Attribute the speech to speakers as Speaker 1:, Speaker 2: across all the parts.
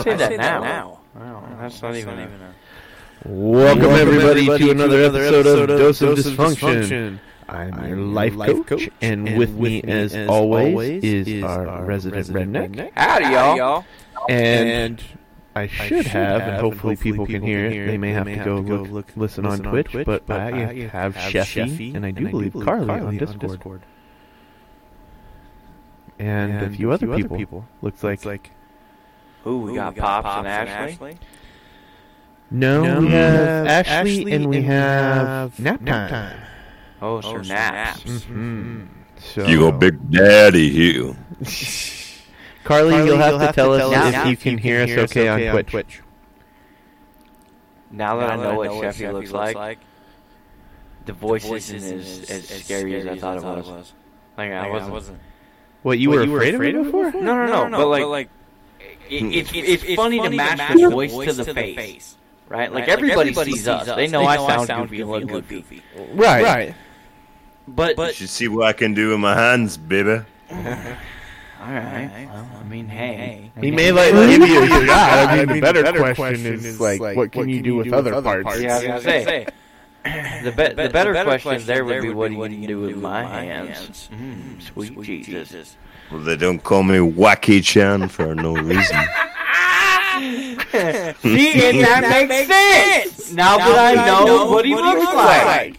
Speaker 1: Say that, now.
Speaker 2: Wow, that's, not even. a-
Speaker 3: Welcome, everybody, to another episode, of Dose of, Dysfunction. I'm, your life, coach, and, with, me, as, always, is, our, resident, redneck.
Speaker 1: Howdy, y'all. y'all.
Speaker 3: And, I should, have, and hopefully, people can hear it. They may have to go, look, listen, on Twitch, but, I, have, Sheffy, and I do believe Carly, on Discord, and, a few other people. Looks like,
Speaker 1: Ooh, we got, Pops, and Ashley.
Speaker 3: no,
Speaker 4: No,
Speaker 3: we
Speaker 4: we have
Speaker 3: have Ashley,
Speaker 4: Ashley,
Speaker 3: and we
Speaker 4: and we
Speaker 3: have
Speaker 4: have
Speaker 3: Nap
Speaker 4: Nap
Speaker 3: Time.
Speaker 1: Oh, Sir Naps.
Speaker 3: Mhm. So,
Speaker 5: You go Big Daddy Hugh.
Speaker 3: Carly,
Speaker 4: Carly,
Speaker 3: you'll have to tell us if you can hear us okay on Twitch.
Speaker 1: Now that I know what Sheffy looks, like, the voice
Speaker 6: voice
Speaker 1: isn't
Speaker 6: isn't
Speaker 1: as,
Speaker 6: as-
Speaker 1: as
Speaker 6: as
Speaker 1: scary as I thought it was. Like, I
Speaker 6: Like, I
Speaker 1: wasn't.
Speaker 6: wasn't.
Speaker 3: What you, were, afraid of me before?
Speaker 1: No, no, no, but like, it- it's, it's, funny to match the voice to the face, right? Like, everybody, sees us. They know I sound, goofy and look goofy.
Speaker 3: Right. right.
Speaker 1: But,
Speaker 5: You should see what I can do with my hands, baby.
Speaker 1: alright. Well, I mean, hey.
Speaker 3: He may like give you a shot. I mean, the better, question is, like, what can you do with other parts?
Speaker 1: Yeah, I was gonna say. The, be- the, better question there would be, what are you going to do with my hands? Mm, Sweet Jesus.
Speaker 5: Well, they don't call me Wacky Chan for no reason.
Speaker 1: See, and that makes sense! Now that I know what he looks like.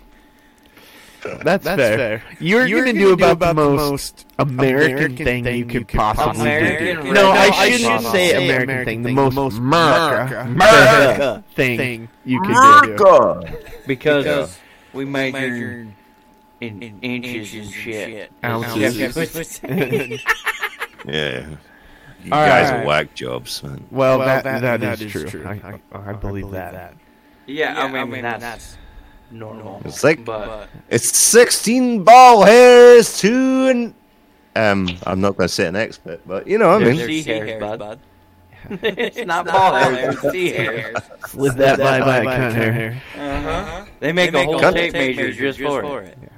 Speaker 3: That's, fair. You're, gonna, do about, the most American, thing you could possibly
Speaker 1: American
Speaker 3: do.
Speaker 1: red- No,
Speaker 3: No, I
Speaker 1: I
Speaker 3: shouldn't
Speaker 1: shouldn't
Speaker 3: say
Speaker 1: say
Speaker 3: American, thing. The most America,
Speaker 5: America
Speaker 3: thing, you could do.
Speaker 5: America!
Speaker 1: Because,
Speaker 6: Because
Speaker 1: we measure, in, inches, and shit.
Speaker 3: Ounces.
Speaker 1: Jeff, Jeff,
Speaker 5: Yeah. You
Speaker 3: All
Speaker 5: guys
Speaker 3: right.
Speaker 5: are whack jobs, man.
Speaker 3: Well, that,
Speaker 4: that
Speaker 3: that is, true. I, I, I believe that.
Speaker 1: Yeah, I mean, that's, normal.
Speaker 5: It's like,
Speaker 1: But
Speaker 5: it's 16 ball hairs to an... Um, I'm not going to say an expert, but you know what I
Speaker 1: There's
Speaker 5: mean.
Speaker 1: sea hairs,
Speaker 6: hairs,
Speaker 1: bud.
Speaker 6: bud.
Speaker 1: it's not ball hairs, it's sea hairs.
Speaker 3: Slid that by by a cunt hair.
Speaker 1: Uh-huh. They make a whole
Speaker 5: cut-
Speaker 1: tape measure just for it.
Speaker 7: Can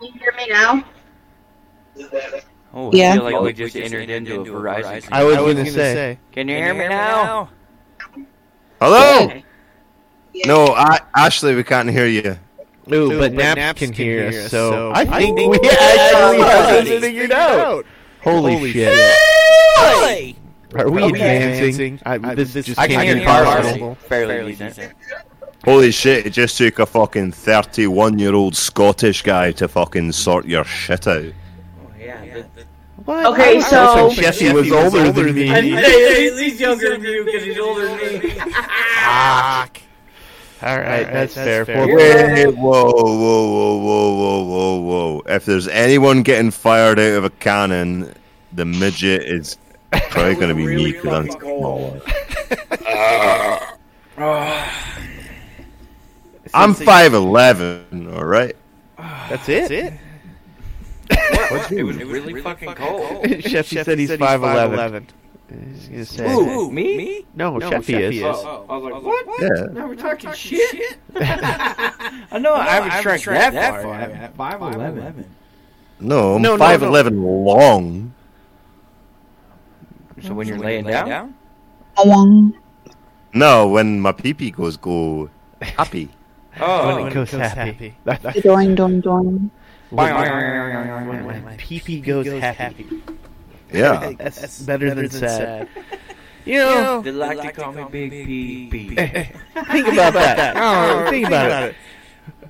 Speaker 7: you hear me now?
Speaker 1: Oh,
Speaker 7: Yeah.
Speaker 1: I feel like
Speaker 6: Like
Speaker 1: we just entered into a Verizon.
Speaker 6: Verizon.
Speaker 3: I was, gonna say.
Speaker 1: Can you hear me now?
Speaker 5: Hello?
Speaker 7: Yeah.
Speaker 5: No, I, Ashley, we can't hear you.
Speaker 3: Ooh,
Speaker 4: Ooh, but
Speaker 3: but Naps,
Speaker 4: Naps
Speaker 3: can,
Speaker 4: can hear
Speaker 3: hear us,
Speaker 4: us,
Speaker 3: so,
Speaker 4: so
Speaker 3: I
Speaker 4: I
Speaker 3: think
Speaker 4: think
Speaker 3: we
Speaker 4: we
Speaker 3: actually
Speaker 4: actually
Speaker 3: have
Speaker 4: have
Speaker 3: this
Speaker 4: this
Speaker 3: figured out. Holy, shit. Are we
Speaker 7: Okay.
Speaker 3: advancing? I, this just
Speaker 1: I can
Speaker 3: can't,
Speaker 1: hear
Speaker 3: be
Speaker 1: you
Speaker 3: possible.
Speaker 1: Carly. Fairly decent.
Speaker 5: Holy shit, it just took a fucking 31 year old Scottish guy to fucking sort your shit out.
Speaker 1: Yeah.
Speaker 3: What?
Speaker 7: Okay,
Speaker 3: I was
Speaker 7: so-
Speaker 3: hoping Jesse was older than me.
Speaker 1: he's younger than you because he's older than me.
Speaker 3: All right, that's fair.
Speaker 5: Wait, whoa, whoa, whoa, whoa, whoa, whoa, whoa. If there's anyone getting fired out of a cannon, the midget is probably going to be me because I'm smaller. Ah. I'm 5'11, alright?
Speaker 3: That's it.
Speaker 1: It was really fucking cold.
Speaker 3: Sheffy said he's 5'11. He's gonna say-
Speaker 1: Ooh, me? Me?
Speaker 3: No, Sheffy is.
Speaker 1: Oh, I was like, what?
Speaker 5: Yeah.
Speaker 1: Now we're talking shit. I know I haven't shrunk that far.
Speaker 5: No, I'm
Speaker 3: No, no,
Speaker 5: 5'11 long.
Speaker 1: So when you're laying down,
Speaker 5: No, when my pee pee goes go happy.
Speaker 3: When it
Speaker 1: oh,
Speaker 3: goes happy.
Speaker 7: Doing, doing, doing.
Speaker 3: PP goes happy.
Speaker 5: Yeah.
Speaker 3: That's better than sad. You know,
Speaker 1: they like to call me Big P. P.
Speaker 3: think about that. Oh, think about it.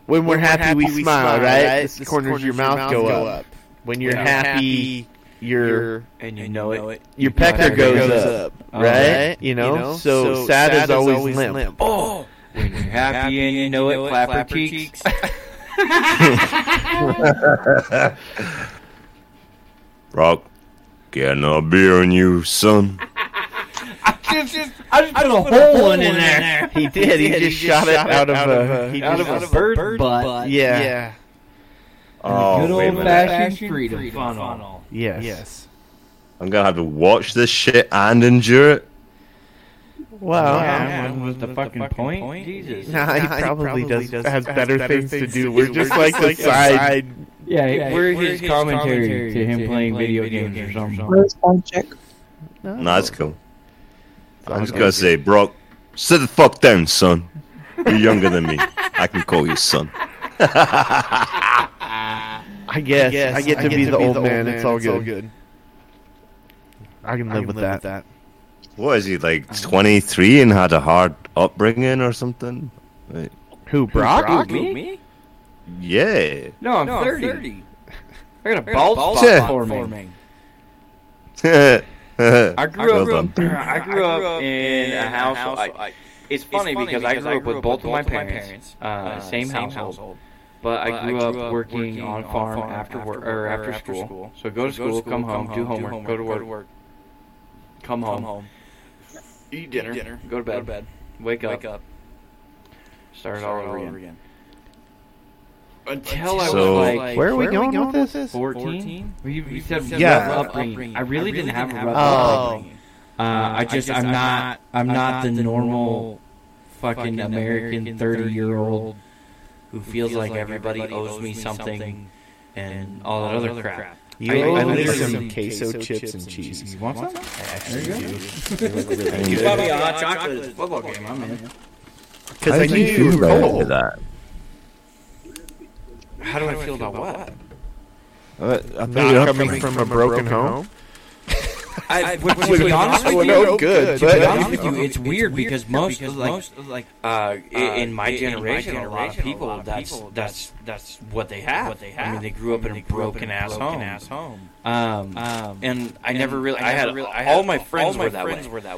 Speaker 3: When we're happy, we smile, right? This corners of your mouth go up. When you're happy, your
Speaker 1: And you know it.
Speaker 3: your pecker goes up, right? You
Speaker 4: You
Speaker 3: know. So sad is always limp.
Speaker 1: Oh, when you're happy and you know it, clap your cheeks.
Speaker 5: Rock, can I be on you, son?
Speaker 1: I just put a whole one in there.
Speaker 3: He did. He just shot it out of a. he
Speaker 1: Out
Speaker 3: just-
Speaker 1: of a bird butt.
Speaker 3: Yeah. Yeah.
Speaker 5: Oh, wait a minute.
Speaker 1: Fashion freedom funnel.
Speaker 3: Yes.
Speaker 5: I'm gonna have to watch this shit and endure it.
Speaker 3: Wow.
Speaker 1: What was the fucking point? Jesus.
Speaker 3: Nah, he probably, does, has better, things, to do. We're just like the side.
Speaker 1: Yeah,
Speaker 6: we're
Speaker 1: we're
Speaker 6: his
Speaker 1: his
Speaker 6: commentary
Speaker 1: commentary to him playing video
Speaker 6: video
Speaker 1: games or something.
Speaker 3: Oh.
Speaker 7: Where's Bojack?
Speaker 5: No, that's cool. I'm just gonna say, Brock, sit the fuck down, son. You're younger than me. I can call you son.
Speaker 4: I guess, I, get to be the old man. It's all good. I can live with that.
Speaker 5: What is he like? 23 and had a hard upbringing or something? Like,
Speaker 4: Who, Brock?
Speaker 6: Brock? Me?
Speaker 5: yeah.
Speaker 8: No, I'm
Speaker 6: No, I'm
Speaker 8: 30.
Speaker 6: 30.
Speaker 8: I got a
Speaker 6: I got a
Speaker 8: bald,
Speaker 6: bald
Speaker 8: spot
Speaker 5: spot
Speaker 8: forming.
Speaker 6: forming.
Speaker 5: I
Speaker 6: I grew
Speaker 5: Well
Speaker 6: up.
Speaker 5: done.
Speaker 6: I grew up in a house. I, it's funny because I grew up with both of my parents, uh, same household. But I grew up working on farm after work or after school. So go to school, come home, do homework, go to work, come home,
Speaker 1: Eat
Speaker 6: dinner, go to bed, wake
Speaker 1: Wake
Speaker 6: up,
Speaker 1: up.
Speaker 6: start all over again.
Speaker 1: Until I
Speaker 5: So-
Speaker 1: was like,
Speaker 4: Where are we going with this?
Speaker 6: 14? Well, You, you said
Speaker 4: Yeah.
Speaker 6: rough upbringing. I really didn't have a rough
Speaker 4: Oh.
Speaker 6: upbringing. Uh, I just, I'm not, I'm not the normal fucking American 30 year old who feels like everybody owes me something and all that other crap.
Speaker 4: You
Speaker 6: I-
Speaker 4: owe
Speaker 6: I
Speaker 4: me
Speaker 6: literally-
Speaker 4: some queso, chips and cheese. You want some? I actually do.
Speaker 6: You bought me a hot chocolate football game, I'm in.
Speaker 4: Because I knew you were cold.
Speaker 5: that.
Speaker 6: How do I feel about what?
Speaker 5: I thought
Speaker 4: Not coming from a broken home.
Speaker 6: I, to be honest with
Speaker 4: Well,
Speaker 6: you,
Speaker 4: no good.
Speaker 6: To be
Speaker 4: But
Speaker 6: honest with you, it's weird because most of like, like uh, i- in my generation, a lot of people, that's that's that's what they have. What they have. I mean, they grew up in a broken ass home. Um, and I never really, I had all my friends were that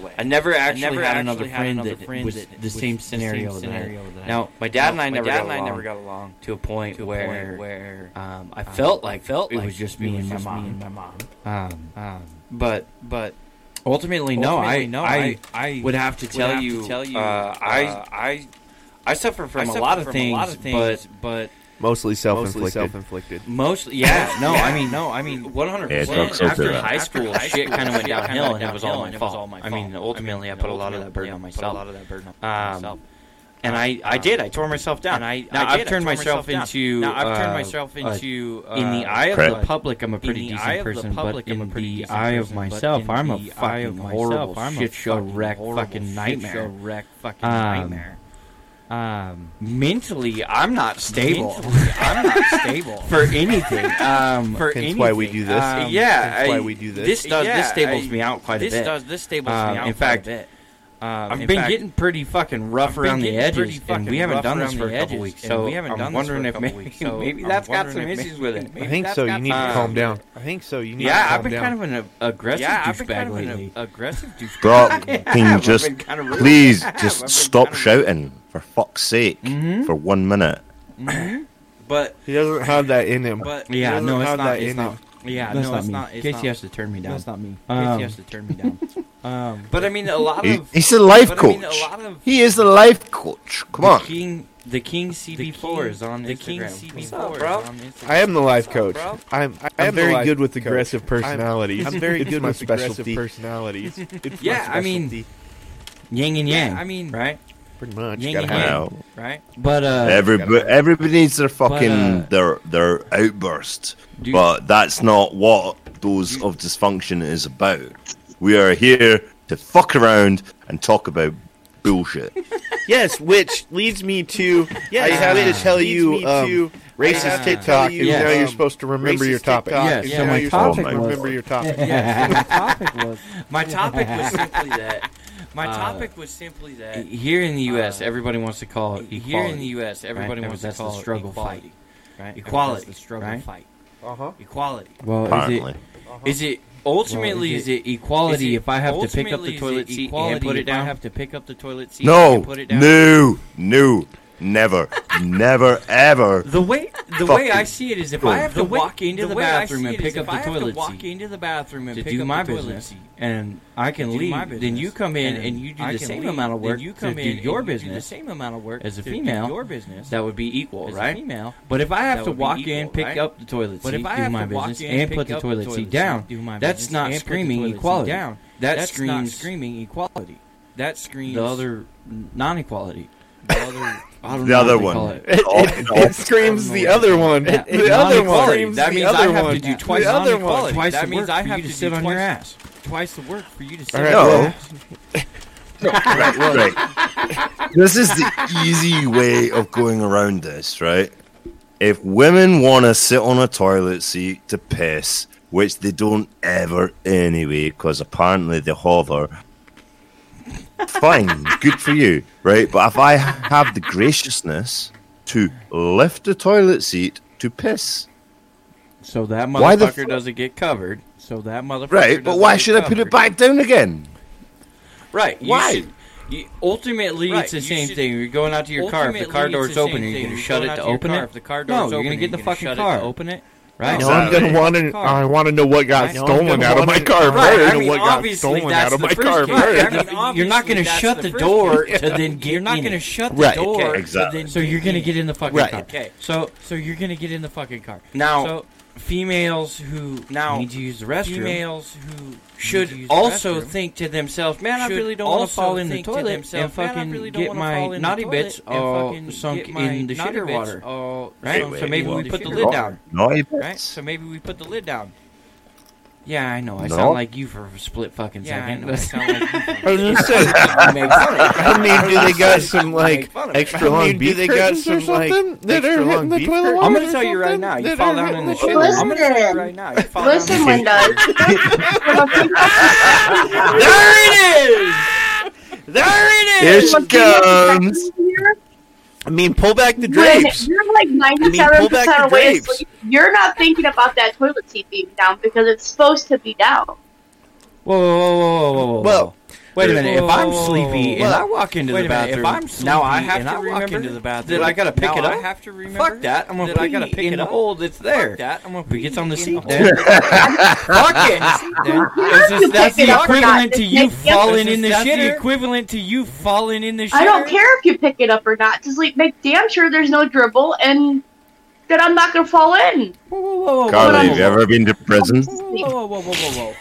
Speaker 6: way. I never actually
Speaker 1: never
Speaker 6: had
Speaker 1: actually
Speaker 6: another
Speaker 1: had
Speaker 6: friend
Speaker 1: another
Speaker 6: that
Speaker 1: friend
Speaker 6: was
Speaker 1: that
Speaker 6: the
Speaker 1: was
Speaker 6: same
Speaker 1: the same
Speaker 6: scenario. that I-
Speaker 1: scenario that I-
Speaker 6: Now, my dad and I never
Speaker 1: dad
Speaker 6: got
Speaker 1: and I never
Speaker 6: along
Speaker 1: got along
Speaker 6: to a point
Speaker 1: to a
Speaker 6: where
Speaker 1: point where
Speaker 6: um, I felt like felt
Speaker 1: it
Speaker 6: it
Speaker 1: like
Speaker 6: was just me and my mom.
Speaker 1: mom.
Speaker 6: Um,
Speaker 1: Um,
Speaker 6: but
Speaker 1: but
Speaker 6: ultimately, no, I no, I
Speaker 1: I
Speaker 6: would have to tell
Speaker 1: have to
Speaker 6: you,
Speaker 1: tell you,
Speaker 6: uh,
Speaker 1: uh,
Speaker 6: I, I, I suffer from,
Speaker 1: I
Speaker 6: a, lot of
Speaker 1: suffer
Speaker 6: things,
Speaker 1: from a lot of things,
Speaker 6: but,
Speaker 4: Mostly
Speaker 3: Mostly
Speaker 4: self-inflicted.
Speaker 3: self-inflicted.
Speaker 6: but mostly, yeah, no, I mean, no, I mean, one hundred
Speaker 5: Yeah, drugs
Speaker 6: percent.
Speaker 5: will
Speaker 6: After
Speaker 5: do that.
Speaker 6: high school, shit kind of went downhill, and it was all my fault. I mean,
Speaker 1: fault.
Speaker 6: ultimately, I put a lot of that burden on
Speaker 1: put a lot
Speaker 6: myself.
Speaker 1: of that burden on myself. Um,
Speaker 6: Um, and I, I did. I tore myself down.
Speaker 1: and I- I
Speaker 6: now
Speaker 1: did,
Speaker 6: have
Speaker 1: I
Speaker 6: turned
Speaker 1: tore
Speaker 6: myself
Speaker 1: myself down.
Speaker 6: into.
Speaker 1: Now, I've turned
Speaker 6: uh,
Speaker 1: myself
Speaker 6: a-
Speaker 1: into,
Speaker 6: in the
Speaker 1: uh,
Speaker 6: eye of
Speaker 5: Crap.
Speaker 6: the public, I'm a pretty
Speaker 1: the eye
Speaker 6: decent
Speaker 1: of the
Speaker 6: person,
Speaker 1: public,
Speaker 6: but
Speaker 1: I'm a
Speaker 6: in
Speaker 1: pretty
Speaker 6: the
Speaker 1: decent
Speaker 6: eye of
Speaker 1: person, but
Speaker 6: myself,
Speaker 1: in
Speaker 6: I'm a
Speaker 1: the eye of
Speaker 6: fucking
Speaker 1: myself,
Speaker 6: horrible
Speaker 1: I'm a
Speaker 6: shit show
Speaker 1: fucking
Speaker 6: wreck,
Speaker 1: horrible
Speaker 6: fucking
Speaker 1: shit
Speaker 6: nightmare.
Speaker 1: show wreck, fucking
Speaker 6: Um,
Speaker 1: nightmare. Um,
Speaker 6: Mentally, I'm not stable
Speaker 1: mentally, I'm not stable.
Speaker 6: for anything. Um,
Speaker 1: For
Speaker 4: Hence why we do
Speaker 1: anything.
Speaker 4: this.
Speaker 1: Um,
Speaker 6: yeah, I-
Speaker 4: That's why we do this.
Speaker 6: This does
Speaker 1: Yeah,
Speaker 6: this stables
Speaker 1: I-
Speaker 6: me out quite
Speaker 1: this
Speaker 6: a bit.
Speaker 1: does this stables
Speaker 6: Um,
Speaker 1: me out
Speaker 6: in
Speaker 1: quite
Speaker 6: fact,
Speaker 1: a bit. Um,
Speaker 6: I've
Speaker 1: in
Speaker 6: been
Speaker 1: fact,
Speaker 6: getting pretty fucking rough
Speaker 1: been
Speaker 6: around the
Speaker 1: getting pretty
Speaker 6: edges, and
Speaker 1: fucking
Speaker 6: we haven't
Speaker 1: rough
Speaker 6: done this
Speaker 1: around
Speaker 6: for
Speaker 1: the
Speaker 6: a couple
Speaker 1: edges,
Speaker 6: weeks.
Speaker 1: and
Speaker 6: So
Speaker 1: we haven't
Speaker 6: I'm
Speaker 1: done this
Speaker 6: wondering
Speaker 1: for a
Speaker 6: if
Speaker 1: couple
Speaker 6: maybe,
Speaker 1: weeks, so
Speaker 6: maybe
Speaker 1: I'm
Speaker 6: that's got
Speaker 1: wondering
Speaker 6: some
Speaker 1: if maybe-
Speaker 6: issues with it.
Speaker 4: I think so. You need to
Speaker 6: some-
Speaker 4: calm down. I think so. You need to
Speaker 6: yeah,
Speaker 4: calm
Speaker 6: I've been
Speaker 4: down.
Speaker 6: kind of an ag- aggressive
Speaker 1: yeah, I've been
Speaker 6: douchebag
Speaker 1: kind of
Speaker 6: lately.
Speaker 1: an aggressive douchebag.
Speaker 5: Brock,
Speaker 6: Yeah,
Speaker 5: can you
Speaker 6: I've
Speaker 5: just
Speaker 6: been kinda rude.
Speaker 5: please
Speaker 6: I've been
Speaker 5: just stop
Speaker 6: kinda Mm-hmm.
Speaker 5: shouting for fuck's sake for one minute?
Speaker 6: But
Speaker 4: He doesn't have that in him.
Speaker 1: But
Speaker 4: He
Speaker 6: yeah,
Speaker 4: doesn't
Speaker 6: no, it's
Speaker 4: have
Speaker 6: not.
Speaker 4: that
Speaker 6: It's
Speaker 4: in
Speaker 6: not.
Speaker 4: him.
Speaker 1: yeah,
Speaker 6: That's
Speaker 1: no,
Speaker 6: not
Speaker 1: it's
Speaker 6: me.
Speaker 1: not. It's
Speaker 6: Casey
Speaker 1: not,
Speaker 6: has to turn me down.
Speaker 1: That's not me.
Speaker 6: Um,
Speaker 1: Casey has to turn me down. um,
Speaker 6: But I mean, a lot
Speaker 5: He,
Speaker 6: of
Speaker 5: he's the life
Speaker 6: but I mean,
Speaker 5: coach.
Speaker 6: a lot of-
Speaker 5: he is the life coach. Come
Speaker 6: the
Speaker 5: on.
Speaker 6: King, the King CB4 is on
Speaker 1: the
Speaker 6: Instagram.
Speaker 1: King
Speaker 6: What's
Speaker 1: CB4
Speaker 6: up,
Speaker 1: is
Speaker 6: bro?
Speaker 1: on Instagram.
Speaker 4: I am the life coach.
Speaker 6: bro?
Speaker 4: I'm
Speaker 3: I
Speaker 4: I'm
Speaker 3: am the
Speaker 4: very
Speaker 3: life
Speaker 4: good with
Speaker 3: coach.
Speaker 4: aggressive personalities.
Speaker 3: I'm very
Speaker 4: It's
Speaker 3: good
Speaker 4: my
Speaker 3: with aggressive
Speaker 4: specialty.
Speaker 3: personalities. It's my
Speaker 6: Yeah, I mean-
Speaker 3: specialty.
Speaker 6: Yang and Yang.
Speaker 1: I mean,
Speaker 6: right,
Speaker 4: Pretty much.
Speaker 6: Yang
Speaker 4: Gotta
Speaker 6: and
Speaker 4: have
Speaker 6: Yang.
Speaker 4: it.
Speaker 5: Wow.
Speaker 6: right. But uh,
Speaker 5: Everybody, everybody needs their fucking
Speaker 6: uh,
Speaker 5: their their outburst,
Speaker 6: Do-
Speaker 5: but that's not what those of dysfunction is about. We are here to fuck around and talk about bullshit.
Speaker 3: Yes, which leads me to. Yes,
Speaker 4: I have to tell you, um,
Speaker 3: racist
Speaker 4: TikTok, and
Speaker 6: Yeah.
Speaker 4: now
Speaker 3: um,
Speaker 4: you're supposed to remember your topic.
Speaker 6: Yes,
Speaker 4: And
Speaker 6: so
Speaker 4: now
Speaker 6: my
Speaker 4: you're supposed to
Speaker 5: topic was-
Speaker 4: remember your topic.
Speaker 6: my topic was simply that
Speaker 1: my
Speaker 6: uh,
Speaker 1: topic was simply that
Speaker 6: here in the U.S. everybody wants to call it e-, equality.
Speaker 1: here in the U.S. everybody
Speaker 6: Right?
Speaker 1: wants
Speaker 6: That's
Speaker 1: to
Speaker 6: the
Speaker 1: call it
Speaker 6: struggle
Speaker 1: equality, right?
Speaker 6: Equality,
Speaker 1: That's the struggle
Speaker 6: right?
Speaker 1: fight.
Speaker 4: Uh-huh.
Speaker 1: Equality.
Speaker 6: Well,
Speaker 5: Apparently,
Speaker 6: is it is it ultimately
Speaker 1: Well,
Speaker 6: is
Speaker 1: is
Speaker 6: it equality
Speaker 1: Is it-
Speaker 6: if I have to pick up
Speaker 1: ultimately,
Speaker 6: the
Speaker 1: is it
Speaker 6: toilet seat and
Speaker 1: equality
Speaker 6: put it
Speaker 1: if I
Speaker 6: down?
Speaker 1: have to pick up the toilet seat
Speaker 5: no,
Speaker 1: and put it down.
Speaker 5: no, no, never, never, ever.
Speaker 6: The way the way
Speaker 5: Fucking
Speaker 6: I see it is if I have
Speaker 1: The
Speaker 6: to
Speaker 1: way-
Speaker 6: walk into the,
Speaker 1: way I
Speaker 6: bathroom
Speaker 1: see
Speaker 6: and
Speaker 1: it is
Speaker 6: pick up
Speaker 1: if I
Speaker 6: the
Speaker 1: have to
Speaker 6: toilet
Speaker 1: walk
Speaker 6: seat
Speaker 1: into the bathroom and
Speaker 6: to
Speaker 1: pick
Speaker 6: do
Speaker 1: up
Speaker 6: my
Speaker 1: the toilet
Speaker 6: business,
Speaker 1: seat.
Speaker 6: and I can
Speaker 1: do
Speaker 6: leave,
Speaker 1: my
Speaker 6: then
Speaker 1: business,
Speaker 6: you come in
Speaker 1: and
Speaker 6: and you do
Speaker 1: I
Speaker 6: the
Speaker 1: can
Speaker 6: same
Speaker 1: leave,
Speaker 6: amount of
Speaker 1: then
Speaker 6: work
Speaker 1: you come
Speaker 6: to
Speaker 1: in
Speaker 6: do
Speaker 1: and
Speaker 6: your
Speaker 1: you do the
Speaker 6: business
Speaker 1: same amount of work
Speaker 6: as a
Speaker 1: to do
Speaker 6: female.
Speaker 1: your business
Speaker 6: That would be equal,
Speaker 1: as a
Speaker 6: right?
Speaker 1: female.
Speaker 6: But if I have
Speaker 1: That
Speaker 6: to
Speaker 1: would be
Speaker 6: walk
Speaker 1: equal,
Speaker 6: in, pick
Speaker 1: right?
Speaker 6: up the toilet
Speaker 1: But
Speaker 6: seat,
Speaker 1: if I
Speaker 6: do
Speaker 1: have
Speaker 6: my
Speaker 1: to walk
Speaker 6: business,
Speaker 1: in,
Speaker 6: and
Speaker 1: pick
Speaker 6: put the
Speaker 1: up the
Speaker 6: toilet,
Speaker 1: toilet
Speaker 6: seat
Speaker 1: seat,
Speaker 6: down,
Speaker 1: do my
Speaker 6: that's
Speaker 1: business,
Speaker 6: not
Speaker 1: and put the
Speaker 6: screaming
Speaker 1: toilet seat
Speaker 6: equality.
Speaker 1: down.
Speaker 6: That
Speaker 1: That's
Speaker 6: screams
Speaker 1: not screaming equality. That screams
Speaker 6: the other non-equality.
Speaker 1: the other-
Speaker 6: I don't
Speaker 5: The
Speaker 6: know what
Speaker 5: other
Speaker 6: they
Speaker 5: one.
Speaker 6: call it.
Speaker 4: It,
Speaker 5: Oh,
Speaker 4: it,
Speaker 5: no.
Speaker 4: it screams the other one.
Speaker 6: Yeah.
Speaker 4: The other one.
Speaker 6: Non-equality.
Speaker 4: Screams
Speaker 6: That
Speaker 4: the
Speaker 6: means
Speaker 4: other
Speaker 6: I have
Speaker 4: one.
Speaker 6: to do twice
Speaker 4: the other
Speaker 6: non-equality.
Speaker 4: one.
Speaker 6: Twice
Speaker 1: That
Speaker 6: the
Speaker 1: means
Speaker 6: work
Speaker 1: I
Speaker 6: for
Speaker 1: have
Speaker 6: you
Speaker 1: to
Speaker 6: sit
Speaker 1: do
Speaker 6: on your
Speaker 1: twice-
Speaker 6: ass.
Speaker 1: twice the work for you to sit
Speaker 4: All right,
Speaker 1: on
Speaker 5: No.
Speaker 1: your
Speaker 4: well,
Speaker 1: ass.
Speaker 6: Well,
Speaker 5: right, right. This is the easy way of going around this, right? If women want to sit on a toilet seat to piss, which they don't ever anyway, because apparently they hover, fine, good for you, right? But if I have the graciousness to lift the toilet seat to piss,
Speaker 6: So that
Speaker 5: Why the
Speaker 6: motherfucker
Speaker 5: fu-
Speaker 6: doesn't get covered. So that motherfucker.
Speaker 5: right? But
Speaker 6: doesn't
Speaker 5: why
Speaker 6: get
Speaker 5: should I put it
Speaker 6: covered.
Speaker 5: back down again?
Speaker 1: Right. you
Speaker 5: Why?
Speaker 1: should- you- ultimately,
Speaker 6: Right,
Speaker 1: it's the
Speaker 6: you
Speaker 1: same
Speaker 6: should-
Speaker 1: thing. You're going out to your car. If the car
Speaker 6: Ultimately, it's
Speaker 1: door's
Speaker 6: the same
Speaker 1: open, are
Speaker 6: thing.
Speaker 1: you going to
Speaker 6: You're
Speaker 1: shut
Speaker 6: going
Speaker 1: it
Speaker 6: out
Speaker 1: to
Speaker 6: your
Speaker 1: open
Speaker 6: car.
Speaker 1: it?
Speaker 6: If the
Speaker 1: no,
Speaker 6: car door's
Speaker 1: you're going
Speaker 6: open,
Speaker 1: to get the
Speaker 6: you're gonna
Speaker 1: fucking
Speaker 6: shut it
Speaker 1: car.
Speaker 6: to open it.
Speaker 1: Right.
Speaker 4: No, I'm gonna
Speaker 5: Exactly.
Speaker 4: want to. I want to know what got
Speaker 6: Right. No, I'm
Speaker 4: stolen
Speaker 6: gonna
Speaker 4: out of my
Speaker 6: wanna-
Speaker 4: car
Speaker 1: Right,
Speaker 4: first,
Speaker 1: I
Speaker 4: and
Speaker 1: mean,
Speaker 4: what got
Speaker 1: obviously,
Speaker 4: stolen
Speaker 1: that's
Speaker 4: out of
Speaker 1: the
Speaker 4: my
Speaker 1: first
Speaker 4: car
Speaker 1: case.
Speaker 4: first.
Speaker 1: I mean,
Speaker 6: Obviously,
Speaker 1: you're not going to
Speaker 6: that's
Speaker 1: shut
Speaker 6: the
Speaker 1: the
Speaker 6: first
Speaker 1: door to then get
Speaker 6: You're not
Speaker 1: in
Speaker 6: going to
Speaker 1: it.
Speaker 6: shut the
Speaker 4: Right,
Speaker 6: door.
Speaker 1: okay,
Speaker 6: to
Speaker 5: exactly.
Speaker 6: then- so you're going to get in the fucking
Speaker 4: Right.
Speaker 6: car.
Speaker 1: Okay.
Speaker 6: So so you're going to get in the fucking car.
Speaker 1: Now-
Speaker 6: so females who
Speaker 1: Now,
Speaker 6: need to use the restroom. Females who need to
Speaker 1: should
Speaker 6: use the
Speaker 1: also
Speaker 6: restroom,
Speaker 1: think to themselves, man, I
Speaker 6: should
Speaker 1: really don't want to
Speaker 6: also
Speaker 1: fall in the
Speaker 6: think to
Speaker 1: toilet
Speaker 6: themselves,
Speaker 1: and
Speaker 6: "Man, I
Speaker 1: fucking
Speaker 6: really don't
Speaker 1: get
Speaker 6: wanna
Speaker 1: my
Speaker 6: fall in the
Speaker 1: naughty
Speaker 6: toilet
Speaker 1: bits
Speaker 6: and
Speaker 1: all
Speaker 6: fucking
Speaker 1: sunk
Speaker 6: get my
Speaker 1: in the
Speaker 6: naughty
Speaker 1: shitter
Speaker 6: bits
Speaker 1: water.
Speaker 6: all-
Speaker 1: Right?
Speaker 6: So,
Speaker 5: Wait,
Speaker 6: so
Speaker 5: wait,
Speaker 6: maybe
Speaker 5: wait.
Speaker 6: we put the
Speaker 5: Wrong.
Speaker 6: lid down.
Speaker 5: No, you
Speaker 6: Right? So maybe we put the lid down.
Speaker 1: Yeah, I know. I
Speaker 5: No.
Speaker 1: sound like you for a split fucking
Speaker 6: Yeah, I
Speaker 1: second.
Speaker 6: know. I sound like you.
Speaker 4: I was just saying,
Speaker 1: You make fun of
Speaker 4: how many do they got some
Speaker 1: Make
Speaker 4: like
Speaker 1: fun of it.
Speaker 4: extra
Speaker 3: How many
Speaker 4: long
Speaker 3: do
Speaker 4: beef
Speaker 3: they got
Speaker 4: curtains or
Speaker 3: some, like,
Speaker 4: something that
Speaker 3: extra
Speaker 4: are
Speaker 3: long
Speaker 4: hitting the
Speaker 3: beef
Speaker 4: toilet?
Speaker 3: curtains?
Speaker 4: water
Speaker 1: I'm gonna
Speaker 4: or
Speaker 1: tell you right
Speaker 4: something
Speaker 1: now. You
Speaker 4: that
Speaker 1: fall
Speaker 4: are
Speaker 1: down
Speaker 4: hitting
Speaker 1: in the
Speaker 4: toilet?
Speaker 1: shitter. I'm gonna tell you
Speaker 7: Listen.
Speaker 1: right now. You fall
Speaker 7: Listen,
Speaker 1: down. in
Speaker 7: Linda.
Speaker 1: the shitter. There it is. There it
Speaker 5: Here
Speaker 1: is.
Speaker 5: she comes.
Speaker 3: I mean, pull back the
Speaker 7: When
Speaker 3: drapes.
Speaker 7: you're like
Speaker 3: pull back
Speaker 7: 97%
Speaker 3: the
Speaker 7: away
Speaker 3: drapes.
Speaker 7: asleep, you're not thinking about that toilet seat being down because it's supposed to be down.
Speaker 1: Whoa, whoa, whoa, whoa, whoa, whoa.
Speaker 3: Well,
Speaker 1: wait a minute. If I'm
Speaker 6: whoa,
Speaker 1: sleepy
Speaker 6: whoa,
Speaker 1: and
Speaker 6: whoa.
Speaker 1: I walk into
Speaker 6: Wait
Speaker 1: the
Speaker 6: a minute,
Speaker 1: bathroom,
Speaker 6: if I'm sleepy
Speaker 1: now I have
Speaker 6: and
Speaker 1: to
Speaker 6: I walk
Speaker 1: remember
Speaker 6: into the bathroom,
Speaker 1: that I gotta pick
Speaker 6: now
Speaker 1: it up.
Speaker 6: I have to remember
Speaker 1: Fuck that! I'm gonna
Speaker 6: that I
Speaker 1: pee
Speaker 6: gotta pick
Speaker 1: in
Speaker 6: it
Speaker 1: the
Speaker 6: up.
Speaker 1: hole that's there.
Speaker 6: Fuck that. I'm gonna
Speaker 1: If it gets on the
Speaker 6: in
Speaker 1: seat,
Speaker 6: hole.
Speaker 1: there. Fuck it!
Speaker 6: There.
Speaker 1: It's just- that's
Speaker 7: Pick it
Speaker 1: the
Speaker 7: up or not,
Speaker 1: equivalent to
Speaker 7: just
Speaker 1: you
Speaker 7: make the effort.
Speaker 1: falling in the
Speaker 6: That's the
Speaker 1: shitter.
Speaker 6: equivalent to you falling in the shitter.
Speaker 7: I don't care if you pick it up or not. Just like make damn sure there's no dribble and that I'm not gonna fall in.
Speaker 1: Whoa, whoa, whoa, whoa,
Speaker 5: Carly,
Speaker 1: whoa,
Speaker 5: have you ever been to prison?
Speaker 6: Whoa, whoa, whoa, whoa, whoa, whoa.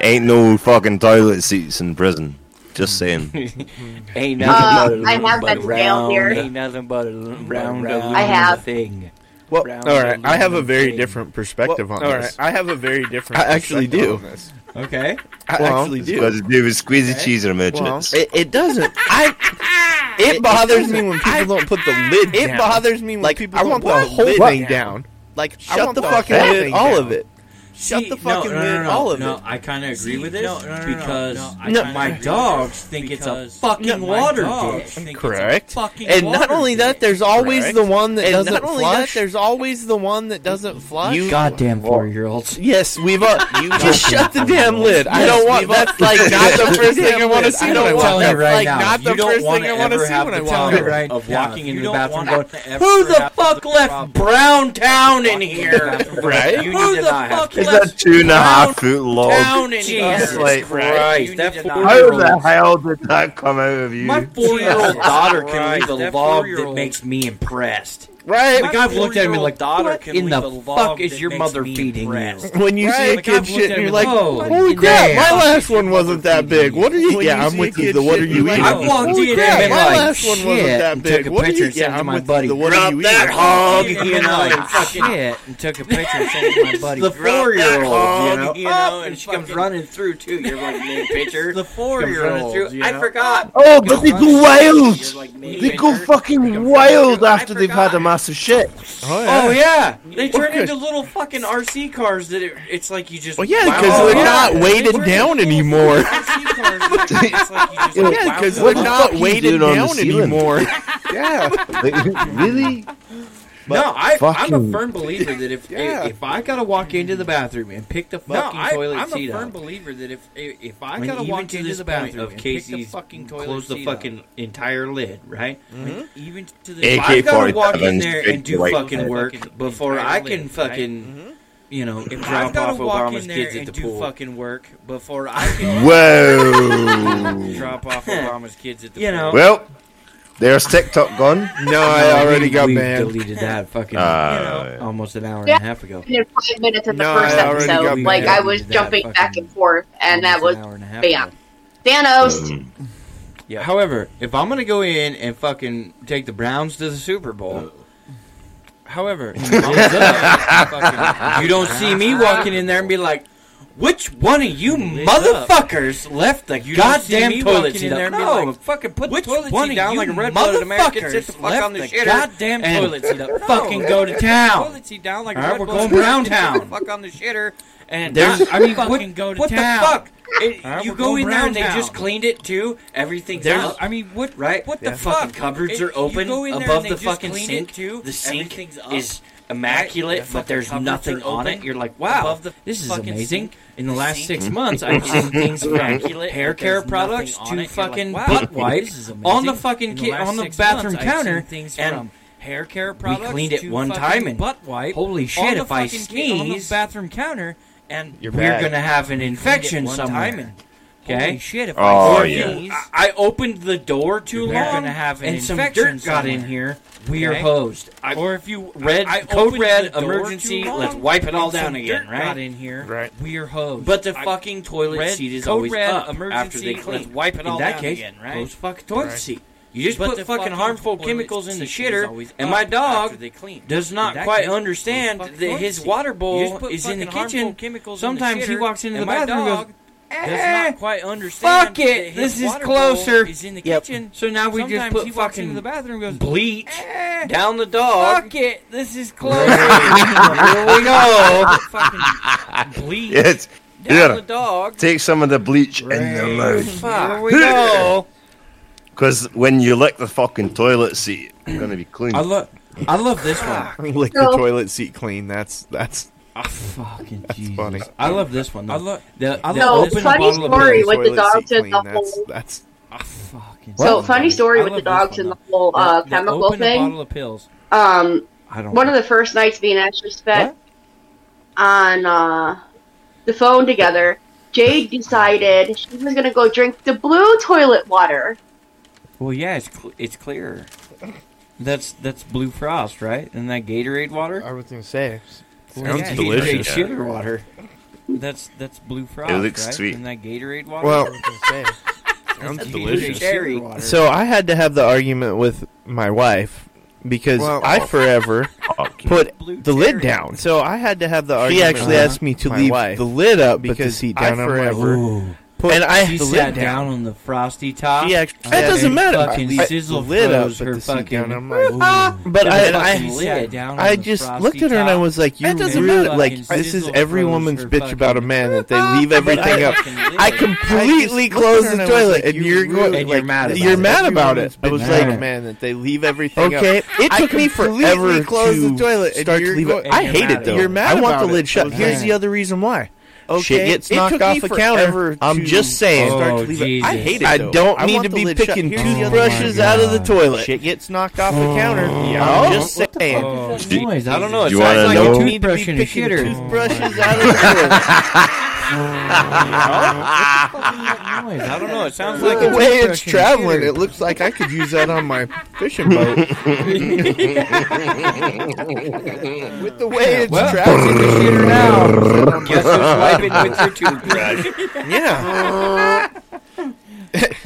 Speaker 5: Ain't no fucking toilet seats in prison. Just saying.
Speaker 1: Ain't
Speaker 7: Uh,
Speaker 1: nothing but
Speaker 7: I
Speaker 1: a
Speaker 7: have
Speaker 1: but
Speaker 7: been to jail
Speaker 1: round-
Speaker 7: here.
Speaker 1: Ain't nothing but a l- round aluminum
Speaker 7: I have.
Speaker 1: thing.
Speaker 4: Well,
Speaker 1: Brown
Speaker 4: all right. I have a very
Speaker 1: thing.
Speaker 4: different perspective
Speaker 3: Well,
Speaker 4: on
Speaker 3: all
Speaker 4: this.
Speaker 3: I have a very different.
Speaker 4: I actually
Speaker 3: perspective
Speaker 4: do.
Speaker 3: on this.
Speaker 6: Okay.
Speaker 3: I
Speaker 4: Well,
Speaker 3: actually
Speaker 5: It's got
Speaker 3: do.
Speaker 5: to do with squeezy cheese in a
Speaker 4: Well,
Speaker 5: midget.
Speaker 3: It, it doesn't.
Speaker 4: I
Speaker 3: It, bothers me when people
Speaker 4: I don't put the lid.
Speaker 3: It
Speaker 4: down.
Speaker 3: bothers me when
Speaker 4: Like
Speaker 3: people
Speaker 4: I
Speaker 3: don't
Speaker 4: want
Speaker 3: put
Speaker 4: the whole
Speaker 3: lid
Speaker 4: thing
Speaker 3: down.
Speaker 4: down.
Speaker 3: Like
Speaker 4: I
Speaker 3: shut
Speaker 4: want
Speaker 3: the
Speaker 4: the
Speaker 3: fucking
Speaker 4: whole
Speaker 3: lid,
Speaker 4: thing
Speaker 3: all
Speaker 4: down.
Speaker 3: of it. Shut
Speaker 6: See,
Speaker 3: the fucking
Speaker 6: no, no, no,
Speaker 3: lid,
Speaker 6: no,
Speaker 3: all of
Speaker 6: no,
Speaker 3: it.
Speaker 6: I kind of agree with this
Speaker 1: no, no, no, no,
Speaker 6: because
Speaker 1: no, I
Speaker 3: kinda
Speaker 6: my
Speaker 1: agree
Speaker 6: dogs think it's a fucking water ditch.
Speaker 4: Correct.
Speaker 3: And not only that, there's always
Speaker 4: Correct.
Speaker 3: the one that
Speaker 4: And
Speaker 3: doesn't
Speaker 4: not only that,
Speaker 3: flush. there's always the one that doesn't flush.
Speaker 1: You goddamn four-year-olds.
Speaker 3: Yes, we've all. just shut the damn lid. I
Speaker 4: Yes,
Speaker 3: don't want.
Speaker 4: we've all-
Speaker 3: That's like not the first thing I want to
Speaker 4: lid.
Speaker 3: see
Speaker 4: I
Speaker 3: when
Speaker 4: don't
Speaker 3: I
Speaker 4: want
Speaker 3: walk
Speaker 4: that
Speaker 3: out.
Speaker 4: right
Speaker 3: Like
Speaker 4: now.
Speaker 3: not the first thing I want to see when I walk out.
Speaker 1: right
Speaker 6: of
Speaker 1: now.
Speaker 6: walking
Speaker 1: You
Speaker 6: into the
Speaker 1: don't
Speaker 6: bathroom
Speaker 1: wanna
Speaker 6: going,
Speaker 1: ever
Speaker 6: who the
Speaker 1: have
Speaker 6: fuck
Speaker 1: the
Speaker 6: left
Speaker 1: problem."
Speaker 6: Brown Town in here?
Speaker 4: Right?
Speaker 1: You
Speaker 6: Who
Speaker 1: need to
Speaker 6: the
Speaker 1: not have
Speaker 6: fuck
Speaker 1: to-
Speaker 5: It's a two and a half foot log.
Speaker 6: Brown in
Speaker 1: Oh, Jesus
Speaker 6: here.
Speaker 4: like,
Speaker 1: Christ,
Speaker 6: You
Speaker 1: that
Speaker 6: need to not-
Speaker 5: How
Speaker 1: four-year-old.
Speaker 5: the hell did that come out of you?
Speaker 6: My
Speaker 1: Four-year-old
Speaker 6: four-year-old
Speaker 1: daughter can leave
Speaker 6: Christ,
Speaker 1: a
Speaker 6: that
Speaker 1: log that
Speaker 6: four-year-old.
Speaker 1: makes me impressed.
Speaker 3: Right?
Speaker 1: Like I've looked at him and like,
Speaker 6: four-year-old daughter
Speaker 1: what
Speaker 6: can
Speaker 1: in
Speaker 6: leave
Speaker 1: the
Speaker 6: a log
Speaker 1: fuck is
Speaker 6: that
Speaker 1: your
Speaker 6: makes
Speaker 1: mother
Speaker 6: me
Speaker 1: feeding you?
Speaker 6: impressed.
Speaker 3: When you see
Speaker 6: Right,
Speaker 3: a
Speaker 6: like,
Speaker 3: kid
Speaker 6: I've looked
Speaker 3: shit
Speaker 6: at
Speaker 3: and
Speaker 6: him
Speaker 3: you're
Speaker 6: and
Speaker 3: like,
Speaker 6: like,
Speaker 3: holy
Speaker 6: "Oh,
Speaker 3: crap,
Speaker 6: damn."
Speaker 3: my last one wasn't that big. What are you?
Speaker 4: When
Speaker 3: Yeah,
Speaker 4: you
Speaker 3: I'm
Speaker 4: see a
Speaker 3: with you.
Speaker 4: kid
Speaker 3: The what are
Speaker 4: shit,
Speaker 3: you
Speaker 4: you're
Speaker 3: eating?
Speaker 4: like,
Speaker 1: I
Speaker 4: Yeah.
Speaker 1: walked
Speaker 3: Holy
Speaker 1: in
Speaker 3: crap,
Speaker 1: and been
Speaker 3: my
Speaker 1: like,
Speaker 3: last one
Speaker 1: shit,
Speaker 3: wasn't that
Speaker 1: and took
Speaker 3: big.
Speaker 1: a
Speaker 3: What are
Speaker 1: picture
Speaker 3: you?
Speaker 1: and sent
Speaker 3: Yeah,
Speaker 1: to
Speaker 3: I'm
Speaker 1: my
Speaker 3: with
Speaker 1: buddy.
Speaker 3: you. The what are
Speaker 5: Drop
Speaker 3: you
Speaker 5: that
Speaker 3: eating?
Speaker 5: hog,
Speaker 1: walked in
Speaker 5: you
Speaker 1: and
Speaker 5: know.
Speaker 1: like, shit, and took a picture and sent it to my buddy.
Speaker 6: the four-year-old, you know,
Speaker 1: Oh, you know, and she comes running through too. You're like, man, picture.
Speaker 6: the
Speaker 1: Comes running
Speaker 6: four-year-old.
Speaker 1: through.
Speaker 6: you
Speaker 1: I
Speaker 6: know?
Speaker 1: forgot.
Speaker 5: Oh,
Speaker 1: but they go wild. They go
Speaker 5: fucking
Speaker 1: wild after they've had a
Speaker 5: massive shit.
Speaker 4: Oh yeah.
Speaker 6: Oh yeah, they turn
Speaker 4: Okay.
Speaker 6: into little fucking RC cars that it, it's like you just.
Speaker 3: Well, yeah,
Speaker 6: wow Oh,
Speaker 3: because
Speaker 6: them
Speaker 1: Oh,
Speaker 3: they're
Speaker 6: up.
Speaker 3: not
Speaker 6: They
Speaker 3: weighted
Speaker 6: turn
Speaker 3: down
Speaker 6: into little
Speaker 3: anymore.
Speaker 6: RC cars that it's like you just, like,
Speaker 3: Yeah,
Speaker 6: wow
Speaker 3: because
Speaker 6: them
Speaker 3: we're
Speaker 5: What the
Speaker 6: up.
Speaker 5: fuck
Speaker 3: not
Speaker 5: you
Speaker 3: weighted
Speaker 5: doing on the
Speaker 3: down
Speaker 5: ceiling?
Speaker 3: anymore.
Speaker 5: Yeah. really?
Speaker 6: No, I, I'm
Speaker 5: fucking-
Speaker 6: a firm believer that if
Speaker 3: Yeah.
Speaker 6: if I gotta walk into the bathroom and pick the
Speaker 1: No,
Speaker 6: fucking
Speaker 1: I-
Speaker 6: toilet
Speaker 1: I'm a
Speaker 6: seat
Speaker 1: firm
Speaker 6: up. believer that if if I
Speaker 1: And
Speaker 6: gotta
Speaker 1: even
Speaker 6: walk
Speaker 1: to
Speaker 6: into
Speaker 1: this
Speaker 6: the
Speaker 1: point
Speaker 6: bathroom
Speaker 1: of
Speaker 6: and pick
Speaker 1: Casey's
Speaker 6: the fucking toilet
Speaker 1: Close the
Speaker 6: seat
Speaker 1: fucking
Speaker 6: up.
Speaker 1: entire lid, right?
Speaker 6: Like, even to the
Speaker 5: AK-47
Speaker 6: if I gotta walk in there
Speaker 5: stick
Speaker 6: and do
Speaker 5: right
Speaker 6: fucking
Speaker 5: there.
Speaker 6: work before I can fucking
Speaker 3: Mm-hmm.
Speaker 6: you know drop
Speaker 1: gotta
Speaker 6: off
Speaker 1: walk in
Speaker 6: Obama's
Speaker 1: there
Speaker 6: kids at
Speaker 1: and
Speaker 6: the
Speaker 1: do
Speaker 6: pool. Fucking work before I can
Speaker 5: Whoa.
Speaker 6: drop off Obama's kids at the
Speaker 1: You know.
Speaker 6: pool.
Speaker 5: well, there's TikTok gone.
Speaker 3: No, I already
Speaker 1: we-
Speaker 3: got
Speaker 1: we
Speaker 3: banned.
Speaker 1: Deleted that fucking
Speaker 5: Uh,
Speaker 1: almost an hour
Speaker 7: Yeah.
Speaker 1: and a half ago.
Speaker 7: And in five minutes in the
Speaker 3: No,
Speaker 7: first
Speaker 3: I already got
Speaker 7: episode, like
Speaker 3: married.
Speaker 7: I was
Speaker 1: That
Speaker 7: jumping
Speaker 1: fucking-
Speaker 7: back and forth, and that was
Speaker 1: Almost an hour and a half
Speaker 7: bam.
Speaker 1: ago.
Speaker 7: Thanos.
Speaker 5: mm.
Speaker 1: Yeah.
Speaker 6: However, if I'm gonna go in and fucking take the Browns to the Super Bowl, however, I'm gonna fucking- you don't see me walking in there and be like,
Speaker 1: Which one of you
Speaker 6: Lit up.
Speaker 1: motherfuckers left the
Speaker 6: You don't see
Speaker 1: goddamn
Speaker 6: me
Speaker 1: toilet
Speaker 6: walking
Speaker 1: seat
Speaker 6: in there
Speaker 1: up?
Speaker 6: and be
Speaker 1: No,
Speaker 6: like,
Speaker 1: fucking put
Speaker 6: "Which
Speaker 1: the toilet
Speaker 6: one
Speaker 1: seat
Speaker 6: of
Speaker 1: down
Speaker 6: you
Speaker 1: like a red-blooded American. Sit the
Speaker 6: motherfuckers
Speaker 1: fuck on
Speaker 6: left
Speaker 1: the
Speaker 6: the
Speaker 1: shitter
Speaker 6: goddamn
Speaker 1: and
Speaker 6: toilet seat up? No.
Speaker 1: Fucking go to town.
Speaker 6: Toilet seat down like
Speaker 1: All
Speaker 6: a
Speaker 1: right,
Speaker 6: red
Speaker 1: we're
Speaker 6: button.
Speaker 1: going brown
Speaker 6: Sit the
Speaker 1: town.
Speaker 6: Fuck on the shitter and
Speaker 1: There's-
Speaker 6: not
Speaker 1: I mean,
Speaker 6: fucking
Speaker 1: what-
Speaker 6: go to
Speaker 1: what the
Speaker 6: town.
Speaker 1: fuck?
Speaker 6: It-
Speaker 1: All right,
Speaker 6: you
Speaker 1: we're
Speaker 6: go
Speaker 1: going
Speaker 6: in there and they
Speaker 1: brown town.
Speaker 6: just cleaned it too. Everything's
Speaker 1: There's-
Speaker 6: up. I mean, what
Speaker 1: right?
Speaker 6: What
Speaker 1: Yeah.
Speaker 6: the fuck?
Speaker 1: Fucking cupboards
Speaker 6: It-
Speaker 1: are open
Speaker 6: you go in there
Speaker 1: above
Speaker 6: and they
Speaker 1: the
Speaker 6: just
Speaker 1: fucking
Speaker 6: cleaned
Speaker 1: sink.
Speaker 6: It too.
Speaker 1: The sink
Speaker 6: Everything's up.
Speaker 1: is immaculate,
Speaker 6: Right? The
Speaker 1: but there's
Speaker 6: fucking
Speaker 1: nothing
Speaker 6: cupboards are
Speaker 1: on it.
Speaker 6: open.
Speaker 1: You're like, wow,
Speaker 6: Above the
Speaker 1: this is
Speaker 6: fucking
Speaker 1: amazing.
Speaker 6: sink.
Speaker 1: In the
Speaker 6: The
Speaker 1: last
Speaker 6: sink
Speaker 1: six months, I've seen things from
Speaker 6: immaculate,
Speaker 1: hair
Speaker 6: but
Speaker 1: care
Speaker 6: there's nothing
Speaker 1: products
Speaker 6: on
Speaker 1: to
Speaker 6: it. You're like,
Speaker 1: fucking
Speaker 6: wow,
Speaker 1: butt
Speaker 6: this
Speaker 1: wipes
Speaker 6: is
Speaker 1: on the
Speaker 6: amazing.
Speaker 1: fucking
Speaker 6: In the
Speaker 1: ki-
Speaker 6: last
Speaker 1: on the
Speaker 6: six
Speaker 1: bathroom
Speaker 6: months, I've
Speaker 1: counter,
Speaker 6: seen things
Speaker 1: and
Speaker 6: from hair care
Speaker 1: we
Speaker 6: products.
Speaker 1: cleaned it
Speaker 6: to
Speaker 1: one
Speaker 6: fucking
Speaker 1: time, and
Speaker 6: butt wipe.
Speaker 1: holy
Speaker 6: on
Speaker 1: shit,
Speaker 6: the
Speaker 1: if I
Speaker 6: fucking ki- on the
Speaker 1: sneeze,
Speaker 6: bathroom counter, and
Speaker 1: we're
Speaker 5: bad.
Speaker 1: gonna have an infection
Speaker 6: one time
Speaker 1: somewhere.
Speaker 6: okay.
Speaker 1: Okay.
Speaker 6: shit! If
Speaker 5: Oh,
Speaker 6: I
Speaker 1: Or
Speaker 5: yeah.
Speaker 1: you- I I opened the door too
Speaker 6: You're
Speaker 1: long,
Speaker 6: gonna have an
Speaker 1: and some dirt
Speaker 6: infection
Speaker 1: got in
Speaker 6: somewhere.
Speaker 1: here. We are
Speaker 6: Okay.
Speaker 1: hosed. I,
Speaker 6: or if you
Speaker 1: red
Speaker 6: I
Speaker 1: code
Speaker 6: opened
Speaker 1: red
Speaker 6: the door
Speaker 1: emergency.
Speaker 6: too long,
Speaker 1: Let's wipe it all
Speaker 6: and
Speaker 1: down
Speaker 6: some
Speaker 1: again,
Speaker 6: dirt
Speaker 1: right?
Speaker 6: Got in here,
Speaker 4: Right.
Speaker 6: We're hosed.
Speaker 1: But the
Speaker 6: I-
Speaker 1: fucking toilet
Speaker 6: red-
Speaker 1: seat is
Speaker 6: code
Speaker 1: always
Speaker 6: red
Speaker 1: up
Speaker 6: emergency
Speaker 1: after they
Speaker 6: clean.
Speaker 1: clean. Let's wipe it all
Speaker 6: In that
Speaker 1: down
Speaker 6: case,
Speaker 1: again, right?
Speaker 6: close
Speaker 1: fucking toilet
Speaker 4: Right.
Speaker 1: seat. You just
Speaker 6: but
Speaker 1: put
Speaker 6: the
Speaker 1: fucking harmful chemicals in the shitter, and my dog does not
Speaker 6: that
Speaker 1: quite
Speaker 6: case,
Speaker 1: understand
Speaker 6: fucking
Speaker 1: that
Speaker 6: toilet
Speaker 1: his
Speaker 6: seat.
Speaker 1: water
Speaker 6: You
Speaker 1: bowl
Speaker 6: just put
Speaker 1: is in the
Speaker 6: fucking harmful
Speaker 1: kitchen.
Speaker 6: chemicals in the
Speaker 1: Sometimes he
Speaker 6: shitter,
Speaker 1: walks into the
Speaker 6: and my
Speaker 1: bathroom and
Speaker 6: dog
Speaker 1: goes,
Speaker 6: does
Speaker 1: "Eh,
Speaker 6: not quite understand.
Speaker 1: fuck it,
Speaker 6: that
Speaker 1: this
Speaker 6: his
Speaker 1: is
Speaker 6: water bowl
Speaker 1: closer."
Speaker 6: Is in the
Speaker 4: Yep.
Speaker 6: kitchen.
Speaker 1: So now we
Speaker 6: Sometimes
Speaker 1: just put
Speaker 6: he walks into the
Speaker 1: fucking
Speaker 6: bathroom and goes,
Speaker 1: bleach
Speaker 6: "Eh,
Speaker 1: down the dog.
Speaker 6: fuck it, this is closer. Here we go. fucking bleach
Speaker 5: Yes.
Speaker 6: down
Speaker 5: Yeah.
Speaker 6: the dog.
Speaker 5: Take some of the bleach in your mouth.
Speaker 6: Here we go.
Speaker 5: Because when you lick the fucking toilet seat, it's going to be clean.
Speaker 1: I love, I love this one.
Speaker 3: Lick the
Speaker 7: No.
Speaker 3: toilet seat clean. That's that's
Speaker 1: Ah, fucking Jesus.
Speaker 3: funny.
Speaker 1: I love this one. Though.
Speaker 6: I look.
Speaker 1: the, the
Speaker 7: No,
Speaker 1: open
Speaker 7: funny
Speaker 1: bottle of
Speaker 7: story
Speaker 1: beer.
Speaker 7: with
Speaker 3: toilet
Speaker 7: the dog
Speaker 3: seat
Speaker 7: to the
Speaker 3: clean, That's
Speaker 7: whole-
Speaker 3: that's
Speaker 1: Ah, fucking
Speaker 7: So
Speaker 1: Jesus.
Speaker 7: funny story
Speaker 1: I
Speaker 7: with the
Speaker 1: love
Speaker 7: dogs
Speaker 1: this
Speaker 7: and the
Speaker 1: one,
Speaker 7: whole
Speaker 1: though.
Speaker 7: uh,
Speaker 1: The- the
Speaker 7: chemical
Speaker 1: open
Speaker 7: thing.
Speaker 1: bottle of pills.
Speaker 7: Um,
Speaker 1: I don't.
Speaker 7: one of the first nights me and Ashley spent on uh, the phone together, Jade decided she was gonna go drink the blue toilet water.
Speaker 1: Well, yeah, it's cl- it's clearer. That's that's Blue Frost, right? And that Gatorade water.
Speaker 4: I was gonna say.
Speaker 3: sounds
Speaker 1: yeah, Gatorade
Speaker 3: delicious.
Speaker 1: sugar water. That's that's Blue Frost,
Speaker 5: looks
Speaker 1: right?
Speaker 5: sweet.
Speaker 1: And that Gatorade water.
Speaker 3: Well,
Speaker 1: That's
Speaker 3: sounds
Speaker 1: Gatorade
Speaker 3: delicious.
Speaker 1: Cherry water.
Speaker 4: So I had to have the argument with my wife because
Speaker 3: Well- oh.
Speaker 4: I forever
Speaker 5: Fuck you.
Speaker 4: put
Speaker 1: Blue
Speaker 4: the
Speaker 1: cherry.
Speaker 4: lid down. So I had to have the
Speaker 3: She
Speaker 4: argument.
Speaker 3: actually
Speaker 4: with
Speaker 3: asked me to
Speaker 4: my
Speaker 3: leave
Speaker 4: wife
Speaker 3: the lid up
Speaker 4: because
Speaker 3: because
Speaker 4: the
Speaker 3: seat down
Speaker 4: I
Speaker 3: on my
Speaker 4: forever-
Speaker 3: roof.
Speaker 1: Ooh.
Speaker 4: Put, and I
Speaker 1: she
Speaker 3: the
Speaker 1: sat
Speaker 3: lid down.
Speaker 1: down on the frosty top.
Speaker 3: She actually
Speaker 4: That
Speaker 3: had
Speaker 4: doesn't
Speaker 3: me
Speaker 4: matter.
Speaker 1: Fucking
Speaker 3: I-
Speaker 1: sizzle
Speaker 3: the lid up,
Speaker 1: froze
Speaker 3: but
Speaker 1: her
Speaker 3: the seat
Speaker 1: fucking.
Speaker 3: down. I'm like,
Speaker 4: But
Speaker 3: She
Speaker 4: I,
Speaker 3: fucking
Speaker 4: I,
Speaker 1: fucking lid down
Speaker 4: I
Speaker 1: on the
Speaker 4: just
Speaker 1: frosty
Speaker 4: looked at her and I
Speaker 1: top.
Speaker 4: was like, "You
Speaker 3: That doesn't
Speaker 4: really
Speaker 1: matter.
Speaker 4: like
Speaker 1: Fucking
Speaker 4: this is
Speaker 1: sizzle
Speaker 4: every
Speaker 1: froze
Speaker 4: woman's
Speaker 1: her
Speaker 4: bitch
Speaker 1: fucking-
Speaker 4: about a man that they leave everything up."
Speaker 1: Fucking lid.
Speaker 3: I completely
Speaker 4: I just
Speaker 3: closed
Speaker 4: looked at her
Speaker 3: the
Speaker 4: and I was
Speaker 3: toilet,
Speaker 4: like,
Speaker 3: and
Speaker 4: "You
Speaker 3: you're
Speaker 4: really-
Speaker 3: going.
Speaker 1: And you're
Speaker 3: like,
Speaker 1: mad about
Speaker 3: you're
Speaker 1: it.
Speaker 3: mad
Speaker 4: Every
Speaker 3: about
Speaker 4: woman's
Speaker 3: it. I
Speaker 4: been
Speaker 3: was
Speaker 1: mad
Speaker 3: like,
Speaker 1: at
Speaker 3: man, that they leave everything up.
Speaker 4: Okay, it
Speaker 3: I
Speaker 4: took me
Speaker 3: completely
Speaker 4: forever
Speaker 3: closed
Speaker 4: to
Speaker 3: the toilet and
Speaker 4: start to
Speaker 3: you're
Speaker 4: leave
Speaker 3: go-
Speaker 4: it.
Speaker 1: and
Speaker 4: I
Speaker 1: you're
Speaker 4: hate
Speaker 1: mad
Speaker 4: it
Speaker 1: at
Speaker 4: though.
Speaker 1: it. You're
Speaker 3: mad
Speaker 4: I want
Speaker 3: about
Speaker 4: the
Speaker 3: it.
Speaker 4: lid
Speaker 3: I
Speaker 4: shut.
Speaker 3: was
Speaker 4: Here's
Speaker 1: mad.
Speaker 4: the other reason why.
Speaker 3: Okay,
Speaker 4: Shit gets
Speaker 3: it
Speaker 4: knocked
Speaker 3: took me
Speaker 4: off a
Speaker 3: forever
Speaker 4: counter. I'm
Speaker 3: to
Speaker 4: just saying.
Speaker 1: start to
Speaker 4: Oh,
Speaker 1: leave it- I
Speaker 4: I hate
Speaker 1: hate
Speaker 4: it.
Speaker 3: I don't need to be picking toothbrushes out of the toilet.
Speaker 4: Shit gets knocked off the counter.
Speaker 3: I'm
Speaker 4: I'm just
Speaker 3: just
Speaker 4: saying.
Speaker 1: Oh,
Speaker 5: Do you-
Speaker 1: noise. I don't know. It
Speaker 5: do you
Speaker 1: sounds
Speaker 5: wanna
Speaker 1: like
Speaker 5: know-
Speaker 1: a
Speaker 5: You
Speaker 3: need to be
Speaker 1: toothbrush and a
Speaker 3: picking
Speaker 1: shitter.
Speaker 3: toothbrushes out of the
Speaker 1: Noise. I don't know. It sounds like
Speaker 3: toilet.
Speaker 1: a
Speaker 3: the way
Speaker 1: toothbrush
Speaker 3: it's
Speaker 1: and a
Speaker 3: traveling,
Speaker 1: shitter.
Speaker 3: it looks like I could use that on my fishing boat. With the way it's
Speaker 1: Well-
Speaker 3: traveling, it's
Speaker 1: Shitter now. Guess who's wiping with your toothbrush?
Speaker 3: yeah.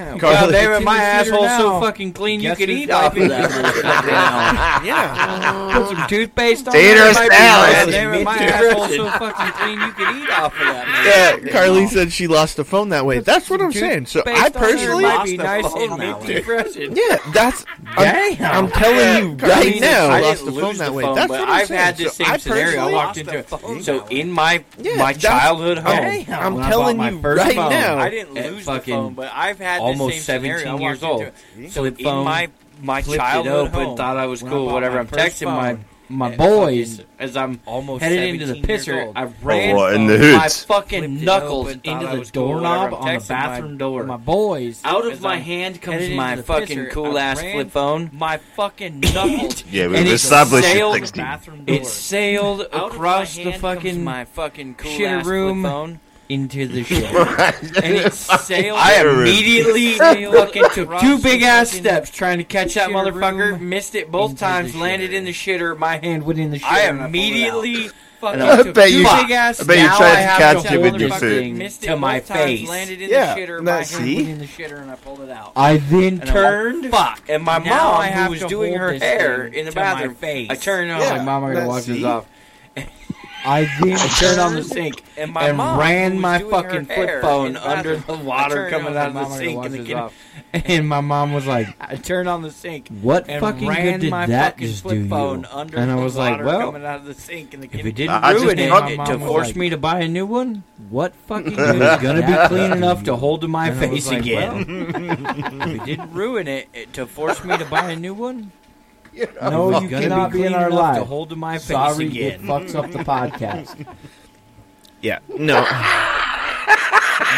Speaker 1: Well,
Speaker 3: Garlic.
Speaker 1: they were my
Speaker 6: It's in the
Speaker 1: asshole
Speaker 6: shitter
Speaker 1: so
Speaker 6: now.
Speaker 1: fucking clean
Speaker 6: Guess
Speaker 1: you could
Speaker 6: who's
Speaker 1: eat off of
Speaker 6: wiping
Speaker 1: that. motherfucker now.
Speaker 3: yeah.
Speaker 1: Put some toothpaste on
Speaker 5: Tater
Speaker 1: there, might be
Speaker 5: salad.
Speaker 1: nice. They were my
Speaker 3: Meat
Speaker 1: asshole so fucking clean you could eat off of that.
Speaker 3: Yeah, Carly said she lost the phone that way. That's what I'm saying. So I personally,
Speaker 1: might be
Speaker 6: lost the
Speaker 1: nice
Speaker 6: phone
Speaker 1: and
Speaker 6: that
Speaker 1: make toothbrushes.
Speaker 3: yeah, that's I'm,
Speaker 1: Damn.
Speaker 3: I'm telling you
Speaker 1: I
Speaker 3: right
Speaker 1: mean,
Speaker 3: now.
Speaker 1: I
Speaker 3: lost
Speaker 1: didn't
Speaker 3: the
Speaker 1: lose
Speaker 3: phone that way.
Speaker 1: phone,
Speaker 3: That's
Speaker 1: but
Speaker 3: what I'm
Speaker 1: I've
Speaker 3: saying.
Speaker 1: had the
Speaker 3: So
Speaker 1: same
Speaker 3: I
Speaker 1: scenario. I
Speaker 3: personally-
Speaker 1: walked
Speaker 6: lost
Speaker 1: into
Speaker 6: the
Speaker 1: it.
Speaker 6: phone
Speaker 1: So
Speaker 6: that way.
Speaker 1: in my
Speaker 3: Yeah,
Speaker 1: my
Speaker 3: that's-
Speaker 1: childhood home,
Speaker 3: Damn, I'm
Speaker 1: when I
Speaker 3: telling
Speaker 1: bought my
Speaker 3: you
Speaker 1: first
Speaker 3: right
Speaker 1: phone,
Speaker 3: now.
Speaker 6: I didn't
Speaker 1: at
Speaker 6: lose the
Speaker 1: fucking
Speaker 6: phone, but I've had the
Speaker 1: almost
Speaker 6: same scenario.
Speaker 1: 17
Speaker 6: I walked
Speaker 1: years
Speaker 6: into
Speaker 1: old.
Speaker 6: it. So
Speaker 1: Flip
Speaker 6: in
Speaker 1: phone,
Speaker 6: my my
Speaker 1: flipped it
Speaker 6: childhood
Speaker 1: open,
Speaker 6: home,
Speaker 1: thought I was
Speaker 6: when
Speaker 1: cool,
Speaker 6: bought
Speaker 1: whatever.
Speaker 6: my
Speaker 1: I'm
Speaker 6: first
Speaker 1: texting my
Speaker 6: phone
Speaker 1: my
Speaker 6: at
Speaker 1: boys
Speaker 6: fucking
Speaker 1: as I'm
Speaker 6: almost
Speaker 1: headed into the
Speaker 6: 17 years
Speaker 1: pisser.
Speaker 6: old.
Speaker 1: I
Speaker 5: Oh,
Speaker 1: ran
Speaker 5: what, in the
Speaker 1: my
Speaker 5: hoods?
Speaker 1: fucking
Speaker 6: Flipped it
Speaker 1: knuckles
Speaker 6: open, thought I
Speaker 1: into the
Speaker 6: was cool, whatever.
Speaker 1: doorknob
Speaker 6: I'm
Speaker 1: on the
Speaker 6: texting my-
Speaker 1: bathroom door.
Speaker 6: My boys
Speaker 1: Out of
Speaker 6: as
Speaker 1: my
Speaker 6: I'm
Speaker 1: hand comes
Speaker 6: headed into
Speaker 1: my
Speaker 6: the
Speaker 1: fucking
Speaker 6: pisser,
Speaker 1: cool
Speaker 6: I
Speaker 1: ass
Speaker 6: ran
Speaker 1: flip phone.
Speaker 6: My fucking knuckles.
Speaker 5: Yeah,
Speaker 1: And
Speaker 5: we've
Speaker 1: it
Speaker 5: established
Speaker 1: sailed
Speaker 5: it's
Speaker 1: the
Speaker 5: 16.
Speaker 6: bathroom door.
Speaker 1: It sailed
Speaker 6: Out of
Speaker 1: across
Speaker 6: my
Speaker 1: the
Speaker 6: hand
Speaker 1: fucking
Speaker 6: comes my fucking cool
Speaker 1: shitter
Speaker 6: ass flip
Speaker 1: room.
Speaker 6: phone.
Speaker 1: into the shit. and it sailed.
Speaker 5: I am
Speaker 1: immediately
Speaker 6: Sailed
Speaker 1: fucking took
Speaker 6: across
Speaker 1: two
Speaker 6: the
Speaker 1: big ass
Speaker 6: fucking
Speaker 1: steps trying to catch that
Speaker 6: shitter
Speaker 1: motherfucker.
Speaker 6: room
Speaker 1: Missed it both
Speaker 6: into
Speaker 1: times.
Speaker 6: the
Speaker 1: Landed
Speaker 6: shitter.
Speaker 1: in the shitter. My hand went in the shitter.
Speaker 6: I
Speaker 1: and pulled it out.
Speaker 6: immediately fucking
Speaker 1: And I
Speaker 6: took
Speaker 5: bet
Speaker 6: two
Speaker 5: you-
Speaker 6: big ass
Speaker 5: I bet you
Speaker 1: Now
Speaker 5: tried
Speaker 1: I
Speaker 5: to
Speaker 1: have
Speaker 5: catch
Speaker 1: to
Speaker 5: it with your
Speaker 1: hold
Speaker 6: motherfucking
Speaker 5: foot.
Speaker 1: thing
Speaker 6: missed it
Speaker 1: to my
Speaker 6: both times,
Speaker 1: face.
Speaker 6: landed in
Speaker 3: Yeah,
Speaker 6: the shitter.
Speaker 3: now
Speaker 6: My
Speaker 3: see?
Speaker 6: hand went in the shitter and I pulled it out.
Speaker 1: I then
Speaker 6: And I'm
Speaker 1: turned.
Speaker 6: Like, Fuck.
Speaker 1: And my
Speaker 6: Now
Speaker 1: mom,
Speaker 6: I have
Speaker 1: who was
Speaker 6: to
Speaker 1: doing
Speaker 6: hold
Speaker 1: her
Speaker 6: this
Speaker 1: hair
Speaker 6: thing
Speaker 1: in the
Speaker 6: to my
Speaker 1: bathroom,
Speaker 6: face.
Speaker 1: I turned and I was
Speaker 3: Yeah,
Speaker 1: like, "Mom, I gotta
Speaker 3: that's-
Speaker 1: wash this
Speaker 3: see?
Speaker 1: off." I didn't turn on the sink
Speaker 6: sink and my
Speaker 1: and
Speaker 6: mom
Speaker 1: ran
Speaker 6: was
Speaker 1: my
Speaker 6: doing her
Speaker 1: fucking
Speaker 6: hair
Speaker 1: flip phone
Speaker 6: in bathroom.
Speaker 1: under the
Speaker 6: I
Speaker 1: water
Speaker 6: turned
Speaker 1: coming
Speaker 6: on
Speaker 1: out of the
Speaker 6: mom and it
Speaker 1: sink. And, the
Speaker 6: washes
Speaker 1: kid,
Speaker 6: off.
Speaker 1: and my mom was like,
Speaker 6: I turned on the sink.
Speaker 1: What
Speaker 6: and
Speaker 1: fucking
Speaker 6: ran
Speaker 1: good did
Speaker 6: my
Speaker 1: that
Speaker 6: fucking
Speaker 1: just
Speaker 6: flip
Speaker 1: do you?
Speaker 6: phone under
Speaker 1: and I
Speaker 6: the
Speaker 1: was
Speaker 6: water
Speaker 1: like, well,
Speaker 6: coming out of the sink and the
Speaker 1: if
Speaker 6: kid-
Speaker 1: it didn't
Speaker 5: I just
Speaker 1: ruin it,
Speaker 5: thought-
Speaker 1: my mom
Speaker 6: to
Speaker 1: was
Speaker 6: force
Speaker 1: like-
Speaker 6: me to buy a new one.
Speaker 1: what fucking good is gonna be clean enough to hold to my
Speaker 6: And I was
Speaker 1: face
Speaker 6: like,
Speaker 1: again?
Speaker 6: If it didn't ruin it, it- to force me to buy a new one.
Speaker 1: no, you
Speaker 6: Gonna
Speaker 1: cannot be, in
Speaker 6: clean
Speaker 1: our
Speaker 6: enough
Speaker 1: life.
Speaker 6: To hold to my face
Speaker 1: Sorry, it
Speaker 6: again.
Speaker 1: fucks up the podcast.
Speaker 3: Yeah. No.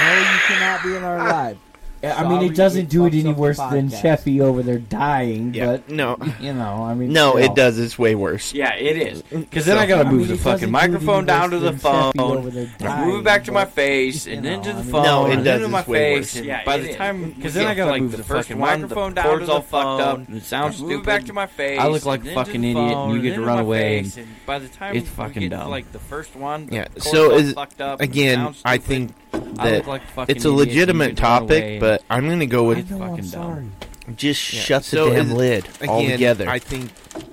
Speaker 1: no, you cannot be in our life.
Speaker 9: I mean, it doesn't do it any worse than Sheffy over there dying,
Speaker 3: Yeah. No.
Speaker 9: but you know, I mean,
Speaker 3: No,
Speaker 9: still.
Speaker 3: it does. It's way worse.
Speaker 6: Yeah, it is. Because then I gotta
Speaker 9: I mean,
Speaker 6: move the
Speaker 9: it doesn't
Speaker 6: fucking
Speaker 9: do it any
Speaker 6: microphone down to
Speaker 9: worse
Speaker 6: the
Speaker 9: than
Speaker 6: phone.
Speaker 9: Sheffy over there
Speaker 6: I move it
Speaker 9: dying,
Speaker 6: back to my
Speaker 9: but-
Speaker 6: face
Speaker 9: you
Speaker 6: and
Speaker 9: know,
Speaker 6: then to the
Speaker 9: I mean-
Speaker 6: phone.
Speaker 3: No, it
Speaker 6: and then
Speaker 3: does.
Speaker 6: to my
Speaker 3: It's way
Speaker 6: face.
Speaker 3: worse.
Speaker 6: And
Speaker 9: Yeah,
Speaker 6: by
Speaker 9: it
Speaker 6: the
Speaker 9: is.
Speaker 6: time, because
Speaker 1: Yeah,
Speaker 6: then I gotta
Speaker 1: like
Speaker 6: like move
Speaker 1: the
Speaker 6: the
Speaker 1: first
Speaker 6: fucking
Speaker 1: one, the
Speaker 6: microphone down to
Speaker 1: cord's
Speaker 6: the
Speaker 1: all fucked up,
Speaker 6: phone.
Speaker 1: and it sounds
Speaker 6: Move it
Speaker 1: stupid.
Speaker 6: back to my face.
Speaker 1: I look like
Speaker 6: and
Speaker 1: a
Speaker 6: then
Speaker 1: fucking
Speaker 6: to the
Speaker 1: idiot, and
Speaker 6: phone,
Speaker 1: you get
Speaker 6: then
Speaker 1: to
Speaker 6: my
Speaker 1: run away,
Speaker 6: face, And by the time
Speaker 1: it's
Speaker 6: we
Speaker 1: fucking
Speaker 6: get to,
Speaker 1: dumb.
Speaker 6: Like the first one. the
Speaker 3: Yeah.
Speaker 6: cord's
Speaker 3: So
Speaker 6: all
Speaker 3: is
Speaker 6: fucked up, and it
Speaker 3: again.
Speaker 6: sounds
Speaker 3: I
Speaker 6: stupid.
Speaker 3: think
Speaker 6: I look
Speaker 3: that
Speaker 6: like a fucking
Speaker 3: it's a
Speaker 6: idiot, and you
Speaker 3: legitimate
Speaker 6: could run away.
Speaker 3: topic, but I'm gonna go
Speaker 1: I
Speaker 3: with
Speaker 1: know, I'm
Speaker 6: fucking dumb.
Speaker 1: sorry.
Speaker 3: just
Speaker 4: Yeah.
Speaker 3: shut
Speaker 4: So is it-
Speaker 3: lid
Speaker 4: Again,
Speaker 3: altogether.
Speaker 4: I think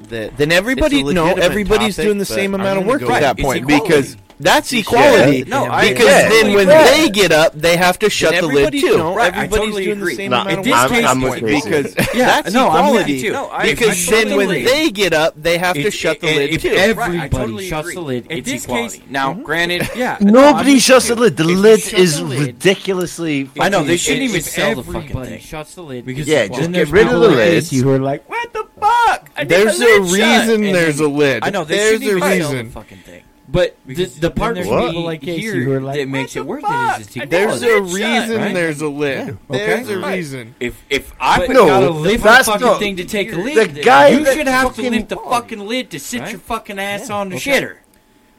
Speaker 4: that
Speaker 3: then everybody no
Speaker 4: legitimate
Speaker 3: everybody's
Speaker 4: topic,
Speaker 3: doing the
Speaker 4: but
Speaker 3: same
Speaker 4: I'm
Speaker 3: amount of
Speaker 4: gonna
Speaker 3: work
Speaker 4: go
Speaker 3: at
Speaker 4: with
Speaker 3: that
Speaker 6: it.
Speaker 3: point
Speaker 6: It's equality.
Speaker 3: because that's equality.
Speaker 6: No, I
Speaker 3: because
Speaker 5: yeah.
Speaker 3: then when
Speaker 5: Yeah.
Speaker 3: they get up, they have to shut the lid
Speaker 4: everybody-
Speaker 3: too.
Speaker 4: no,
Speaker 6: Right, I
Speaker 3: everybody's
Speaker 6: totally
Speaker 3: doing
Speaker 6: agree.
Speaker 3: the same
Speaker 5: No,
Speaker 3: amount of
Speaker 6: it
Speaker 3: work
Speaker 6: distastes
Speaker 3: at
Speaker 5: me.
Speaker 3: that point
Speaker 5: I'm with you.
Speaker 3: because that's
Speaker 1: no, I'm with you
Speaker 3: equality.
Speaker 6: too. No, I-
Speaker 3: because
Speaker 6: I
Speaker 3: then when
Speaker 6: totally agree.
Speaker 3: they get up, they have to
Speaker 1: If-
Speaker 3: shut the
Speaker 1: and
Speaker 3: lid
Speaker 1: if
Speaker 3: too.
Speaker 1: every-
Speaker 6: Right, I
Speaker 1: Everybody
Speaker 6: totally
Speaker 1: shuts
Speaker 6: agree.
Speaker 1: the lid,
Speaker 6: In
Speaker 1: it's
Speaker 6: this
Speaker 1: equality.
Speaker 6: case, now granted,
Speaker 1: Yeah,
Speaker 5: Nobody shuts the
Speaker 6: you.
Speaker 5: lid. The
Speaker 6: If you
Speaker 5: lid
Speaker 6: shut
Speaker 5: is
Speaker 6: the lid-
Speaker 5: ridiculously.
Speaker 6: I know they
Speaker 5: fucking-
Speaker 6: shouldn't even
Speaker 1: if
Speaker 6: sell the
Speaker 1: everybody
Speaker 6: fucking thing.
Speaker 1: Shuts the lid
Speaker 5: Because Yeah,
Speaker 1: it's
Speaker 5: just
Speaker 1: equality.
Speaker 5: get rid of the
Speaker 9: It's
Speaker 5: lid.
Speaker 9: you who are like, what?
Speaker 6: What the fuck? I need
Speaker 3: There's
Speaker 6: the
Speaker 3: a
Speaker 6: lid shut.
Speaker 3: reason
Speaker 6: And
Speaker 3: there's a
Speaker 6: then-
Speaker 3: lid.
Speaker 6: I know they
Speaker 3: there's
Speaker 6: shouldn't
Speaker 3: a
Speaker 6: even sell the
Speaker 3: reason.
Speaker 6: fucking thing.
Speaker 1: But the,
Speaker 6: Because
Speaker 1: the part
Speaker 6: then
Speaker 1: for
Speaker 5: there's
Speaker 1: me
Speaker 5: people
Speaker 9: like Casey
Speaker 1: here
Speaker 9: who are like,
Speaker 1: that makes it worth it is it's
Speaker 6: fuck? I
Speaker 1: equality.
Speaker 3: There's
Speaker 6: Well,
Speaker 3: a
Speaker 6: it's shut,
Speaker 3: reason
Speaker 6: right?
Speaker 3: there's a lid. There's a
Speaker 6: Right.
Speaker 3: reason.
Speaker 6: If if I
Speaker 1: But
Speaker 6: put
Speaker 5: No,
Speaker 1: gotta lift the
Speaker 5: that's
Speaker 1: fucking
Speaker 5: not-
Speaker 1: thing to take a
Speaker 5: the
Speaker 1: lid. then
Speaker 5: guy
Speaker 1: you
Speaker 5: that
Speaker 1: should have to
Speaker 5: fucking-
Speaker 1: lift the fucking lid to sit your fucking ass on the shitter.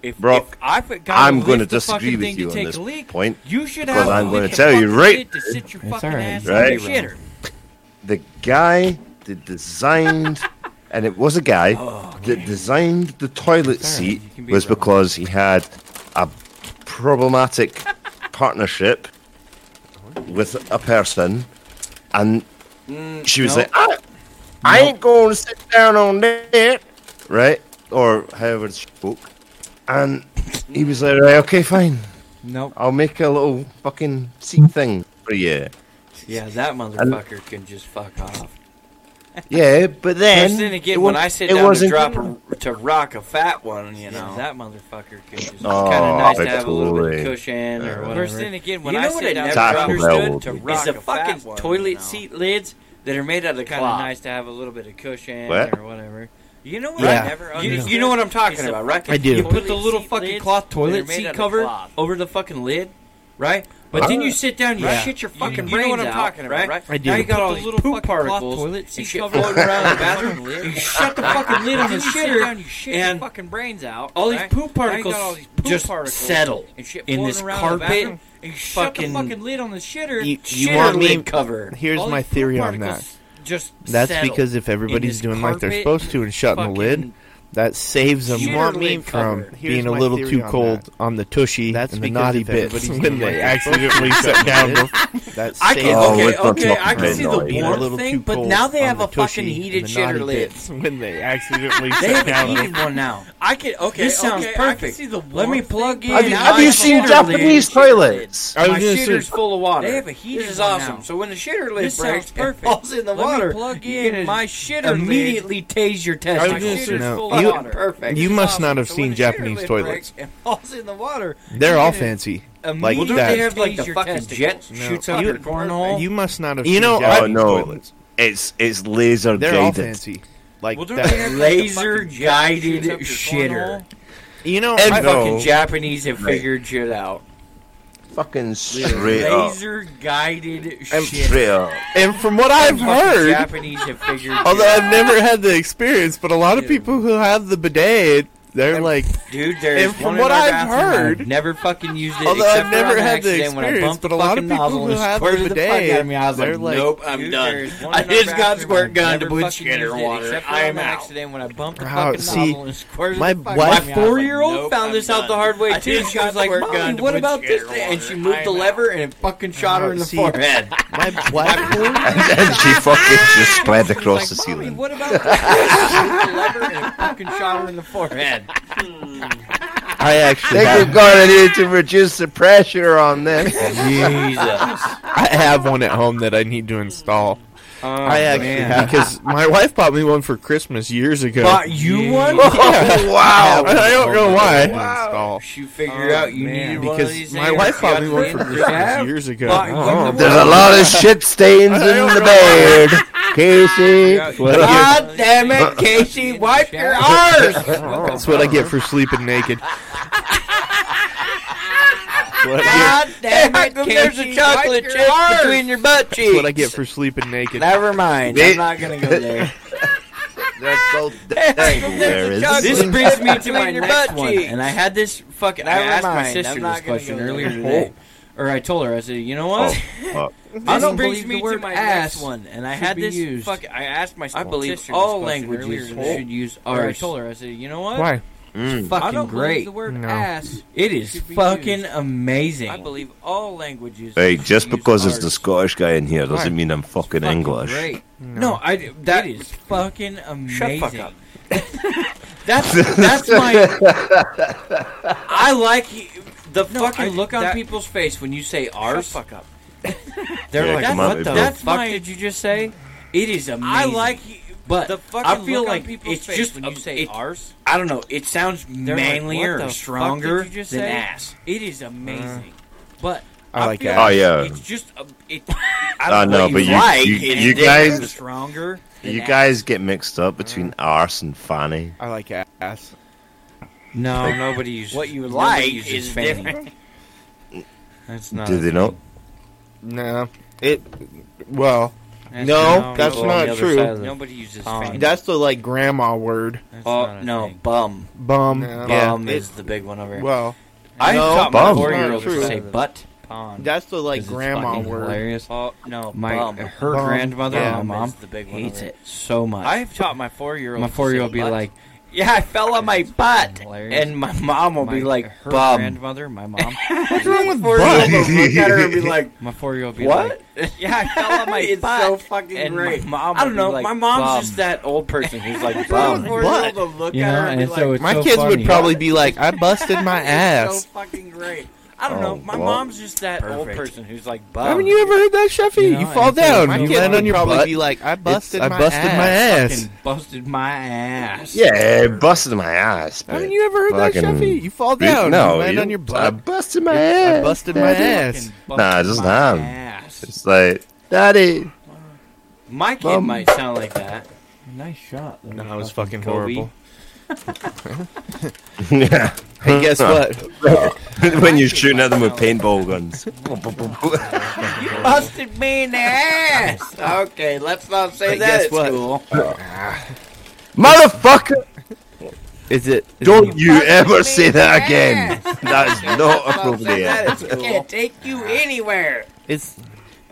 Speaker 6: if,
Speaker 5: Bro,
Speaker 6: if I put God
Speaker 5: I'm
Speaker 6: going to
Speaker 5: disagree with you
Speaker 6: to
Speaker 5: on
Speaker 6: take
Speaker 5: this
Speaker 6: a leak,
Speaker 5: point.
Speaker 6: You should
Speaker 5: because
Speaker 6: have
Speaker 5: I'm
Speaker 6: going
Speaker 5: gonna
Speaker 6: to
Speaker 5: tell you right-
Speaker 6: To sit your
Speaker 1: It's
Speaker 6: fucking
Speaker 1: all right.
Speaker 6: ass
Speaker 5: Right.
Speaker 6: on the shitter.
Speaker 5: The guy that designed, and it was a guy
Speaker 6: Oh,
Speaker 5: that designed the toilet seat
Speaker 6: can be
Speaker 5: was
Speaker 6: wrong.
Speaker 5: because he had a problematic partnership with a person, and she was like, I, I ain't going to sit down on that, right? Or however she spoke. And he was like, right, okay, fine.
Speaker 1: Nope.
Speaker 5: I'll make a little fucking seat thing for you.
Speaker 6: Yeah, that motherfucker can just fuck off.
Speaker 5: Yeah, but then.
Speaker 6: And then again,
Speaker 5: it
Speaker 6: when
Speaker 5: wa-
Speaker 6: I sit
Speaker 5: it
Speaker 6: down to
Speaker 5: wasn't-
Speaker 6: drop a, to rock a fat one, you know that motherfucker can just. It's
Speaker 5: Oh,
Speaker 6: kind of nice
Speaker 5: I
Speaker 6: to have a little bit
Speaker 5: totally-
Speaker 6: of cushion or whatever.
Speaker 1: then
Speaker 6: again,
Speaker 1: when
Speaker 6: you
Speaker 1: I
Speaker 6: know
Speaker 1: sit
Speaker 6: what I
Speaker 1: down
Speaker 6: never
Speaker 5: to Taco Bell will
Speaker 6: understood
Speaker 5: do
Speaker 6: to
Speaker 5: it.
Speaker 6: rock
Speaker 1: It's a fucking
Speaker 6: fat one,
Speaker 1: toilet
Speaker 6: you know?
Speaker 1: seat lids that are made out of
Speaker 6: Kind of
Speaker 1: cloth.
Speaker 6: nice to have a little bit of cushion
Speaker 5: What?
Speaker 6: or whatever. You know what?
Speaker 3: Yeah.
Speaker 6: I never
Speaker 1: You-
Speaker 6: understood? you know what I'm talking
Speaker 1: It's a
Speaker 6: about, right?
Speaker 3: I do.
Speaker 1: You put the little
Speaker 6: seat
Speaker 1: fucking
Speaker 6: lids
Speaker 1: cloth
Speaker 6: that are
Speaker 1: toilet
Speaker 6: made out
Speaker 1: seat
Speaker 6: of
Speaker 1: cover
Speaker 6: cloth.
Speaker 1: over the fucking lid, right? But then you sit down, you shit your fucking
Speaker 6: you know what
Speaker 1: brains
Speaker 6: I'm
Speaker 1: out,
Speaker 6: talking about, right?
Speaker 3: I do.
Speaker 1: Now you got
Speaker 6: Put
Speaker 1: all
Speaker 6: the
Speaker 1: these
Speaker 6: little
Speaker 1: poop
Speaker 6: fucking cloth
Speaker 1: particles
Speaker 6: toilet
Speaker 1: and
Speaker 6: seat
Speaker 1: shit
Speaker 6: cover
Speaker 1: floating around the bathroom.
Speaker 6: lid.
Speaker 1: You shut the fucking lid on the
Speaker 6: Then you sit
Speaker 1: shitter,
Speaker 6: down, you shit your
Speaker 1: and
Speaker 6: fucking brains out.
Speaker 1: all these
Speaker 6: right?
Speaker 1: poop
Speaker 6: Now you got
Speaker 1: particles
Speaker 6: all these poop
Speaker 1: just
Speaker 6: particles
Speaker 1: settle
Speaker 6: and shit
Speaker 1: in
Speaker 6: floating
Speaker 1: this
Speaker 6: around the
Speaker 1: carpet.
Speaker 6: bathroom, and you shut the
Speaker 1: fucking-
Speaker 6: fucking lid on the shitter.
Speaker 3: You- you
Speaker 6: shitter
Speaker 3: want me-
Speaker 6: lid cover.
Speaker 3: Here's
Speaker 6: All
Speaker 3: my
Speaker 6: these poop
Speaker 3: theory on
Speaker 6: particles Just
Speaker 3: That's
Speaker 6: settle.
Speaker 3: because if everybody's
Speaker 6: this
Speaker 3: doing like they're
Speaker 6: carpet,
Speaker 3: supposed to and shutting the lid,
Speaker 6: fucking
Speaker 3: that saves them
Speaker 6: shitter lid
Speaker 3: from
Speaker 6: cover.
Speaker 4: Here's
Speaker 3: being a
Speaker 4: my
Speaker 3: little
Speaker 4: theory
Speaker 3: too
Speaker 4: on
Speaker 3: cold on the tushy
Speaker 4: That's
Speaker 3: and the
Speaker 4: because
Speaker 3: naughty
Speaker 4: if
Speaker 3: bits
Speaker 4: everybody's
Speaker 3: when
Speaker 4: doing
Speaker 3: they
Speaker 4: like
Speaker 3: accidentally sit down. That
Speaker 6: I
Speaker 3: saves
Speaker 6: can,
Speaker 5: Oh,
Speaker 6: okay,
Speaker 5: we're not
Speaker 6: okay, I
Speaker 5: talking
Speaker 6: can see the
Speaker 5: about that.
Speaker 3: being a
Speaker 6: warmth
Speaker 3: little
Speaker 6: thing,
Speaker 3: too
Speaker 6: but
Speaker 3: cold
Speaker 6: now they
Speaker 3: on
Speaker 6: have
Speaker 3: the
Speaker 6: a fucking
Speaker 3: tushy and
Speaker 6: heated
Speaker 3: the
Speaker 6: shitter
Speaker 3: naughty
Speaker 6: lid.
Speaker 3: bits when they accidentally
Speaker 1: They
Speaker 3: sit
Speaker 1: haven't
Speaker 3: down.
Speaker 1: heated one now.
Speaker 6: I can okay.
Speaker 1: This sounds
Speaker 6: okay, I can
Speaker 1: perfect.
Speaker 6: see the
Speaker 1: Let me
Speaker 6: warmth
Speaker 1: plug
Speaker 6: thing.
Speaker 1: in.
Speaker 5: Have you,
Speaker 1: my
Speaker 5: have you seen
Speaker 1: shitter
Speaker 5: Japanese
Speaker 1: lid.
Speaker 5: toilets?
Speaker 3: I
Speaker 6: My
Speaker 3: was gonna
Speaker 6: shitter's
Speaker 3: say,
Speaker 6: full of water.
Speaker 1: They have a heater
Speaker 6: This is
Speaker 1: one
Speaker 6: awesome.
Speaker 1: now.
Speaker 6: So when the shitter lid
Speaker 1: This
Speaker 6: breaks,
Speaker 1: sounds perfect.
Speaker 6: it falls in the
Speaker 1: Let me
Speaker 6: water.
Speaker 1: plug
Speaker 6: You
Speaker 1: in
Speaker 6: can
Speaker 1: my
Speaker 6: shitter
Speaker 1: Immediately tase your
Speaker 3: I was
Speaker 6: My
Speaker 1: test.
Speaker 3: gonna say,
Speaker 6: shitter's
Speaker 3: no,
Speaker 6: full of
Speaker 3: you-
Speaker 6: water. Perfect.
Speaker 3: you
Speaker 6: It's
Speaker 3: must
Speaker 6: awesome.
Speaker 3: not have
Speaker 6: So
Speaker 3: seen
Speaker 6: when the shitter
Speaker 3: Japanese
Speaker 6: lid
Speaker 3: toilets.
Speaker 6: breaks, It falls in the water.
Speaker 3: they're all fancy. Like
Speaker 1: Immediately
Speaker 3: that.
Speaker 1: they have like the
Speaker 6: Tase your
Speaker 1: fucking jet
Speaker 6: testicles.
Speaker 3: No.
Speaker 1: shoots out
Speaker 3: You-
Speaker 1: your cornhole.
Speaker 3: You must not have.
Speaker 4: You
Speaker 3: seen
Speaker 4: know,
Speaker 5: Oh
Speaker 3: Japanese
Speaker 5: no,
Speaker 3: toilets.
Speaker 5: it's it's laser
Speaker 3: they're all
Speaker 5: guided.
Speaker 3: fancy. Like
Speaker 6: Well, don't
Speaker 3: that.
Speaker 6: they have like the fucking
Speaker 1: Laser
Speaker 6: jet that shoots
Speaker 1: guided
Speaker 6: up your
Speaker 1: shitter.
Speaker 6: cornhole?
Speaker 3: you know,
Speaker 5: And
Speaker 3: I-
Speaker 5: no.
Speaker 1: Fucking Japanese have
Speaker 5: Right.
Speaker 1: figured shit out.
Speaker 5: Fucking straight up.
Speaker 1: Laser guided shit.
Speaker 5: Straight up.
Speaker 3: and from what I've
Speaker 1: Fucking
Speaker 3: heard,
Speaker 1: Japanese have figured.
Speaker 3: Although
Speaker 1: shit
Speaker 3: I've
Speaker 1: out.
Speaker 3: never had the experience, but a lot of
Speaker 1: Yeah.
Speaker 3: people who have the bidet, they're like,
Speaker 1: Dude, there's
Speaker 3: And
Speaker 1: one
Speaker 3: from
Speaker 1: in
Speaker 3: what
Speaker 1: our
Speaker 3: I've
Speaker 1: bathroom.
Speaker 3: heard-
Speaker 1: I've never fucking used it.
Speaker 3: Although
Speaker 1: except for
Speaker 3: I've
Speaker 1: on
Speaker 3: never
Speaker 1: an
Speaker 3: had the
Speaker 1: accident when I
Speaker 3: experience,
Speaker 1: bumped
Speaker 3: but a lot
Speaker 1: fucking
Speaker 3: of people
Speaker 1: nozzle
Speaker 3: who
Speaker 1: and
Speaker 3: have the
Speaker 1: squirted fuck
Speaker 3: bidet,
Speaker 1: out of me. I was
Speaker 3: they're
Speaker 1: like,
Speaker 3: like-
Speaker 1: nope, I'm
Speaker 6: Dude,
Speaker 1: done.
Speaker 6: there's one
Speaker 1: I
Speaker 6: in our
Speaker 1: just got
Speaker 6: bathroom.
Speaker 1: squirt
Speaker 6: I've
Speaker 1: gun to
Speaker 6: never
Speaker 1: put
Speaker 6: fucking used
Speaker 1: shitter
Speaker 6: it
Speaker 1: water.
Speaker 6: except
Speaker 1: I
Speaker 6: for on
Speaker 1: am
Speaker 6: an
Speaker 1: out.
Speaker 6: accident when I bumped the
Speaker 3: Wow,
Speaker 6: fucking
Speaker 3: see,
Speaker 6: nozzle and squirted
Speaker 3: my
Speaker 6: the fuck
Speaker 3: wife-
Speaker 6: out
Speaker 1: My
Speaker 6: of me. I was
Speaker 1: four year old
Speaker 6: nope,
Speaker 1: found
Speaker 6: I'm
Speaker 1: this out
Speaker 6: done.
Speaker 1: the hard way
Speaker 6: I
Speaker 1: too.
Speaker 6: just
Speaker 1: She
Speaker 6: got
Speaker 1: was
Speaker 6: the
Speaker 1: like,
Speaker 6: squirt gun
Speaker 1: Mommy,
Speaker 6: to
Speaker 1: what
Speaker 6: put
Speaker 1: about this
Speaker 6: shitter
Speaker 1: thing? And
Speaker 6: water.
Speaker 1: she
Speaker 6: I
Speaker 1: moved the
Speaker 6: am
Speaker 1: lever and it fucking shot her in the
Speaker 3: see,
Speaker 1: forehead.
Speaker 3: my black
Speaker 5: And, and she fucking just sped
Speaker 1: She was
Speaker 5: across
Speaker 1: like,
Speaker 5: the
Speaker 1: "Mommy,
Speaker 5: ceiling.
Speaker 1: What about this? She moved the lever and it fucking shot her in the forehead.
Speaker 3: I actually
Speaker 5: think
Speaker 3: have,
Speaker 5: we've got it here to reduce the pressure on them.
Speaker 6: Jesus.
Speaker 3: I have one at home that I need to install.
Speaker 6: Oh,
Speaker 3: I actually
Speaker 6: man.
Speaker 3: have because my wife bought me one for Christmas years ago.
Speaker 1: Bought you Oh, one?
Speaker 3: Yeah.
Speaker 5: wow.
Speaker 3: And I don't know why.
Speaker 1: You figured out you
Speaker 6: Oh, man.
Speaker 1: needed one of
Speaker 3: Because
Speaker 1: these
Speaker 3: my
Speaker 1: things?
Speaker 3: wife
Speaker 1: You
Speaker 3: bought me
Speaker 1: got
Speaker 3: one for
Speaker 1: friends?
Speaker 3: Christmas
Speaker 1: Yeah.
Speaker 3: years ago. Uh-huh.
Speaker 1: Bought you one?
Speaker 5: There's a lot of shit stains in the bed. Casey,
Speaker 3: Yeah.
Speaker 1: God damn it, Casey, wipe your arse!
Speaker 3: Uh-huh. That's what I get for sleeping naked. what, I
Speaker 1: God damn it, Casey, there's a chocolate chip between your butt
Speaker 3: get,
Speaker 1: cheeks.
Speaker 3: what I get for sleeping naked.
Speaker 1: Never mind.
Speaker 5: Bitch.
Speaker 1: I'm not gonna go there.
Speaker 5: that's called
Speaker 6: This
Speaker 5: dangleberries.
Speaker 6: brings me to my
Speaker 1: Between your
Speaker 6: next
Speaker 1: butt
Speaker 6: one,
Speaker 1: cheeks.
Speaker 6: and I had this fucking. I
Speaker 1: Never
Speaker 6: asked my
Speaker 1: mind,
Speaker 6: sister
Speaker 1: I'm not
Speaker 6: this
Speaker 1: gonna
Speaker 6: question
Speaker 1: go
Speaker 6: earlier
Speaker 1: there. Oh,
Speaker 6: today, or I told her. I said, you know what?
Speaker 1: I
Speaker 6: This
Speaker 1: don't
Speaker 6: brings
Speaker 1: believe
Speaker 6: me
Speaker 1: the
Speaker 6: to
Speaker 1: word
Speaker 6: my
Speaker 1: ass
Speaker 6: next one, and I
Speaker 1: should
Speaker 6: had
Speaker 1: be
Speaker 6: this
Speaker 1: used.
Speaker 6: fucking. I asked my.
Speaker 1: I believe
Speaker 6: sister
Speaker 1: all
Speaker 6: this question
Speaker 1: languages
Speaker 6: earlier today.
Speaker 1: should
Speaker 6: use. Or I
Speaker 1: ours.
Speaker 6: told her. I said, you know what?
Speaker 3: Why?
Speaker 5: Mm.
Speaker 1: Fucking
Speaker 6: I don't
Speaker 1: great.
Speaker 6: believe the word
Speaker 3: No.
Speaker 6: ass. It is
Speaker 1: should be
Speaker 6: fucking
Speaker 1: used.
Speaker 6: amazing. I believe all languages.
Speaker 5: Hey,
Speaker 6: should
Speaker 5: just
Speaker 6: use
Speaker 5: because it's the
Speaker 6: ours.
Speaker 5: Scottish guy in here doesn't mean I'm fucking
Speaker 6: Fucking
Speaker 5: English.
Speaker 6: Great. No, I that is fucking amazing.
Speaker 1: fuck up.
Speaker 6: that's that's my. I like the fucking look on
Speaker 1: that-
Speaker 6: people's face when you say
Speaker 1: Shut
Speaker 6: ours.
Speaker 1: fuck up.
Speaker 6: They're
Speaker 5: Yeah,
Speaker 6: like,
Speaker 5: come on,
Speaker 6: what
Speaker 5: baby.
Speaker 6: the
Speaker 5: That's
Speaker 6: fuck did you just say? It is amazing. I like, but the fucking I feel like it's just when you say ours. I don't know. It sounds manlier or stronger than ass. Uh, It is amazing, but
Speaker 3: I like
Speaker 6: feel
Speaker 3: that.
Speaker 5: Oh, yeah.
Speaker 6: It's just a, it.
Speaker 5: I know, but you, you, you guys,
Speaker 6: stronger. than
Speaker 5: you
Speaker 6: ass.
Speaker 5: guys get mixed up between arse and fanny.
Speaker 3: I like ass.
Speaker 6: No, nobody uses
Speaker 1: What you
Speaker 6: nobody
Speaker 1: like
Speaker 6: uses
Speaker 1: is
Speaker 6: fanny.
Speaker 1: different.
Speaker 6: That's not.
Speaker 5: Do they not?
Speaker 3: No, it. Well,
Speaker 6: That's
Speaker 3: No,
Speaker 6: not-
Speaker 3: that's
Speaker 6: people on
Speaker 3: not
Speaker 6: the other
Speaker 3: true.
Speaker 6: side of the- Nobody uses fanny.
Speaker 3: that's the like grandma word.
Speaker 6: That's
Speaker 1: Oh,
Speaker 6: not a
Speaker 1: no,
Speaker 6: thing.
Speaker 1: bum.
Speaker 3: Bum.
Speaker 6: Bum
Speaker 3: it-
Speaker 6: is the big one over here.
Speaker 3: well,
Speaker 6: I
Speaker 3: No,
Speaker 6: taught my
Speaker 5: bum.
Speaker 6: four-year-old
Speaker 3: Not
Speaker 6: to
Speaker 3: true.
Speaker 6: say butt pond.
Speaker 3: that's the like
Speaker 6: 'cause it's
Speaker 3: grandma
Speaker 6: fucking
Speaker 3: word.
Speaker 6: Hilarious.
Speaker 1: Oh, no,
Speaker 6: My uh,
Speaker 1: bum.
Speaker 6: her
Speaker 3: Bum.
Speaker 6: grandmother,
Speaker 3: Yeah.
Speaker 6: my mom,
Speaker 1: Is the big one
Speaker 6: hates
Speaker 1: over
Speaker 6: it so much.
Speaker 1: I've taught my four-year-old.
Speaker 6: my
Speaker 1: to say
Speaker 6: four-year-old will be
Speaker 1: butt.
Speaker 6: like,
Speaker 1: "Yeah, I fell on my butt,"
Speaker 6: Hilarious.
Speaker 1: and my mom will
Speaker 6: my,
Speaker 1: be like,
Speaker 6: her
Speaker 1: "Bum."
Speaker 6: grandmother, my mom,
Speaker 3: What's wrong with
Speaker 1: Four-year-old
Speaker 3: butt?
Speaker 1: will look at her and be like,
Speaker 6: my four-year-old will be
Speaker 1: "What?"
Speaker 6: like,
Speaker 1: yeah, I fell on my
Speaker 6: It's
Speaker 1: butt.
Speaker 6: so fucking
Speaker 1: and
Speaker 6: great.
Speaker 1: My mom
Speaker 6: I
Speaker 1: will be
Speaker 6: don't know.
Speaker 1: like,
Speaker 6: my mom's
Speaker 1: "Bum."
Speaker 6: just that old person who's
Speaker 1: Bum.
Speaker 6: like bum.
Speaker 1: Four-year-old will look
Speaker 4: You
Speaker 1: at her
Speaker 4: know,
Speaker 1: and be
Speaker 4: and so
Speaker 1: like,
Speaker 4: it's
Speaker 3: My
Speaker 4: so
Speaker 3: kids would
Speaker 4: funny.
Speaker 3: probably be like, "I busted my
Speaker 1: "So
Speaker 3: ass."
Speaker 1: fucking great."
Speaker 6: I don't know.
Speaker 5: Oh,
Speaker 6: My
Speaker 5: wow.
Speaker 6: mom's just that old
Speaker 1: Perfect.
Speaker 6: person who's like bum.
Speaker 3: Haven't you ever heard that,
Speaker 4: You
Speaker 3: Sheffy? You,
Speaker 4: know,
Speaker 3: fall
Speaker 4: and so
Speaker 3: down.
Speaker 4: my
Speaker 3: You
Speaker 4: kids
Speaker 3: land on
Speaker 4: would
Speaker 3: your
Speaker 4: probably
Speaker 3: butt.
Speaker 4: be
Speaker 3: like, "I busted, I busted my ass."
Speaker 6: Fucking busted my ass.
Speaker 5: Yeah, busted my ass. but-
Speaker 3: Haven't you ever heard that,
Speaker 5: Fucking-
Speaker 3: Sheffy? You fall down.
Speaker 5: no,
Speaker 3: you land
Speaker 5: you-
Speaker 3: on your
Speaker 5: I
Speaker 3: butt.
Speaker 5: busted my
Speaker 3: I
Speaker 5: ass.
Speaker 3: busted my
Speaker 5: daddy.
Speaker 3: ass.
Speaker 5: Nah, it doesn't happen.
Speaker 6: ass.
Speaker 5: It's like, daddy.
Speaker 6: My kid
Speaker 5: Bum.
Speaker 6: might sound like that.
Speaker 4: Nice shot. though.
Speaker 3: No, it was fucking
Speaker 6: Kobe.
Speaker 3: horrible.
Speaker 5: Yeah.
Speaker 3: Hey, guess what?
Speaker 5: when you're shooting at them with paintball guns.
Speaker 1: Busted me in the ass. Okay, let's not say
Speaker 3: Hey,
Speaker 1: that
Speaker 3: guess
Speaker 1: at
Speaker 3: what?
Speaker 1: school.
Speaker 5: Motherfucker!
Speaker 3: Is it? is
Speaker 5: Don't
Speaker 3: it-
Speaker 5: you ever say that again. That is not appropriate.
Speaker 1: Can't take you anywhere.
Speaker 3: It's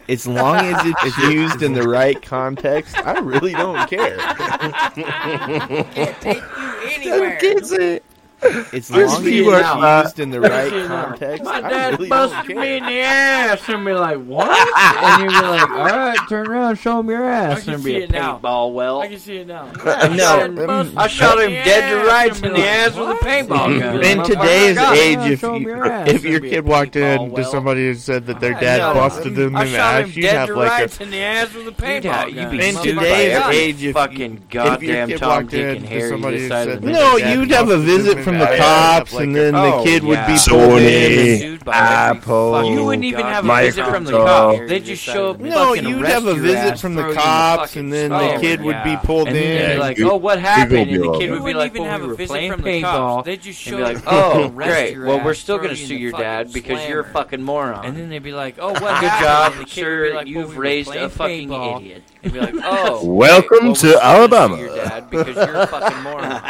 Speaker 3: as long as it's used in the right context. I really don't care.
Speaker 1: Can't take you anywhere.
Speaker 3: As
Speaker 5: Just
Speaker 3: long as
Speaker 5: leave it out.
Speaker 3: it's used in the right context.
Speaker 4: My
Speaker 3: I
Speaker 4: dad
Speaker 3: really don't
Speaker 4: busted me
Speaker 3: care.
Speaker 4: in the ass and be like, what? and you'd be like, all right, turn around, show him your ass.
Speaker 6: can
Speaker 4: And be
Speaker 6: see
Speaker 4: a
Speaker 6: it now.
Speaker 4: paintball well.
Speaker 6: I can see it now.
Speaker 3: No,
Speaker 4: I
Speaker 1: shot him dead to rights in the ass
Speaker 4: with a
Speaker 1: paintball gun.
Speaker 3: in today's
Speaker 4: God.
Speaker 3: age,
Speaker 4: Yeah,
Speaker 3: if
Speaker 4: show 'em
Speaker 3: you,
Speaker 4: your ass.
Speaker 3: if your
Speaker 6: That'd be
Speaker 3: kid
Speaker 6: a
Speaker 3: walked
Speaker 6: paintball
Speaker 3: in to
Speaker 6: well.
Speaker 3: somebody who said that their dad
Speaker 1: no.
Speaker 3: busted them in the ass, you'd have like
Speaker 1: in the ass with a
Speaker 6: paintball gun.
Speaker 3: a.
Speaker 6: in
Speaker 3: In
Speaker 6: Motherfucker.
Speaker 3: today's
Speaker 6: Every
Speaker 3: age, if
Speaker 1: fucking
Speaker 3: if your
Speaker 1: goddamn
Speaker 3: kid
Speaker 1: Tom,
Speaker 3: walked
Speaker 1: Dick,
Speaker 3: in
Speaker 1: and
Speaker 3: to
Speaker 1: Harry
Speaker 3: somebody who
Speaker 1: decided
Speaker 3: said,
Speaker 1: to make
Speaker 3: "No,
Speaker 1: his dad
Speaker 3: you'd have a
Speaker 1: busted
Speaker 3: visit from the
Speaker 5: ass."
Speaker 3: cops," and then the
Speaker 1: Oh,
Speaker 3: kid would be
Speaker 1: yeah.
Speaker 3: pulled
Speaker 5: Sony.
Speaker 3: in.
Speaker 1: sued by every
Speaker 5: Apple.
Speaker 1: fucking
Speaker 6: You wouldn't even have a
Speaker 5: Microsoft.
Speaker 6: visit from the
Speaker 5: Microsoft.
Speaker 6: cops. They just show up. and
Speaker 3: No,
Speaker 6: fucking
Speaker 3: you'd
Speaker 6: arrest
Speaker 3: have a
Speaker 6: your
Speaker 3: visit
Speaker 6: ass,
Speaker 3: from
Speaker 6: throw
Speaker 3: the
Speaker 6: you in
Speaker 3: cops,
Speaker 6: fucking
Speaker 3: and then
Speaker 6: snow.
Speaker 3: the kid would be
Speaker 1: yeah.
Speaker 3: pulled
Speaker 6: And then
Speaker 3: in.
Speaker 6: you'd be like,
Speaker 5: You-
Speaker 6: "Oh, what happened?" And the
Speaker 5: you
Speaker 6: kid would
Speaker 5: wouldn't
Speaker 6: be like,
Speaker 1: even
Speaker 6: "Well,
Speaker 1: have
Speaker 6: we
Speaker 1: a
Speaker 6: were
Speaker 1: visit
Speaker 6: playing
Speaker 1: from the cops.
Speaker 6: paintball."
Speaker 1: They
Speaker 6: just
Speaker 1: show
Speaker 6: be like,
Speaker 1: up and
Speaker 6: "Oh,
Speaker 1: fucking arrest
Speaker 6: great.
Speaker 1: your
Speaker 6: Well, we're
Speaker 1: ass,
Speaker 6: still
Speaker 1: throw
Speaker 6: gonna
Speaker 1: you in
Speaker 6: sue
Speaker 1: the
Speaker 6: your
Speaker 1: fucking
Speaker 6: dad because you're a
Speaker 1: slammer."
Speaker 6: fucking moron."
Speaker 1: And then
Speaker 6: they'd be like, "Oh, what?
Speaker 1: Good job, sir. You've raised a fucking
Speaker 6: idiot." And be like, "Oh,
Speaker 5: Welcome
Speaker 6: well, we're
Speaker 5: to
Speaker 6: still gonna sue
Speaker 5: Alabama."
Speaker 6: Your dad because you're a fucking moron.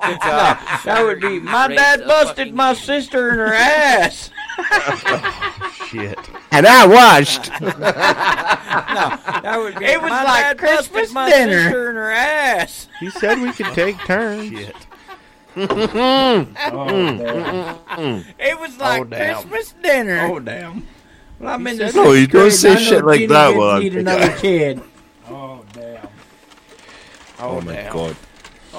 Speaker 6: Good job.
Speaker 1: That would be my
Speaker 6: Raised
Speaker 1: dad
Speaker 6: a
Speaker 1: busted
Speaker 6: fucking
Speaker 1: my
Speaker 6: idiot.
Speaker 1: sister in her ass.
Speaker 3: "Shit."
Speaker 5: And I watched.
Speaker 1: That would be
Speaker 6: It was
Speaker 1: my
Speaker 6: like
Speaker 1: dad busted
Speaker 6: Christmas
Speaker 1: my
Speaker 6: dinner.
Speaker 1: sister in her ass.
Speaker 3: He said we could take turns.
Speaker 1: It was like
Speaker 3: damn.
Speaker 1: Christmas dinner.
Speaker 4: Oh, damn.
Speaker 1: Well, I'm in this
Speaker 5: No, Oh, you don't
Speaker 4: I
Speaker 5: say
Speaker 4: know
Speaker 5: shit like
Speaker 4: Kenny
Speaker 5: that
Speaker 4: didn't
Speaker 5: while I'm
Speaker 4: Need another kid. Oh, damn.
Speaker 5: Oh my god.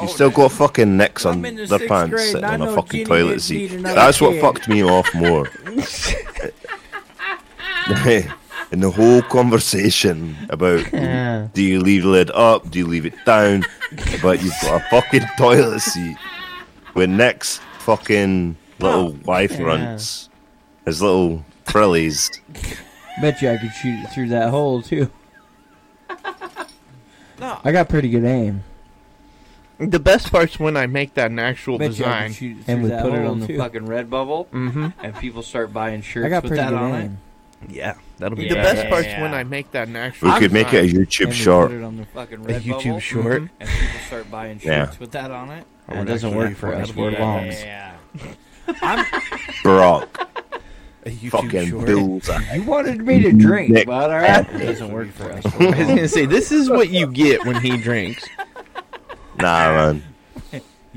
Speaker 5: You still got fucking nicks on
Speaker 10: I'm in the
Speaker 5: their
Speaker 10: sixth
Speaker 5: pants
Speaker 10: grade
Speaker 5: sitting
Speaker 10: and I
Speaker 5: on a
Speaker 10: know Ginny
Speaker 5: fucking toilet
Speaker 10: didn't need
Speaker 5: seat.
Speaker 10: another
Speaker 5: That's what
Speaker 10: kid.
Speaker 5: fucked me off more. In the whole conversation about
Speaker 10: Yeah.
Speaker 5: do you leave the lid up, do you leave it down, but you've got a fucking toilet seat. When next fucking little wife
Speaker 10: yeah.
Speaker 5: runs his little frillies.
Speaker 10: Bet you I could shoot it through that hole too. I got pretty good aim,
Speaker 3: The best part's when I make that an actual
Speaker 11: Bet you I can
Speaker 3: design.
Speaker 11: shoot it
Speaker 10: and
Speaker 11: through
Speaker 10: we
Speaker 11: that
Speaker 10: put it
Speaker 11: hole,
Speaker 10: on the
Speaker 11: too.
Speaker 1: fucking red bubble,
Speaker 3: Mm-hmm.
Speaker 1: and people start buying shirts
Speaker 10: I got
Speaker 1: with
Speaker 10: pretty
Speaker 1: that
Speaker 10: good
Speaker 1: on
Speaker 10: aim.
Speaker 3: Yeah, that'll
Speaker 1: be
Speaker 3: the
Speaker 1: it.
Speaker 3: best
Speaker 1: Yeah.
Speaker 3: part's when I make that an actual.
Speaker 5: We could make it a
Speaker 1: it.
Speaker 5: YouTube
Speaker 1: And we
Speaker 5: short.
Speaker 1: Put it on the fucking
Speaker 3: a
Speaker 1: red
Speaker 3: YouTube
Speaker 1: bubble,
Speaker 3: short.
Speaker 1: and people start buying
Speaker 5: Yeah.
Speaker 1: shirts with that on it.
Speaker 3: I
Speaker 10: It
Speaker 3: would
Speaker 10: doesn't
Speaker 3: actually
Speaker 10: work
Speaker 3: be
Speaker 10: for
Speaker 3: fucking
Speaker 10: us. We're
Speaker 3: good.
Speaker 10: longs.
Speaker 1: Yeah.
Speaker 5: Brock,
Speaker 3: A YouTube
Speaker 5: fucking
Speaker 3: short.
Speaker 5: bullseye.
Speaker 10: You wanted me to drink,
Speaker 5: Nick.
Speaker 10: but all right.
Speaker 1: It doesn't work for us.
Speaker 3: I was gonna say this is what you get when he drinks.
Speaker 5: Nah, man.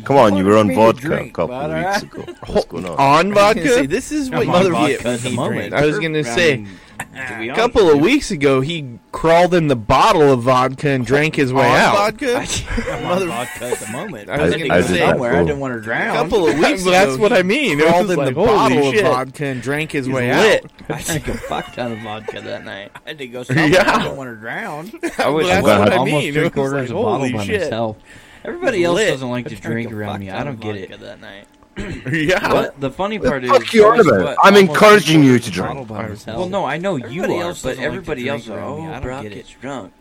Speaker 5: Come on, you were on
Speaker 10: me to
Speaker 5: vodka
Speaker 10: drink,
Speaker 5: a couple
Speaker 10: but
Speaker 5: of weeks ago. What's going on?
Speaker 3: On I was gonna
Speaker 4: vodka?
Speaker 3: say this is what
Speaker 1: I'm on
Speaker 3: you get
Speaker 1: vodka
Speaker 3: when
Speaker 1: at the
Speaker 3: he
Speaker 1: moment.
Speaker 3: drinks. I was gonna say
Speaker 1: mean, to be
Speaker 3: a
Speaker 1: honest
Speaker 3: couple
Speaker 1: with
Speaker 3: of weeks ago he crawled in the bottle of vodka and drank his way out.
Speaker 1: you,
Speaker 3: Vodka.
Speaker 1: I'm on vodka at the moment.
Speaker 3: I was
Speaker 1: I,
Speaker 3: gonna say-
Speaker 1: somewhere. I
Speaker 5: Cool.
Speaker 1: didn't want to
Speaker 3: A
Speaker 1: drown.
Speaker 3: couple of weeks.
Speaker 4: Well, that's
Speaker 3: ago,
Speaker 4: what
Speaker 3: he
Speaker 4: I mean. It was
Speaker 3: Crawled
Speaker 4: just
Speaker 3: in
Speaker 4: like,
Speaker 3: the
Speaker 4: holy
Speaker 3: bottle
Speaker 4: shit.
Speaker 3: of vodka and drank his way
Speaker 1: lit.
Speaker 3: out.
Speaker 1: I drank a fuck ton of vodka that night. I had to go somewhere.
Speaker 3: Yeah.
Speaker 1: I don't want to drown.
Speaker 3: I
Speaker 5: was-
Speaker 3: that's
Speaker 5: Well,
Speaker 3: what I
Speaker 10: almost
Speaker 3: mean. It
Speaker 10: three
Speaker 3: was
Speaker 10: quarters
Speaker 3: like,
Speaker 10: of a bottle
Speaker 3: holy
Speaker 10: by
Speaker 3: shit.
Speaker 10: myself.
Speaker 1: Everybody else
Speaker 3: Lit.
Speaker 1: doesn't like to I drank drink a
Speaker 10: fuck
Speaker 1: around me. I
Speaker 10: ton of
Speaker 1: don't get
Speaker 10: vodka
Speaker 1: it. That night.
Speaker 3: Yeah.
Speaker 1: But the funny
Speaker 5: The
Speaker 1: part is,
Speaker 5: fuck you on
Speaker 1: guess
Speaker 5: about?
Speaker 1: what?
Speaker 5: I'm
Speaker 1: Almost
Speaker 5: encouraging
Speaker 1: everybody
Speaker 5: you
Speaker 1: was
Speaker 5: to drink.
Speaker 1: bottled by
Speaker 3: I-
Speaker 1: themselves.
Speaker 10: Well,
Speaker 1: no, I know
Speaker 6: Everybody else doesn't like to drink
Speaker 1: are,
Speaker 6: around me. I don't
Speaker 1: Brock
Speaker 6: get it."
Speaker 1: gets drunk.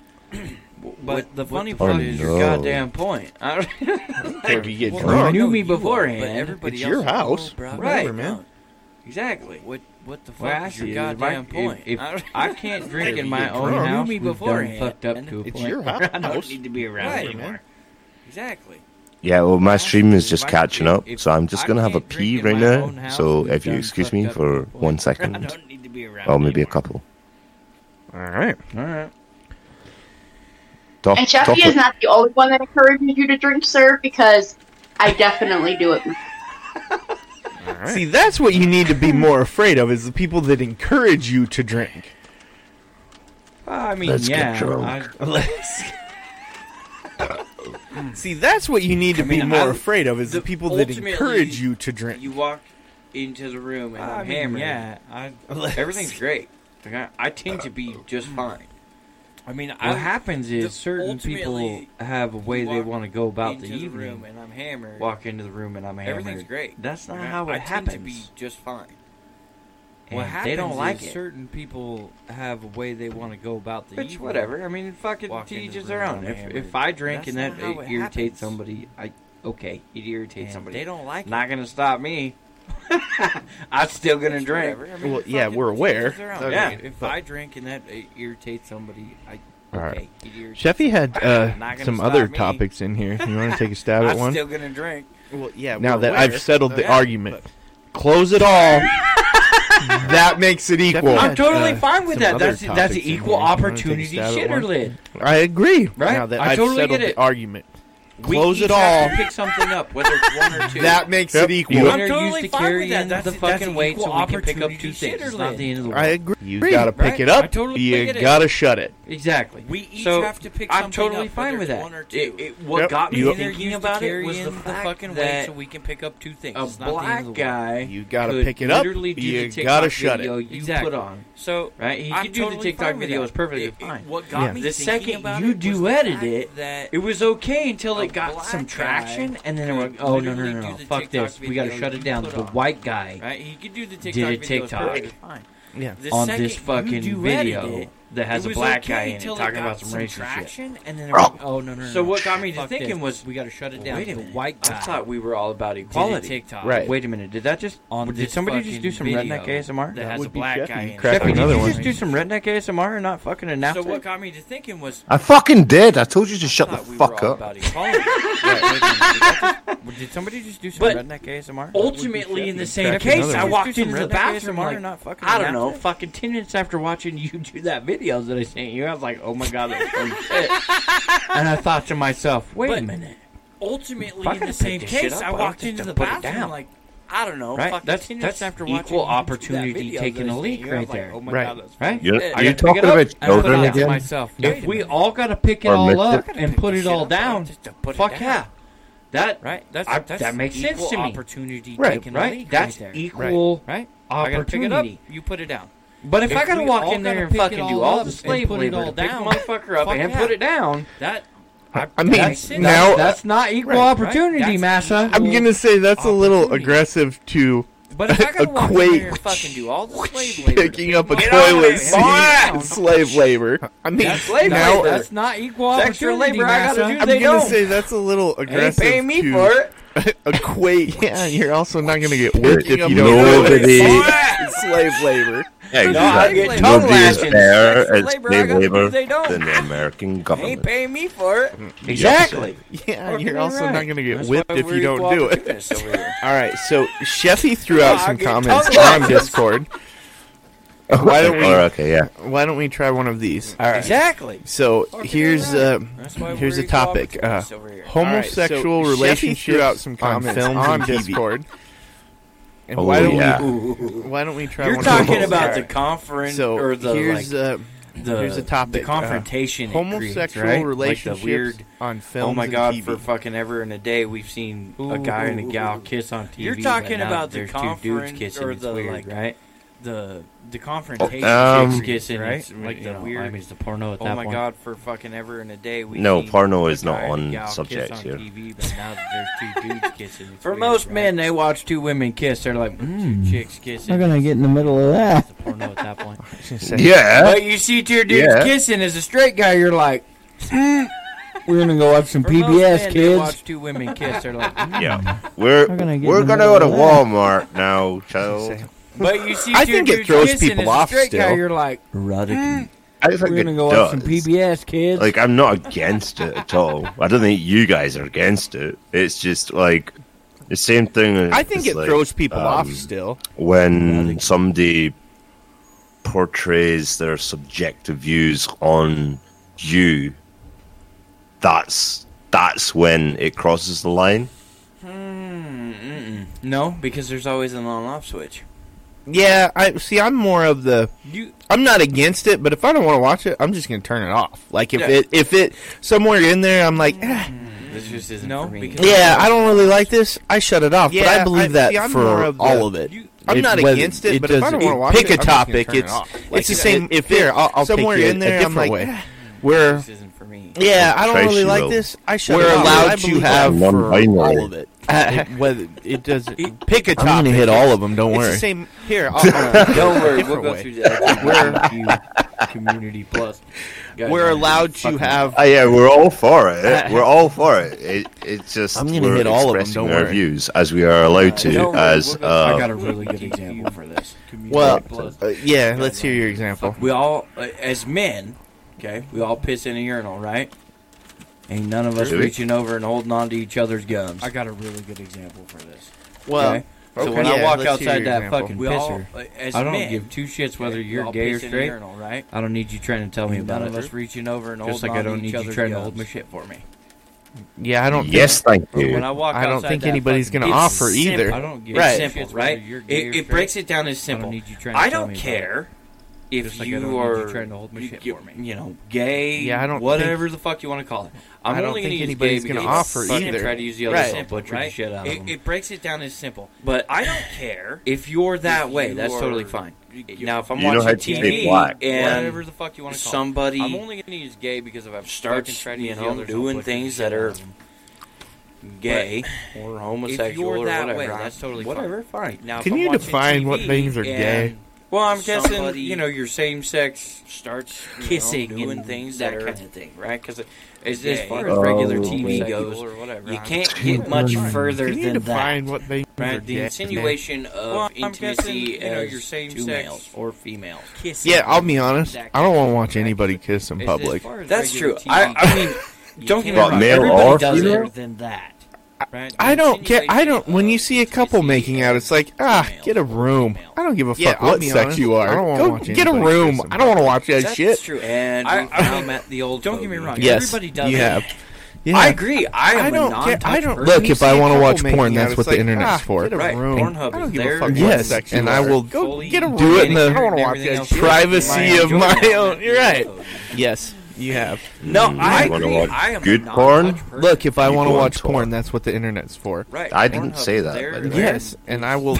Speaker 1: But the funny
Speaker 5: fuck?
Speaker 1: part is your
Speaker 5: Oh, no.
Speaker 1: goddamn point. I
Speaker 4: If you get
Speaker 1: Well,
Speaker 4: drunk,
Speaker 1: I knew me
Speaker 6: But
Speaker 1: beforehand.
Speaker 6: everybody
Speaker 4: It's
Speaker 6: else
Speaker 4: your
Speaker 6: is,
Speaker 4: house.
Speaker 6: "Oh, Brock,
Speaker 1: Right.
Speaker 6: you're
Speaker 3: man.
Speaker 6: drunk.
Speaker 1: exactly.
Speaker 6: What what the fuck
Speaker 1: Well, I
Speaker 6: is your
Speaker 1: see. If I,
Speaker 6: goddamn point?
Speaker 1: if, if
Speaker 6: I-
Speaker 1: I can't drink in
Speaker 3: you
Speaker 1: my
Speaker 3: get
Speaker 1: own
Speaker 3: drunk,
Speaker 1: house,
Speaker 6: you
Speaker 1: we've
Speaker 6: mean
Speaker 1: done
Speaker 6: beforehand.
Speaker 1: fucked up to a
Speaker 4: it's
Speaker 1: point
Speaker 4: your
Speaker 1: where I don't
Speaker 4: house.
Speaker 1: need to be around
Speaker 6: Right,
Speaker 1: anymore.
Speaker 3: man.
Speaker 6: exactly.
Speaker 5: Yeah, well, my stream is just
Speaker 1: If I-
Speaker 5: catching up,
Speaker 1: if-
Speaker 5: so I'm just
Speaker 1: I
Speaker 5: gonna have a
Speaker 1: can't
Speaker 5: pee
Speaker 1: drink in
Speaker 5: right
Speaker 1: my
Speaker 5: now.
Speaker 1: own house
Speaker 5: So
Speaker 1: and
Speaker 5: if you
Speaker 1: done
Speaker 5: excuse
Speaker 1: fucked
Speaker 5: me
Speaker 1: up to
Speaker 5: for
Speaker 1: a point
Speaker 5: one
Speaker 1: I
Speaker 5: second,
Speaker 1: don't need to be around.
Speaker 5: or maybe a
Speaker 1: anymore.
Speaker 5: couple.
Speaker 3: All right.
Speaker 1: All right.
Speaker 5: Talk,
Speaker 7: And
Speaker 5: talk
Speaker 7: Cheffy
Speaker 5: with-
Speaker 7: is not the only one that encourages you to drink, sir, because I definitely do it.
Speaker 3: All right. See, that's what you need to be more afraid of is the people that encourage you to drink.
Speaker 1: I mean,
Speaker 5: Let's
Speaker 1: yeah.
Speaker 5: get drunk.
Speaker 1: I-
Speaker 3: See, that's what you need to be
Speaker 1: mean,
Speaker 3: more
Speaker 1: I-
Speaker 3: afraid of is the,
Speaker 1: the-
Speaker 3: people that
Speaker 1: ultimately,
Speaker 3: encourage you to drink.
Speaker 6: You walk into the room and
Speaker 1: I
Speaker 6: I'm
Speaker 1: mean,
Speaker 6: hammered.
Speaker 1: yeah. I, everything's great. Like, I, I tend to be just fine.
Speaker 6: I mean, I
Speaker 1: What happens is
Speaker 6: the-
Speaker 1: certain people
Speaker 6: ultimately,
Speaker 1: have a way
Speaker 6: you
Speaker 1: they
Speaker 6: walk
Speaker 1: want to go about the
Speaker 6: into the room
Speaker 1: evening.
Speaker 6: and I'm hammered.
Speaker 1: walk into the room and I'm hammered.
Speaker 6: Everything's great.
Speaker 1: That's not
Speaker 6: Like,
Speaker 1: how it
Speaker 6: I
Speaker 1: happens.
Speaker 6: tend to be just fine.
Speaker 1: And
Speaker 6: what happens
Speaker 1: they don't like
Speaker 6: is
Speaker 1: it.
Speaker 6: certain people have a way they want to go about the
Speaker 1: It's
Speaker 6: evening.
Speaker 1: whatever. I mean, fucking
Speaker 6: Walk
Speaker 1: to
Speaker 6: into
Speaker 1: each
Speaker 6: the
Speaker 1: is their
Speaker 6: room,
Speaker 1: own.
Speaker 6: I'm
Speaker 1: If,
Speaker 6: hammered.
Speaker 1: if I drink and
Speaker 6: That's
Speaker 1: that
Speaker 6: not how
Speaker 1: it
Speaker 6: it
Speaker 1: irritates
Speaker 6: happens.
Speaker 1: somebody, I okay, it irritates
Speaker 6: And
Speaker 1: somebody.
Speaker 6: They don't like it.
Speaker 1: not gonna stop me. I'm still gonna
Speaker 6: It's
Speaker 1: drink.
Speaker 6: whatever. I mean,
Speaker 3: Well, yeah,
Speaker 6: fucking
Speaker 3: we're
Speaker 6: to each
Speaker 3: aware.
Speaker 6: their own.
Speaker 3: Okay,
Speaker 1: Yeah.
Speaker 6: If
Speaker 3: but-
Speaker 6: I drink and that uh, irritates somebody, I
Speaker 3: All right.
Speaker 6: okay. it irritates
Speaker 3: Sheffy had uh,
Speaker 6: Not gonna
Speaker 3: some
Speaker 6: stop
Speaker 3: other
Speaker 6: me.
Speaker 3: topics in here. You want to take a stab at
Speaker 6: I'm
Speaker 3: one?
Speaker 6: still gonna drink.
Speaker 3: Well, yeah.
Speaker 4: Now
Speaker 3: we're
Speaker 4: that
Speaker 3: aware.
Speaker 4: I've settled the
Speaker 3: Yeah,
Speaker 4: argument,
Speaker 3: close it all. that makes it equal.
Speaker 1: I'm totally
Speaker 3: Uh,
Speaker 1: fine with
Speaker 3: some
Speaker 1: that.
Speaker 3: other
Speaker 1: That's that's
Speaker 3: topics in
Speaker 1: equal
Speaker 3: here. You wanna take a
Speaker 1: opportunity
Speaker 3: stab at
Speaker 1: shitter
Speaker 3: one?
Speaker 1: lid.
Speaker 3: I agree.
Speaker 1: Right?
Speaker 3: Now that
Speaker 1: I
Speaker 3: have
Speaker 1: totally
Speaker 3: settled
Speaker 1: get it.
Speaker 3: the argument,
Speaker 1: We
Speaker 3: Close
Speaker 1: each
Speaker 3: it
Speaker 1: have to
Speaker 3: all.
Speaker 1: pick something up, whether it's one or two.
Speaker 3: that makes
Speaker 4: Yep.
Speaker 3: it
Speaker 1: You
Speaker 3: equal.
Speaker 1: are
Speaker 6: I'm totally
Speaker 1: used to
Speaker 6: fine with
Speaker 1: carrying
Speaker 6: that. That's-
Speaker 1: the
Speaker 6: that's
Speaker 1: fucking weight
Speaker 6: equal
Speaker 1: so we can pick up
Speaker 6: opportunity
Speaker 1: two things. It's
Speaker 6: shitter
Speaker 1: not
Speaker 6: lid.
Speaker 1: the end of the world.
Speaker 3: I agree. You
Speaker 1: Agree,
Speaker 3: gotta pick
Speaker 1: right?
Speaker 3: it up.
Speaker 1: I totally
Speaker 3: you
Speaker 1: get it.
Speaker 3: gotta shut it.
Speaker 1: Exactly.
Speaker 6: We each
Speaker 1: So,
Speaker 6: have to pick
Speaker 1: I'm
Speaker 6: something
Speaker 1: totally
Speaker 6: up,
Speaker 1: fine
Speaker 6: whether
Speaker 1: with
Speaker 6: it's
Speaker 1: that.
Speaker 6: One or two.
Speaker 1: It- it- what
Speaker 3: Yep.
Speaker 1: got me
Speaker 3: You-
Speaker 1: thinking
Speaker 6: used
Speaker 1: about
Speaker 6: to
Speaker 1: it
Speaker 6: carry
Speaker 1: was
Speaker 6: in
Speaker 1: the fact
Speaker 6: fucking weight
Speaker 1: that
Speaker 6: so we can pick up two things.
Speaker 1: a
Speaker 6: It's not the end of
Speaker 1: black
Speaker 6: the world.
Speaker 1: guy
Speaker 3: You gotta
Speaker 1: could
Speaker 3: pick it up.
Speaker 1: literally do
Speaker 3: You
Speaker 1: the TikTok
Speaker 3: gotta shut
Speaker 1: video
Speaker 3: it.
Speaker 1: you
Speaker 6: Exactly.
Speaker 1: put on,
Speaker 6: So
Speaker 1: right? He
Speaker 6: I'm
Speaker 1: could do the
Speaker 6: totally
Speaker 1: TikTok
Speaker 6: fine with
Speaker 1: video;
Speaker 6: that.
Speaker 1: it's perfectly
Speaker 6: It- it-
Speaker 1: fine.
Speaker 6: What got
Speaker 3: Yeah.
Speaker 6: me
Speaker 1: the
Speaker 6: thinking
Speaker 1: second
Speaker 6: about
Speaker 1: you
Speaker 6: it was the
Speaker 1: duetted
Speaker 6: fact
Speaker 1: it,
Speaker 6: that
Speaker 1: it was okay until
Speaker 6: a
Speaker 1: it got
Speaker 6: black
Speaker 1: some
Speaker 6: guy
Speaker 1: traction, and then it
Speaker 6: could
Speaker 1: went, "Oh no, no,
Speaker 6: literally
Speaker 1: no,
Speaker 6: do
Speaker 1: no!
Speaker 6: the
Speaker 1: Fuck
Speaker 6: TikTok
Speaker 1: this! We gotta
Speaker 6: video
Speaker 1: shut it
Speaker 6: you
Speaker 1: down."
Speaker 6: put
Speaker 1: The
Speaker 6: on.
Speaker 1: white guy
Speaker 6: Right? He could do the TikTok
Speaker 1: Did a
Speaker 6: video. It's
Speaker 1: TikTok.
Speaker 6: perfectly fine.
Speaker 3: Yeah.
Speaker 6: The
Speaker 1: on
Speaker 6: second
Speaker 1: this
Speaker 6: you
Speaker 1: fucking
Speaker 6: duetted
Speaker 1: video
Speaker 6: it,
Speaker 1: that has a
Speaker 6: it was
Speaker 1: black
Speaker 6: okay
Speaker 1: guy in it
Speaker 6: until
Speaker 1: talking
Speaker 6: got
Speaker 1: about some
Speaker 6: some
Speaker 1: racist shit.
Speaker 6: traction, and then it
Speaker 5: Wrong.
Speaker 6: went, oh no, no, no.
Speaker 1: So
Speaker 6: no.
Speaker 1: what got me to
Speaker 6: Fuck
Speaker 1: thinking
Speaker 6: this.
Speaker 1: was
Speaker 6: we got to shut it down.
Speaker 1: Wait a
Speaker 6: The
Speaker 1: minute.
Speaker 6: white guy
Speaker 1: I thought we were all about
Speaker 6: did a
Speaker 1: equality.
Speaker 6: TikTok
Speaker 3: Right.
Speaker 1: Wait a minute. Did that just?
Speaker 6: On
Speaker 1: did
Speaker 6: this
Speaker 1: somebody just do
Speaker 6: fucking
Speaker 1: some
Speaker 6: video
Speaker 1: redneck ASMR?
Speaker 6: that has
Speaker 3: would
Speaker 6: a
Speaker 3: be
Speaker 6: black
Speaker 3: Jeffy.
Speaker 6: guy in it.
Speaker 3: Crack
Speaker 1: Jeffy, did
Speaker 3: another
Speaker 1: you
Speaker 3: one.
Speaker 1: just do some redneck ASMR and not fucking announce
Speaker 6: So what
Speaker 1: it?
Speaker 6: got me to thinking was
Speaker 5: I fucking did. I told you to shut the
Speaker 6: thought we were
Speaker 5: fuck
Speaker 6: all
Speaker 5: up.
Speaker 6: about equality. Right, wait a minute. Did that just- Did somebody just do some
Speaker 1: But-
Speaker 6: redneck ASMR?
Speaker 1: Ultimately, in the same
Speaker 3: Crack
Speaker 1: case,
Speaker 3: another
Speaker 1: I
Speaker 3: one.
Speaker 1: walked
Speaker 6: Do some
Speaker 1: into the
Speaker 6: redneck
Speaker 1: bathroom
Speaker 6: ASMR
Speaker 1: like,
Speaker 6: and not fucking
Speaker 1: I don't
Speaker 6: announce
Speaker 1: know,
Speaker 6: it?
Speaker 1: fucking 10 minutes after watching you do that videos that I sent you, I was like, oh my god, that's funny shit. And I thought to myself, wait a
Speaker 6: But-
Speaker 1: minute,
Speaker 6: ultimately
Speaker 1: Fuck,
Speaker 6: in the
Speaker 1: just
Speaker 6: same
Speaker 1: pick this shit
Speaker 6: case,
Speaker 1: up,
Speaker 6: I
Speaker 1: I'll
Speaker 6: walked
Speaker 1: just
Speaker 6: into the
Speaker 1: put it
Speaker 6: bathroom
Speaker 1: down.
Speaker 6: like I don't know.
Speaker 1: right?
Speaker 6: fucking
Speaker 1: That's,
Speaker 6: 10 minutes
Speaker 1: that's
Speaker 6: after watching
Speaker 1: equal
Speaker 6: you do that
Speaker 1: opportunity
Speaker 6: video
Speaker 1: taking
Speaker 6: that
Speaker 1: a
Speaker 6: I
Speaker 1: leak
Speaker 6: sent you, I
Speaker 1: right
Speaker 6: was like,
Speaker 1: there,
Speaker 6: Oh my
Speaker 3: Right.
Speaker 6: god, that's
Speaker 1: right?
Speaker 5: You're,
Speaker 1: I
Speaker 5: you're
Speaker 1: gotta pick
Speaker 5: talking
Speaker 1: it up
Speaker 5: about
Speaker 1: and put it
Speaker 5: children
Speaker 1: out to
Speaker 6: I thought to
Speaker 5: again?
Speaker 6: myself, wait
Speaker 1: If
Speaker 6: a
Speaker 1: we
Speaker 6: minute.
Speaker 1: all got to pick it
Speaker 5: Or
Speaker 1: all
Speaker 5: mixed
Speaker 1: up
Speaker 5: it?
Speaker 1: and put it all down,
Speaker 6: Just to put it
Speaker 1: fuck
Speaker 6: down.
Speaker 1: yeah.
Speaker 6: Just to put it
Speaker 1: Fuck yeah.
Speaker 6: down. That
Speaker 1: right. That's,
Speaker 6: I-
Speaker 1: that's
Speaker 6: that makes sense
Speaker 1: equal
Speaker 6: to me.
Speaker 1: Opportunity
Speaker 3: Right,
Speaker 1: taken
Speaker 6: right?
Speaker 1: League
Speaker 6: That's
Speaker 1: right there.
Speaker 6: equal
Speaker 1: right. I gotta pick it up.
Speaker 6: opportunity.
Speaker 1: You put it down.
Speaker 6: But if,
Speaker 1: If
Speaker 6: I gotta
Speaker 1: we
Speaker 6: walk
Speaker 1: all
Speaker 6: in there
Speaker 1: gotta
Speaker 6: and
Speaker 1: pick
Speaker 6: fucking
Speaker 1: it
Speaker 6: do
Speaker 1: all
Speaker 6: all
Speaker 1: up
Speaker 6: the
Speaker 1: and
Speaker 6: slave
Speaker 1: put it
Speaker 6: labor
Speaker 1: all
Speaker 6: to pick a
Speaker 1: down,
Speaker 6: motherfucker up
Speaker 1: fuck
Speaker 6: and
Speaker 1: yeah.
Speaker 6: put it down,
Speaker 1: That
Speaker 3: I, I mean,
Speaker 1: That's it.
Speaker 3: now
Speaker 6: that's not equal
Speaker 3: right, right.
Speaker 6: opportunity,
Speaker 1: That's
Speaker 6: massa.
Speaker 1: equal-
Speaker 3: I'm gonna say that's a little
Speaker 1: Opportunity.
Speaker 3: aggressive to
Speaker 1: But if I gotta walk in
Speaker 3: Equate-
Speaker 1: there and fucking do all the slave labor,
Speaker 3: picking up a
Speaker 1: Get on
Speaker 3: toilet
Speaker 1: it,
Speaker 3: seat
Speaker 1: boy!
Speaker 3: and slave labor. I mean,
Speaker 1: That's slave
Speaker 3: now
Speaker 1: labor.
Speaker 3: uh,
Speaker 6: That's not equal
Speaker 1: It's extra
Speaker 6: opportunity,
Speaker 1: labor I gotta
Speaker 6: massa.
Speaker 1: do
Speaker 3: I'm
Speaker 1: They
Speaker 3: gonna
Speaker 1: don't.
Speaker 3: say that's a little aggressive
Speaker 1: pay me
Speaker 3: to
Speaker 1: for it.
Speaker 3: equate. Yeah, you're also not gonna get
Speaker 5: Sure,
Speaker 3: whipped if
Speaker 5: if
Speaker 3: you don't
Speaker 5: you
Speaker 3: do
Speaker 5: know that
Speaker 3: it.
Speaker 5: it-
Speaker 3: It's slave labor.
Speaker 5: Yeah,
Speaker 1: No, I
Speaker 5: exactly.
Speaker 1: get total
Speaker 5: Nobody is
Speaker 1: actions.
Speaker 5: fair
Speaker 1: That's
Speaker 5: at
Speaker 1: labor I gotta
Speaker 5: slave
Speaker 1: do.
Speaker 5: labor
Speaker 1: They don't.
Speaker 5: than the American
Speaker 1: They ain't
Speaker 5: government.
Speaker 1: paying me for it.
Speaker 6: Exactly.
Speaker 3: Yeah, and
Speaker 1: Fucking
Speaker 3: you're also
Speaker 1: right.
Speaker 3: not gonna get
Speaker 1: That's
Speaker 3: whipped
Speaker 1: why
Speaker 3: if
Speaker 1: we're
Speaker 3: you
Speaker 1: equal
Speaker 3: don't do it.
Speaker 1: opportunists over here.
Speaker 3: All right, so Sheffy threw out
Speaker 1: Well,
Speaker 3: some
Speaker 1: I get
Speaker 3: comments
Speaker 1: tongue-tied.
Speaker 3: on Discord. Why don't we-
Speaker 5: Or, okay, yeah.
Speaker 3: Why don't we try one of these? All right.
Speaker 1: Exactly.
Speaker 3: So here's uh,
Speaker 1: That's why
Speaker 3: here's
Speaker 1: we're
Speaker 3: a topic.
Speaker 1: equal
Speaker 3: Uh,
Speaker 1: opportunists over here.
Speaker 3: homosexual
Speaker 4: All right, so Sheffy
Speaker 3: relationships
Speaker 4: threw out some
Speaker 3: on
Speaker 4: comments
Speaker 3: films
Speaker 4: on
Speaker 3: and
Speaker 4: TV.
Speaker 3: Discord. And
Speaker 5: Oh,
Speaker 3: why don't
Speaker 5: yeah.
Speaker 3: we why don't we try?
Speaker 6: You're
Speaker 3: one of
Speaker 6: talking
Speaker 3: those?
Speaker 6: about the
Speaker 3: Alright.
Speaker 6: conference
Speaker 3: so
Speaker 6: or the like
Speaker 3: here's uh,
Speaker 6: the,
Speaker 3: here's a
Speaker 6: the
Speaker 3: topic, uh,
Speaker 6: confrontation it creates,
Speaker 3: homosexual
Speaker 6: right?
Speaker 3: relationships
Speaker 6: like the weird
Speaker 3: on films.
Speaker 6: oh my
Speaker 3: and
Speaker 6: god
Speaker 3: TV.
Speaker 6: for fucking ever and a day we've seen a guy and a gal kiss on TV
Speaker 1: You're
Speaker 6: but
Speaker 1: talking
Speaker 6: now
Speaker 1: about the
Speaker 6: there's two dudes
Speaker 1: conference
Speaker 6: kissing
Speaker 1: or
Speaker 6: it's
Speaker 1: the,
Speaker 6: weird
Speaker 1: like,
Speaker 6: right
Speaker 1: the the confrontation.
Speaker 5: Oh, Um,
Speaker 1: series,
Speaker 6: Chicks kissing
Speaker 1: right?
Speaker 6: it's,
Speaker 1: like
Speaker 6: you
Speaker 1: the
Speaker 6: know,
Speaker 1: weird.
Speaker 6: I mean it's the porno at
Speaker 1: oh
Speaker 6: that
Speaker 1: my
Speaker 6: point
Speaker 1: god! For fucking ever and a day. We
Speaker 5: No,
Speaker 1: seen
Speaker 5: porno is
Speaker 1: a
Speaker 5: not
Speaker 1: guy and a
Speaker 5: on
Speaker 1: gal kiss
Speaker 5: subject
Speaker 1: on
Speaker 5: here.
Speaker 1: TV, but now there's two dudes kissing. It's
Speaker 6: for
Speaker 1: weird,
Speaker 6: most
Speaker 1: right?
Speaker 6: men they watch two women kiss they're like mm, two chicks kissing
Speaker 12: I'm gonna get in the middle of that.
Speaker 6: it's a porno at that point
Speaker 5: Yeah.
Speaker 6: but you see two dudes
Speaker 5: Yeah.
Speaker 6: kissing as a straight guy you're like "Hmm."
Speaker 12: We're gonna go watch some
Speaker 1: For most
Speaker 12: PBS,
Speaker 1: men, They
Speaker 12: kids.
Speaker 1: watch two women kiss. They're like,
Speaker 5: Yeah. We're
Speaker 12: We're gonna get
Speaker 5: we're
Speaker 12: in the
Speaker 5: gonna go
Speaker 12: middle
Speaker 5: to
Speaker 12: of
Speaker 5: Walmart
Speaker 12: that.
Speaker 5: now, child.
Speaker 1: but you see,
Speaker 3: I
Speaker 1: two
Speaker 3: think it
Speaker 1: dudes
Speaker 3: throws
Speaker 1: kissing
Speaker 3: people
Speaker 1: as a
Speaker 3: off
Speaker 1: Straight guy,
Speaker 3: still.
Speaker 1: you're like,
Speaker 6: erotic
Speaker 5: I think
Speaker 12: We're gonna
Speaker 5: it
Speaker 12: go watch some
Speaker 5: does.
Speaker 12: PBS, kids.
Speaker 5: Like I'm not against it at all. I don't think you guys are against it. It's just like the same thing. as-
Speaker 3: I think
Speaker 5: as,
Speaker 3: it
Speaker 5: like,
Speaker 3: throws people
Speaker 5: um,
Speaker 3: off still.
Speaker 5: when somebody portrays their subjective views on you that's that's when it crosses the line
Speaker 1: Mm-mm. Mm, No, because there's always an on-off switch.
Speaker 3: Yeah, I see. I'm more of the.
Speaker 1: You
Speaker 3: I'm not against it, but if I don't want to watch it, I'm just gonna turn it off. Like if
Speaker 1: Yeah.
Speaker 3: it if it somewhere in there, I'm like, "Eh,
Speaker 6: this just isn't
Speaker 1: No,
Speaker 6: for me
Speaker 1: because-
Speaker 3: yeah, I don't really like this. I shut it off. but
Speaker 4: Yeah,
Speaker 3: I believe
Speaker 4: I-
Speaker 3: that
Speaker 4: see, I'm more
Speaker 3: for
Speaker 4: of the-
Speaker 3: all of it.
Speaker 1: you
Speaker 3: I'm
Speaker 4: It-
Speaker 3: not
Speaker 4: whether-
Speaker 3: against it,
Speaker 4: it
Speaker 3: but if I don't
Speaker 4: doesn't-
Speaker 3: want to watch pick it,
Speaker 4: a
Speaker 3: I'm just gonna
Speaker 4: topic,
Speaker 3: turn it
Speaker 4: it's-
Speaker 3: off. Like,
Speaker 4: it's the same-
Speaker 3: If
Speaker 4: if it-
Speaker 3: there, I'll, I'll
Speaker 4: somewhere
Speaker 3: pick it
Speaker 4: in there,
Speaker 3: a
Speaker 4: I'm
Speaker 3: different
Speaker 4: like,
Speaker 3: way.
Speaker 4: "Ah,
Speaker 3: We're
Speaker 1: this isn't for me.
Speaker 3: yeah, I don't
Speaker 5: Tracy
Speaker 3: really like
Speaker 5: will.
Speaker 3: this. I shut
Speaker 4: We're
Speaker 3: it off.
Speaker 4: allowed
Speaker 3: I
Speaker 4: to
Speaker 3: believe
Speaker 4: have
Speaker 3: that
Speaker 5: for all
Speaker 3: of it.
Speaker 4: it- whether it doesn't.
Speaker 3: Pick a topic.
Speaker 4: I'm gonna hit all of them. Don't
Speaker 3: It's
Speaker 4: worry.
Speaker 3: the same here. I'll, I'll-
Speaker 6: Don't worry, we'll
Speaker 3: different
Speaker 6: go
Speaker 3: way.
Speaker 6: through that. We're community plus. Guys,
Speaker 3: we're
Speaker 6: I'm
Speaker 3: allowed
Speaker 6: just
Speaker 3: to
Speaker 6: fucking-
Speaker 3: have
Speaker 5: oh yeah we're all for it we're all for it, it it's just
Speaker 4: I'm gonna
Speaker 5: we're
Speaker 4: hit all of 'em,
Speaker 5: expressing
Speaker 4: don't
Speaker 5: our
Speaker 4: worry.
Speaker 5: views as we are allowed to
Speaker 6: Don't worry,
Speaker 5: as
Speaker 6: we'll go- I got
Speaker 5: uh,
Speaker 6: a really good example for this. Community
Speaker 3: well.
Speaker 6: plus.
Speaker 3: uh, yeah, let's hear your example.
Speaker 6: we all, uh, as men, okay, we all piss in a urinal, right? Ain't none of us
Speaker 5: Do we?
Speaker 6: reaching over and holding on to each other's gums.
Speaker 1: I got a really good example for this.
Speaker 3: Well,
Speaker 6: okay? So
Speaker 3: okay.
Speaker 6: when I
Speaker 3: Yeah,
Speaker 6: walk
Speaker 3: let's hear
Speaker 6: outside
Speaker 3: your
Speaker 6: that
Speaker 3: example.
Speaker 6: fucking
Speaker 1: We all,
Speaker 6: pisser,
Speaker 1: uh, as
Speaker 6: I don't
Speaker 1: men,
Speaker 6: give two shits whether
Speaker 1: okay, we
Speaker 6: you're
Speaker 1: all
Speaker 6: gay or
Speaker 1: piss in a
Speaker 6: straight.
Speaker 1: urinal, right?
Speaker 6: I don't need you trying to tell me
Speaker 1: Ain't
Speaker 6: about
Speaker 1: none
Speaker 6: it.
Speaker 1: of us reaching over and
Speaker 6: Just
Speaker 1: holding
Speaker 6: like I
Speaker 1: on to
Speaker 6: don't
Speaker 1: each
Speaker 6: need you
Speaker 1: other's
Speaker 6: trying to
Speaker 1: guts.
Speaker 6: hold my shit for me.
Speaker 3: yeah, I don't. think-
Speaker 5: yes thank
Speaker 1: So when
Speaker 5: you
Speaker 1: I walk
Speaker 3: I don't
Speaker 1: outside
Speaker 3: think
Speaker 1: that
Speaker 3: anybody's
Speaker 1: fucking-
Speaker 3: gonna
Speaker 1: It's
Speaker 3: offer
Speaker 1: simple.
Speaker 3: either.
Speaker 1: I don't give
Speaker 3: Right.
Speaker 1: a
Speaker 6: It's
Speaker 1: shit
Speaker 6: simple,
Speaker 1: whether
Speaker 6: right?
Speaker 1: you're gay
Speaker 6: It,
Speaker 1: or
Speaker 6: it
Speaker 1: straight.
Speaker 6: breaks it down as
Speaker 1: I
Speaker 6: simple.
Speaker 1: don't need you trying to
Speaker 6: I
Speaker 1: tell
Speaker 6: don't
Speaker 1: me about
Speaker 6: care if
Speaker 1: Just like I
Speaker 6: you
Speaker 1: don't need you
Speaker 6: are
Speaker 1: trying to hold my
Speaker 6: you,
Speaker 1: shit
Speaker 6: you-
Speaker 1: for me.
Speaker 6: you know, gay.
Speaker 3: Yeah, I don't
Speaker 6: whatever the fuck you want to call it. I'm
Speaker 3: I don't
Speaker 6: only
Speaker 3: think
Speaker 6: gonna use
Speaker 3: anybody's
Speaker 6: gay
Speaker 3: gonna
Speaker 6: because
Speaker 3: offer
Speaker 6: fucking
Speaker 3: either.
Speaker 6: Try to use the other
Speaker 3: Right.
Speaker 6: sample, butcher the
Speaker 1: Right?
Speaker 6: shit out of
Speaker 1: it,
Speaker 6: them.
Speaker 1: it breaks it down as simple.
Speaker 6: but
Speaker 1: I don't care.
Speaker 6: if you're that
Speaker 1: if
Speaker 6: way,
Speaker 1: you
Speaker 6: that's
Speaker 1: are-
Speaker 6: totally fine.
Speaker 1: you-
Speaker 6: Now, if I'm
Speaker 5: You know how
Speaker 6: watching
Speaker 5: to say
Speaker 6: TV
Speaker 5: black.
Speaker 6: and
Speaker 1: whatever the fuck you want to call
Speaker 6: somebody
Speaker 1: it. I'm only going to use gay because if I've
Speaker 6: starts,
Speaker 1: tried to
Speaker 6: you
Speaker 1: use the
Speaker 6: know,
Speaker 1: others, I'll
Speaker 6: doing
Speaker 1: butcher
Speaker 6: things
Speaker 1: the shit
Speaker 6: that
Speaker 1: out
Speaker 6: are
Speaker 1: of them.
Speaker 6: gay or homosexual
Speaker 1: if you're
Speaker 6: or
Speaker 1: that
Speaker 6: whatever,
Speaker 1: way,
Speaker 6: I'm-
Speaker 1: that's totally fine.
Speaker 6: whatever. Fine.
Speaker 1: Now, if
Speaker 3: Can
Speaker 1: I'm
Speaker 3: you
Speaker 1: watching
Speaker 3: define what
Speaker 1: TV
Speaker 3: things are
Speaker 1: and
Speaker 3: gay?
Speaker 6: Well, I'm guessing
Speaker 1: Somebody-
Speaker 6: you know your same sex
Speaker 1: Starts you know,
Speaker 6: kissing
Speaker 1: doing
Speaker 6: and
Speaker 1: things
Speaker 6: that,
Speaker 1: are
Speaker 6: kind of thing, right? Because as, as
Speaker 1: gay
Speaker 6: far as
Speaker 1: or
Speaker 6: regular
Speaker 5: Oh,
Speaker 6: TV
Speaker 5: homosexual
Speaker 6: goes,
Speaker 1: or whatever,
Speaker 6: you
Speaker 1: I'm-
Speaker 6: can't get much further
Speaker 3: Can you
Speaker 6: than that.
Speaker 3: define what things are
Speaker 6: Right? The
Speaker 3: gay?
Speaker 6: insinuation of
Speaker 1: Well, I'm guessing,
Speaker 6: intimacy
Speaker 1: you know,
Speaker 6: as
Speaker 1: your same
Speaker 6: two
Speaker 1: sex-
Speaker 6: males or females.
Speaker 1: kissing.
Speaker 3: Yeah, I'll be honest.
Speaker 1: Exactly.
Speaker 3: I don't want to watch anybody kiss in
Speaker 1: As- as
Speaker 3: public.
Speaker 1: far as
Speaker 6: That's
Speaker 1: regular
Speaker 6: true. I,
Speaker 1: TV
Speaker 6: I mean, don't get me
Speaker 5: But
Speaker 6: wrong.
Speaker 5: male
Speaker 6: Everybody
Speaker 5: or
Speaker 6: does
Speaker 5: female?
Speaker 6: better than that.
Speaker 1: Right?
Speaker 3: I don't get. I don't. When you see a couple making out, it's like, ah, get a room. I don't give a fuck
Speaker 4: Yeah, I'll
Speaker 3: what
Speaker 4: be
Speaker 3: sex
Speaker 4: honest.
Speaker 3: you are.
Speaker 4: I don't wanna
Speaker 3: Go
Speaker 4: watch
Speaker 3: get a
Speaker 4: anybody
Speaker 3: room.
Speaker 4: kiss
Speaker 3: I don't want to watch that
Speaker 6: That's
Speaker 3: shit.
Speaker 6: true. And
Speaker 1: I-
Speaker 6: we've now met the old.
Speaker 1: Don't get me
Speaker 6: bogey.
Speaker 1: wrong.
Speaker 3: Yes,
Speaker 6: Everybody does.
Speaker 3: you
Speaker 6: it.
Speaker 3: have. Yeah.
Speaker 6: I agree. I am
Speaker 3: I
Speaker 6: a
Speaker 3: don't. Care.
Speaker 6: non-touch
Speaker 3: I don't
Speaker 6: person.
Speaker 4: Look, if I
Speaker 3: want
Speaker 4: wanna
Speaker 3: to
Speaker 4: watch porn, that's what the internet's for.
Speaker 3: Get a
Speaker 6: Right.
Speaker 3: room.
Speaker 6: Pornhub
Speaker 3: I don't
Speaker 6: is
Speaker 3: give a
Speaker 6: there.
Speaker 3: fuck what
Speaker 4: Yes,
Speaker 3: sex
Speaker 4: and
Speaker 3: you
Speaker 4: I
Speaker 3: are.
Speaker 4: will
Speaker 3: go
Speaker 6: fully
Speaker 3: get a room.
Speaker 4: do it in the
Speaker 3: I don't want to watch
Speaker 6: everything
Speaker 3: that
Speaker 6: else.
Speaker 3: shit. privacy
Speaker 6: My
Speaker 3: of my
Speaker 6: enjoyment.
Speaker 3: own. You're right. Yes. You have.
Speaker 1: No, I
Speaker 5: wanna
Speaker 1: agree.
Speaker 5: watch
Speaker 1: I am
Speaker 5: good
Speaker 1: a non-touch
Speaker 5: porn?
Speaker 1: person.
Speaker 3: Look, if I
Speaker 5: You
Speaker 3: want to
Speaker 5: go on
Speaker 3: watch
Speaker 5: tour.
Speaker 3: porn, that's what the internet's for.
Speaker 1: right?
Speaker 5: I didn't
Speaker 1: Pornhub,
Speaker 5: say that,
Speaker 1: they're-
Speaker 5: by the way.
Speaker 1: they're-
Speaker 3: Yes, and I will.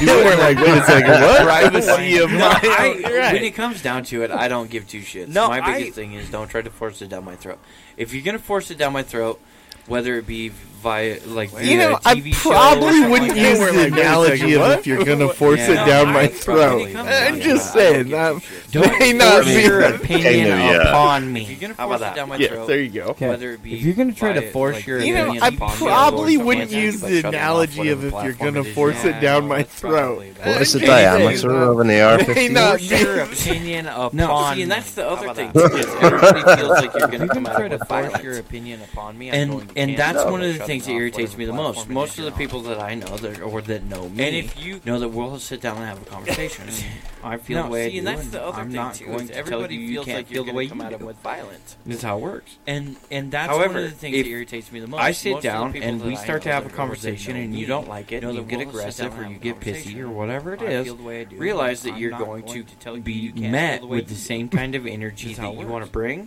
Speaker 3: you were like, wait a second, what? Privacy of
Speaker 6: No,
Speaker 3: my.
Speaker 6: I,
Speaker 3: Right.
Speaker 6: When it comes down to it, I don't give two shits.
Speaker 1: No,
Speaker 6: my biggest
Speaker 1: I-
Speaker 6: thing is don't try to force it down my throat. If you're gonna force it down my throat, whether it be via like via
Speaker 3: You know,
Speaker 6: a
Speaker 3: I
Speaker 6: TV show or
Speaker 3: probably
Speaker 6: something
Speaker 3: wouldn't
Speaker 6: like
Speaker 3: use
Speaker 6: that,
Speaker 3: the analogy of if you're gonna force
Speaker 6: Yeah.
Speaker 3: it down
Speaker 6: No,
Speaker 3: my
Speaker 6: I-
Speaker 3: throat.
Speaker 6: when it comes down
Speaker 3: I'm
Speaker 6: to
Speaker 3: just
Speaker 6: it, I don't
Speaker 3: saying.
Speaker 6: give two
Speaker 3: that
Speaker 6: shits.
Speaker 3: may not
Speaker 5: I mean,
Speaker 3: be.
Speaker 6: your
Speaker 5: I
Speaker 6: opinion
Speaker 5: know, yeah.
Speaker 6: upon me.
Speaker 1: If you're gonna
Speaker 6: How about
Speaker 1: force it
Speaker 6: that?
Speaker 1: down my
Speaker 3: Yeah,
Speaker 1: throat,
Speaker 3: there you go.
Speaker 12: Okay.
Speaker 6: Whether it be
Speaker 12: If you're gonna try
Speaker 6: by,
Speaker 12: to force
Speaker 6: like,
Speaker 12: your
Speaker 6: the
Speaker 3: You know,
Speaker 6: opinion
Speaker 3: I
Speaker 6: upon me or
Speaker 3: probably
Speaker 6: something like
Speaker 3: wouldn't
Speaker 6: that,
Speaker 3: use
Speaker 6: but
Speaker 3: the
Speaker 6: shut them off,
Speaker 3: analogy of
Speaker 6: whatever
Speaker 3: if you're
Speaker 6: platform
Speaker 3: gonna
Speaker 6: is,
Speaker 3: force it
Speaker 6: yeah,
Speaker 3: down my
Speaker 6: that's probably
Speaker 3: throat.
Speaker 6: bad.
Speaker 5: What's the
Speaker 3: Hey, hey,
Speaker 5: diameter
Speaker 3: hey.
Speaker 5: of an
Speaker 3: May
Speaker 5: AR-15?
Speaker 3: not
Speaker 6: Force
Speaker 3: be.
Speaker 6: your opinion upon
Speaker 1: No, see,
Speaker 6: me.
Speaker 1: and that's the
Speaker 6: How
Speaker 1: other
Speaker 6: about
Speaker 1: thing.
Speaker 6: that?
Speaker 1: too, is Everybody feels like you're
Speaker 12: You're
Speaker 1: going to come
Speaker 12: gonna
Speaker 1: out
Speaker 12: try
Speaker 1: with
Speaker 12: to
Speaker 1: violence.
Speaker 12: force
Speaker 6: your opinion upon me. I'm going
Speaker 1: and
Speaker 6: to
Speaker 1: and
Speaker 6: cancel
Speaker 1: that's
Speaker 6: you,
Speaker 1: one of the
Speaker 6: shut
Speaker 1: things that
Speaker 6: them off,
Speaker 1: irritates me the
Speaker 6: whatever
Speaker 1: most.
Speaker 6: platform it
Speaker 1: Most
Speaker 6: is
Speaker 1: of the
Speaker 6: you're on.
Speaker 1: people that I know that or that know me,
Speaker 6: And if you
Speaker 1: know that we'll sit down and have a conversation. I feel
Speaker 6: No,
Speaker 1: the way
Speaker 6: see,
Speaker 1: I
Speaker 6: and
Speaker 1: do,
Speaker 6: that's the other
Speaker 1: I'm
Speaker 6: thing,
Speaker 1: not
Speaker 6: too, is
Speaker 1: going to tell
Speaker 6: everybody
Speaker 1: you you
Speaker 6: feels
Speaker 1: can't
Speaker 6: like
Speaker 1: feel
Speaker 6: you're
Speaker 1: the
Speaker 6: gonna
Speaker 1: way you
Speaker 6: come at
Speaker 1: do.
Speaker 6: it with violence.
Speaker 1: This is how it works.
Speaker 6: And and that's one
Speaker 1: However,
Speaker 6: of the things
Speaker 1: if
Speaker 6: that irritates me the most.
Speaker 1: I
Speaker 6: Most
Speaker 1: sit
Speaker 6: of the
Speaker 1: down
Speaker 6: people
Speaker 1: and
Speaker 6: that
Speaker 1: we
Speaker 6: I
Speaker 1: start to
Speaker 6: know
Speaker 1: have a
Speaker 6: that are-
Speaker 1: conversation,
Speaker 6: that know
Speaker 1: and you
Speaker 6: me
Speaker 1: don't like it,
Speaker 6: know
Speaker 1: and
Speaker 6: that
Speaker 1: you get
Speaker 6: we'll sit
Speaker 1: aggressive
Speaker 6: down
Speaker 1: or
Speaker 6: and
Speaker 1: you
Speaker 6: have a
Speaker 1: get pissy
Speaker 6: conversation.
Speaker 1: or whatever it
Speaker 6: I
Speaker 1: is.
Speaker 6: feel the way I do,
Speaker 1: Realize
Speaker 6: and
Speaker 1: that
Speaker 6: I'm
Speaker 1: you're
Speaker 6: not
Speaker 1: going
Speaker 6: going
Speaker 1: to
Speaker 6: to tell you
Speaker 1: be
Speaker 6: you can't
Speaker 1: met
Speaker 6: feel the way
Speaker 1: with the
Speaker 6: you do.
Speaker 1: same kind of energy
Speaker 6: That's how
Speaker 1: that
Speaker 6: it
Speaker 1: you
Speaker 6: works.
Speaker 1: want to bring.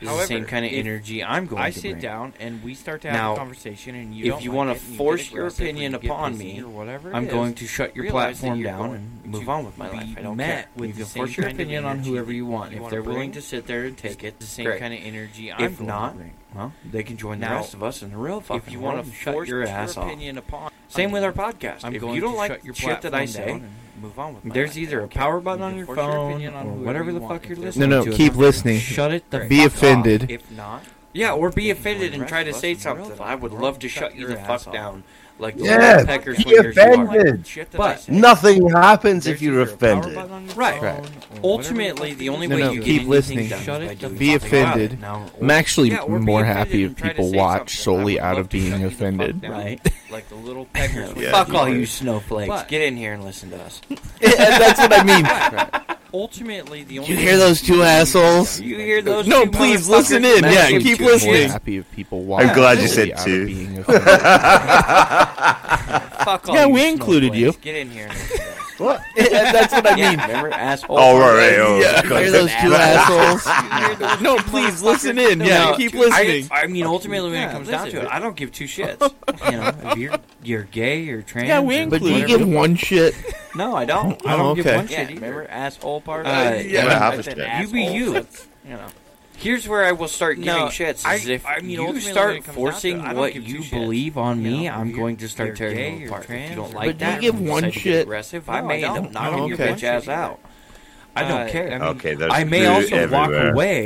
Speaker 1: Is the
Speaker 6: However,
Speaker 1: same kind of
Speaker 6: if
Speaker 1: energy I'm going
Speaker 6: I
Speaker 1: to
Speaker 6: sit
Speaker 1: bring.
Speaker 6: down and we start to have
Speaker 1: Now,
Speaker 6: a conversation, and you
Speaker 1: if
Speaker 6: don't
Speaker 1: you
Speaker 6: like
Speaker 1: wanna
Speaker 6: it and you get
Speaker 1: force your
Speaker 6: aggressive or
Speaker 1: opinion
Speaker 6: you get
Speaker 1: upon
Speaker 6: pissy
Speaker 1: me,
Speaker 6: or whatever it
Speaker 1: I'm
Speaker 6: is,
Speaker 1: going to shut your
Speaker 6: realize that
Speaker 1: platform
Speaker 6: you're
Speaker 1: down
Speaker 6: going
Speaker 1: and
Speaker 6: to
Speaker 1: move on with my life. I don't
Speaker 6: met
Speaker 1: care.
Speaker 6: with
Speaker 1: you
Speaker 6: the
Speaker 1: can
Speaker 6: same
Speaker 1: force your
Speaker 6: kind of
Speaker 1: opinion on
Speaker 6: energy
Speaker 1: whoever
Speaker 6: that
Speaker 1: you
Speaker 6: you
Speaker 1: want. If
Speaker 6: wanna
Speaker 1: they're willing
Speaker 6: bring,
Speaker 1: to sit there and take it,
Speaker 6: It's the same
Speaker 1: great.
Speaker 6: kind of energy I'm
Speaker 1: If
Speaker 6: going
Speaker 1: not,
Speaker 6: to bring.
Speaker 1: well, they can join the
Speaker 6: Now,
Speaker 1: rest of us in the real fucking
Speaker 6: If you
Speaker 1: world
Speaker 6: want to
Speaker 1: and shut
Speaker 6: force
Speaker 1: your ass off.
Speaker 6: opinion upon
Speaker 1: Same with
Speaker 6: me,
Speaker 1: our podcast.
Speaker 6: I'm
Speaker 1: if
Speaker 6: going
Speaker 1: you don't
Speaker 6: to
Speaker 1: like
Speaker 6: shut your
Speaker 1: shit that I
Speaker 6: platform
Speaker 1: say,
Speaker 6: down and move on with my
Speaker 1: there's
Speaker 6: life.
Speaker 1: either
Speaker 6: I
Speaker 1: a
Speaker 6: don't care.
Speaker 1: power button
Speaker 6: You
Speaker 1: on
Speaker 6: can
Speaker 1: your
Speaker 6: force your
Speaker 1: phone
Speaker 6: opinion on
Speaker 1: or
Speaker 6: whoever
Speaker 1: whatever
Speaker 6: you
Speaker 1: the
Speaker 6: want.
Speaker 1: fuck
Speaker 6: If
Speaker 1: you're
Speaker 6: there's
Speaker 1: listening
Speaker 3: No, no,
Speaker 1: to.
Speaker 3: keep listening.
Speaker 1: Shut it the
Speaker 3: Be
Speaker 1: fuck
Speaker 3: offended.
Speaker 1: Off.
Speaker 6: If not,
Speaker 1: Yeah, or be
Speaker 6: If you
Speaker 1: offended
Speaker 6: want
Speaker 1: and
Speaker 6: the
Speaker 1: try to
Speaker 6: rest of
Speaker 1: say
Speaker 6: us in the
Speaker 1: something.
Speaker 6: real
Speaker 1: I would
Speaker 6: world,
Speaker 1: love to
Speaker 6: shut
Speaker 1: shut you
Speaker 6: your
Speaker 1: the
Speaker 6: ass
Speaker 1: fuck
Speaker 6: off.
Speaker 1: down. Like the
Speaker 5: Yeah,
Speaker 1: little pecker
Speaker 5: be
Speaker 1: swingers you are.
Speaker 5: offended.
Speaker 6: shit that I
Speaker 1: But
Speaker 6: say.
Speaker 5: Nothing happens if
Speaker 6: There's
Speaker 5: you're
Speaker 6: either a power
Speaker 5: offended.
Speaker 6: button on your
Speaker 1: Right.
Speaker 6: phone or whatever
Speaker 1: ultimately,
Speaker 6: fuck
Speaker 1: the
Speaker 6: you
Speaker 1: only
Speaker 6: do.
Speaker 3: No,
Speaker 1: way
Speaker 3: no,
Speaker 1: you
Speaker 3: keep
Speaker 1: get
Speaker 3: listening.
Speaker 1: anything
Speaker 6: Shut
Speaker 1: done
Speaker 6: it
Speaker 1: is by
Speaker 6: the
Speaker 1: doing
Speaker 3: Be
Speaker 1: something about it.
Speaker 3: offended.
Speaker 1: Now,
Speaker 3: I'm actually
Speaker 1: Yeah, or be
Speaker 3: more
Speaker 1: offended
Speaker 3: happy
Speaker 1: and
Speaker 3: if
Speaker 1: try to
Speaker 3: people
Speaker 1: say
Speaker 3: watch
Speaker 1: something. I
Speaker 3: solely
Speaker 1: would
Speaker 3: out
Speaker 1: love
Speaker 3: of
Speaker 1: to shut
Speaker 3: being
Speaker 1: you the fuck
Speaker 3: offended.
Speaker 1: down.
Speaker 6: Right.
Speaker 1: Like the little peckers.
Speaker 5: Yeah,
Speaker 1: Fuck all
Speaker 5: you
Speaker 1: you
Speaker 5: are.
Speaker 1: snowflakes.
Speaker 6: But-
Speaker 1: Get in here and listen to us.
Speaker 3: That's what I mean.
Speaker 6: Ultimately, the only
Speaker 3: You hear those two assholes?
Speaker 1: You hear those?
Speaker 3: No,
Speaker 1: two
Speaker 3: please
Speaker 1: motherfuckers?
Speaker 3: listen in. Yeah,
Speaker 1: Imagine
Speaker 3: keep
Speaker 1: two
Speaker 3: listening.
Speaker 1: kids.
Speaker 3: Happy if people watch.
Speaker 5: I'm glad you said
Speaker 3: out of
Speaker 5: two.
Speaker 3: being offended.
Speaker 1: Fuck all
Speaker 3: Yeah,
Speaker 1: you
Speaker 3: we included
Speaker 1: snowflakes.
Speaker 3: you.
Speaker 1: Get in here and listen to us.
Speaker 5: What?
Speaker 3: That's what I
Speaker 1: Yeah,
Speaker 3: mean.
Speaker 1: remember, asshole.
Speaker 5: Oh, right, right. Oh,
Speaker 3: Yeah,
Speaker 5: God.
Speaker 3: hear those two assholes? no, please listen in. Yeah,
Speaker 1: No,
Speaker 3: keep
Speaker 1: I,
Speaker 3: listening.
Speaker 1: I mean, ultimately, when it comes down to it, I don't give two shits. you know, if you're you're gay or trans,
Speaker 3: Yeah, we
Speaker 1: or
Speaker 3: include. But do you
Speaker 1: whatever.
Speaker 3: give one shit?
Speaker 1: No, I don't. I
Speaker 3: Oh,
Speaker 1: don't give
Speaker 3: okay.
Speaker 1: one
Speaker 6: Yeah,
Speaker 1: shit. Either. Remember, asshole part.
Speaker 3: Uh,
Speaker 5: Yeah,
Speaker 3: Yeah,
Speaker 5: half a
Speaker 6: said
Speaker 5: step.
Speaker 6: ass.
Speaker 1: you be you. you know. Here's where I will start giving
Speaker 6: No,
Speaker 1: shits. Is
Speaker 6: I-
Speaker 1: if
Speaker 6: I mean,
Speaker 1: you
Speaker 6: ultimately, when
Speaker 1: start
Speaker 6: it comes down to it,
Speaker 1: forcing
Speaker 6: I don't
Speaker 1: what
Speaker 6: give two
Speaker 1: you
Speaker 6: shits.
Speaker 1: believe on
Speaker 6: You
Speaker 1: me,
Speaker 6: know,
Speaker 1: I'm
Speaker 6: you're-
Speaker 1: going to start
Speaker 6: you're
Speaker 1: tearing
Speaker 6: gay,
Speaker 1: you
Speaker 6: you're
Speaker 1: apart. If you
Speaker 6: trans,
Speaker 1: don't
Speaker 6: or
Speaker 1: like
Speaker 3: But you
Speaker 1: that,
Speaker 3: give
Speaker 1: or decide
Speaker 3: one
Speaker 1: to get
Speaker 3: shit.
Speaker 1: Aggressive.
Speaker 6: No,
Speaker 1: I may
Speaker 6: I don't.
Speaker 1: end up knocking
Speaker 3: Oh,
Speaker 1: your
Speaker 3: okay.
Speaker 1: bitch ass out. I don't
Speaker 6: Uh,
Speaker 1: care.
Speaker 6: I mean,
Speaker 5: Okay, there's
Speaker 1: I may
Speaker 5: poo
Speaker 1: also
Speaker 5: everywhere.
Speaker 1: walk away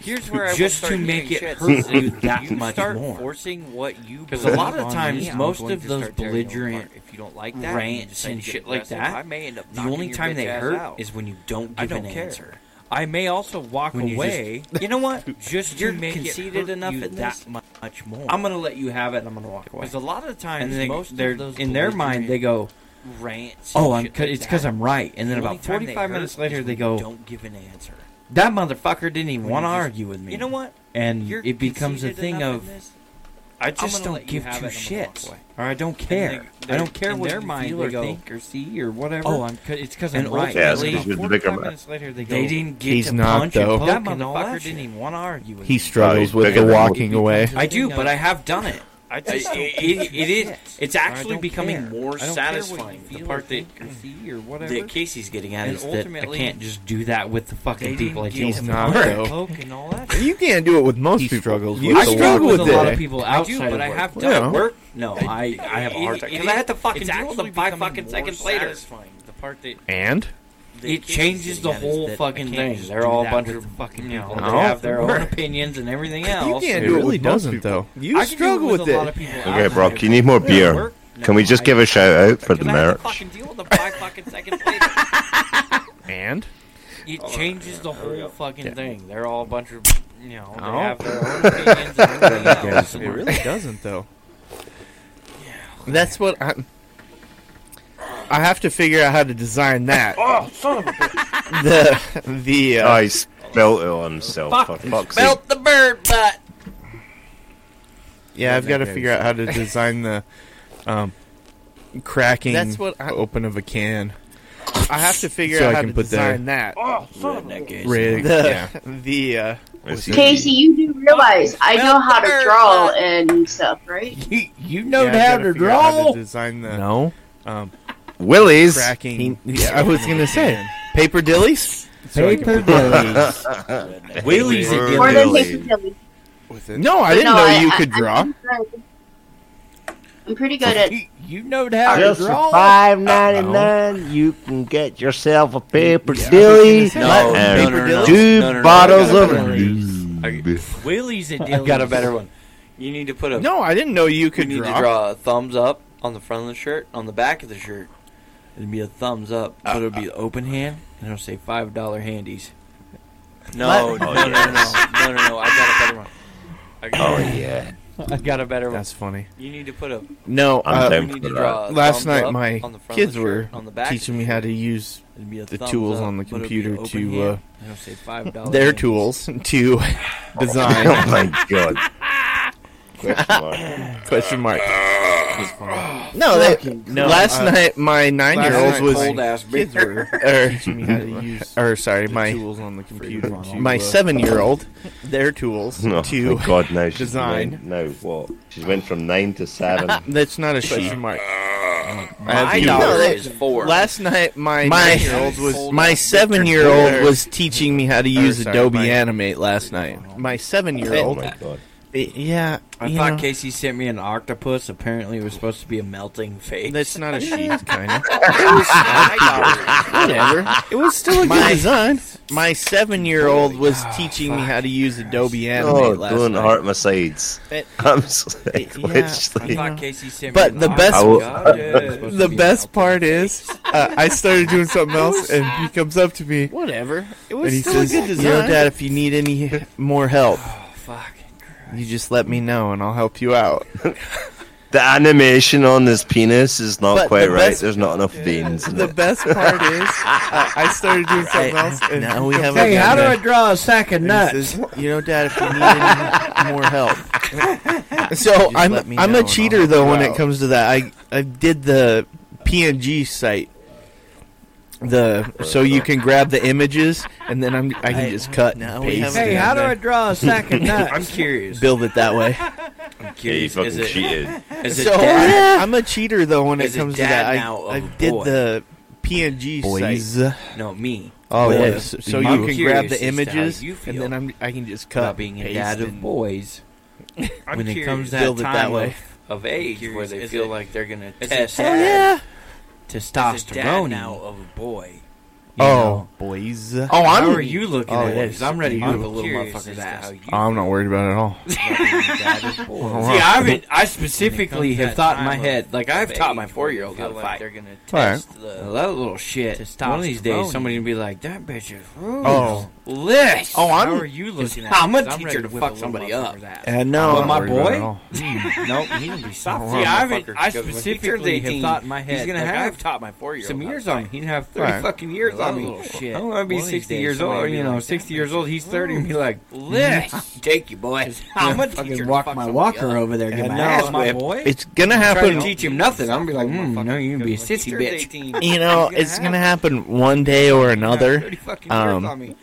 Speaker 6: Here's where I will
Speaker 1: just
Speaker 6: start
Speaker 1: to make it
Speaker 6: getting shits.
Speaker 1: hurt you that
Speaker 6: you
Speaker 1: much
Speaker 6: start
Speaker 1: more.
Speaker 6: forcing what you
Speaker 1: Because a lot
Speaker 6: believe
Speaker 1: of
Speaker 6: on
Speaker 1: times,
Speaker 6: me, I'm
Speaker 1: most
Speaker 6: going
Speaker 1: of
Speaker 6: to
Speaker 1: those
Speaker 6: start tearing you
Speaker 1: belligerent
Speaker 6: apart. if you don't like that
Speaker 1: rants
Speaker 6: decide to
Speaker 1: and
Speaker 6: get
Speaker 1: shit like
Speaker 6: aggressive,
Speaker 1: that,
Speaker 6: I may end up
Speaker 1: The only time they hurt is when you don't
Speaker 6: I
Speaker 1: give
Speaker 6: don't
Speaker 1: an
Speaker 6: care.
Speaker 1: answer.
Speaker 6: I may also walk
Speaker 1: When you just-
Speaker 6: away.
Speaker 1: You know what?
Speaker 6: Just
Speaker 1: You're
Speaker 6: to make
Speaker 1: conceited
Speaker 6: it hurt
Speaker 1: enough
Speaker 6: you
Speaker 1: at
Speaker 6: that
Speaker 1: this.
Speaker 6: much more.
Speaker 1: I'm gonna let you have it. and I'm gonna walk away.
Speaker 6: because a lot of times,
Speaker 1: And then
Speaker 6: most
Speaker 1: they're
Speaker 6: of those
Speaker 1: in their mind they go,
Speaker 6: belligerent rants. and
Speaker 1: "Oh, I'm
Speaker 6: shit
Speaker 1: cause,
Speaker 6: like
Speaker 1: it's
Speaker 6: that,
Speaker 1: because I'm right." And
Speaker 6: the
Speaker 1: then
Speaker 6: only
Speaker 1: about
Speaker 6: time they
Speaker 1: 45 minutes
Speaker 6: hurt
Speaker 1: later,
Speaker 6: is
Speaker 1: they
Speaker 6: when
Speaker 1: go,
Speaker 6: you don't give an answer.
Speaker 1: "That motherfucker didn't even
Speaker 6: When
Speaker 1: want to
Speaker 6: you just-
Speaker 1: argue with me."
Speaker 6: You know what?
Speaker 1: And
Speaker 6: You're
Speaker 1: it becomes a
Speaker 6: conceited
Speaker 1: thing
Speaker 6: enough
Speaker 1: of
Speaker 6: in this,
Speaker 1: I
Speaker 6: I'm
Speaker 1: just
Speaker 6: gonna
Speaker 1: don't
Speaker 6: let you
Speaker 1: give
Speaker 6: have
Speaker 1: two
Speaker 6: it and I'm gonna walk
Speaker 1: shits,
Speaker 6: away.
Speaker 1: or I don't care.
Speaker 6: they-
Speaker 1: I don't care
Speaker 6: in
Speaker 1: what
Speaker 6: their
Speaker 1: you
Speaker 6: mind,
Speaker 1: feel
Speaker 6: they
Speaker 1: or
Speaker 6: go,
Speaker 1: think or see or whatever.
Speaker 6: Oh, I'm. c- It's because
Speaker 1: And
Speaker 6: I'm right.
Speaker 1: ultimately- Yeah, it's
Speaker 6: Really?
Speaker 5: 'cause you're the
Speaker 6: 45
Speaker 5: bigger
Speaker 6: minutes later, they go.
Speaker 1: they didn't get
Speaker 3: He's
Speaker 1: to
Speaker 3: not,
Speaker 1: punch
Speaker 3: though.
Speaker 1: and
Speaker 6: That
Speaker 1: poke and all
Speaker 6: motherfucker
Speaker 1: that
Speaker 6: didn't
Speaker 1: shit.
Speaker 6: even want to argue with
Speaker 3: He
Speaker 6: me.
Speaker 3: struggles with
Speaker 5: bigger
Speaker 3: the
Speaker 5: than what-
Speaker 3: walking away.
Speaker 1: I do, but I have done it.
Speaker 6: I
Speaker 1: It,
Speaker 6: just don't
Speaker 1: it-
Speaker 6: give
Speaker 1: it
Speaker 6: a
Speaker 1: is.
Speaker 6: shit.
Speaker 1: It's
Speaker 6: Or I
Speaker 1: actually
Speaker 6: don't
Speaker 1: becoming
Speaker 6: care.
Speaker 1: more
Speaker 6: I don't care what
Speaker 1: satisfying.
Speaker 6: you
Speaker 1: The
Speaker 6: feel or
Speaker 1: part that,
Speaker 6: think or see or whatever.
Speaker 1: that Casey's getting at
Speaker 6: And
Speaker 1: is that I
Speaker 6: ultimately,
Speaker 1: can't just do that with the
Speaker 6: They
Speaker 1: fucking people I
Speaker 6: didn't
Speaker 1: deal
Speaker 6: get
Speaker 3: He's
Speaker 6: to
Speaker 1: with.
Speaker 3: not,
Speaker 6: punch
Speaker 3: though.
Speaker 6: and poke and all that.
Speaker 3: You can't do it with most
Speaker 4: He
Speaker 3: people.
Speaker 4: struggles
Speaker 3: You
Speaker 4: with the
Speaker 3: struggle
Speaker 4: walking
Speaker 3: with
Speaker 1: a
Speaker 3: it.
Speaker 1: lot of people
Speaker 6: I do,
Speaker 1: outside
Speaker 6: but
Speaker 1: of
Speaker 6: I
Speaker 1: work.
Speaker 6: have
Speaker 3: Yeah.
Speaker 6: done work.
Speaker 1: No, I I have a hard time
Speaker 6: It-
Speaker 1: because I had to fucking
Speaker 6: it's
Speaker 1: deal with
Speaker 6: actually
Speaker 1: them five
Speaker 6: becoming
Speaker 1: fucking
Speaker 6: more
Speaker 1: seconds later.
Speaker 6: satisfying. The part that
Speaker 3: And
Speaker 6: that
Speaker 1: It
Speaker 6: Casey's
Speaker 1: changes the
Speaker 6: getting at is
Speaker 1: whole
Speaker 6: that I
Speaker 1: fucking
Speaker 6: can't
Speaker 1: thing.
Speaker 6: just
Speaker 1: They're
Speaker 6: do
Speaker 1: all a
Speaker 6: that
Speaker 1: bunch
Speaker 6: with
Speaker 1: of fucking
Speaker 6: you
Speaker 1: people.
Speaker 6: know,
Speaker 1: They
Speaker 3: No.
Speaker 1: have their own opinions and everything else.
Speaker 3: you can't
Speaker 5: It
Speaker 3: do it
Speaker 5: really
Speaker 3: with doesn't, though. You
Speaker 1: I can deal
Speaker 3: struggle
Speaker 1: with,
Speaker 3: with
Speaker 1: a
Speaker 3: it.
Speaker 1: lot of people.
Speaker 5: Okay,
Speaker 1: out
Speaker 5: Brock,
Speaker 1: there.
Speaker 5: you need more
Speaker 1: At
Speaker 5: beer.
Speaker 1: work?
Speaker 5: Can we
Speaker 1: No,
Speaker 5: just
Speaker 1: I-
Speaker 5: give a shout out for the
Speaker 1: Because I have
Speaker 5: merch?
Speaker 1: to fucking deal with them five fucking seconds later.
Speaker 3: And
Speaker 1: It changes the whole fucking
Speaker 3: Yeah.
Speaker 1: thing. They're all a bunch of, you know, they
Speaker 3: Oh.
Speaker 1: have their own opinions and everything else.
Speaker 3: it really doesn't, though. That's what I. I have to figure out how to design that. oh, son of a The the
Speaker 5: Oh,
Speaker 3: uh,
Speaker 5: he spelt it on himself. Fuck, for fuck's sake.
Speaker 1: Belt the bird butt.
Speaker 3: yeah, I've got to figure out how to design the um cracking
Speaker 4: That's what I-
Speaker 3: open of a can. I have to figure
Speaker 4: So
Speaker 3: out
Speaker 4: I
Speaker 3: how
Speaker 4: can
Speaker 3: to
Speaker 4: put the-
Speaker 3: design that.
Speaker 6: Redneck is.
Speaker 3: Rig,
Speaker 4: The-
Speaker 3: yeah. the uh,
Speaker 5: It's
Speaker 7: Casey, you do realize I know how to draw and stuff, right?
Speaker 12: You, you know how to draw.
Speaker 3: design the no um,
Speaker 5: Willie's.
Speaker 3: cracking. yeah, I was gonna say paper dillies.
Speaker 12: Paper billies.
Speaker 6: Wheelies and
Speaker 7: More than
Speaker 6: dillies.
Speaker 7: paper dilly.
Speaker 3: With it. No, I
Speaker 7: But
Speaker 3: didn't
Speaker 7: no,
Speaker 3: know
Speaker 7: I-
Speaker 3: you
Speaker 7: I-
Speaker 3: could
Speaker 7: I'm
Speaker 3: draw.
Speaker 7: pretty good. I'm pretty good at
Speaker 12: You, you know how to
Speaker 13: Just for
Speaker 12: draw.
Speaker 13: five ninety nine, you can get yourself a paper
Speaker 3: Yeah, I was
Speaker 13: dilly,
Speaker 3: gonna
Speaker 6: No, no, no,
Speaker 3: Paper
Speaker 6: no, no,
Speaker 3: dillies?
Speaker 13: two
Speaker 6: no, no, no,
Speaker 13: bottles
Speaker 6: no, no,
Speaker 13: of.
Speaker 6: no, no, no.
Speaker 5: Dillies.
Speaker 6: Wheelies and dillies. I got a better one. You need to put a.
Speaker 3: No, I didn't know you
Speaker 6: you
Speaker 3: could
Speaker 6: need
Speaker 3: draw.
Speaker 6: to draw a thumbs up on the front of the shirt, on the back of the shirt. It'd be a thumbs up, but it'll be open hand, and it'll say five dollar handies. Oh, No, no, no, no, no, no, no, no! I got a better one. I got,
Speaker 5: Oh yeah.
Speaker 6: I got a better one.
Speaker 3: That's funny.
Speaker 6: You need to put a.
Speaker 3: No,
Speaker 5: I'm
Speaker 3: uh,
Speaker 6: You
Speaker 5: down
Speaker 6: need
Speaker 5: for
Speaker 6: to
Speaker 5: that.
Speaker 6: draw. a
Speaker 3: last
Speaker 6: thumbs
Speaker 3: night
Speaker 6: up
Speaker 3: my
Speaker 6: on the front of
Speaker 3: kids
Speaker 6: the
Speaker 3: were
Speaker 6: shirt, on the back
Speaker 3: teaching me how to use
Speaker 6: It'd be a
Speaker 3: the
Speaker 6: thumbs
Speaker 3: tools
Speaker 6: up,
Speaker 3: on the
Speaker 6: but it'll be
Speaker 3: computer
Speaker 6: open
Speaker 3: to,
Speaker 6: hand,
Speaker 3: uh,
Speaker 6: and it'll say $5
Speaker 3: their
Speaker 6: handies.
Speaker 3: tools to design.
Speaker 5: Oh my god. Question mark.
Speaker 3: question mark. No, they, no. Last night my nine year old
Speaker 6: Last
Speaker 3: was
Speaker 6: cold ass
Speaker 3: kids
Speaker 6: bitch.
Speaker 3: were or, or sorry, my tools on the computer. My seven year old, their tools
Speaker 5: No,
Speaker 3: to
Speaker 5: thank God, no. she's
Speaker 3: design.
Speaker 5: went- No, what? She's went from nine to seven. Oh,
Speaker 3: That's not a question mark. I have
Speaker 6: My
Speaker 3: two-
Speaker 6: dollar
Speaker 3: No, they-
Speaker 6: is four.
Speaker 3: Last night, my
Speaker 4: My-
Speaker 3: nine-year-old was
Speaker 4: My seven year old was teaching me how to use
Speaker 3: sorry,
Speaker 4: Adobe
Speaker 3: my-
Speaker 4: Animate last night.
Speaker 3: my
Speaker 5: Oh
Speaker 3: seven-year-old. eh,
Speaker 5: my god.
Speaker 3: yeah,
Speaker 1: I
Speaker 3: you
Speaker 1: thought
Speaker 3: know,
Speaker 1: Casey sent me an octopus. Apparently, it was supposed to be a melting face.
Speaker 3: that's not a she, kind of.
Speaker 6: $5.
Speaker 3: Whatever. It was still a good
Speaker 4: My-
Speaker 3: design. My seven-year-old was teaching me how to use Adobe Animate
Speaker 5: Oh,
Speaker 3: last
Speaker 5: don't
Speaker 3: night.
Speaker 5: hurt my sides.
Speaker 3: It-
Speaker 5: I'm so like,
Speaker 3: yeah,
Speaker 5: literally-
Speaker 1: I thought
Speaker 3: know.
Speaker 1: Casey sent me.
Speaker 3: But
Speaker 1: an
Speaker 3: the best-
Speaker 5: I
Speaker 1: octopus.
Speaker 5: will-
Speaker 1: God, dude, it was supposed
Speaker 3: The
Speaker 1: to be a
Speaker 3: best
Speaker 1: melting
Speaker 3: part is, uh, I started doing something else, and he comes up to me. Whatever. It was and he says, You know, Dad, if you need any more help,
Speaker 1: Fuck.
Speaker 3: you just let me know, and I'll help you out.
Speaker 5: The animation on this penis is not
Speaker 3: But
Speaker 5: quite
Speaker 3: the
Speaker 5: right.
Speaker 3: best-
Speaker 5: There's not enough veins in
Speaker 3: The
Speaker 5: it.
Speaker 3: best part is, uh, I started doing something else, and
Speaker 4: Now we
Speaker 3: he comes
Speaker 4: have
Speaker 3: up
Speaker 12: Hey, how do I
Speaker 3: and
Speaker 12: draw a sack of
Speaker 3: he
Speaker 12: nuts?
Speaker 3: says, you know, Dad, if you need any more help. So I'm
Speaker 4: let me
Speaker 3: I'm
Speaker 4: know
Speaker 3: a
Speaker 4: and I'll
Speaker 3: cheater
Speaker 4: help
Speaker 3: though
Speaker 4: you
Speaker 3: when it
Speaker 4: out.
Speaker 3: comes to that. I I did the PNG site. The so you can grab the images and then I'm I can just cut
Speaker 4: now
Speaker 3: and
Speaker 4: we have
Speaker 3: paste.
Speaker 4: a-
Speaker 12: Hey,
Speaker 3: it.
Speaker 12: how do I draw a sack of nuts?
Speaker 1: I'm curious.
Speaker 3: build it that way.
Speaker 1: I'm
Speaker 5: Yeah, you
Speaker 1: curious.
Speaker 5: fucking
Speaker 1: is it,
Speaker 5: cheated.
Speaker 1: is it
Speaker 3: So
Speaker 1: dad?
Speaker 3: I'm a cheater though when it
Speaker 1: Is it
Speaker 3: comes to
Speaker 1: dad
Speaker 3: that. I,
Speaker 1: now of
Speaker 3: I
Speaker 1: a
Speaker 3: did
Speaker 1: boy?
Speaker 3: the PNG site.
Speaker 4: Boys.
Speaker 1: No, me.
Speaker 3: Oh
Speaker 1: Boy.
Speaker 3: yes, so
Speaker 1: I'm
Speaker 3: you can grab
Speaker 1: curious as
Speaker 3: the
Speaker 1: to how
Speaker 3: images
Speaker 1: you
Speaker 3: and
Speaker 1: feel
Speaker 3: then I'm I can just cut
Speaker 1: About being a
Speaker 3: paste,
Speaker 1: dad of
Speaker 3: and-
Speaker 1: boys. when it comes that
Speaker 3: Build it
Speaker 1: time
Speaker 3: that way.
Speaker 6: Of age, where
Speaker 1: Curious,
Speaker 6: they
Speaker 1: is
Speaker 6: feel
Speaker 1: it-
Speaker 6: like they're gonna
Speaker 1: is it
Speaker 6: test.
Speaker 12: Oh,
Speaker 1: dad?
Speaker 3: Yeah.
Speaker 1: of testosterone
Speaker 6: now
Speaker 1: now of a boy.
Speaker 3: Oh, boys. Oh,
Speaker 1: oh, I'm. How are you looking
Speaker 3: Oh,
Speaker 1: at
Speaker 3: yeah,
Speaker 1: it? 'Cause I'm ready to
Speaker 3: I'm
Speaker 1: whip a
Speaker 3: a
Speaker 1: little
Speaker 6: curious as
Speaker 1: motherfucker's
Speaker 6: to
Speaker 1: ass.
Speaker 6: how
Speaker 1: See,
Speaker 3: I'm not worried about it at all.
Speaker 1: I haven't. I specifically have thought in my head, like I've taught my four-year-old how
Speaker 6: feel
Speaker 1: to
Speaker 6: like
Speaker 1: fight.
Speaker 6: they're gonna
Speaker 3: right.
Speaker 6: test
Speaker 1: Now,
Speaker 6: the.
Speaker 1: that little shit. One of these days,
Speaker 6: Testosterone.
Speaker 1: somebody gonna be like, "That bitch is
Speaker 3: Oh.
Speaker 1: lit."
Speaker 3: Oh,
Speaker 1: How
Speaker 3: I'm-
Speaker 1: are you looking at?
Speaker 6: I'm
Speaker 1: it?
Speaker 6: a
Speaker 1: 'Cause
Speaker 6: teacher
Speaker 1: ready
Speaker 6: to
Speaker 1: whip
Speaker 6: fuck
Speaker 1: a little
Speaker 6: somebody up.
Speaker 1: motherfucker's ass.
Speaker 3: And uh, no,
Speaker 1: But my boy?
Speaker 6: nope, he's gonna be soft.
Speaker 1: See, I haven't.
Speaker 6: motherfucker,
Speaker 1: I
Speaker 6: because when he
Speaker 1: specifically
Speaker 6: turns
Speaker 1: have
Speaker 6: 18,
Speaker 1: thought in my head.
Speaker 6: He's gonna
Speaker 1: like,
Speaker 6: have
Speaker 1: I've taught
Speaker 6: taught my four year old
Speaker 1: some years on me. He's gonna have thirty
Speaker 3: Right.
Speaker 1: fucking years
Speaker 6: That
Speaker 1: on me.
Speaker 6: little shit.
Speaker 1: I'm gonna be
Speaker 6: One of these
Speaker 1: sixty
Speaker 6: days,
Speaker 1: years
Speaker 6: somebody
Speaker 1: old.
Speaker 6: be
Speaker 1: You know,
Speaker 6: like,
Speaker 1: sixty
Speaker 6: "That
Speaker 1: years old. He's thirty and be like,
Speaker 6: Lit.
Speaker 1: "Take you, boy. I'm a teacher.
Speaker 12: fucking
Speaker 1: to
Speaker 12: walk
Speaker 1: fuck
Speaker 12: my
Speaker 1: somebody
Speaker 12: walker
Speaker 1: up."
Speaker 12: over there, get
Speaker 3: And
Speaker 12: my
Speaker 3: now
Speaker 12: ass
Speaker 1: my
Speaker 12: whipped.
Speaker 1: boy.
Speaker 3: It's gonna
Speaker 1: Try to
Speaker 3: happen.
Speaker 1: teach him nothing. I'm gonna be like, mm, no, you can be a sissy bitch.
Speaker 3: You know, it's gonna happen one day or another. Um,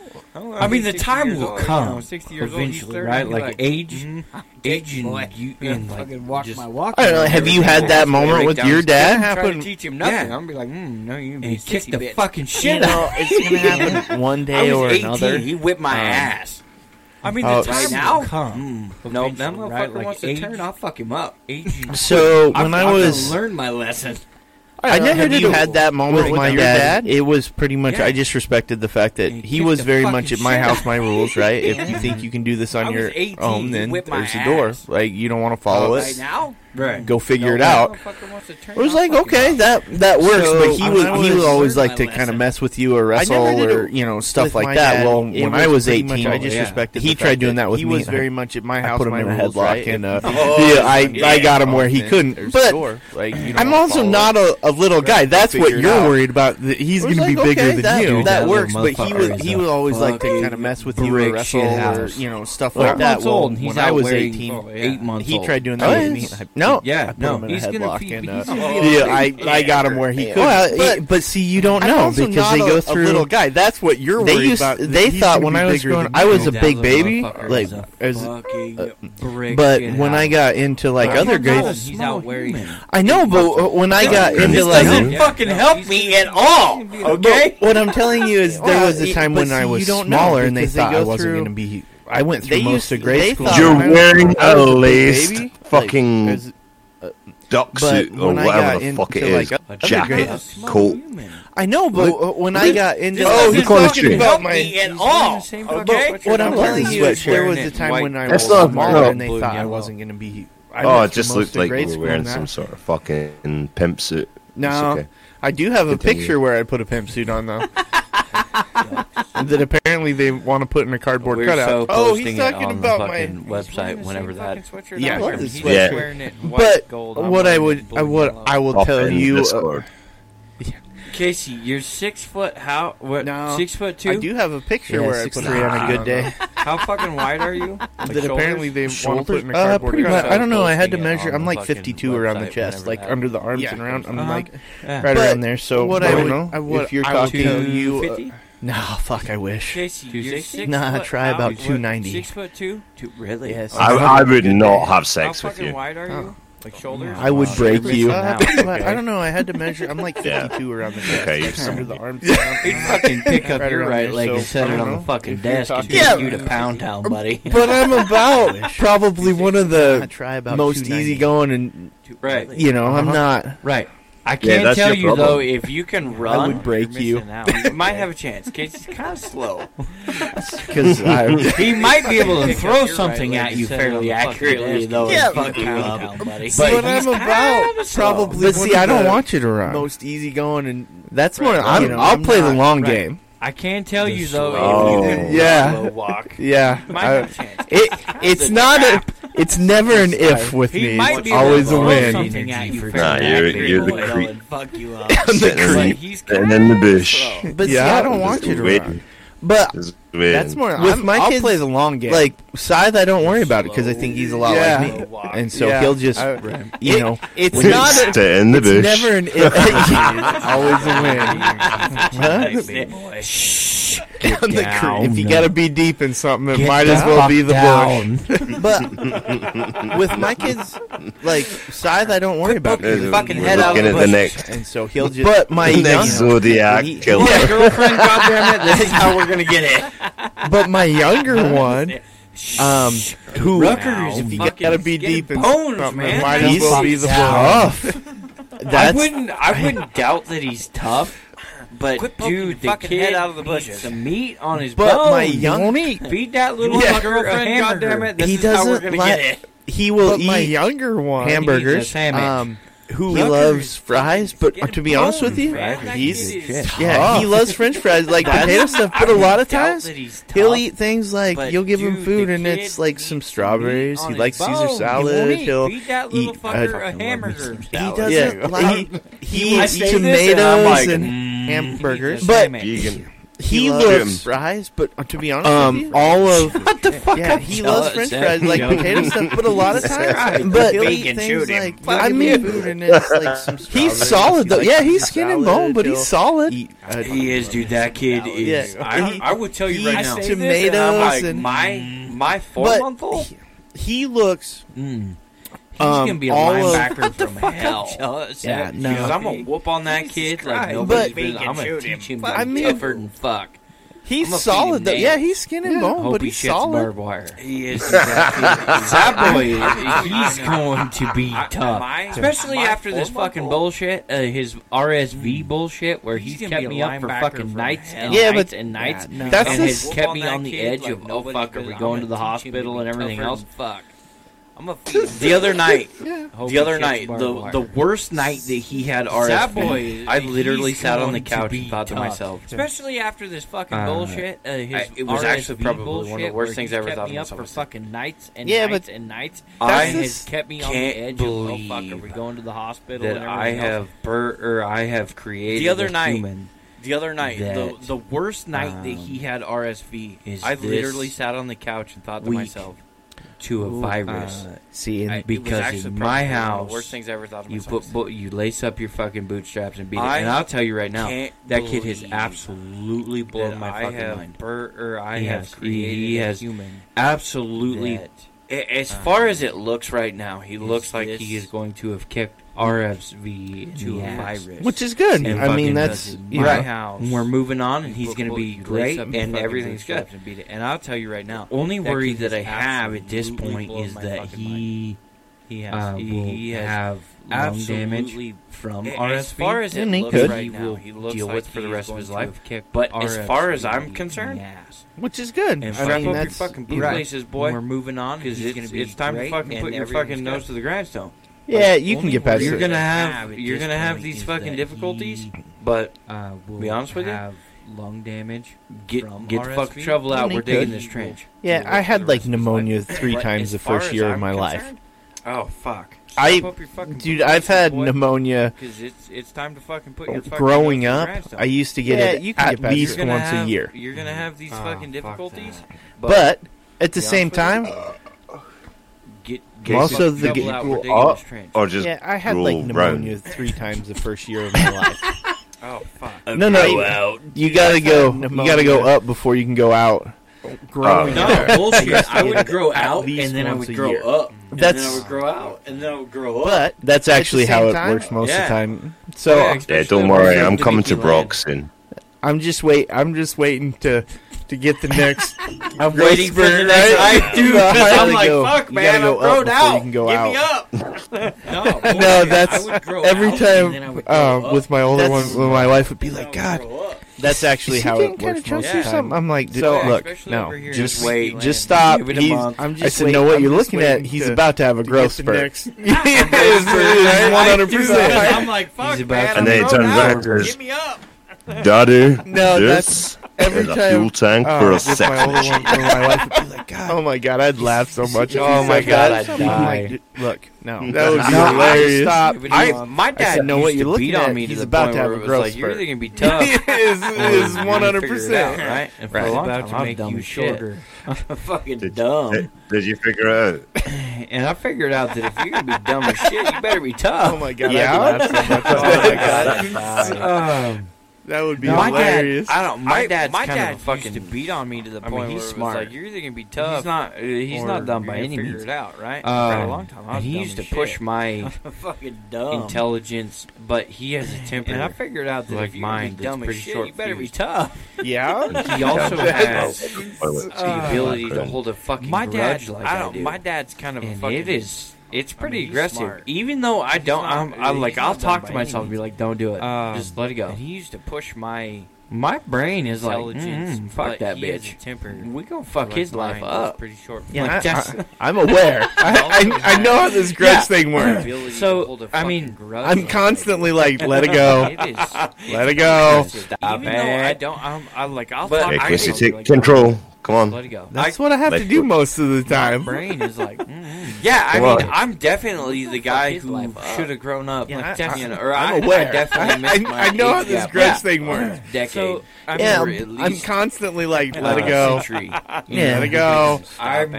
Speaker 1: I mean, the time will come
Speaker 12: eventually,
Speaker 1: eventually, right?
Speaker 12: right?
Speaker 1: Like, age, age, and you, and like,
Speaker 12: Fucking walk
Speaker 1: just-
Speaker 12: my walker.
Speaker 3: I don't know. Have you had that moment with your dad
Speaker 1: try to
Speaker 3: happen?
Speaker 1: teach him nothing.
Speaker 6: Yeah.
Speaker 1: I'm gonna be like, mm, no, you can be a
Speaker 6: And kick
Speaker 1: sissy
Speaker 6: the
Speaker 1: bitch.
Speaker 6: fucking
Speaker 3: You
Speaker 6: shit out.
Speaker 3: know, it's gonna happen one day
Speaker 1: I
Speaker 3: or
Speaker 1: was 18.
Speaker 3: another.
Speaker 1: He whipped my ass. I mean, the
Speaker 3: Oh,
Speaker 1: time
Speaker 12: now?
Speaker 1: now.
Speaker 12: Come.
Speaker 1: No, that motherfucker
Speaker 12: right? Like
Speaker 1: wants
Speaker 12: age-
Speaker 1: to turn. I'll fuck him up. Age. and-
Speaker 3: So
Speaker 1: I've
Speaker 3: when I
Speaker 1: got to
Speaker 3: was,
Speaker 1: learn my lesson.
Speaker 3: I never
Speaker 12: Have
Speaker 3: did.
Speaker 12: you
Speaker 3: had that moment with
Speaker 12: with
Speaker 3: my
Speaker 12: your
Speaker 3: dad. It was pretty much.
Speaker 1: Yeah.
Speaker 3: I just respected the fact that
Speaker 1: And
Speaker 3: he
Speaker 1: kick
Speaker 3: was
Speaker 1: the
Speaker 3: very
Speaker 1: fucking
Speaker 3: much at my
Speaker 1: shit
Speaker 3: house, my rules. Right? If you think you can do this
Speaker 1: I
Speaker 3: on
Speaker 1: was
Speaker 3: your
Speaker 1: 18,
Speaker 3: own,
Speaker 1: he
Speaker 3: then
Speaker 1: whipped my
Speaker 3: there's the door.
Speaker 1: ass.
Speaker 3: Like you don't want to follow
Speaker 1: Right
Speaker 3: it.
Speaker 1: now, right?
Speaker 3: Go figure
Speaker 1: No,
Speaker 3: it out.
Speaker 1: motherfucker wants to turn
Speaker 3: It was
Speaker 1: my
Speaker 3: like
Speaker 1: fucking-
Speaker 3: okay, that that works,
Speaker 1: So,
Speaker 3: but he
Speaker 1: I
Speaker 3: was
Speaker 1: was
Speaker 3: he would always
Speaker 1: learned
Speaker 3: like
Speaker 1: my
Speaker 3: to kind of
Speaker 1: lesson.
Speaker 3: mess with you or
Speaker 4: never
Speaker 3: wrestle
Speaker 4: did
Speaker 3: or you know stuff
Speaker 4: with my
Speaker 3: like that.
Speaker 4: dad.
Speaker 3: Well,
Speaker 4: It
Speaker 3: when
Speaker 4: was
Speaker 3: I was
Speaker 4: pretty
Speaker 3: eighteen,
Speaker 4: much- I
Speaker 3: I
Speaker 4: just
Speaker 3: just
Speaker 4: Yeah.
Speaker 3: respected.
Speaker 4: the
Speaker 3: He
Speaker 4: fact
Speaker 3: tried doing
Speaker 4: that
Speaker 3: that with
Speaker 4: he
Speaker 3: me.
Speaker 4: was
Speaker 3: and I-
Speaker 4: very much
Speaker 3: at my
Speaker 4: house,
Speaker 3: put him
Speaker 4: my
Speaker 3: in a
Speaker 4: rules,
Speaker 3: headlock,
Speaker 4: right?
Speaker 3: and uh,
Speaker 4: If
Speaker 3: yeah, I I got him where he
Speaker 4: Then
Speaker 3: couldn't.
Speaker 4: there's
Speaker 3: But
Speaker 4: the door. Like, you
Speaker 3: I'm
Speaker 4: don't
Speaker 3: also
Speaker 4: follow
Speaker 3: not
Speaker 4: it.
Speaker 3: a, a little guy. That's what
Speaker 4: figure it
Speaker 3: you're
Speaker 4: out.
Speaker 3: worried about. that He's
Speaker 4: It
Speaker 3: going
Speaker 4: was
Speaker 3: to be
Speaker 4: like,
Speaker 3: bigger
Speaker 4: okay,
Speaker 3: than
Speaker 4: that-
Speaker 3: you.
Speaker 4: that
Speaker 3: That works, but he
Speaker 12: motherfucker
Speaker 3: would
Speaker 12: is
Speaker 3: he
Speaker 12: a
Speaker 3: would always like to
Speaker 1: fucking
Speaker 3: kind of mess with you or
Speaker 1: brick
Speaker 3: wrestle
Speaker 1: shit
Speaker 3: or
Speaker 1: house.
Speaker 3: you know stuff
Speaker 1: Four
Speaker 3: like that.
Speaker 1: months
Speaker 3: Well,
Speaker 1: old, and he's
Speaker 3: when I
Speaker 1: out
Speaker 3: was
Speaker 1: wearing-
Speaker 3: eighteen,
Speaker 1: oh, eight months
Speaker 3: he
Speaker 1: old.
Speaker 3: tried doing
Speaker 5: Oh,
Speaker 3: that with me.
Speaker 5: yes.
Speaker 3: and I- No,
Speaker 1: yeah,
Speaker 3: put
Speaker 1: no,
Speaker 3: him in a
Speaker 1: he's gonna
Speaker 3: headlock
Speaker 1: feed.
Speaker 3: and,
Speaker 1: He's
Speaker 3: uh,
Speaker 1: gonna
Speaker 5: Oh,
Speaker 1: feed
Speaker 3: Yeah, I, I got him where he could.
Speaker 4: Well,
Speaker 3: but,
Speaker 4: but see, you don't
Speaker 3: I'm
Speaker 4: know
Speaker 3: also
Speaker 4: because
Speaker 3: not
Speaker 4: they
Speaker 3: a-
Speaker 4: go
Speaker 3: a
Speaker 4: through
Speaker 3: little guy. That's what you're
Speaker 4: They
Speaker 3: worried
Speaker 4: used
Speaker 3: about.
Speaker 4: they
Speaker 3: He's
Speaker 4: thought
Speaker 3: gonna
Speaker 4: when
Speaker 3: be
Speaker 4: I was
Speaker 3: bigger
Speaker 4: growing,
Speaker 3: than
Speaker 4: I
Speaker 3: you.
Speaker 4: was a
Speaker 1: That
Speaker 4: big
Speaker 1: little
Speaker 4: baby,
Speaker 1: motherfucker
Speaker 4: like
Speaker 1: is a
Speaker 4: as,
Speaker 1: fucking brick
Speaker 3: uh, But
Speaker 1: shit
Speaker 3: when I
Speaker 1: house.
Speaker 3: got into like
Speaker 1: He's
Speaker 3: other
Speaker 1: not
Speaker 3: grades,
Speaker 1: a He's out where he-
Speaker 3: I know, but uh, when I got
Speaker 5: goodness,
Speaker 3: into
Speaker 5: doesn't
Speaker 3: like,
Speaker 1: Yeah, fucking no, help he's me gonna- at all, he's gonna be
Speaker 3: okay, what I'm telling you is there
Speaker 4: Well,
Speaker 3: was a
Speaker 4: it-
Speaker 3: time
Speaker 4: but
Speaker 3: when I
Speaker 4: see,
Speaker 3: was
Speaker 4: you don't know
Speaker 3: smaller and they
Speaker 4: because they
Speaker 3: thought I
Speaker 4: go
Speaker 3: wasn't
Speaker 4: through-
Speaker 3: going to be. I went
Speaker 4: They
Speaker 3: through
Speaker 4: used-
Speaker 3: most of grade
Speaker 4: they
Speaker 3: school.
Speaker 4: thought-
Speaker 3: when
Speaker 5: You're
Speaker 3: I was-
Speaker 5: wearing
Speaker 3: I was
Speaker 5: a
Speaker 3: big
Speaker 5: laced
Speaker 3: baby, like,
Speaker 5: fucking
Speaker 3: as-
Speaker 5: duck
Speaker 3: but
Speaker 5: suit or
Speaker 3: when I
Speaker 5: whatever
Speaker 3: got
Speaker 5: the fuck it
Speaker 3: into,
Speaker 5: is.
Speaker 3: like, other
Speaker 5: jacket,
Speaker 3: grades-
Speaker 1: Small
Speaker 5: coat.
Speaker 1: human.
Speaker 3: I know, but uh, when I got into
Speaker 5: Oh, he called it shit.
Speaker 3: about my
Speaker 1: He's doing the same fucking
Speaker 3: But
Speaker 1: shit
Speaker 3: what
Speaker 1: house.
Speaker 3: I'm
Speaker 5: Like
Speaker 3: telling
Speaker 5: the
Speaker 3: you is
Speaker 1: sweatshirt
Speaker 3: there was
Speaker 1: and
Speaker 3: a time
Speaker 1: white
Speaker 3: when I
Speaker 5: That's
Speaker 3: was
Speaker 5: not-
Speaker 3: smaller
Speaker 5: no.
Speaker 3: and they
Speaker 1: Blue and
Speaker 3: thought I
Speaker 1: yellow.
Speaker 3: wasn't going to be. I
Speaker 5: Oh,
Speaker 3: went
Speaker 5: it
Speaker 3: through
Speaker 5: just
Speaker 3: most
Speaker 5: looked
Speaker 3: of
Speaker 5: like
Speaker 3: grade
Speaker 5: we were
Speaker 3: school
Speaker 5: wearing
Speaker 3: and that.
Speaker 5: some sort of fucking pimp suit.
Speaker 3: No,
Speaker 5: It's okay.
Speaker 3: I do have a
Speaker 5: Continue.
Speaker 3: picture where I put a pimp suit on though. that apparently they want to put in a cardboard
Speaker 1: We're
Speaker 3: cutout.
Speaker 1: so
Speaker 3: oh,
Speaker 1: posting
Speaker 3: he's
Speaker 1: it
Speaker 3: talking
Speaker 1: on
Speaker 3: about
Speaker 1: the
Speaker 3: my.
Speaker 1: fucking
Speaker 6: He's
Speaker 1: website
Speaker 6: wearing the same
Speaker 1: whenever that.
Speaker 6: fucking sweatshirt
Speaker 3: Yeah,
Speaker 6: I'm
Speaker 3: I
Speaker 6: wearing.
Speaker 3: love this
Speaker 6: He's
Speaker 5: sweatshirt.
Speaker 6: wearing it in white,
Speaker 3: But
Speaker 6: gold, I'm
Speaker 3: what I
Speaker 6: wearing
Speaker 3: would,
Speaker 6: blue
Speaker 3: I
Speaker 6: and
Speaker 3: would,
Speaker 6: yellow.
Speaker 3: I will
Speaker 5: Up
Speaker 3: tell
Speaker 5: in
Speaker 3: you. Uh,
Speaker 5: Discord.
Speaker 1: Casey, you're six foot how? What?
Speaker 3: No.
Speaker 1: six foot two?
Speaker 3: I do have a picture
Speaker 4: Yeah,
Speaker 3: where I
Speaker 4: six
Speaker 3: put
Speaker 4: three
Speaker 3: it Uh, on
Speaker 1: Uh,
Speaker 3: a good day.
Speaker 1: How fucking wide are you? Like
Speaker 3: that apparently they want to put in a
Speaker 4: Uh,
Speaker 3: cardboard
Speaker 4: pretty
Speaker 3: cutout.
Speaker 4: much.
Speaker 3: I don't know. I had to
Speaker 1: Posting it
Speaker 3: measure.
Speaker 1: on
Speaker 3: I'm
Speaker 1: the
Speaker 3: like
Speaker 1: fucking
Speaker 3: 52 around the
Speaker 1: website
Speaker 3: chest,
Speaker 1: whenever
Speaker 3: like
Speaker 1: that-
Speaker 3: under the arms
Speaker 4: Yeah.
Speaker 3: and around. I'm
Speaker 1: Uh-huh.
Speaker 3: like
Speaker 1: Yeah.
Speaker 3: right
Speaker 4: But
Speaker 3: around there. So
Speaker 4: what
Speaker 3: I,
Speaker 4: I
Speaker 3: don't
Speaker 4: would-
Speaker 3: know.
Speaker 4: I would-
Speaker 3: if you're
Speaker 4: I would
Speaker 3: talking,
Speaker 4: tell
Speaker 3: you. uh,
Speaker 1: 250?
Speaker 3: nah, fuck. I wish.
Speaker 1: Casey, you're six
Speaker 3: Nah,
Speaker 1: foot
Speaker 3: try
Speaker 1: out,
Speaker 3: about
Speaker 1: what,
Speaker 3: 290.
Speaker 1: Six foot two? two really?
Speaker 3: Yes.
Speaker 1: Oh,
Speaker 5: I, I would not have
Speaker 1: How
Speaker 5: sex with
Speaker 1: fucking
Speaker 5: you.
Speaker 1: wide are you? Like shoulders?
Speaker 3: I would
Speaker 1: Wow.
Speaker 3: break
Speaker 1: Shoulders
Speaker 3: you.
Speaker 1: now,
Speaker 3: But I
Speaker 1: okay.
Speaker 3: don't know. I had to measure. I'm like 52 around the chest,
Speaker 5: Okay, you're
Speaker 3: like under the arms.
Speaker 1: He'd fucking pick up
Speaker 3: Right
Speaker 1: your
Speaker 3: around
Speaker 1: right
Speaker 3: there,
Speaker 1: leg
Speaker 3: so
Speaker 1: and set
Speaker 3: I
Speaker 1: it
Speaker 3: don't
Speaker 1: on the
Speaker 3: know.
Speaker 1: fucking desk and
Speaker 3: talking-
Speaker 1: take you to Pound Town, buddy.
Speaker 3: but I'm about probably one of the most easygoing, and
Speaker 1: right.
Speaker 3: you know, I'm not.
Speaker 1: Right. I
Speaker 5: Yeah,
Speaker 1: can't
Speaker 5: that's
Speaker 1: tell
Speaker 5: your
Speaker 1: you
Speaker 5: problem.
Speaker 1: though if you can run.
Speaker 3: would break
Speaker 1: you're
Speaker 3: you.
Speaker 1: missing out. You might have a chance. Casey's kind of slow.
Speaker 3: Because I,
Speaker 1: He might be able to
Speaker 6: Pick up
Speaker 1: throw
Speaker 6: your
Speaker 1: something
Speaker 6: right leg
Speaker 1: at
Speaker 6: and
Speaker 1: you
Speaker 6: set it on
Speaker 1: fairly
Speaker 6: the fucking
Speaker 1: accurately
Speaker 6: desk
Speaker 1: though.
Speaker 6: and
Speaker 1: and
Speaker 6: fuck
Speaker 1: fuck
Speaker 6: you
Speaker 1: you
Speaker 6: up.
Speaker 1: up, buddy.
Speaker 3: but
Speaker 1: But
Speaker 3: I'm about probably.
Speaker 4: But see, I don't want you to
Speaker 3: the
Speaker 4: run.
Speaker 3: most easygoing, and
Speaker 4: That's
Speaker 3: you
Speaker 4: more.
Speaker 3: know, I'm, I'll play the long game.
Speaker 1: I can tell you though
Speaker 5: slow-
Speaker 1: if you can
Speaker 3: Oh. Yeah.
Speaker 1: run, slow walk.
Speaker 3: Yeah,
Speaker 1: Might
Speaker 3: I-
Speaker 1: have a chance.
Speaker 3: it it's not a. It's never an if with
Speaker 1: He
Speaker 3: me.
Speaker 1: might
Speaker 3: It's
Speaker 1: be able to
Speaker 3: always a
Speaker 1: throw
Speaker 3: win.
Speaker 1: Something at you
Speaker 5: Nah,
Speaker 1: fairly
Speaker 5: you're-
Speaker 1: accurately,
Speaker 5: you're the
Speaker 1: though,
Speaker 5: creep.
Speaker 1: and Fuck you up.
Speaker 5: Sitting in-
Speaker 1: But he's
Speaker 5: sitting in the bush.
Speaker 3: But see,
Speaker 4: Yeah.
Speaker 3: I don't want you to
Speaker 5: Waiting.
Speaker 3: run. But
Speaker 5: This is weird.
Speaker 4: That's more.
Speaker 3: with
Speaker 4: I'm,
Speaker 3: my
Speaker 4: I'll
Speaker 3: kids,
Speaker 4: play the long game.
Speaker 3: like Scythe, I don't worry about it because I think he's a lot
Speaker 4: Yeah.
Speaker 3: like me, and so
Speaker 4: Yeah.
Speaker 3: he'll just, you know,
Speaker 4: it's
Speaker 3: when
Speaker 4: not. A,
Speaker 5: Sit in the bush.
Speaker 3: it's never an if, always a win.
Speaker 1: Nice, big boy.
Speaker 3: On the
Speaker 1: down.
Speaker 3: creek.
Speaker 4: if you gotta be deep in something, it
Speaker 1: Get
Speaker 4: might as
Speaker 1: the
Speaker 4: well
Speaker 1: fuck
Speaker 4: be the bush.
Speaker 1: down.
Speaker 3: But with my kids, like Scythe, I don't worry about
Speaker 5: There's
Speaker 3: it,
Speaker 5: a-
Speaker 1: fucking
Speaker 5: we're
Speaker 1: head out
Speaker 5: looking
Speaker 1: of
Speaker 5: at
Speaker 1: the
Speaker 5: the
Speaker 1: bush.
Speaker 5: next,
Speaker 3: and so he'll just.
Speaker 4: But my young,
Speaker 5: next Zodiac
Speaker 3: he-
Speaker 5: killer.
Speaker 1: Yeah, girlfriend, goddammit, this is how we're gonna get it.
Speaker 4: but my younger one, um, who
Speaker 1: Rucker's
Speaker 4: if you
Speaker 1: fucking
Speaker 4: gotta be
Speaker 1: skinny
Speaker 4: deep in
Speaker 1: bones,
Speaker 4: something,
Speaker 1: man.
Speaker 4: it might
Speaker 1: He's
Speaker 4: as well be the bush.
Speaker 3: tough.
Speaker 1: I
Speaker 3: That's
Speaker 1: wouldn't, I wouldn't doubt that he's tough, but
Speaker 6: Quit poking your
Speaker 1: dude, the
Speaker 6: fucking
Speaker 1: kid
Speaker 6: head out of the
Speaker 1: needs
Speaker 6: bushes.
Speaker 1: The meat on his
Speaker 3: but
Speaker 1: bone.
Speaker 3: my young
Speaker 1: Feed that little
Speaker 3: Yeah.
Speaker 1: girlfriend,
Speaker 6: Hamburger.
Speaker 1: goddammit, this
Speaker 3: He
Speaker 1: is how we're
Speaker 3: doesn't
Speaker 1: gonna
Speaker 3: like-
Speaker 1: get it.
Speaker 3: he will
Speaker 4: but my
Speaker 3: eat
Speaker 4: younger one,
Speaker 3: hamburgers.
Speaker 1: He needs a sandwich.
Speaker 3: Um, who he
Speaker 1: Rucker's
Speaker 3: loves fries, but
Speaker 1: Get
Speaker 3: to be honest
Speaker 1: bones,
Speaker 3: with you,
Speaker 1: man. That
Speaker 3: he's
Speaker 1: kid is tough.
Speaker 3: yeah, he loves French fries, like potato stuff. But a lot of
Speaker 1: Doubt
Speaker 3: times,
Speaker 1: that he's tough.
Speaker 3: he'll eat things like
Speaker 1: but
Speaker 3: you'll give him
Speaker 1: dude,
Speaker 3: food,
Speaker 1: the
Speaker 3: and
Speaker 1: kid
Speaker 3: it's like some
Speaker 1: needs meat
Speaker 3: strawberries.
Speaker 1: on
Speaker 3: He
Speaker 1: his
Speaker 3: likes Caesar
Speaker 1: bone. He
Speaker 3: salad.
Speaker 1: won't eat.
Speaker 3: He'll
Speaker 1: Feed that little
Speaker 3: eat, uh,
Speaker 1: fucker a
Speaker 3: fucking
Speaker 1: hamburger.
Speaker 3: he
Speaker 1: salad.
Speaker 3: doesn't
Speaker 4: Yeah.
Speaker 3: like he
Speaker 1: I
Speaker 3: eats
Speaker 1: say this and I'm
Speaker 3: tomatoes
Speaker 1: like,
Speaker 3: and
Speaker 1: mm,
Speaker 3: hamburgers,
Speaker 1: he's a
Speaker 3: but
Speaker 1: sandwich.
Speaker 5: Vegan.
Speaker 3: he,
Speaker 4: He
Speaker 3: loves
Speaker 4: loves
Speaker 5: Jim.
Speaker 3: fries. But uh, to be honest, with
Speaker 4: um,
Speaker 3: you,
Speaker 4: all of
Speaker 3: yeah, he loves French fries, like potato stuff. But a lot of times, but he'll eat things like I mean, food, and it's like some.
Speaker 4: he's
Speaker 3: strawberries.
Speaker 4: solid
Speaker 3: He
Speaker 4: though.
Speaker 3: likes
Speaker 4: Yeah,
Speaker 3: some
Speaker 4: he's skin and
Speaker 3: salad.
Speaker 4: bone, but
Speaker 3: He'll
Speaker 4: he's solid.
Speaker 3: eat, uh,
Speaker 1: He is, dude. That kid is.
Speaker 3: Yeah.
Speaker 1: I,
Speaker 3: He-
Speaker 1: I would tell
Speaker 3: he
Speaker 1: you right
Speaker 3: eats
Speaker 1: now.
Speaker 3: tomatoes
Speaker 1: and I'm like,
Speaker 3: and-
Speaker 1: my my four
Speaker 3: But
Speaker 1: month old.
Speaker 3: he- he looks
Speaker 1: He's
Speaker 3: um,
Speaker 1: gonna be a
Speaker 3: all of-
Speaker 1: linebacker from hell.
Speaker 3: Yeah, no.
Speaker 1: Because I'm gonna whoop on that kid like
Speaker 3: Christ.
Speaker 1: nobody's
Speaker 3: But-
Speaker 1: been. I'm gonna teach him
Speaker 3: I
Speaker 1: to be
Speaker 3: mean-
Speaker 1: tougher than fuck.
Speaker 3: He's
Speaker 1: I'ma feed him
Speaker 3: solid though.
Speaker 1: nails.
Speaker 3: Yeah, he's skin and bone,
Speaker 1: Hope
Speaker 3: but
Speaker 1: he
Speaker 3: he's
Speaker 1: shits
Speaker 3: solid.
Speaker 1: barbed wire. He is. that boy, he's going to be tough. Especially after this fucking bullshit, uh, his RSV bullshit, where Hmm. he's, kept me up for fucking nights and
Speaker 3: Yeah,
Speaker 1: nights
Speaker 3: but-
Speaker 1: and nights,
Speaker 3: Yeah, no.
Speaker 1: and
Speaker 3: That's
Speaker 1: has
Speaker 3: his-
Speaker 1: kept me on the edge of, oh fuck, are we going to the hospital and everything else? Fuck. I'm a the other night, the other night, the, the worst night that he had RSV, I literally sat on the couch and thought to myself, especially after this fucking bullshit, uh, his
Speaker 6: I- it was actually probably one of the
Speaker 1: bullshit
Speaker 6: worst
Speaker 1: where
Speaker 6: things
Speaker 1: he's
Speaker 6: I ever
Speaker 1: kept
Speaker 6: thought
Speaker 1: me
Speaker 6: to
Speaker 1: up for
Speaker 6: myself.
Speaker 1: fucking nights and
Speaker 3: Yeah,
Speaker 1: nights and nights.
Speaker 3: That's
Speaker 1: I
Speaker 3: just-
Speaker 1: has kept me on the
Speaker 6: can't
Speaker 1: edge of oh fuck, are we
Speaker 6: believe
Speaker 1: going to the hospital?
Speaker 6: that
Speaker 1: and
Speaker 6: I
Speaker 1: everything else?"
Speaker 6: have bur- or I have created
Speaker 1: The other
Speaker 6: a
Speaker 1: night,
Speaker 6: human.
Speaker 1: the other night, the,
Speaker 6: that,
Speaker 1: the worst night that he
Speaker 6: um,
Speaker 1: had RSV.
Speaker 6: is
Speaker 1: I
Speaker 6: this
Speaker 1: literally sat on the couch and thought to
Speaker 6: week
Speaker 1: myself,
Speaker 6: to a virus.
Speaker 1: Uh,
Speaker 6: See, and
Speaker 1: I- it was
Speaker 6: because
Speaker 1: actually
Speaker 6: in
Speaker 1: probably
Speaker 6: my
Speaker 1: one of the
Speaker 6: house,
Speaker 1: worst things I ever thought of
Speaker 6: you
Speaker 1: myself.
Speaker 6: put bo- you lace up your fucking bootstraps and beat
Speaker 1: I
Speaker 6: it. And I'll tell you right now,
Speaker 1: can't
Speaker 6: that kid has
Speaker 1: believe
Speaker 6: absolutely blown
Speaker 1: that
Speaker 6: my
Speaker 1: I
Speaker 6: fucking
Speaker 1: have
Speaker 6: mind.
Speaker 1: bur- or I
Speaker 6: He
Speaker 1: have
Speaker 6: has- he-
Speaker 1: created
Speaker 6: he
Speaker 1: a
Speaker 6: has
Speaker 1: human.
Speaker 6: Absolutely,
Speaker 1: that-
Speaker 6: a- as far as it looks right now, he looks like
Speaker 1: this-
Speaker 6: he is going to have kicked RSV to
Speaker 1: the
Speaker 6: a
Speaker 1: ass.
Speaker 6: virus,
Speaker 3: Which is good.
Speaker 6: And
Speaker 3: I
Speaker 6: fucking
Speaker 3: mean, that's
Speaker 6: doesn't
Speaker 3: you know,
Speaker 6: matter.
Speaker 1: my uh, house.
Speaker 6: And we're moving on, and he's
Speaker 1: But-
Speaker 6: going to
Speaker 1: but
Speaker 6: be
Speaker 1: you lace
Speaker 6: great,
Speaker 1: up your
Speaker 6: and
Speaker 1: fucking
Speaker 6: everything's good.
Speaker 1: bootstraps And, beat it. and I'll tell you right now,
Speaker 6: Only
Speaker 1: that
Speaker 6: worry
Speaker 1: kid
Speaker 6: that I
Speaker 1: has
Speaker 6: have at this
Speaker 1: absolutely
Speaker 6: point
Speaker 1: blown
Speaker 6: is
Speaker 1: my
Speaker 6: that
Speaker 1: fucking
Speaker 6: he
Speaker 1: he has,
Speaker 6: uh,
Speaker 1: he,
Speaker 6: will
Speaker 1: he has
Speaker 6: have lung
Speaker 1: absolutely
Speaker 6: damage from
Speaker 1: A-
Speaker 6: RSV.
Speaker 1: As far as it
Speaker 3: And he
Speaker 1: looks
Speaker 3: could.
Speaker 1: right
Speaker 6: he
Speaker 1: now,
Speaker 6: will
Speaker 1: he looks
Speaker 6: deal
Speaker 1: like
Speaker 6: with for the
Speaker 1: he is
Speaker 6: rest of
Speaker 1: going
Speaker 6: his
Speaker 1: to
Speaker 6: life.
Speaker 1: have kicked
Speaker 6: But as
Speaker 1: RFC
Speaker 6: far as I'm
Speaker 1: in the
Speaker 6: concerned,
Speaker 1: ass.
Speaker 3: which is good.
Speaker 6: and
Speaker 3: I
Speaker 6: strap
Speaker 3: mean,
Speaker 6: up your
Speaker 3: that's
Speaker 6: fucking boot
Speaker 3: right.
Speaker 6: laces, boy.
Speaker 1: we're moving on
Speaker 6: Because
Speaker 1: he's
Speaker 6: it's,
Speaker 1: gonna be
Speaker 6: it's time to
Speaker 1: great,
Speaker 6: fucking
Speaker 1: and
Speaker 6: put your
Speaker 1: everything's
Speaker 6: fucking
Speaker 1: good.
Speaker 6: nose to the grindstone.
Speaker 3: yeah, you can get past
Speaker 6: You're
Speaker 3: it.
Speaker 6: gonna
Speaker 1: have
Speaker 6: have
Speaker 1: at
Speaker 6: you're
Speaker 1: this
Speaker 6: gonna have
Speaker 1: point
Speaker 6: these
Speaker 1: is
Speaker 6: fucking
Speaker 1: that
Speaker 6: difficulties,
Speaker 1: he-
Speaker 6: but
Speaker 1: Uh, will
Speaker 6: Be honest with you?
Speaker 1: have lung damage.
Speaker 6: get
Speaker 1: From
Speaker 6: get the
Speaker 1: RSV?
Speaker 6: fucking shovel out.
Speaker 3: He
Speaker 6: We're digging
Speaker 3: could.
Speaker 6: this trench.
Speaker 3: yeah, I had like pneumonia three
Speaker 6: But as
Speaker 3: times the
Speaker 6: far
Speaker 3: first
Speaker 6: as
Speaker 3: year of
Speaker 6: I'm
Speaker 3: my life.
Speaker 6: concerned, Oh fuck!
Speaker 3: I-
Speaker 6: Strap up your fucking
Speaker 3: Dude,
Speaker 6: boot
Speaker 3: I've
Speaker 6: laces,
Speaker 3: had
Speaker 6: boy.
Speaker 3: pneumonia
Speaker 1: Because it's it's time to fucking put your fucking
Speaker 3: growing
Speaker 1: nose to the
Speaker 3: up.
Speaker 1: grindstone.
Speaker 3: I used to get
Speaker 6: Yeah,
Speaker 3: it
Speaker 6: you can
Speaker 3: at
Speaker 6: get past it.
Speaker 3: least
Speaker 6: You're gonna
Speaker 3: once a
Speaker 6: have-
Speaker 3: year.
Speaker 1: you're gonna have these
Speaker 6: Ah,
Speaker 1: fucking
Speaker 6: fuck
Speaker 1: difficulties.
Speaker 3: But at the
Speaker 6: Yeah,
Speaker 3: same
Speaker 6: for that-
Speaker 3: time,
Speaker 1: Get,
Speaker 3: Well, also the
Speaker 1: shovel
Speaker 3: g-
Speaker 1: out, we're digging
Speaker 5: uh,
Speaker 1: this trench.
Speaker 5: Or just
Speaker 3: yeah, I had
Speaker 5: grow
Speaker 3: like
Speaker 5: round.
Speaker 3: pneumonia three times the first year of my life.
Speaker 6: Oh fuck!
Speaker 3: no, no, you gotta go. You gotta go up before you can go out.
Speaker 5: Growing
Speaker 6: No bullshit. I
Speaker 3: Yeah.
Speaker 6: would grow
Speaker 3: At
Speaker 6: out
Speaker 3: least
Speaker 6: and then I
Speaker 3: once
Speaker 6: would
Speaker 3: a
Speaker 6: grow
Speaker 3: year.
Speaker 6: up. and then I
Speaker 3: That's-
Speaker 6: would grow out and then I would grow up.
Speaker 3: But that's actually how same it time- works most of
Speaker 6: Yeah.
Speaker 3: the time. So
Speaker 6: Yeah,
Speaker 5: Yeah,
Speaker 6: especially
Speaker 5: don't
Speaker 6: when
Speaker 5: worry.
Speaker 6: we're
Speaker 5: I'm
Speaker 6: in
Speaker 5: coming to
Speaker 6: Dookie
Speaker 5: Brock
Speaker 6: Land.
Speaker 5: soon.
Speaker 3: I'm just wait. I'm just waiting to to get the next. I'm
Speaker 6: waiting for the next hype, dude, 'cause I'm like, fuck, man, I'm grown out.
Speaker 3: You can go
Speaker 6: Give
Speaker 3: out.
Speaker 6: me up. no,
Speaker 3: No, that's every
Speaker 6: then I
Speaker 3: time
Speaker 6: would grow
Speaker 3: uh,
Speaker 6: up.
Speaker 3: with my older one. That's- With my wife would be like, God, that's actually how it
Speaker 4: kinda
Speaker 3: works most of
Speaker 6: to
Speaker 3: the
Speaker 6: do
Speaker 3: time. I'm like,
Speaker 1: So,
Speaker 3: look,
Speaker 1: especially
Speaker 3: no,
Speaker 1: over here in
Speaker 3: just
Speaker 1: Dookie
Speaker 3: wait,
Speaker 1: Land.
Speaker 3: just stop.
Speaker 6: Give it a
Speaker 3: He's-
Speaker 6: month.
Speaker 3: I'm I just said, waiting- know what I'm you're just looking at? waiting He's to- about to have a to growth get the spurt.
Speaker 4: next-
Speaker 3: One hundred
Speaker 6: I'm
Speaker 3: percent.
Speaker 6: like, fuck,
Speaker 1: about
Speaker 6: man.
Speaker 1: to-
Speaker 6: I'm
Speaker 5: And then it
Speaker 6: grown
Speaker 5: turns
Speaker 6: out.
Speaker 5: out there's
Speaker 6: Give me up.
Speaker 5: daddy.
Speaker 3: No,
Speaker 5: this
Speaker 3: every
Speaker 5: is a
Speaker 3: time-
Speaker 5: fuel tank
Speaker 3: Oh,
Speaker 5: for a
Speaker 3: with my
Speaker 5: second.
Speaker 3: older one, with my wife would be like, God, oh my God, I'd laugh so much. if
Speaker 6: Oh
Speaker 3: he
Speaker 6: my
Speaker 3: said
Speaker 6: God,
Speaker 3: that.
Speaker 6: I'd
Speaker 3: I'm like,
Speaker 6: die.
Speaker 3: "Dude, Look, no,
Speaker 5: That would be
Speaker 3: No, I
Speaker 6: hilarious.
Speaker 3: Stop.
Speaker 6: I, my
Speaker 3: I
Speaker 6: dad
Speaker 3: said, "Know
Speaker 6: used
Speaker 3: what
Speaker 6: to
Speaker 3: you're looking
Speaker 6: beat on
Speaker 3: at.
Speaker 6: me to
Speaker 3: He's
Speaker 6: the
Speaker 3: about
Speaker 6: point
Speaker 3: to have
Speaker 6: where
Speaker 3: a
Speaker 6: it was
Speaker 3: growth
Speaker 6: like, you're
Speaker 3: spurt."
Speaker 6: either gonna be tough,
Speaker 3: is is one hundred percent.
Speaker 6: right? And for
Speaker 3: Right.
Speaker 6: a long
Speaker 1: about
Speaker 6: time,
Speaker 1: to
Speaker 6: I'm
Speaker 1: make
Speaker 6: dumb
Speaker 1: you
Speaker 6: as shit.
Speaker 1: shorter.
Speaker 6: I'm fucking
Speaker 5: Did-
Speaker 6: dumb.
Speaker 5: Did, did you figure it out?
Speaker 6: And I figured out that if you're gonna be dumb as shit, you better be tough.
Speaker 3: Oh my God,
Speaker 6: Yeah.
Speaker 3: I'd laugh so much.
Speaker 6: Oh my
Speaker 3: God.
Speaker 6: Um,
Speaker 3: That would be
Speaker 6: my
Speaker 3: hilarious.
Speaker 6: dad, I don't. My
Speaker 1: My
Speaker 6: dad's
Speaker 1: my
Speaker 6: kind
Speaker 1: dad
Speaker 6: of a
Speaker 1: used
Speaker 6: fucking.
Speaker 1: to beat on me to the
Speaker 6: I mean,
Speaker 1: point
Speaker 6: he's
Speaker 1: where
Speaker 6: smart.
Speaker 1: it was like, you're either gonna be tough.
Speaker 6: He's not. uh, He's
Speaker 1: or
Speaker 6: not dumb
Speaker 1: you're
Speaker 6: by
Speaker 1: gonna
Speaker 6: any
Speaker 1: figure
Speaker 6: means.
Speaker 1: it out, right? For a
Speaker 6: Um,
Speaker 1: long time, I
Speaker 6: and
Speaker 1: was
Speaker 6: he
Speaker 1: dumb
Speaker 6: used to
Speaker 1: as
Speaker 6: push
Speaker 1: shit.
Speaker 6: my
Speaker 1: fucking dumb.
Speaker 6: intelligence, but he has a temper.
Speaker 1: and I figured out that
Speaker 6: like
Speaker 1: if you're
Speaker 6: mine,
Speaker 1: gonna be
Speaker 6: that's
Speaker 1: dumb as
Speaker 6: pretty
Speaker 1: shit,
Speaker 6: short
Speaker 1: you better be
Speaker 6: fused.
Speaker 1: tough.
Speaker 3: Yeah.
Speaker 6: he also has
Speaker 5: Toilet
Speaker 6: the
Speaker 5: seat.
Speaker 6: ability to hold a fucking
Speaker 1: My
Speaker 6: grudge
Speaker 1: dad,
Speaker 6: like
Speaker 1: I
Speaker 6: I,
Speaker 1: don't.
Speaker 6: do.
Speaker 1: My dad's kind of a
Speaker 6: and
Speaker 1: fucking.
Speaker 6: it is. It's pretty
Speaker 1: he's
Speaker 6: aggressive.
Speaker 1: smart.
Speaker 6: Even though I don't,
Speaker 1: not-
Speaker 6: I'm, I
Speaker 1: he's
Speaker 6: like.
Speaker 1: not
Speaker 6: I'll
Speaker 1: dumb
Speaker 6: talk
Speaker 1: by
Speaker 6: to
Speaker 1: any
Speaker 6: myself and be
Speaker 1: means.
Speaker 6: like, "Don't do it.
Speaker 1: Um,
Speaker 6: Just let it go."
Speaker 1: And he used to push my
Speaker 6: My brain is like,
Speaker 1: intelligence.
Speaker 6: mm, fuck
Speaker 1: but
Speaker 6: that
Speaker 1: he has a
Speaker 6: bitch.
Speaker 1: temper.
Speaker 6: We gonna fuck
Speaker 1: like
Speaker 6: his
Speaker 1: mine
Speaker 6: life
Speaker 1: was
Speaker 6: up.
Speaker 1: Pretty short.
Speaker 6: Like,
Speaker 3: I-
Speaker 6: that's-
Speaker 3: I, am aware. I, I, I know how this grudge
Speaker 6: Yeah.
Speaker 3: thing works.
Speaker 1: Ability to
Speaker 6: So,
Speaker 1: hold a
Speaker 6: I
Speaker 1: fucking
Speaker 6: mean,
Speaker 1: grudge
Speaker 3: I'm
Speaker 1: like
Speaker 3: constantly like, let it
Speaker 1: that.
Speaker 3: go,
Speaker 1: It is.
Speaker 3: let it go.
Speaker 6: Oh, Stop
Speaker 1: Even though I
Speaker 6: it.
Speaker 1: don't, I'm, I like. I'll
Speaker 6: But-
Speaker 1: talk.
Speaker 5: Hey,
Speaker 1: to
Speaker 5: Quincy,
Speaker 1: myself,
Speaker 5: take
Speaker 1: like,
Speaker 5: control. Come on.
Speaker 1: Let it go.
Speaker 3: That's what I have to do most of the time.
Speaker 1: Brain is like. mm,
Speaker 6: Yeah, I
Speaker 5: Come
Speaker 6: mean,
Speaker 5: on.
Speaker 6: I'm definitely the guy
Speaker 1: his
Speaker 6: who
Speaker 1: life up.
Speaker 6: should have grown up.
Speaker 3: Yeah,
Speaker 6: like,
Speaker 3: I-
Speaker 6: I,
Speaker 3: I-
Speaker 6: you know, or I,
Speaker 3: I'm
Speaker 6: I
Speaker 3: aware.
Speaker 6: definitely
Speaker 3: I,
Speaker 6: missed my
Speaker 3: I know how
Speaker 6: age
Speaker 3: this
Speaker 6: gap.
Speaker 3: grudge
Speaker 6: Yeah.
Speaker 3: thing works.
Speaker 6: decade.
Speaker 1: So I
Speaker 3: Yeah,
Speaker 6: or at
Speaker 3: I'm, I'm
Speaker 6: least,
Speaker 3: constantly like, let
Speaker 6: uh,
Speaker 3: it go.
Speaker 6: century.
Speaker 3: Yeah. Let it go.
Speaker 6: I'm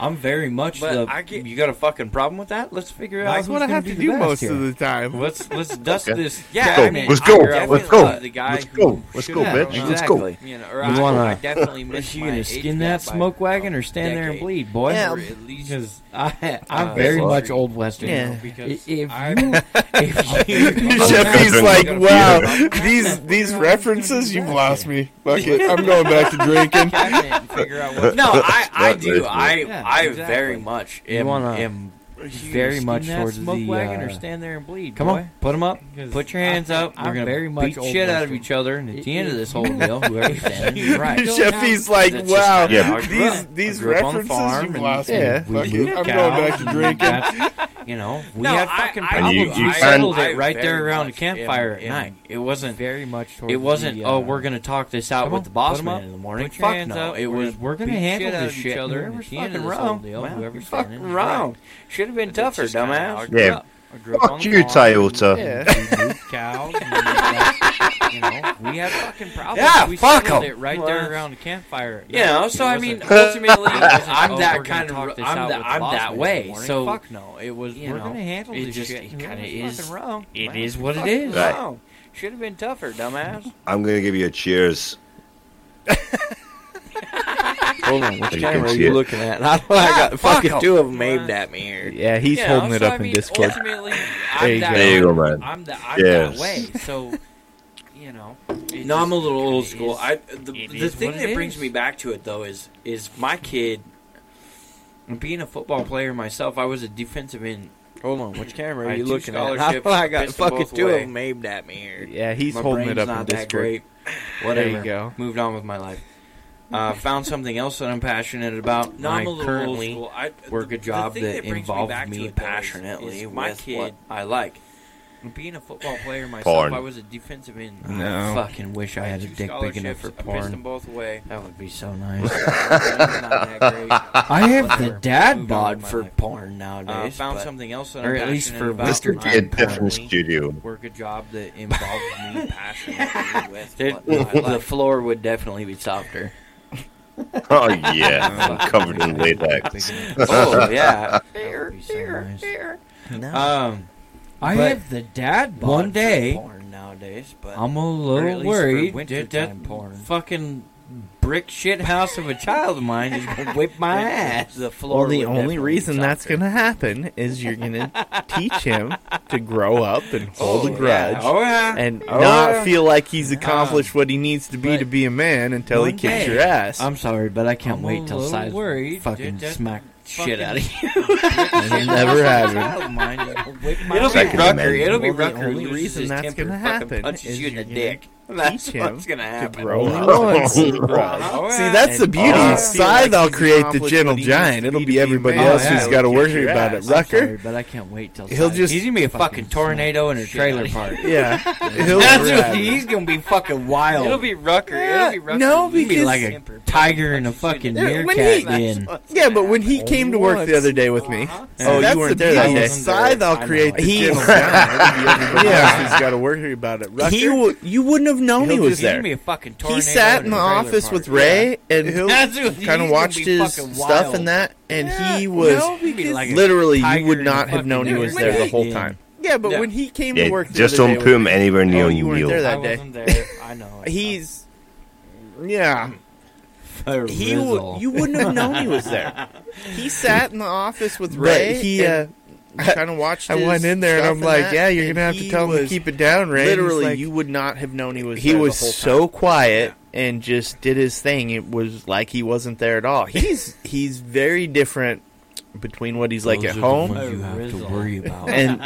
Speaker 6: I'm very much
Speaker 1: But
Speaker 6: the.
Speaker 1: I get-
Speaker 6: you got a fucking problem with that? Let's figure out.
Speaker 3: That's
Speaker 6: who's
Speaker 3: what I
Speaker 6: gonna
Speaker 3: have
Speaker 6: be
Speaker 3: to
Speaker 6: the
Speaker 3: do
Speaker 6: best
Speaker 3: most
Speaker 6: here.
Speaker 3: of the time.
Speaker 6: Let's let's dust
Speaker 5: Okay.
Speaker 6: this.
Speaker 1: Yeah,
Speaker 5: go.
Speaker 1: I mean,
Speaker 5: Let's
Speaker 1: I'm
Speaker 5: go.
Speaker 1: definitely
Speaker 5: Let's go.
Speaker 1: The guy
Speaker 5: Let's
Speaker 1: who
Speaker 5: go. Let's
Speaker 1: should
Speaker 5: go,
Speaker 1: have
Speaker 5: bitch.
Speaker 1: grown
Speaker 5: Let's
Speaker 1: up.
Speaker 5: go.
Speaker 6: Exactly.
Speaker 1: You know, or
Speaker 6: You
Speaker 1: I,
Speaker 6: wanna-
Speaker 1: I definitely
Speaker 6: Is
Speaker 1: missed
Speaker 6: you
Speaker 1: my
Speaker 6: gonna
Speaker 1: age
Speaker 6: skin
Speaker 1: gap
Speaker 6: that
Speaker 1: by
Speaker 6: smoke wagon or stand there and
Speaker 1: decade.
Speaker 6: bleed, boy?
Speaker 3: Yeah.
Speaker 1: Or at least
Speaker 6: Because I, I'm
Speaker 1: Uh,
Speaker 6: very
Speaker 1: well,
Speaker 6: much
Speaker 1: true.
Speaker 6: old western.
Speaker 3: Yeah.
Speaker 1: because
Speaker 6: If you,
Speaker 1: I-
Speaker 6: if you,
Speaker 3: Jeffy's
Speaker 5: drink
Speaker 3: like,
Speaker 5: it.
Speaker 3: wow, these these references, you've lost me. Fuck it, I'm going back to drinking.
Speaker 1: cabinet and figure out what.
Speaker 6: no, I, I
Speaker 5: That
Speaker 6: do.
Speaker 5: is
Speaker 6: I,
Speaker 1: Yeah,
Speaker 6: I
Speaker 1: exactly.
Speaker 6: very much
Speaker 1: You
Speaker 6: am,
Speaker 1: wanna-
Speaker 6: am
Speaker 1: You
Speaker 6: very
Speaker 1: skin
Speaker 6: much
Speaker 1: that
Speaker 6: towards
Speaker 1: smoke
Speaker 6: the.
Speaker 1: wagon or
Speaker 6: uh,
Speaker 1: stand there and bleed.
Speaker 6: Come
Speaker 1: boy.
Speaker 6: on, put them up.
Speaker 1: Because
Speaker 6: Put your hands
Speaker 1: I-
Speaker 6: up.
Speaker 1: I'm
Speaker 6: We're gonna
Speaker 1: very much
Speaker 6: beat
Speaker 1: old
Speaker 6: shit out of
Speaker 1: western.
Speaker 6: each other, and at
Speaker 1: It-
Speaker 6: the end of
Speaker 1: it-
Speaker 6: this whole deal, whoever's standing is right.
Speaker 3: Jeffy's like,
Speaker 6: That's just
Speaker 3: wow,
Speaker 6: kinda
Speaker 5: Yeah.
Speaker 6: how I grew
Speaker 3: these
Speaker 6: up.
Speaker 3: these
Speaker 6: I grew up on the farm
Speaker 3: references, you've
Speaker 6: and
Speaker 3: lost me.
Speaker 6: we-
Speaker 3: Yeah,
Speaker 6: we
Speaker 3: fuck
Speaker 6: moved
Speaker 3: it, I'm
Speaker 6: cows
Speaker 3: going back to
Speaker 6: and
Speaker 3: drinking.
Speaker 6: that's- You know, we
Speaker 1: No,
Speaker 6: had
Speaker 1: I-
Speaker 6: fucking
Speaker 1: I-
Speaker 5: And you-
Speaker 6: problems.
Speaker 5: you
Speaker 6: I
Speaker 5: can-
Speaker 6: settled
Speaker 1: I
Speaker 6: it right
Speaker 1: very
Speaker 6: there around the
Speaker 1: much
Speaker 6: campfire
Speaker 1: am-
Speaker 6: at night.
Speaker 1: am
Speaker 6: It wasn't.
Speaker 1: very much towards
Speaker 6: It wasn't.
Speaker 1: the, uh,
Speaker 6: Oh, we're gonna talk this out
Speaker 1: come
Speaker 6: with
Speaker 1: on,
Speaker 6: the
Speaker 1: put
Speaker 6: boss
Speaker 1: 'em
Speaker 6: man
Speaker 1: up.
Speaker 6: in the morning.
Speaker 1: Put your
Speaker 6: Fuck
Speaker 1: hands
Speaker 6: no.
Speaker 1: up.
Speaker 6: It
Speaker 1: We're
Speaker 6: was.
Speaker 1: gonna
Speaker 6: We're gonna
Speaker 1: beat
Speaker 6: handle
Speaker 1: shit out
Speaker 6: this
Speaker 1: of each
Speaker 6: shit.
Speaker 1: other.
Speaker 6: Whoever's
Speaker 1: At the end
Speaker 6: fucking
Speaker 1: of this whole
Speaker 6: wrong.
Speaker 1: deal,
Speaker 6: Well,
Speaker 1: whoever's
Speaker 6: fucking
Speaker 1: standing is
Speaker 6: wrong.
Speaker 1: right.
Speaker 6: Should have been
Speaker 1: That's just
Speaker 6: tougher,
Speaker 1: kinda how I
Speaker 6: dumbass.
Speaker 1: grew
Speaker 5: Yeah.
Speaker 1: up. I grew up
Speaker 5: Fuck
Speaker 1: on the
Speaker 5: you,
Speaker 1: farm.
Speaker 5: Toyota.
Speaker 3: Yeah.
Speaker 1: We moved cows. and we moved you know, we had fucking problems.
Speaker 6: Yeah,
Speaker 1: we
Speaker 6: fuck
Speaker 1: settled
Speaker 6: 'em.
Speaker 1: it right there around the campfire.
Speaker 6: You know, so
Speaker 1: It
Speaker 6: I mean,
Speaker 1: wasn't-
Speaker 6: ultimately,
Speaker 1: it wasn't,
Speaker 6: I'm
Speaker 1: "Oh,
Speaker 6: that
Speaker 1: we're gonna
Speaker 6: kind of,
Speaker 1: talk
Speaker 6: I'm,
Speaker 1: this out
Speaker 6: that,
Speaker 1: with
Speaker 6: I'm
Speaker 1: boss
Speaker 6: that
Speaker 1: man
Speaker 6: way.
Speaker 1: in the morning."
Speaker 6: So
Speaker 1: fuck no, it was
Speaker 6: you
Speaker 1: we're
Speaker 6: know,
Speaker 1: gonna handle
Speaker 6: it
Speaker 1: this
Speaker 6: just-
Speaker 1: shit.
Speaker 6: it
Speaker 1: You know,
Speaker 6: kinda
Speaker 1: it's
Speaker 6: is-
Speaker 1: fucking wrong.
Speaker 6: it
Speaker 1: man.
Speaker 6: is what it
Speaker 1: Fucking
Speaker 6: is.
Speaker 5: Right.
Speaker 1: wrong. Should have been tougher, dumbass.
Speaker 5: I'm gonna give you a cheers.
Speaker 3: Hold on, which
Speaker 5: So you can
Speaker 3: camera are
Speaker 5: see
Speaker 3: you
Speaker 5: it.
Speaker 3: looking at? I, got fucking
Speaker 6: fuck 'em.
Speaker 3: two of them aimed at me here. Yeah, he's
Speaker 1: Yeah,
Speaker 3: holding it
Speaker 1: so
Speaker 3: up
Speaker 1: I
Speaker 3: in
Speaker 1: mean,
Speaker 3: Discord.
Speaker 1: Ultimately,
Speaker 3: There you
Speaker 1: I'm that,
Speaker 3: go.
Speaker 5: There you go, man.
Speaker 1: I'm that, I'm
Speaker 5: Yes.
Speaker 1: that way. So, you know. it
Speaker 6: No, I'm a
Speaker 1: just
Speaker 6: little
Speaker 1: kinda
Speaker 6: old school.
Speaker 1: is-
Speaker 6: I the,
Speaker 1: it
Speaker 6: the
Speaker 1: is
Speaker 6: thing
Speaker 1: what
Speaker 6: that
Speaker 1: it
Speaker 6: brings
Speaker 1: is.
Speaker 6: me back to it though is is my kid. Being a football player myself, I was a defensive end.
Speaker 3: Hold on, which camera
Speaker 6: I
Speaker 3: are
Speaker 6: had
Speaker 3: you
Speaker 6: two
Speaker 3: looking at? I,
Speaker 6: scholarships,
Speaker 3: got
Speaker 6: pissed them
Speaker 3: fucking
Speaker 6: both
Speaker 3: two
Speaker 6: away.
Speaker 3: of them aimed at me here.
Speaker 4: Yeah, he's
Speaker 6: my
Speaker 4: holding
Speaker 6: brain's
Speaker 4: it up in
Speaker 6: not that
Speaker 3: Discord.
Speaker 6: great.
Speaker 3: There
Speaker 6: Whatever.
Speaker 3: you go.
Speaker 6: Moved on with my life. Uh, found something else that I'm passionate about.
Speaker 1: No,
Speaker 6: I
Speaker 1: I'm a little old
Speaker 6: currently
Speaker 1: school. I,
Speaker 6: work
Speaker 1: the-
Speaker 6: a
Speaker 1: the
Speaker 6: job
Speaker 1: thing
Speaker 6: that,
Speaker 1: brings me
Speaker 6: involves
Speaker 1: back to
Speaker 6: me
Speaker 1: it, though, is-
Speaker 6: passionately
Speaker 1: is
Speaker 6: with
Speaker 1: my
Speaker 6: what
Speaker 1: kid
Speaker 6: I like.
Speaker 1: being a football player myself.
Speaker 5: Porn.
Speaker 6: I was a defensive end.
Speaker 3: No.
Speaker 6: I fucking wish I had a
Speaker 1: two
Speaker 6: dick big enough
Speaker 1: scholarships,
Speaker 6: for
Speaker 1: I pissed them
Speaker 6: porn.
Speaker 1: both away.
Speaker 6: That would be so nice.
Speaker 1: Brain's not that great.
Speaker 12: I have the
Speaker 1: Whatever.
Speaker 12: dad
Speaker 1: Moved on
Speaker 12: bod
Speaker 1: with my
Speaker 12: for
Speaker 1: life.
Speaker 12: porn
Speaker 1: Uh,
Speaker 6: nowadays.
Speaker 1: found
Speaker 6: but-
Speaker 1: something else that
Speaker 6: or
Speaker 1: I'm
Speaker 6: at least
Speaker 1: passionate
Speaker 6: for
Speaker 1: about.
Speaker 5: This could be a
Speaker 6: I'm
Speaker 5: different
Speaker 6: currently-
Speaker 5: studio.
Speaker 6: work a job that involves me passionately with. what I like. The floor would definitely be softer.
Speaker 5: Oh yeah, I'm covered in latex.
Speaker 6: Oh yeah.
Speaker 7: Fair,
Speaker 6: be so
Speaker 7: fair,
Speaker 6: nice.
Speaker 7: fair.
Speaker 6: Um,
Speaker 12: I
Speaker 6: But
Speaker 12: have the dad bod
Speaker 6: one day
Speaker 12: For porn.
Speaker 6: porn nowadays, but
Speaker 12: I'm a
Speaker 6: or at
Speaker 12: little
Speaker 6: least
Speaker 12: worried.
Speaker 6: for wintertime
Speaker 12: that that
Speaker 6: porn.
Speaker 12: fucking brick shit house of a child of mine is gonna whip my
Speaker 6: the-
Speaker 12: ass.
Speaker 6: The floor.
Speaker 3: Well, the
Speaker 6: would
Speaker 3: only
Speaker 6: definitely
Speaker 3: reason
Speaker 6: be
Speaker 3: that's
Speaker 6: softer.
Speaker 3: going to happen is you're going to teach him to grow up and hold
Speaker 6: Oh,
Speaker 3: a grudge.
Speaker 6: yeah. Oh yeah.
Speaker 3: And
Speaker 6: Oh, yeah.
Speaker 3: not feel like he's accomplished what he needs to be
Speaker 12: But
Speaker 3: to be a man until he
Speaker 12: one
Speaker 3: kicks
Speaker 12: day,
Speaker 3: your ass.
Speaker 6: I'm sorry, but I can't
Speaker 12: I'm a
Speaker 6: wait till
Speaker 12: little
Speaker 6: size
Speaker 12: worried
Speaker 6: fucking
Speaker 12: that that
Speaker 6: smack shit
Speaker 12: fucking-
Speaker 6: out of you.
Speaker 3: It'll never happen.
Speaker 6: It'll be
Speaker 5: Second
Speaker 6: Rucker.
Speaker 5: Amendment.
Speaker 6: It'll be
Speaker 3: Well, the
Speaker 6: Rucker. who
Speaker 3: only
Speaker 6: loses
Speaker 3: reason
Speaker 6: his
Speaker 3: that's
Speaker 6: temper,
Speaker 3: gonna
Speaker 6: fucking
Speaker 3: happen
Speaker 6: punches
Speaker 3: is
Speaker 6: you in the
Speaker 3: you're gonna
Speaker 6: dick. That's
Speaker 3: him
Speaker 6: what's gonna
Speaker 3: To
Speaker 6: happen.
Speaker 3: grow
Speaker 5: Only
Speaker 3: up.
Speaker 5: once.
Speaker 6: Oh,
Speaker 3: See,
Speaker 6: yeah.
Speaker 3: that's the
Speaker 6: And-
Speaker 3: beauty.
Speaker 5: oh, yeah.
Speaker 3: Scythe, I'll create the Accomplished gentle what he needs giant. to It'll be be to be everybody a man. else
Speaker 6: Oh,
Speaker 3: who's
Speaker 6: yeah.
Speaker 3: got to Kick worry your about it. ass.
Speaker 6: I'm
Speaker 3: Rucker,
Speaker 6: sorry, but I can't wait till
Speaker 3: He'll
Speaker 6: size-
Speaker 3: just-
Speaker 6: he's gonna be a fucking tornado in a trailer park.
Speaker 3: yeah, He'll
Speaker 12: That's
Speaker 3: grab
Speaker 12: what
Speaker 3: it.
Speaker 12: he's gonna be fucking wild.
Speaker 1: It'll be Rucker. It'll be Rucker.
Speaker 3: No,
Speaker 1: It'll be
Speaker 3: because-
Speaker 1: like a
Speaker 12: tiger and a fucking
Speaker 3: Yeah, when
Speaker 12: meerkat
Speaker 3: he-
Speaker 12: in.
Speaker 3: Yeah, but when he came to work the other day with me, oh, you weren't there that day. Scythe, I'll create the He- gentle giant. Yeah, he's got to worry about it. Rucker,
Speaker 4: He w- you wouldn't have known
Speaker 3: He'll
Speaker 4: he was
Speaker 3: just-
Speaker 1: He's gonna
Speaker 4: there.
Speaker 1: be a fucking tornado.
Speaker 3: he sat in
Speaker 1: a
Speaker 3: the
Speaker 1: trailer
Speaker 3: office
Speaker 1: park.
Speaker 3: with Ray and he'll
Speaker 1: That's what- he's
Speaker 3: kind
Speaker 1: gonna
Speaker 3: of
Speaker 1: be
Speaker 3: watched his
Speaker 1: fucking
Speaker 3: stuff
Speaker 1: wild.
Speaker 3: and that, and he
Speaker 1: Yeah,
Speaker 3: was
Speaker 1: no, he'd be like a
Speaker 3: literally you
Speaker 1: tiger
Speaker 3: would
Speaker 1: in a
Speaker 3: not have
Speaker 1: fucking
Speaker 3: known he
Speaker 1: meerkat.
Speaker 3: was there the whole time. Yeah, but
Speaker 1: No.
Speaker 3: when he came to
Speaker 5: Yeah,
Speaker 3: work, the
Speaker 5: just
Speaker 3: other
Speaker 5: don't
Speaker 3: day
Speaker 5: put
Speaker 3: with
Speaker 5: him
Speaker 3: me,
Speaker 5: anywhere near
Speaker 3: Oh, you weren't
Speaker 5: Neil.
Speaker 3: there that
Speaker 1: I
Speaker 3: day.
Speaker 1: wasn't there. I know.
Speaker 3: He's yeah. He w-
Speaker 12: Rizzle.
Speaker 3: you wouldn't have known he was there. He sat in the office with Ray.
Speaker 4: he, uh,
Speaker 3: kind of watched.
Speaker 4: I
Speaker 3: his
Speaker 4: went in there and
Speaker 3: stuff
Speaker 4: I'm like,
Speaker 3: that,
Speaker 4: yeah, you're
Speaker 3: and
Speaker 4: gonna have
Speaker 3: he
Speaker 4: to tell him to
Speaker 3: was-
Speaker 4: keep it down, Ray. And he's
Speaker 3: Literally,
Speaker 4: like,
Speaker 3: you would not have known he was. He
Speaker 4: there the
Speaker 3: was
Speaker 4: whole time.
Speaker 3: so quiet and just did his thing. It was like he wasn't there at all. He's he's very different between what he's like
Speaker 6: Those
Speaker 3: at
Speaker 6: are the
Speaker 3: home
Speaker 6: ones you have to
Speaker 1: Rizzle.
Speaker 6: worry about.
Speaker 3: and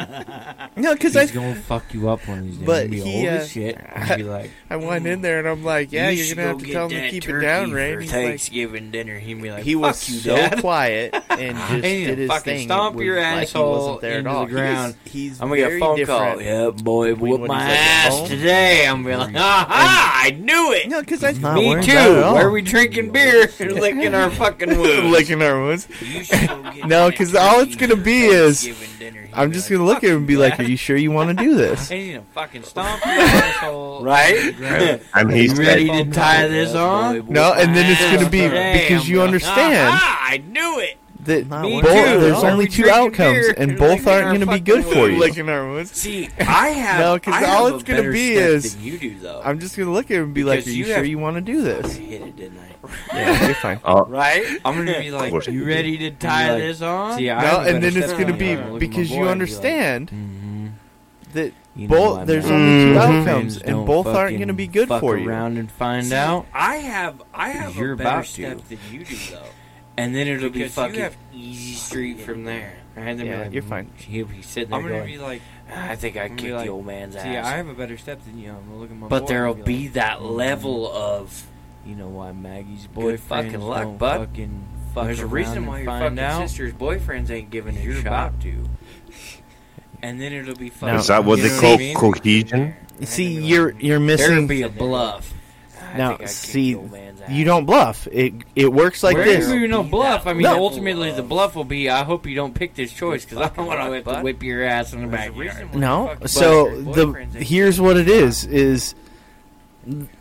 Speaker 3: no, because I
Speaker 12: He's gonna fuck you up one of these days.
Speaker 3: But
Speaker 12: You'll be
Speaker 3: he,
Speaker 12: old
Speaker 3: uh,
Speaker 12: as shit. And you'll be like,
Speaker 3: I went in there and I'm like, yeah, you are gonna have to tell him to keep it down, Ray. And he's like-
Speaker 6: Thanksgiving dinner. He'd be like,
Speaker 3: he was
Speaker 6: "Fuck you,
Speaker 3: so
Speaker 6: Dad."
Speaker 3: quiet and just did his
Speaker 6: fucking
Speaker 3: thing.
Speaker 6: stomp
Speaker 3: It was
Speaker 6: your
Speaker 3: like he
Speaker 6: asshole
Speaker 3: wasn't there at
Speaker 6: into
Speaker 3: all.
Speaker 6: the ground.
Speaker 3: He's, he's
Speaker 6: I'm gonna get a
Speaker 3: very
Speaker 6: phone
Speaker 3: different.
Speaker 6: call. Yeah, boy,
Speaker 3: between
Speaker 6: whoop
Speaker 3: when
Speaker 6: my
Speaker 3: he's, like, at
Speaker 6: ass
Speaker 3: home
Speaker 6: today. I'm gonna be like, aha, I knew it.
Speaker 3: No, because I
Speaker 13: Not
Speaker 6: Me
Speaker 13: worried
Speaker 6: too.
Speaker 13: about it at all.
Speaker 6: Where we drinking beer and licking our fucking wounds?
Speaker 3: licking our wounds.
Speaker 6: You should go get
Speaker 3: No,
Speaker 6: that
Speaker 3: 'cause all it's gonna
Speaker 6: turkey
Speaker 3: be
Speaker 6: for
Speaker 3: is-
Speaker 6: Thanksgiving dinner. He'd
Speaker 3: I'm
Speaker 6: be
Speaker 3: just
Speaker 6: like,
Speaker 3: gonna look at him and be like, "Are you sure you want to do this?"
Speaker 1: And he's gonna fucking stomp your asshole.
Speaker 6: Right?
Speaker 5: I'm
Speaker 6: You
Speaker 5: he's
Speaker 6: ready to
Speaker 5: dead.
Speaker 6: tie this on?
Speaker 3: No, and then it's gonna be
Speaker 6: Damn.
Speaker 3: because you understand
Speaker 6: Ah, I knew it.
Speaker 3: that
Speaker 13: Not
Speaker 3: both,
Speaker 13: worried at
Speaker 3: there's
Speaker 13: all.
Speaker 3: only
Speaker 6: We
Speaker 3: two
Speaker 6: drinking
Speaker 3: outcomes,
Speaker 6: beer
Speaker 3: and
Speaker 6: and
Speaker 3: both
Speaker 6: licking
Speaker 3: aren't
Speaker 6: our
Speaker 3: gonna be
Speaker 6: fucking
Speaker 3: good for you.
Speaker 6: wounds.
Speaker 3: Licking our wounds.
Speaker 6: See, I have
Speaker 3: No, 'cause
Speaker 6: I have
Speaker 3: all
Speaker 6: a
Speaker 3: it's gonna
Speaker 6: better
Speaker 3: be
Speaker 6: step
Speaker 3: is-
Speaker 6: than you do though.
Speaker 3: I'm just gonna look at him and be like, "Are
Speaker 6: Because
Speaker 3: you,
Speaker 6: you
Speaker 3: sure
Speaker 6: have-
Speaker 3: you want to do
Speaker 6: I
Speaker 3: this?"
Speaker 6: hit it, didn't I?
Speaker 3: Yeah, you're fine.
Speaker 5: Oh,
Speaker 6: Right?
Speaker 1: I'm gonna be
Speaker 5: Of
Speaker 1: like,
Speaker 5: course you
Speaker 1: you
Speaker 5: do.
Speaker 1: ready to tie
Speaker 6: like,
Speaker 1: this on?
Speaker 6: See, I
Speaker 3: No,
Speaker 6: have a
Speaker 3: and
Speaker 6: better
Speaker 3: then it's
Speaker 6: step
Speaker 3: gonna
Speaker 6: than
Speaker 3: be
Speaker 6: you. I'm gonna look at
Speaker 3: because
Speaker 6: my
Speaker 3: you
Speaker 6: boy and be
Speaker 3: understand
Speaker 6: Like, mm-hmm.
Speaker 3: that
Speaker 6: You know
Speaker 3: both
Speaker 6: I'm
Speaker 3: there's
Speaker 6: not.
Speaker 3: only two
Speaker 13: Mhm.
Speaker 3: outcomes,
Speaker 6: Friends don't
Speaker 3: and both aren't gonna
Speaker 6: fucking
Speaker 3: be good
Speaker 6: fuck
Speaker 3: for you.
Speaker 6: around and find
Speaker 1: See,
Speaker 6: out,
Speaker 1: I have I have
Speaker 6: You're
Speaker 1: a better
Speaker 6: about to.
Speaker 1: step than you do though.
Speaker 6: and then it'll be
Speaker 1: Because you
Speaker 6: fucking
Speaker 1: have-
Speaker 6: easy street from there. Right? They'll be
Speaker 3: Yeah,
Speaker 6: like,
Speaker 3: you're
Speaker 6: mm,
Speaker 3: fine.
Speaker 6: He'll be sitting there
Speaker 1: I'm gonna be
Speaker 6: going,
Speaker 1: like,
Speaker 6: "Ah, I think I
Speaker 1: I'm gonna be
Speaker 6: kicked
Speaker 1: like,
Speaker 6: the old man's
Speaker 1: see,
Speaker 6: ass.
Speaker 1: I have a better step than you. I'm gonna look at my.
Speaker 6: but
Speaker 1: boy
Speaker 6: there'll
Speaker 1: and
Speaker 6: be
Speaker 1: like,
Speaker 6: that level of
Speaker 1: you know why Maggie's
Speaker 6: good
Speaker 1: boyfriend
Speaker 6: fucking luck,
Speaker 1: don't
Speaker 6: bud.
Speaker 1: Fucking fuck
Speaker 6: There's a
Speaker 1: around
Speaker 6: reason
Speaker 1: and
Speaker 6: why your
Speaker 1: find
Speaker 6: fucking
Speaker 1: out.
Speaker 6: sister's boyfriends ain't giving a
Speaker 1: You're
Speaker 6: shot.
Speaker 1: about to. And then it'll be fucking.
Speaker 5: is that what
Speaker 1: you
Speaker 5: they
Speaker 1: know
Speaker 5: call
Speaker 1: I mean?
Speaker 5: cohesion?
Speaker 3: See, you're you're missing.
Speaker 6: be a bluff.
Speaker 1: I
Speaker 3: Now,
Speaker 1: think I kicked
Speaker 3: see,
Speaker 1: the old man's ass.
Speaker 3: You don't bluff. It it works like
Speaker 1: Where
Speaker 3: this.
Speaker 1: is-
Speaker 6: There'll
Speaker 1: you know
Speaker 6: be
Speaker 1: bluff?
Speaker 6: that
Speaker 1: I mean,
Speaker 6: level
Speaker 1: ultimately the
Speaker 6: of-
Speaker 1: bluff will be. I hope you don't pick this choice because I don't want to have to
Speaker 6: But-
Speaker 1: whip your ass in the
Speaker 6: There's a
Speaker 1: backyard.
Speaker 6: reason why your
Speaker 3: No.
Speaker 6: fucking
Speaker 3: So
Speaker 6: boyfriend's
Speaker 3: the
Speaker 6: boyfriends ain't
Speaker 3: here's what it is is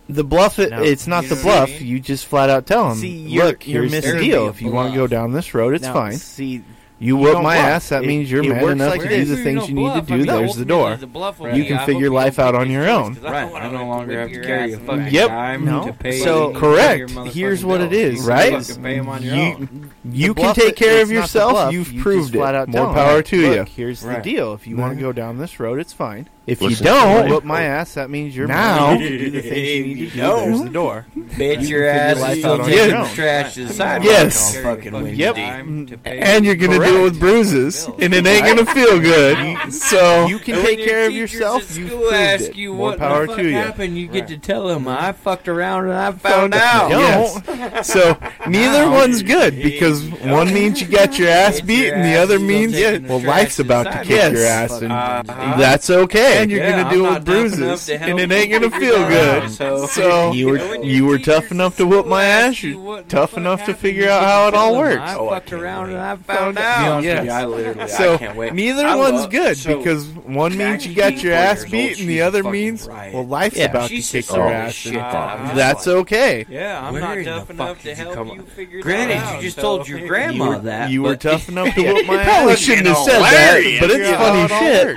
Speaker 3: The bluff, it,
Speaker 6: No.
Speaker 3: it's not
Speaker 6: You
Speaker 3: the
Speaker 6: know what I
Speaker 3: bluff.
Speaker 6: mean?
Speaker 3: You just flat out tell them,
Speaker 1: See, you're-
Speaker 3: look,
Speaker 1: you're
Speaker 3: here's the
Speaker 1: missing
Speaker 3: deal.
Speaker 1: the
Speaker 3: If you want to go
Speaker 1: bluff.
Speaker 3: down this road, it's
Speaker 1: Now,
Speaker 3: fine.
Speaker 1: See,
Speaker 3: You
Speaker 1: you
Speaker 3: whoop
Speaker 1: don't
Speaker 3: my
Speaker 1: bluff.
Speaker 3: ass. That It- means you're it man works
Speaker 1: enough
Speaker 3: enough
Speaker 1: like
Speaker 3: to do
Speaker 1: this.
Speaker 3: the
Speaker 6: There's
Speaker 3: things
Speaker 6: no
Speaker 3: you need to
Speaker 6: bluff. I
Speaker 3: do.
Speaker 6: mean,
Speaker 3: There's the door.
Speaker 6: ultimately, the bluff will
Speaker 1: Right.
Speaker 6: be,
Speaker 3: You can
Speaker 6: I
Speaker 3: figure
Speaker 6: hope
Speaker 3: life
Speaker 6: don't
Speaker 3: out
Speaker 6: get
Speaker 3: on your
Speaker 6: these,
Speaker 3: own.
Speaker 6: 'cause I don't
Speaker 1: right.
Speaker 6: wanna
Speaker 1: I
Speaker 6: whip
Speaker 1: no longer
Speaker 6: your
Speaker 1: have to
Speaker 6: ass
Speaker 1: carry a
Speaker 6: back.
Speaker 1: fucking
Speaker 3: Yep.
Speaker 1: dime
Speaker 3: No.
Speaker 1: to pay.
Speaker 3: So,
Speaker 1: your
Speaker 3: correct.
Speaker 1: motherfucking
Speaker 3: Here's what it
Speaker 1: bills.
Speaker 3: is,
Speaker 1: You
Speaker 3: right?
Speaker 1: can fucking pay 'em on your own.
Speaker 3: You, you
Speaker 1: The
Speaker 3: can
Speaker 1: bluff
Speaker 3: take
Speaker 1: it-
Speaker 3: care
Speaker 1: it's
Speaker 3: of
Speaker 1: not the
Speaker 3: yourself.
Speaker 1: bluff.
Speaker 3: You've You proved just it. flat out tell More 'em, power like, to you. look, Here's the
Speaker 1: Right.
Speaker 3: deal. If you want to go down this road, it's fine. If
Speaker 5: Listen,
Speaker 3: you don't,
Speaker 5: right.
Speaker 3: whoop my ass. That means you're
Speaker 1: Now-
Speaker 3: man enough to do the things you need to do. There's the door.
Speaker 14: Bitch, your ass
Speaker 3: life
Speaker 14: is
Speaker 3: out
Speaker 14: going
Speaker 3: on
Speaker 14: to
Speaker 3: your own.
Speaker 14: the trash
Speaker 1: Right.
Speaker 14: this
Speaker 1: I'm
Speaker 14: summer.
Speaker 3: Yes.
Speaker 1: not gonna fucking win
Speaker 3: Yep.
Speaker 1: dime to pay
Speaker 3: And you're gonna do it with bruises, and it ain't gonna feel good. So you can
Speaker 14: And
Speaker 3: take
Speaker 14: when
Speaker 3: care
Speaker 14: your
Speaker 3: of
Speaker 14: teachers
Speaker 3: yourself.
Speaker 14: at
Speaker 3: You
Speaker 14: school
Speaker 3: proved
Speaker 14: ask
Speaker 3: it.
Speaker 14: you
Speaker 3: More
Speaker 14: what
Speaker 3: power
Speaker 14: the fuck
Speaker 3: to you.
Speaker 14: happened, you get to tell them I fucked around and I found out.
Speaker 3: Yes. So neither one's good because one means you got your ass
Speaker 14: It's
Speaker 3: beat,
Speaker 14: your
Speaker 3: and the
Speaker 14: ass
Speaker 3: other
Speaker 14: still
Speaker 3: means
Speaker 14: taking the
Speaker 3: well,
Speaker 14: trash
Speaker 3: life's about to
Speaker 14: inside.
Speaker 3: kick Yes. your ass, and
Speaker 14: Uh-huh.
Speaker 3: that's okay. And
Speaker 14: you're
Speaker 3: you're
Speaker 14: Yeah, gonna
Speaker 3: gonna
Speaker 14: do
Speaker 3: do
Speaker 14: I'm it
Speaker 3: it
Speaker 14: with not
Speaker 3: with
Speaker 14: tough bruises, enough
Speaker 3: bruises,
Speaker 14: to
Speaker 3: and
Speaker 14: help
Speaker 3: it
Speaker 14: you
Speaker 3: ain't gonna
Speaker 14: figure
Speaker 3: feel
Speaker 14: feel that out,
Speaker 3: good.
Speaker 14: good. so-
Speaker 3: So
Speaker 14: You
Speaker 3: you
Speaker 14: were-
Speaker 3: were
Speaker 14: When your
Speaker 3: you were
Speaker 14: teachers
Speaker 3: tough enough to whoop my ass.
Speaker 14: you
Speaker 3: You're
Speaker 14: what the
Speaker 3: tough
Speaker 14: fuck
Speaker 3: enough to
Speaker 14: happened,
Speaker 3: figure
Speaker 14: you
Speaker 3: out
Speaker 14: get
Speaker 3: how it
Speaker 14: to
Speaker 3: all
Speaker 14: tell them,
Speaker 3: works.
Speaker 14: I fucked around and I
Speaker 3: Found
Speaker 14: found
Speaker 3: out.
Speaker 14: out.
Speaker 3: Yes.
Speaker 1: I literally, I
Speaker 3: So
Speaker 1: can't wait.
Speaker 3: neither
Speaker 1: I
Speaker 3: one's
Speaker 1: love-
Speaker 3: good
Speaker 1: so-
Speaker 3: because one means you got
Speaker 1: Jackie's
Speaker 3: your
Speaker 1: 24
Speaker 3: ass
Speaker 1: years
Speaker 3: beat,
Speaker 1: old,
Speaker 3: and
Speaker 1: she's
Speaker 3: the other
Speaker 1: fucking
Speaker 3: means
Speaker 1: right.
Speaker 3: well, life's
Speaker 1: Yeah,
Speaker 3: about to
Speaker 1: she's
Speaker 3: kick
Speaker 1: just
Speaker 3: your
Speaker 5: all
Speaker 3: ass.
Speaker 5: shit
Speaker 1: Uh,
Speaker 5: up.
Speaker 1: I'm just
Speaker 3: That's
Speaker 1: like,
Speaker 3: okay.
Speaker 14: Yeah, I'm
Speaker 1: Where in
Speaker 14: not
Speaker 1: the
Speaker 14: tough
Speaker 1: fuck
Speaker 14: enough
Speaker 1: did
Speaker 14: to
Speaker 1: you
Speaker 14: help
Speaker 1: come
Speaker 14: you
Speaker 1: up-
Speaker 14: figure that
Speaker 1: Granted,
Speaker 14: out.
Speaker 1: you just
Speaker 14: so-
Speaker 1: told your
Speaker 3: You
Speaker 1: grandma
Speaker 3: were,
Speaker 1: that.
Speaker 3: you were
Speaker 1: but-
Speaker 3: tough enough to whoop my ass. Probably shouldn't have said that, but it's funny shit.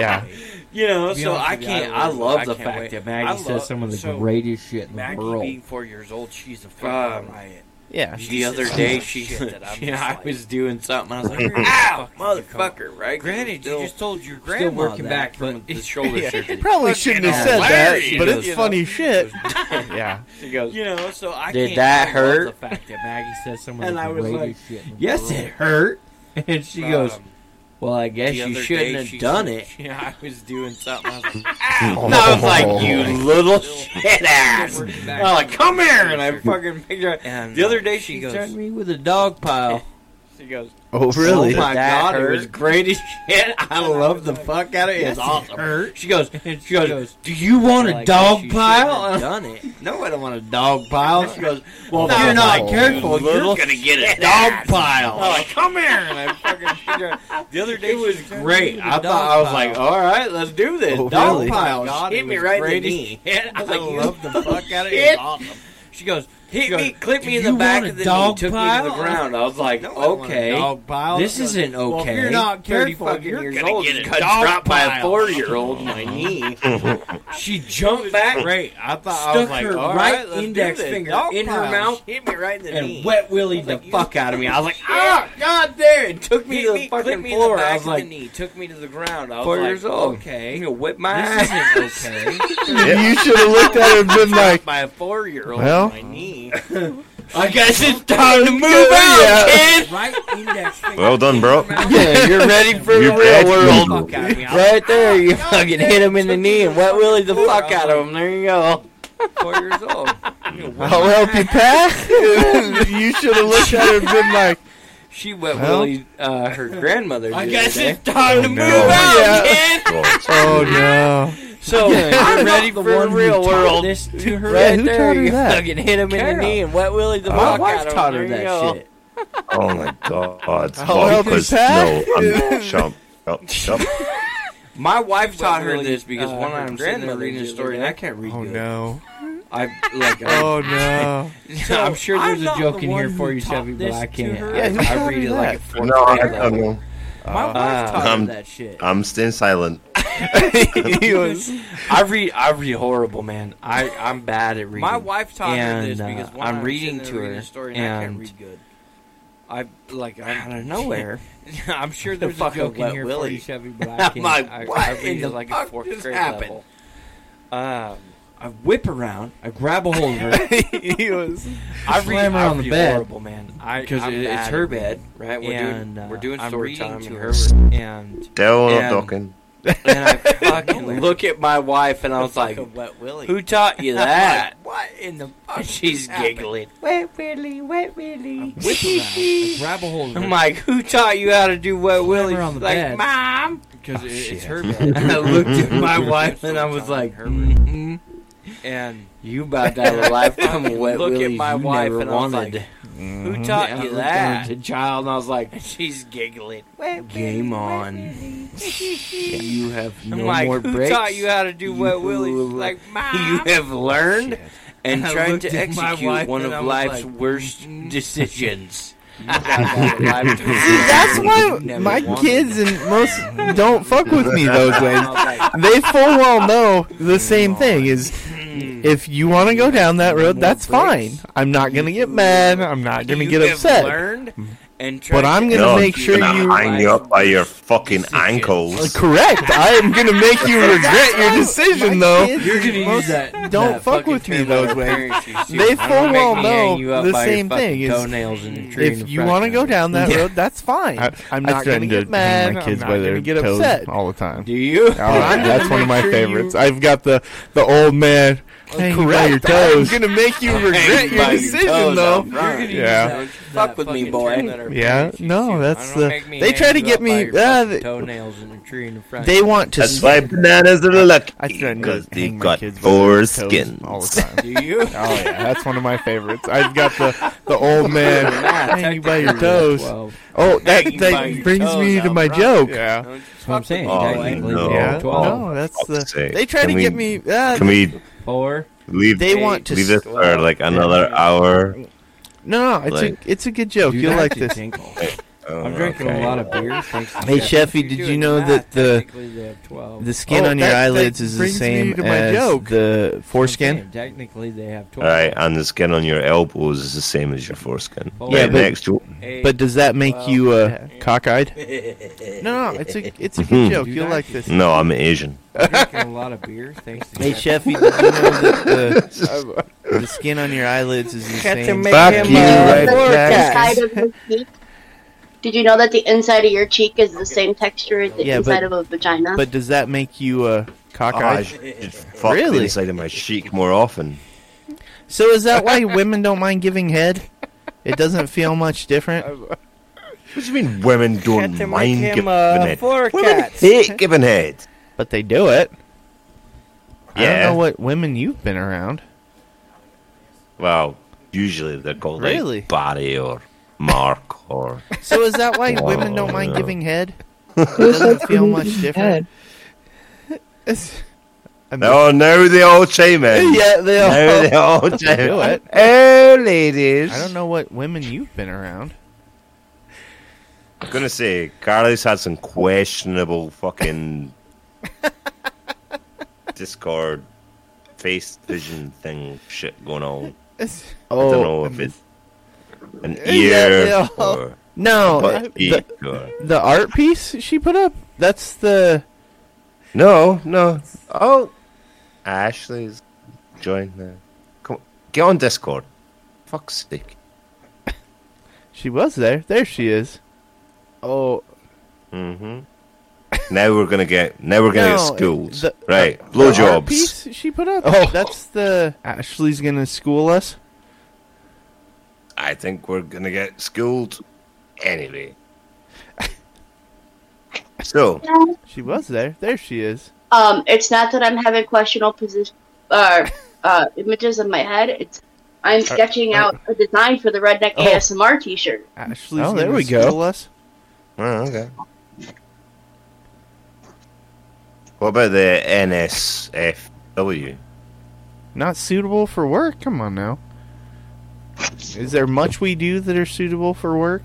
Speaker 4: Yeah.
Speaker 1: You know, so
Speaker 6: honest
Speaker 1: I
Speaker 6: with you,
Speaker 1: can't.
Speaker 6: I
Speaker 1: I
Speaker 6: love-
Speaker 1: love
Speaker 6: I
Speaker 1: the
Speaker 6: can't
Speaker 1: fact
Speaker 6: wait.
Speaker 1: that
Speaker 6: I
Speaker 1: Maggie
Speaker 6: love-
Speaker 1: says
Speaker 12: some of the
Speaker 6: so,
Speaker 12: greatest shit in the
Speaker 6: Maggie
Speaker 12: world.
Speaker 6: being four years old, she's a fucking
Speaker 1: Um,
Speaker 6: riot.
Speaker 3: Yeah.
Speaker 1: the other
Speaker 6: said
Speaker 1: day
Speaker 6: some
Speaker 1: she,
Speaker 6: shit that I'm
Speaker 1: yeah,
Speaker 6: just
Speaker 1: I
Speaker 6: like-
Speaker 1: was doing something. I was like,
Speaker 14: Ow,
Speaker 1: "Ow,
Speaker 14: motherfucker, right?
Speaker 1: Granted, you just
Speaker 14: told your
Speaker 1: still working back from the shoulder surgery.
Speaker 3: Probably shouldn't have said that, but it's funny shit.
Speaker 4: Yeah.
Speaker 1: She goes, you know, so I
Speaker 14: Did
Speaker 1: can't
Speaker 14: that
Speaker 1: I love
Speaker 14: hurt?
Speaker 1: The fact that
Speaker 12: Maggie says some of
Speaker 1: And I
Speaker 12: the
Speaker 1: was like,
Speaker 12: greatest shit. in the
Speaker 14: Yes,
Speaker 12: world.
Speaker 14: it hurt. And she goes,
Speaker 1: um,
Speaker 14: Well, I guess
Speaker 1: the
Speaker 14: you
Speaker 1: other day
Speaker 14: shouldn't
Speaker 1: she
Speaker 14: have done
Speaker 1: said-
Speaker 14: it.
Speaker 1: Yeah, I was doing something. I was like,
Speaker 14: And I was
Speaker 3: Oh.
Speaker 14: like, You little shit ass.
Speaker 1: Still working back
Speaker 14: I'm like, Come here. And I
Speaker 1: from-
Speaker 14: fucking picked her up.
Speaker 1: and
Speaker 14: The other day, she,
Speaker 1: goes,
Speaker 14: turned me with a dog pile.
Speaker 1: she goes,
Speaker 3: Oh, really?
Speaker 14: Oh my
Speaker 1: That
Speaker 14: god,
Speaker 1: hurt. Oh
Speaker 14: it was great as shit. I love the fuck out of it.
Speaker 1: Yes,
Speaker 14: it's
Speaker 1: it
Speaker 14: awesome.
Speaker 1: hurt.
Speaker 14: She goes,
Speaker 1: And
Speaker 14: she goes, do you want a
Speaker 1: like,
Speaker 14: dog
Speaker 1: you shouldn't
Speaker 14: pile?
Speaker 1: have
Speaker 14: Done it. No, I don't want a dog pile. She goes, well, if you're
Speaker 3: no,
Speaker 14: not
Speaker 3: you
Speaker 14: careful, you're
Speaker 1: little
Speaker 14: gonna get a dog pile.
Speaker 1: like, come here. And I fucking picked her up. The other day,
Speaker 14: It was
Speaker 1: she turned
Speaker 14: great.
Speaker 1: me
Speaker 14: I
Speaker 1: with a
Speaker 14: thought
Speaker 1: dog
Speaker 14: I was
Speaker 1: pile.
Speaker 14: like, all right, let's do this.
Speaker 3: Oh,
Speaker 14: dog
Speaker 3: really?
Speaker 14: pile.
Speaker 1: God,
Speaker 14: She
Speaker 1: it
Speaker 14: hit me
Speaker 1: was
Speaker 14: right
Speaker 1: great
Speaker 14: in the
Speaker 1: as
Speaker 14: knee. I was
Speaker 1: I
Speaker 14: like,
Speaker 1: love
Speaker 14: the fuck out
Speaker 1: of it. It was
Speaker 14: it.
Speaker 1: awesome.
Speaker 14: She goes,
Speaker 1: Hit
Speaker 14: goes,
Speaker 1: me, clipped me in
Speaker 14: "Do
Speaker 1: the
Speaker 14: you
Speaker 1: back
Speaker 14: want a
Speaker 1: of the knee,
Speaker 14: dog
Speaker 1: took me to
Speaker 14: pile?"
Speaker 1: the ground. I was like, okay,
Speaker 14: dog pile.
Speaker 1: this
Speaker 14: She goes,
Speaker 1: isn't okay.
Speaker 14: well, if you're not
Speaker 1: Thirty
Speaker 14: careful,
Speaker 1: fucking
Speaker 14: you're
Speaker 1: years
Speaker 14: gonna
Speaker 1: old,
Speaker 14: get
Speaker 1: you
Speaker 14: a
Speaker 1: got
Speaker 14: dog
Speaker 1: dropped by a
Speaker 14: pile.
Speaker 1: four-year-old in my knee.
Speaker 5: Oh,
Speaker 14: She jumped back. Great. I thought I was
Speaker 1: Stuck
Speaker 14: like,
Speaker 1: her
Speaker 14: all
Speaker 1: right
Speaker 14: let's do
Speaker 1: index
Speaker 14: this.
Speaker 1: finger
Speaker 14: Dog
Speaker 1: in her
Speaker 14: pile.
Speaker 1: mouth.
Speaker 14: She hit me right in the knee.
Speaker 1: and wet willied the
Speaker 14: like, you-
Speaker 1: fuck out of me. I was like,
Speaker 14: Ah, God there! It took me
Speaker 1: Hit
Speaker 14: to the
Speaker 1: me, clipped
Speaker 14: fucking
Speaker 1: me in the
Speaker 14: floor.
Speaker 1: back
Speaker 14: I
Speaker 1: of
Speaker 14: was
Speaker 1: the
Speaker 14: like,
Speaker 1: knee, took me to the ground. I was
Speaker 14: four
Speaker 1: like,
Speaker 14: years old.
Speaker 1: okay,
Speaker 14: You gonna whip my
Speaker 1: this
Speaker 14: ass?
Speaker 1: isn't okay.
Speaker 3: You should have looked at him and been like,
Speaker 1: by a four-year-old
Speaker 3: Well.
Speaker 1: in my knee.
Speaker 14: I guess it's time to move
Speaker 3: Yeah.
Speaker 14: out, kid.
Speaker 1: Right index finger.
Speaker 5: Well done, bro.
Speaker 14: Yeah, you're ready for
Speaker 5: You
Speaker 14: the real
Speaker 5: bad
Speaker 14: world.
Speaker 1: Fuck
Speaker 5: people.
Speaker 1: out of me. I was
Speaker 14: Right there, you fucking hit him in the knee and wet willy the fuck out of him. There you go.
Speaker 1: four years old. You know, wet-
Speaker 3: I'll help you pack. you should have looked at him and been like,
Speaker 1: She wet
Speaker 3: Well.
Speaker 1: willied uh, her grandmother. the
Speaker 14: I
Speaker 1: other
Speaker 14: guess
Speaker 1: day.
Speaker 14: it's time to move
Speaker 5: no.
Speaker 14: out,
Speaker 3: Yeah.
Speaker 14: kid.
Speaker 3: oh no.
Speaker 14: So
Speaker 1: I'm
Speaker 14: you're ready
Speaker 1: not the
Speaker 14: for the
Speaker 1: one who
Speaker 14: real
Speaker 1: taught
Speaker 14: world.
Speaker 1: This to her.
Speaker 3: Yeah,
Speaker 14: Right
Speaker 3: who
Speaker 14: there,
Speaker 3: taught her
Speaker 14: you
Speaker 3: that?
Speaker 14: fucking hit him in
Speaker 1: Carol.
Speaker 14: the knee and wet willy the
Speaker 1: My
Speaker 14: fuck out
Speaker 1: wife
Speaker 14: of him.
Speaker 1: taught
Speaker 14: There
Speaker 1: her
Speaker 14: you
Speaker 1: that
Speaker 14: go.
Speaker 1: shit.
Speaker 5: Oh my god.
Speaker 3: I'll help you
Speaker 5: Because-
Speaker 3: pack.
Speaker 5: no, I'm chump. Chump, chump.
Speaker 1: My wife taught her
Speaker 14: willied,
Speaker 1: this because
Speaker 14: uh,
Speaker 1: one
Speaker 14: her
Speaker 1: time I'm sitting there
Speaker 14: grandmother
Speaker 1: reading a
Speaker 14: the other
Speaker 1: story and
Speaker 14: day.
Speaker 1: I can't read
Speaker 3: Oh
Speaker 1: good.
Speaker 3: no.
Speaker 1: I like I,
Speaker 3: Oh no.
Speaker 1: I'm
Speaker 14: I'm
Speaker 1: sure
Speaker 14: sure
Speaker 1: there's
Speaker 14: I'm
Speaker 1: a
Speaker 14: not
Speaker 1: joke
Speaker 14: the
Speaker 1: in here
Speaker 14: one
Speaker 1: for
Speaker 14: who
Speaker 1: you,
Speaker 14: taught
Speaker 1: Chevy, but
Speaker 14: this
Speaker 1: I
Speaker 14: to
Speaker 1: can't.
Speaker 14: her.
Speaker 1: I,
Speaker 3: Yeah, who
Speaker 1: I
Speaker 3: taught
Speaker 1: read
Speaker 3: her
Speaker 1: it like
Speaker 3: that?
Speaker 1: a fourth
Speaker 5: No, I,
Speaker 1: grade
Speaker 5: I
Speaker 1: level.
Speaker 5: know.
Speaker 1: My
Speaker 14: Uh,
Speaker 1: wife taught her
Speaker 5: Um,
Speaker 1: that shit.
Speaker 5: I'm staying silent.
Speaker 3: he was
Speaker 1: I read I read horrible, man. I I'm bad at reading.
Speaker 6: My wife taught
Speaker 1: and,
Speaker 6: her this
Speaker 1: uh,
Speaker 6: because one
Speaker 1: I'm
Speaker 6: time
Speaker 1: reading
Speaker 6: sitting
Speaker 1: to
Speaker 6: there reading
Speaker 1: her,
Speaker 6: a story and, I
Speaker 1: and-
Speaker 6: can't read good.
Speaker 1: I like I'm out of nowhere.
Speaker 6: I'm sure
Speaker 1: The
Speaker 6: there's a
Speaker 1: fucking
Speaker 6: joke in
Speaker 1: wet
Speaker 6: here for
Speaker 1: willy.
Speaker 6: you, Chevy, but I
Speaker 1: I'm
Speaker 6: can't.
Speaker 1: like,
Speaker 6: I,
Speaker 1: what
Speaker 6: I
Speaker 1: in
Speaker 6: read it
Speaker 1: the
Speaker 6: like
Speaker 1: fuck
Speaker 6: a fourth
Speaker 1: just
Speaker 6: grade
Speaker 1: happened?
Speaker 6: level. Um,
Speaker 1: I whip around. I grab a hold of her.
Speaker 3: he was
Speaker 1: I read
Speaker 12: Slam her
Speaker 1: I
Speaker 12: on the
Speaker 1: read
Speaker 12: bed.
Speaker 1: horrible, man. I
Speaker 6: because
Speaker 1: I'm
Speaker 6: it,
Speaker 1: bad
Speaker 6: it's
Speaker 1: at
Speaker 6: her
Speaker 1: reading.
Speaker 6: bed, right? We're
Speaker 1: and,
Speaker 6: doing
Speaker 1: uh,
Speaker 6: we're doing
Speaker 1: I'm
Speaker 6: story
Speaker 1: reading
Speaker 6: time
Speaker 1: to
Speaker 6: in
Speaker 1: her,
Speaker 6: her
Speaker 1: and
Speaker 5: Tell I'm
Speaker 1: And-
Speaker 5: not talking.
Speaker 1: and I fucking look at my wife and I was like,
Speaker 14: wet willy.
Speaker 1: "Who taught you that?"
Speaker 14: What in the fuck?
Speaker 1: And she's giggling.
Speaker 14: Wet willy, wet willy.
Speaker 1: Whip around. I grab a hold of
Speaker 14: I'm
Speaker 1: her.
Speaker 14: like, who taught you how to do wet willy?
Speaker 12: her on the
Speaker 14: She's like,
Speaker 12: bed.
Speaker 14: mom.
Speaker 6: because it, it's
Speaker 1: shit.
Speaker 6: her bed.
Speaker 14: And I looked at my wife and I was like,
Speaker 1: And "Mm-hmm."
Speaker 14: you about to have a lifetime of wet
Speaker 1: look
Speaker 14: willies
Speaker 1: at my
Speaker 14: you
Speaker 1: wife
Speaker 14: never
Speaker 1: and I was
Speaker 14: wanted.
Speaker 1: like,
Speaker 6: Who taught
Speaker 1: Yeah,
Speaker 6: you
Speaker 1: I
Speaker 6: that?
Speaker 1: looked at the child, and I was like,
Speaker 6: She's giggling.
Speaker 1: "Game on! you have no
Speaker 6: I'm like,
Speaker 1: more
Speaker 6: who
Speaker 1: breaks.
Speaker 6: taught you how to do wet willies?
Speaker 1: fool.
Speaker 6: Like,
Speaker 1: You
Speaker 6: ma.
Speaker 1: have learned and
Speaker 6: And I
Speaker 1: tried
Speaker 6: looked
Speaker 1: to
Speaker 6: at my
Speaker 1: execute
Speaker 6: wife
Speaker 1: one
Speaker 6: and I
Speaker 1: of
Speaker 6: was
Speaker 1: life's
Speaker 6: like, "Mm-hmm."
Speaker 1: worst decisions."
Speaker 3: That's why my kids and most don't fuck with me those ways. They full well know the same thing is if you want to go down that road, that's fine. I'm not going to get mad. I'm not going to
Speaker 6: You
Speaker 3: get
Speaker 6: have
Speaker 3: upset.
Speaker 6: learned and tried
Speaker 3: But I'm going to
Speaker 5: No,
Speaker 3: make sure
Speaker 5: gonna
Speaker 3: you
Speaker 5: hang you up by your fucking ankles.
Speaker 3: Uh, correct. I am going to make you regret your decision though.
Speaker 1: You're gonna use that.
Speaker 3: Don't
Speaker 1: that
Speaker 3: fuck
Speaker 1: fucking
Speaker 3: with me
Speaker 1: term
Speaker 3: those
Speaker 1: of
Speaker 3: ways.
Speaker 1: parents you see.
Speaker 3: They
Speaker 1: Don't
Speaker 3: full
Speaker 1: make
Speaker 3: well
Speaker 1: me
Speaker 3: know
Speaker 1: hang you up
Speaker 3: the
Speaker 1: by your
Speaker 3: same
Speaker 1: fucking
Speaker 3: thing is
Speaker 1: Toenails in the tree in
Speaker 3: If
Speaker 1: the
Speaker 3: you
Speaker 1: front
Speaker 3: want to
Speaker 1: yard.
Speaker 3: go down that road, that's fine. I, am
Speaker 4: I
Speaker 3: not going
Speaker 4: threaten
Speaker 3: to get
Speaker 4: to hang
Speaker 3: mad.
Speaker 4: my
Speaker 3: I'm
Speaker 4: kids
Speaker 3: not
Speaker 4: by
Speaker 3: going
Speaker 4: their
Speaker 3: to get
Speaker 4: toes
Speaker 3: upset.
Speaker 4: all the time.
Speaker 1: do you?
Speaker 4: Oh, that's one of my favorites. I've got the the old man hanging by your
Speaker 3: Uh, Correct. I'm
Speaker 4: toes.
Speaker 3: going to make you
Speaker 1: Hang
Speaker 3: regret your
Speaker 1: by your
Speaker 3: decision though.
Speaker 4: Yeah.
Speaker 1: Don't fuck with me, boy.
Speaker 4: Yeah, no, that's
Speaker 1: Don't
Speaker 4: the.
Speaker 1: make me
Speaker 3: they
Speaker 1: hang
Speaker 3: try to
Speaker 1: you
Speaker 3: get
Speaker 1: up by
Speaker 3: me-
Speaker 1: your
Speaker 3: ah,
Speaker 1: fucking
Speaker 3: they-
Speaker 1: toenails in a tree in the front.
Speaker 3: They want to.
Speaker 5: That's why bananas are lucky
Speaker 4: I threaten to
Speaker 5: because
Speaker 4: hang
Speaker 5: they've
Speaker 4: my
Speaker 5: got
Speaker 4: kids by
Speaker 5: four
Speaker 4: their toes all
Speaker 5: skins.
Speaker 4: the time.
Speaker 1: do you?
Speaker 4: Oh yeah, that's one of my favorites. I've got the the old man hanging by your toes.
Speaker 1: Well,
Speaker 3: Oh, that,
Speaker 1: Hanging by your
Speaker 3: that brings
Speaker 1: toes
Speaker 3: me to
Speaker 1: out
Speaker 3: my
Speaker 1: front.
Speaker 3: joke.
Speaker 4: Yeah,
Speaker 12: That's what I'm saying.
Speaker 5: Oh,
Speaker 12: Technically,
Speaker 5: no.
Speaker 4: yeah.
Speaker 5: Oh,
Speaker 4: No,
Speaker 12: Twelve.
Speaker 4: that's
Speaker 5: fuck's
Speaker 4: the.
Speaker 5: sake.
Speaker 3: uh, They try
Speaker 5: Can
Speaker 3: to
Speaker 5: we-
Speaker 3: get me. Uh,
Speaker 5: Can we
Speaker 12: four.
Speaker 5: leave?
Speaker 3: they want to.
Speaker 5: leave this
Speaker 3: s-
Speaker 5: for like another hour.
Speaker 3: No, no, it's
Speaker 5: Like-
Speaker 3: a it's a good joke. You'll like this.
Speaker 5: Oh,
Speaker 12: I'm drinking
Speaker 5: okay.
Speaker 12: a lot of beer. Thanks to
Speaker 3: Hey,
Speaker 12: Sheffy.
Speaker 3: Sheffy, did you know that the
Speaker 1: technically they have twelve.
Speaker 3: the skin
Speaker 4: Oh,
Speaker 3: on your
Speaker 4: that- that
Speaker 3: eyelids is the
Speaker 4: brings me
Speaker 3: same
Speaker 4: to my
Speaker 3: as
Speaker 4: joke.
Speaker 3: the foreskin?
Speaker 12: Damn, Technically, they have
Speaker 5: All
Speaker 12: twelve.
Speaker 5: right, and the skin on your elbows is the same as your foreskin.
Speaker 3: Yeah,
Speaker 5: right,
Speaker 3: but-
Speaker 5: next joke.
Speaker 3: But does that make you uh, cockeyed? Mm-hmm.
Speaker 6: no,
Speaker 3: No, no, it's a it's a
Speaker 5: Mhm.
Speaker 3: good joke. You'll like this.
Speaker 5: No, I'm Asian.
Speaker 12: drinking a lot of beer. Thanks to
Speaker 3: Hey, Sheffy, did you know that the, the skin on your eyelids is the same?
Speaker 5: Fuck you, right back.
Speaker 7: Uh, Inside of the cheek. Did you know that the inside of your cheek is the same texture as the
Speaker 3: Yeah, but-
Speaker 7: inside of a vagina?
Speaker 3: But does that make you uh,
Speaker 5: Oh, I
Speaker 3: cockeyed?
Speaker 5: should fuck
Speaker 3: Really?
Speaker 5: the inside of my cheek more often.
Speaker 3: So is that why women don't mind giving head? It doesn't feel much different.
Speaker 5: What do you mean women don't mind giving head? Women
Speaker 6: forecast.
Speaker 5: hate giving head.
Speaker 3: But they do it. I don't
Speaker 5: Yeah.
Speaker 3: know what women you've been around.
Speaker 5: Well, usually they're called
Speaker 3: Really?
Speaker 5: like Barry or Mark or.
Speaker 3: So is that why women don't mind giving head? It doesn't feel much different. It's- I mean-
Speaker 5: Oh, now they all chime in.
Speaker 3: yeah, they
Speaker 5: Now
Speaker 3: all.
Speaker 5: they all chime
Speaker 3: Do
Speaker 5: in.
Speaker 3: it.
Speaker 5: Oh, ladies.
Speaker 3: I don't know what women you've been around.
Speaker 5: I'm gonna say Carlos had some questionable fucking Discord face vision thing shit going on.
Speaker 3: It's-
Speaker 5: I don't
Speaker 3: Oh
Speaker 5: know if it's an
Speaker 3: Yeah,
Speaker 5: ear
Speaker 3: yeah. Oh,
Speaker 5: or
Speaker 3: no,
Speaker 5: butt
Speaker 3: I-
Speaker 5: cheek
Speaker 3: the,
Speaker 5: or
Speaker 3: the art piece she put up. That's the
Speaker 5: no, no. Oh, Ashley's joined now. Come, on, get on Discord. Fuck's sake.
Speaker 3: she was there. There she is. Oh
Speaker 5: hmm Now we're gonna get. Now we're gonna
Speaker 3: Mm-hmm. no,
Speaker 5: get schools.
Speaker 3: the-
Speaker 5: right,
Speaker 3: the art
Speaker 5: blowjobs.
Speaker 3: piece she put up.
Speaker 5: Oh.
Speaker 3: that's the Ashley's gonna school us.
Speaker 5: I think we're gonna get schooled anyway. so
Speaker 3: She was there. There she is.
Speaker 7: um, it's not that I'm having questionable position uh, uh, images in my head. It's I'm sketching out a design for the redneck ASMR T-shirt.
Speaker 3: Ashley's
Speaker 4: Oh, there
Speaker 3: gonna
Speaker 4: we go.
Speaker 3: school us.
Speaker 5: oh, okay. What about the NSFW?
Speaker 3: Not suitable for work. Come on now. Is there much we do that are suitable for work?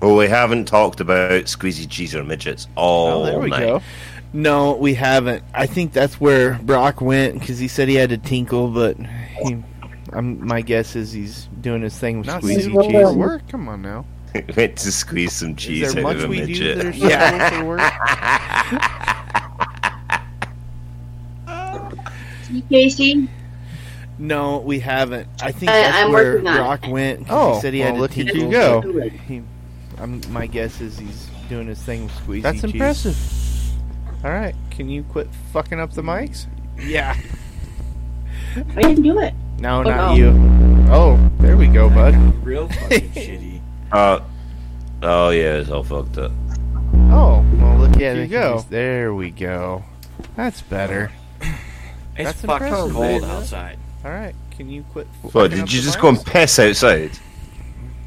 Speaker 5: Well, we haven't talked about squeezy cheese or midgets all
Speaker 3: Oh, there we
Speaker 5: night.
Speaker 3: go. No, we haven't. I think that's where Brock went because he said he had to tinkle, but he, I'm, my guess is he's doing his thing with
Speaker 4: Not
Speaker 3: squeezy
Speaker 4: suitable
Speaker 3: cheese.
Speaker 4: for
Speaker 3: work? Come on now.
Speaker 5: Went to squeeze some cheese
Speaker 3: Is there
Speaker 5: out
Speaker 3: much
Speaker 5: of a
Speaker 3: we do that are
Speaker 5: midget.
Speaker 3: suitable for work?
Speaker 7: See, Casey,
Speaker 3: No, we haven't. I think
Speaker 7: I-
Speaker 3: that's
Speaker 7: I'm
Speaker 3: where
Speaker 7: working on it.
Speaker 3: Brock went. 'cause
Speaker 4: Oh,
Speaker 3: he said he
Speaker 4: well,
Speaker 3: had to
Speaker 4: look at
Speaker 3: tinkle,
Speaker 4: you go.
Speaker 3: but He, I'm, my guess is he's doing his thing with squeezy
Speaker 4: That's
Speaker 3: cheese.
Speaker 4: impressive. All right, can you quit fucking up the mics?
Speaker 3: Yeah.
Speaker 7: I didn't do it.
Speaker 3: No,
Speaker 7: Oh,
Speaker 3: not
Speaker 7: no.
Speaker 3: you. Oh, there we go, bud.
Speaker 6: Real fucking shitty.
Speaker 5: Uh, oh yeah, it's all fucked up.
Speaker 3: Oh, well, look at
Speaker 4: you
Speaker 3: it.
Speaker 4: go.
Speaker 3: There we go. That's better.
Speaker 6: It's
Speaker 3: That's
Speaker 6: fucking
Speaker 3: impressive,
Speaker 6: cold
Speaker 3: eh?
Speaker 6: outside.
Speaker 3: All right. Can you quit?
Speaker 5: What, did you just go and piss outside?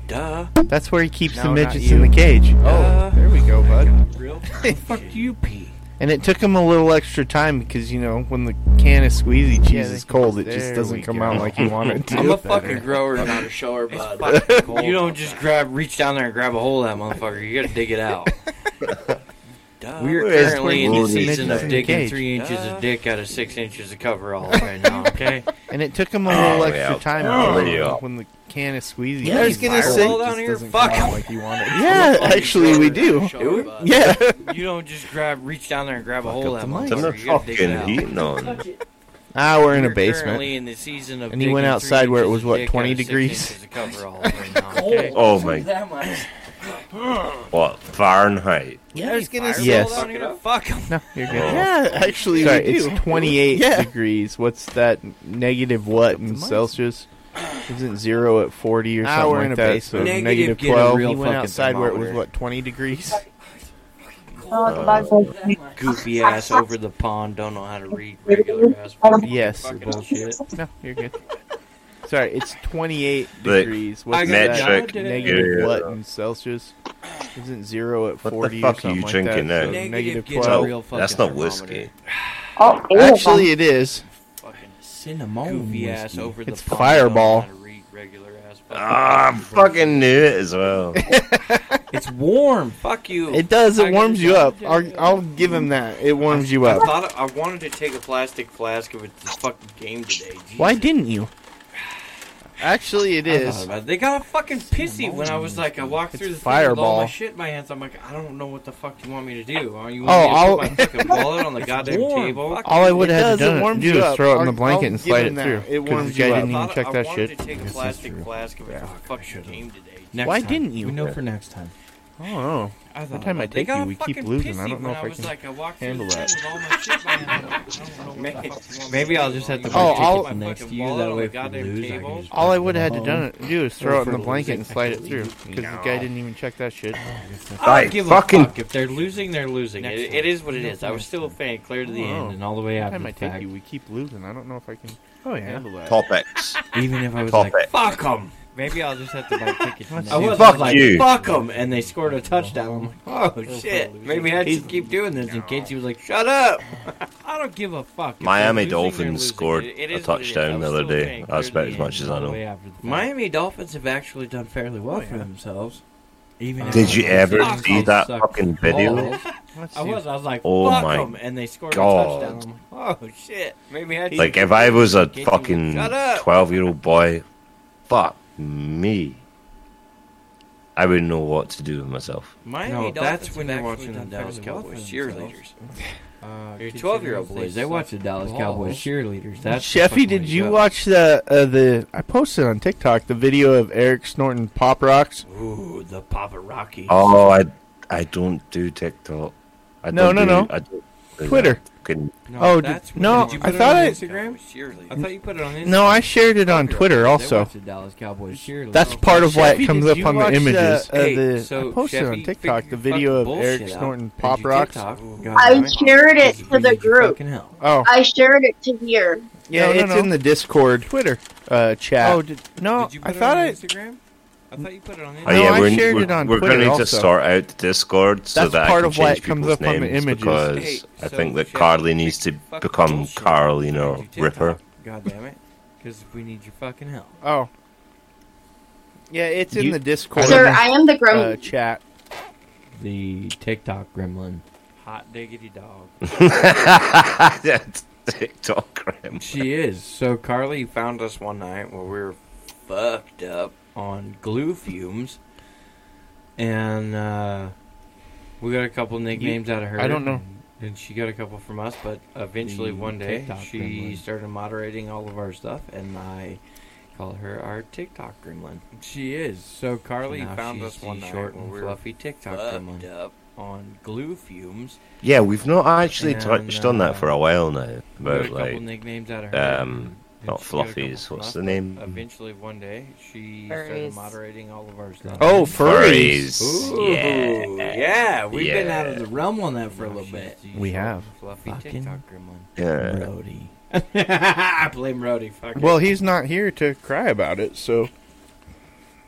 Speaker 6: Duh.
Speaker 3: That's where he keeps
Speaker 6: No,
Speaker 3: the
Speaker 6: not
Speaker 3: midgets
Speaker 6: you.
Speaker 3: in the cage.
Speaker 6: Uh,
Speaker 1: Oh, there we go, bud.
Speaker 6: Real
Speaker 1: Fuck you, pee.
Speaker 3: And it took him a little extra time because you know when the can of squeezy cheese
Speaker 4: they-
Speaker 3: is cold, it just
Speaker 4: there
Speaker 3: doesn't
Speaker 4: we
Speaker 3: come
Speaker 4: go.
Speaker 3: out like you wanted to.
Speaker 6: I'm a fucking grower, not a shower, bud. You don't just grab, reach down there and grab a hold of that motherfucker. You gotta dig it out. Duh.
Speaker 1: We're
Speaker 6: We're
Speaker 5: Where's
Speaker 6: currently in
Speaker 5: my
Speaker 6: the
Speaker 5: rolling
Speaker 6: season
Speaker 3: pin
Speaker 6: of
Speaker 3: in
Speaker 6: digging
Speaker 3: cage?
Speaker 6: three inches
Speaker 1: Duh.
Speaker 6: of dick out of six inches of coveralls right now. Okay.
Speaker 3: and it took him a little
Speaker 5: Oh,
Speaker 3: extra
Speaker 5: yeah.
Speaker 3: time
Speaker 5: Oh,
Speaker 3: when-
Speaker 5: yeah.
Speaker 3: when the can of squeezy.
Speaker 6: Yeah, I was gonna say-
Speaker 3: it
Speaker 6: Well,
Speaker 3: just
Speaker 6: down here,
Speaker 3: doesn't come
Speaker 6: fuck.
Speaker 3: out like you wanted.
Speaker 6: I'm
Speaker 3: Yeah,
Speaker 6: a fucking
Speaker 3: actually
Speaker 6: grower,
Speaker 3: we
Speaker 6: not
Speaker 3: do.
Speaker 6: a shower, bud.
Speaker 3: Yeah.
Speaker 6: You don't just grab, reach down there and grab a hold
Speaker 3: up
Speaker 6: of that
Speaker 3: the mic.
Speaker 5: I'm
Speaker 6: motherfucker.
Speaker 5: not
Speaker 6: You gotta dig it
Speaker 5: fucking
Speaker 6: out.
Speaker 5: heating on.
Speaker 3: Ah, we're in a
Speaker 6: We're
Speaker 3: basement.
Speaker 6: currently in the season of
Speaker 3: And he went
Speaker 6: digging
Speaker 3: outside
Speaker 6: three
Speaker 3: where it
Speaker 6: inches
Speaker 3: was,
Speaker 6: of
Speaker 3: what,
Speaker 6: dick
Speaker 3: 20
Speaker 6: out of six
Speaker 3: degrees?
Speaker 6: inches of coveralls right now, okay?
Speaker 5: Oh my,
Speaker 12: That much.
Speaker 5: what, Fahrenheit?
Speaker 3: Yeah, I was gonna
Speaker 6: Fire
Speaker 3: Yes.
Speaker 6: roll down here? Fuck 'em.
Speaker 3: No, you're good.
Speaker 4: Yeah, actually,
Speaker 3: Sorry,
Speaker 4: we do.
Speaker 3: it's 28
Speaker 4: Yeah.
Speaker 3: degrees. What's that negative what
Speaker 4: the
Speaker 3: in
Speaker 4: mic.
Speaker 3: Celsius? Isn't zero at 40 or
Speaker 4: Ah,
Speaker 3: something
Speaker 4: we're
Speaker 3: like
Speaker 4: in a
Speaker 3: that?
Speaker 4: basement.
Speaker 3: So
Speaker 6: Negative
Speaker 3: negative
Speaker 6: get a
Speaker 3: 12.
Speaker 6: real
Speaker 3: He went
Speaker 6: fucking
Speaker 3: outside where it was
Speaker 6: thermometer.
Speaker 3: what 20 degrees.
Speaker 6: goofy ass over the pond don't know how to read regular ass fucking
Speaker 3: Yes.
Speaker 6: bullshit.
Speaker 3: No, you're good. Sorry, it's 28
Speaker 5: Like,
Speaker 3: degrees. What's
Speaker 5: metric.
Speaker 3: that negative
Speaker 5: Yeah.
Speaker 3: what in Celsius? Isn't zero at
Speaker 5: What the
Speaker 3: 40
Speaker 5: fuck
Speaker 3: or
Speaker 5: are
Speaker 3: something
Speaker 5: you
Speaker 3: like
Speaker 5: drinking
Speaker 3: that?
Speaker 5: now?
Speaker 3: So
Speaker 6: Negative
Speaker 3: negative
Speaker 6: gets a
Speaker 3: 12.
Speaker 6: real fucking
Speaker 5: That's not
Speaker 6: thermometer.
Speaker 5: whiskey.
Speaker 7: Oh, ew.
Speaker 3: Actually, it is.
Speaker 6: Fucking cinnamon goofy ass over the
Speaker 3: Oh, It's
Speaker 6: pond
Speaker 3: Fireball.
Speaker 6: don't know how to read regular ass fucking
Speaker 5: Ah, I fucking knew it as well.
Speaker 6: It's warm. Fuck you.
Speaker 3: It does.
Speaker 6: I
Speaker 3: It
Speaker 6: get
Speaker 3: warms
Speaker 6: it.
Speaker 3: you up. I'll, I'll give him that. It warms you
Speaker 6: I
Speaker 3: up.
Speaker 6: thought I, I wanted to take a plastic flask of it to the fucking game today. Jesus.
Speaker 3: Why didn't you? Actually, it
Speaker 6: I thought
Speaker 3: is.
Speaker 6: about it. They got a fucking pissy when I was like, I walked
Speaker 3: It's
Speaker 6: through the thing with all
Speaker 3: Fireball.
Speaker 6: my shit in my hands. I'm like, I don't know what the fuck you want me to do. Oh, you
Speaker 3: Oh,
Speaker 6: want
Speaker 3: I'll-
Speaker 6: me to put my fucking wallet on the goddamn
Speaker 1: warm.
Speaker 6: table? Fuck
Speaker 3: All I would have does, it done warms do you is up.
Speaker 4: throw it in the
Speaker 3: I'll-
Speaker 4: blanket
Speaker 3: I'll
Speaker 4: and slide
Speaker 3: give
Speaker 4: it
Speaker 3: him that.
Speaker 4: through, 'cause
Speaker 3: It
Speaker 4: this
Speaker 3: warms
Speaker 4: guy
Speaker 3: you
Speaker 4: I
Speaker 3: up.
Speaker 4: didn't even
Speaker 6: thought-
Speaker 4: check that
Speaker 6: I
Speaker 4: shit.
Speaker 6: wanted to take
Speaker 4: I
Speaker 6: a
Speaker 4: guess that's
Speaker 6: plastic
Speaker 4: true.
Speaker 6: flask of it for the fucking game today. Next
Speaker 3: Why
Speaker 6: time.
Speaker 3: didn't you?
Speaker 12: We know for next time.
Speaker 3: Oh, I don't know.
Speaker 6: I thought
Speaker 3: time
Speaker 6: about
Speaker 3: I
Speaker 6: it. They
Speaker 3: take you,
Speaker 6: got a
Speaker 3: we keep
Speaker 6: fucking
Speaker 3: losing. I
Speaker 6: pissy
Speaker 3: don't know
Speaker 6: when
Speaker 3: if I
Speaker 6: was
Speaker 3: can
Speaker 6: like, I walked through
Speaker 3: handle
Speaker 6: the
Speaker 3: that.
Speaker 6: thing with all my shit in my hands. I don't know what the fuck you want me
Speaker 1: Maybe
Speaker 6: do.
Speaker 1: I'll just have to
Speaker 6: You
Speaker 1: buy
Speaker 3: Oh,
Speaker 6: want me
Speaker 3: I'll-
Speaker 6: put my
Speaker 1: tickets next
Speaker 6: fucking
Speaker 1: to you.
Speaker 6: wallet
Speaker 1: That
Speaker 6: on
Speaker 1: way,
Speaker 6: the
Speaker 1: if we
Speaker 6: goddamn
Speaker 1: lose, I
Speaker 6: table?
Speaker 1: can just.
Speaker 3: All I would have had to
Speaker 12: Oh.
Speaker 3: done it, do is throw
Speaker 12: Oh,
Speaker 3: it in
Speaker 12: for
Speaker 3: the blanket and
Speaker 12: losing.
Speaker 3: slide it through because the guy didn't even check that shit.
Speaker 6: I
Speaker 5: Hey,
Speaker 6: don't give
Speaker 5: fucking-
Speaker 6: a fuck. If they're losing, they're losing. It, it is what it is. I was still a fan clear to the
Speaker 3: Oh.
Speaker 6: end and all the way after
Speaker 3: Time I
Speaker 6: the
Speaker 3: take
Speaker 6: fact.
Speaker 3: you, we keep losing. I don't know if I can oh, yeah. handle that.
Speaker 5: Topics.
Speaker 6: Even if I was
Speaker 5: Topic.
Speaker 6: like, fuck them. Maybe I'll just have to buy tickets. next
Speaker 1: I
Speaker 6: time.
Speaker 1: was
Speaker 5: Fuck
Speaker 1: like,
Speaker 5: you.
Speaker 6: fuck them, and they scored a touchdown. I'm like, oh shit, maybe I should keep doing this. And Casey was like, shut up. I don't give a fuck. If
Speaker 5: Miami
Speaker 6: they're losing,
Speaker 5: Dolphins
Speaker 6: they're losing.
Speaker 5: scored
Speaker 6: It- it
Speaker 5: a
Speaker 6: is what it is.
Speaker 5: touchdown
Speaker 6: I'm
Speaker 5: the other
Speaker 6: still
Speaker 5: day.
Speaker 6: paying
Speaker 5: That's
Speaker 6: clear
Speaker 5: about
Speaker 6: to
Speaker 5: as
Speaker 6: the
Speaker 5: much
Speaker 6: end
Speaker 5: as I
Speaker 6: all the
Speaker 5: know.
Speaker 6: way after the fact. Oh, Miami Dolphins have actually done fairly well for themselves. Even if
Speaker 5: Did
Speaker 6: I
Speaker 5: you
Speaker 6: was
Speaker 5: ever
Speaker 6: like,
Speaker 5: see
Speaker 6: "Fuck 'em,
Speaker 5: that
Speaker 6: suck
Speaker 5: fucking video?
Speaker 6: balls."
Speaker 3: Let's
Speaker 6: I
Speaker 3: see.
Speaker 6: was. I was like,
Speaker 5: Oh
Speaker 6: fuck
Speaker 5: my
Speaker 6: 'em," and they scored
Speaker 5: God.
Speaker 6: a touchdown. I'm like, oh shit, maybe I should
Speaker 5: Like, if I was a
Speaker 6: Get you-
Speaker 5: fucking
Speaker 6: Shut up.
Speaker 5: 12 year old boy, fuck me. I wouldn't know what to do with myself.
Speaker 6: Miami
Speaker 1: No,
Speaker 6: Dolphins
Speaker 1: that's when
Speaker 6: have
Speaker 1: you're
Speaker 6: actually
Speaker 1: watching the
Speaker 6: done
Speaker 1: Dallas
Speaker 6: fairly well for
Speaker 1: Cowboys
Speaker 6: themselves.
Speaker 1: cheerleaders.
Speaker 3: Uh,
Speaker 6: Your 12 year old boys, they watch the Dallas Cowboys cheerleaders. That's the
Speaker 3: Sheffy,
Speaker 6: fucking way
Speaker 3: did
Speaker 6: to
Speaker 3: you
Speaker 6: go.
Speaker 3: watch the uh, the? I posted on TikTok the video of Eric snorting pop rocks.
Speaker 6: Ooh, the Papa Rocky.
Speaker 5: Oh, I I don't do TikTok. I
Speaker 3: No,
Speaker 5: don't
Speaker 3: no,
Speaker 5: do,
Speaker 3: no.
Speaker 5: I don't do
Speaker 3: Twitter.
Speaker 5: that. Fucking-
Speaker 3: oh,
Speaker 6: that's
Speaker 3: did-
Speaker 6: what-
Speaker 3: no,
Speaker 6: did you
Speaker 3: I
Speaker 6: put it
Speaker 3: thought
Speaker 6: on
Speaker 3: I-
Speaker 6: Instagram? I thought you put it on Instagram.
Speaker 3: No, I shared it on
Speaker 6: 12-year-old
Speaker 3: Twitter
Speaker 6: boys, They
Speaker 3: also.
Speaker 6: watch the Dallas Cowboys cheerleaders.
Speaker 3: That's part of why it comes
Speaker 6: did
Speaker 3: up
Speaker 6: you
Speaker 3: on the
Speaker 6: watch, uh,
Speaker 3: images.
Speaker 6: hey,
Speaker 3: uh, the,
Speaker 6: so
Speaker 3: I posted on
Speaker 6: Sheffy,
Speaker 3: TikTok
Speaker 6: figure
Speaker 3: the
Speaker 6: your
Speaker 3: video of
Speaker 6: fucking
Speaker 3: Eric
Speaker 6: bullshit out.
Speaker 3: snorting
Speaker 6: Did
Speaker 3: pop
Speaker 6: you
Speaker 3: rocks.
Speaker 6: TikTok?
Speaker 7: I shared it to the
Speaker 6: Did you
Speaker 7: group.
Speaker 6: fucking hell?
Speaker 3: Oh,
Speaker 7: I shared it to here.
Speaker 3: yeah,
Speaker 4: No, no,
Speaker 3: it's
Speaker 4: no.
Speaker 3: in the Discord, Twitter, uh, chat.
Speaker 4: Oh,
Speaker 3: no,
Speaker 6: Did you
Speaker 3: I
Speaker 6: put it
Speaker 3: thought
Speaker 6: on
Speaker 3: I.
Speaker 6: Instagram? I thought you put it on
Speaker 5: Oh,
Speaker 6: Instagram.
Speaker 3: No,
Speaker 5: yeah,
Speaker 3: I
Speaker 5: we're,
Speaker 3: shared
Speaker 5: we're,
Speaker 3: it on
Speaker 5: we're
Speaker 3: Twitter
Speaker 5: gonna need
Speaker 3: also.
Speaker 5: to sort out the Discord so
Speaker 3: That's
Speaker 5: that
Speaker 3: part
Speaker 5: I can
Speaker 3: of why
Speaker 5: change
Speaker 3: it comes
Speaker 5: people's
Speaker 3: up on the
Speaker 5: names
Speaker 3: images.
Speaker 5: because
Speaker 6: Hey,
Speaker 5: I
Speaker 6: so
Speaker 5: think that
Speaker 6: Sheffy,
Speaker 5: Carly needs to
Speaker 6: fucking
Speaker 5: become
Speaker 6: bullshit. Did
Speaker 5: Carlina
Speaker 6: you
Speaker 5: Ripper.
Speaker 6: TikTok? God damn it. Because we need your fucking help.
Speaker 3: Oh, yeah, it's in
Speaker 5: You-
Speaker 3: the Discord
Speaker 7: Sir, I am the
Speaker 3: uh,
Speaker 7: gremlin.
Speaker 3: chat.
Speaker 6: The TikTok gremlin. Hot diggity dog.
Speaker 5: TikTok gram.
Speaker 6: She is. So Carly found us one night where we were fucked up on glue fumes, and uh, we got a couple nicknames out of her.
Speaker 3: I don't know.
Speaker 6: And she got a couple from us, but eventually
Speaker 1: The
Speaker 6: one day
Speaker 1: TikTok
Speaker 6: she
Speaker 1: gremlin.
Speaker 6: started moderating all of our stuff, and I call her our TikTok gremlin. She is. So Carly
Speaker 1: now
Speaker 6: found
Speaker 1: she's
Speaker 6: us one
Speaker 1: the
Speaker 6: night
Speaker 1: short
Speaker 6: when
Speaker 1: and
Speaker 6: we were
Speaker 1: fluffy
Speaker 6: TikTok
Speaker 1: gremlin.
Speaker 6: up on glue fumes.
Speaker 5: Yeah, we've not actually
Speaker 6: And,
Speaker 5: touched on
Speaker 6: uh,
Speaker 5: that for a while now.
Speaker 6: Got
Speaker 5: About
Speaker 6: a couple
Speaker 5: like
Speaker 6: nicknames out of her.
Speaker 5: um,
Speaker 6: And she
Speaker 5: not
Speaker 6: got a couple
Speaker 5: fluffies. What's
Speaker 6: fluff-
Speaker 5: the name?
Speaker 6: Eventually, one day, she started
Speaker 15: Furries.
Speaker 6: moderating all of our stuff.
Speaker 3: Oh, furries.
Speaker 5: furries.
Speaker 6: Ooh, yeah,
Speaker 5: Yeah,
Speaker 6: we've been out of
Speaker 5: Yeah.
Speaker 6: the realm on that for a little bit.
Speaker 3: We have.
Speaker 6: Fluffy
Speaker 1: Fucking
Speaker 6: TikTok gremlin.
Speaker 5: yeah.
Speaker 6: Brody.
Speaker 1: I blame Rody. Fuck it.
Speaker 3: Well, he's not here to cry about it, so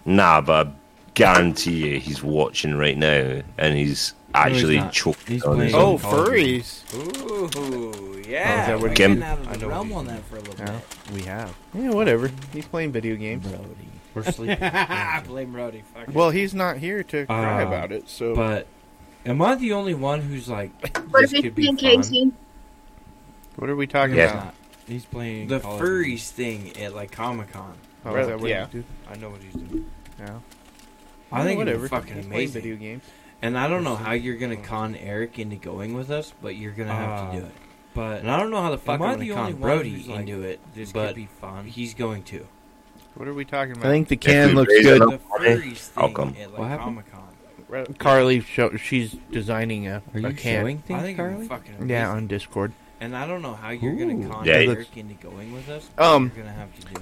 Speaker 5: Nah, but I guarantee you he's watching right now and he's actually
Speaker 1: not.
Speaker 5: choked
Speaker 1: He's
Speaker 5: on his
Speaker 1: playing-
Speaker 5: own.
Speaker 3: oh, furries.
Speaker 1: Ooh, yeah.
Speaker 3: Oh, that what
Speaker 1: we're
Speaker 3: you-
Speaker 5: Kim-
Speaker 1: getting out
Speaker 3: I
Speaker 1: of
Speaker 3: know
Speaker 1: the
Speaker 3: what
Speaker 1: realm
Speaker 3: you
Speaker 1: on that for a little bit.
Speaker 4: We have.
Speaker 3: Yeah, whatever. He's playing video games.
Speaker 6: We're sleeping.
Speaker 1: I blame Rody. Fuck it.
Speaker 3: Well, he's not here to cry
Speaker 6: Uh,
Speaker 3: about it, so
Speaker 6: But am I the only one who's like
Speaker 7: What
Speaker 6: this
Speaker 7: if
Speaker 6: could
Speaker 7: it's
Speaker 6: be
Speaker 7: been
Speaker 6: fun?
Speaker 7: Casey?
Speaker 3: what are we talking
Speaker 5: Yeah.
Speaker 3: about?
Speaker 6: He's playing
Speaker 1: the
Speaker 6: Call of Duty.
Speaker 1: furries thing at like Comic Con.
Speaker 3: Oh, is that what
Speaker 4: Yeah.
Speaker 3: you do?
Speaker 6: I know what he's doing.
Speaker 3: Yeah.
Speaker 6: I think
Speaker 3: whatever.
Speaker 6: it'd be fucking
Speaker 3: He's playing
Speaker 6: amazing.
Speaker 3: video games.
Speaker 6: And I don't know how you're gonna con Eric into going with us, but you're gonna have to
Speaker 1: Uh,
Speaker 6: do it.
Speaker 1: But
Speaker 6: And I don't know how the fuck
Speaker 1: Am I
Speaker 6: I'm
Speaker 1: the
Speaker 6: gonna con
Speaker 1: only one
Speaker 6: Brody
Speaker 1: who's like,
Speaker 6: into it,
Speaker 1: this
Speaker 6: but
Speaker 1: could be fun.
Speaker 6: he's going to.
Speaker 3: What are we talking
Speaker 4: I
Speaker 3: about?
Speaker 4: think the
Speaker 5: we
Speaker 4: can looks
Speaker 5: raise it
Speaker 4: good.
Speaker 5: up-
Speaker 1: The furries
Speaker 5: How
Speaker 1: thing
Speaker 5: come?
Speaker 1: at
Speaker 6: What
Speaker 1: like
Speaker 6: happened?
Speaker 1: Comic Con.
Speaker 3: Carly, show, she's designing a,
Speaker 6: Are
Speaker 3: a
Speaker 6: you
Speaker 3: can.
Speaker 6: showing
Speaker 1: I think
Speaker 6: things,
Speaker 1: it'd be
Speaker 6: Carly?
Speaker 1: fucking amazing.
Speaker 3: Yeah, on Discord.
Speaker 1: And I don't know how you're gonna con
Speaker 5: Yeah,
Speaker 1: Eric
Speaker 3: that's-
Speaker 1: into going with us.
Speaker 3: Um,
Speaker 1: You're gonna have to do it.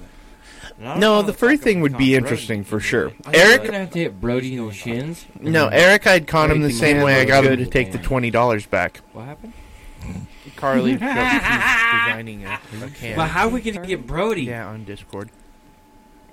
Speaker 1: And I don't know
Speaker 3: no,
Speaker 1: how
Speaker 3: the
Speaker 1: fuck
Speaker 3: furry
Speaker 1: I'm
Speaker 3: thing
Speaker 1: gonna
Speaker 3: would
Speaker 1: con
Speaker 3: be
Speaker 1: Brody
Speaker 3: interesting
Speaker 1: into
Speaker 3: for
Speaker 1: it.
Speaker 3: sure.
Speaker 6: I think
Speaker 3: Eric,
Speaker 6: we're gonna have to hit Brody in the shins.
Speaker 3: no, Eric, I'd con him the
Speaker 6: Everything
Speaker 3: same
Speaker 6: was
Speaker 3: way I got him
Speaker 6: good
Speaker 3: to take the
Speaker 6: then.
Speaker 3: twenty dollars back.
Speaker 6: What happened?
Speaker 3: Carly, she's designing a, a
Speaker 1: But
Speaker 3: can.
Speaker 1: how are we gonna get Brody?
Speaker 3: Yeah, on Discord.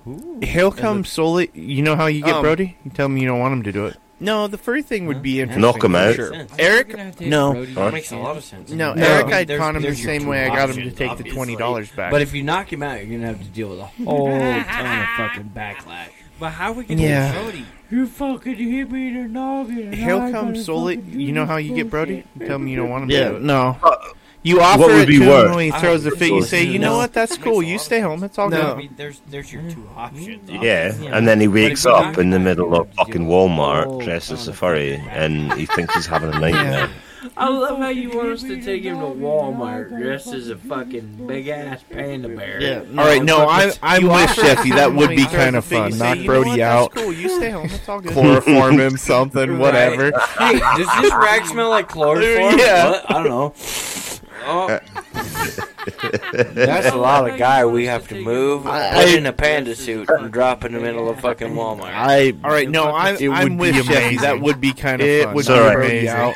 Speaker 6: Ooh.
Speaker 3: He'll come solely. You know how you get
Speaker 4: Um,
Speaker 3: Brody? You tell him you don't want him to do it. No, the furry thing would be interesting.
Speaker 5: Knock him
Speaker 3: for
Speaker 5: out.
Speaker 3: Sure.
Speaker 6: I think
Speaker 3: Eric-
Speaker 6: we're gonna have to hit
Speaker 3: no.
Speaker 6: Brody in
Speaker 5: Huh?
Speaker 6: the
Speaker 1: Makes a
Speaker 6: shins.
Speaker 1: lot of sense.
Speaker 3: No,
Speaker 1: Yeah.
Speaker 3: Eric,
Speaker 1: There's-
Speaker 3: I'd con him the
Speaker 1: there's your
Speaker 3: same
Speaker 1: two
Speaker 3: way I got him to
Speaker 1: options,
Speaker 3: take the
Speaker 1: obviously.
Speaker 3: twenty dollars back.
Speaker 1: But if you knock him out, you're gonna have to deal with a whole ton of fucking backlash. But how are we gonna
Speaker 3: Yeah.
Speaker 1: get Brody?
Speaker 6: You fucking hit me in the noggin. and
Speaker 3: He'll
Speaker 6: I
Speaker 3: come
Speaker 6: gotta
Speaker 3: solely.
Speaker 6: fucking do
Speaker 3: You know
Speaker 6: this
Speaker 3: how you get Brody?
Speaker 6: bullshit.
Speaker 3: Tell him you don't want him.
Speaker 4: Yeah,
Speaker 3: to do it. no.
Speaker 5: Uh,
Speaker 3: You offer
Speaker 5: would
Speaker 3: it
Speaker 5: be
Speaker 3: to him
Speaker 5: worse?
Speaker 3: when he throws a fit. You say, you know
Speaker 1: No.
Speaker 3: what? That's cool. You stay home. It's all
Speaker 1: I
Speaker 3: good.
Speaker 1: mean, there's there's your two options.
Speaker 5: Yeah, and then he wakes
Speaker 1: you
Speaker 5: up
Speaker 1: knock
Speaker 5: in the
Speaker 1: him out,
Speaker 5: middle of
Speaker 1: you're gonna
Speaker 5: fucking
Speaker 1: do it.
Speaker 5: Walmart
Speaker 1: Oh,
Speaker 5: dressed as
Speaker 1: son
Speaker 5: a
Speaker 1: of a
Speaker 5: furry,
Speaker 1: bitch.
Speaker 5: and he thinks he's having a nightmare.
Speaker 1: I love how you want us to take him to Walmart dressed as a fucking big ass panda bear.
Speaker 3: All right. No, I I'm with Jeffy.
Speaker 4: That would be
Speaker 3: kind of fun.
Speaker 4: Knock
Speaker 3: Brody out. Cool. You stay home. It's all good.
Speaker 4: Chloroform him, something, whatever.
Speaker 1: Hey, does this rag smell like chloroform?
Speaker 3: Yeah.
Speaker 1: What? I don't know. Oh,
Speaker 6: That's a lot of guy we have to move,
Speaker 4: I-
Speaker 6: put in a panda suit, and drop in the middle of fucking Walmart.
Speaker 4: I.
Speaker 3: All right. No, I'm
Speaker 4: It
Speaker 3: I'm
Speaker 4: would be
Speaker 3: with Jeffy.
Speaker 4: amazing.
Speaker 3: That would be kind of
Speaker 4: It
Speaker 3: fun.
Speaker 4: would
Speaker 5: be
Speaker 3: Knock
Speaker 4: amazing.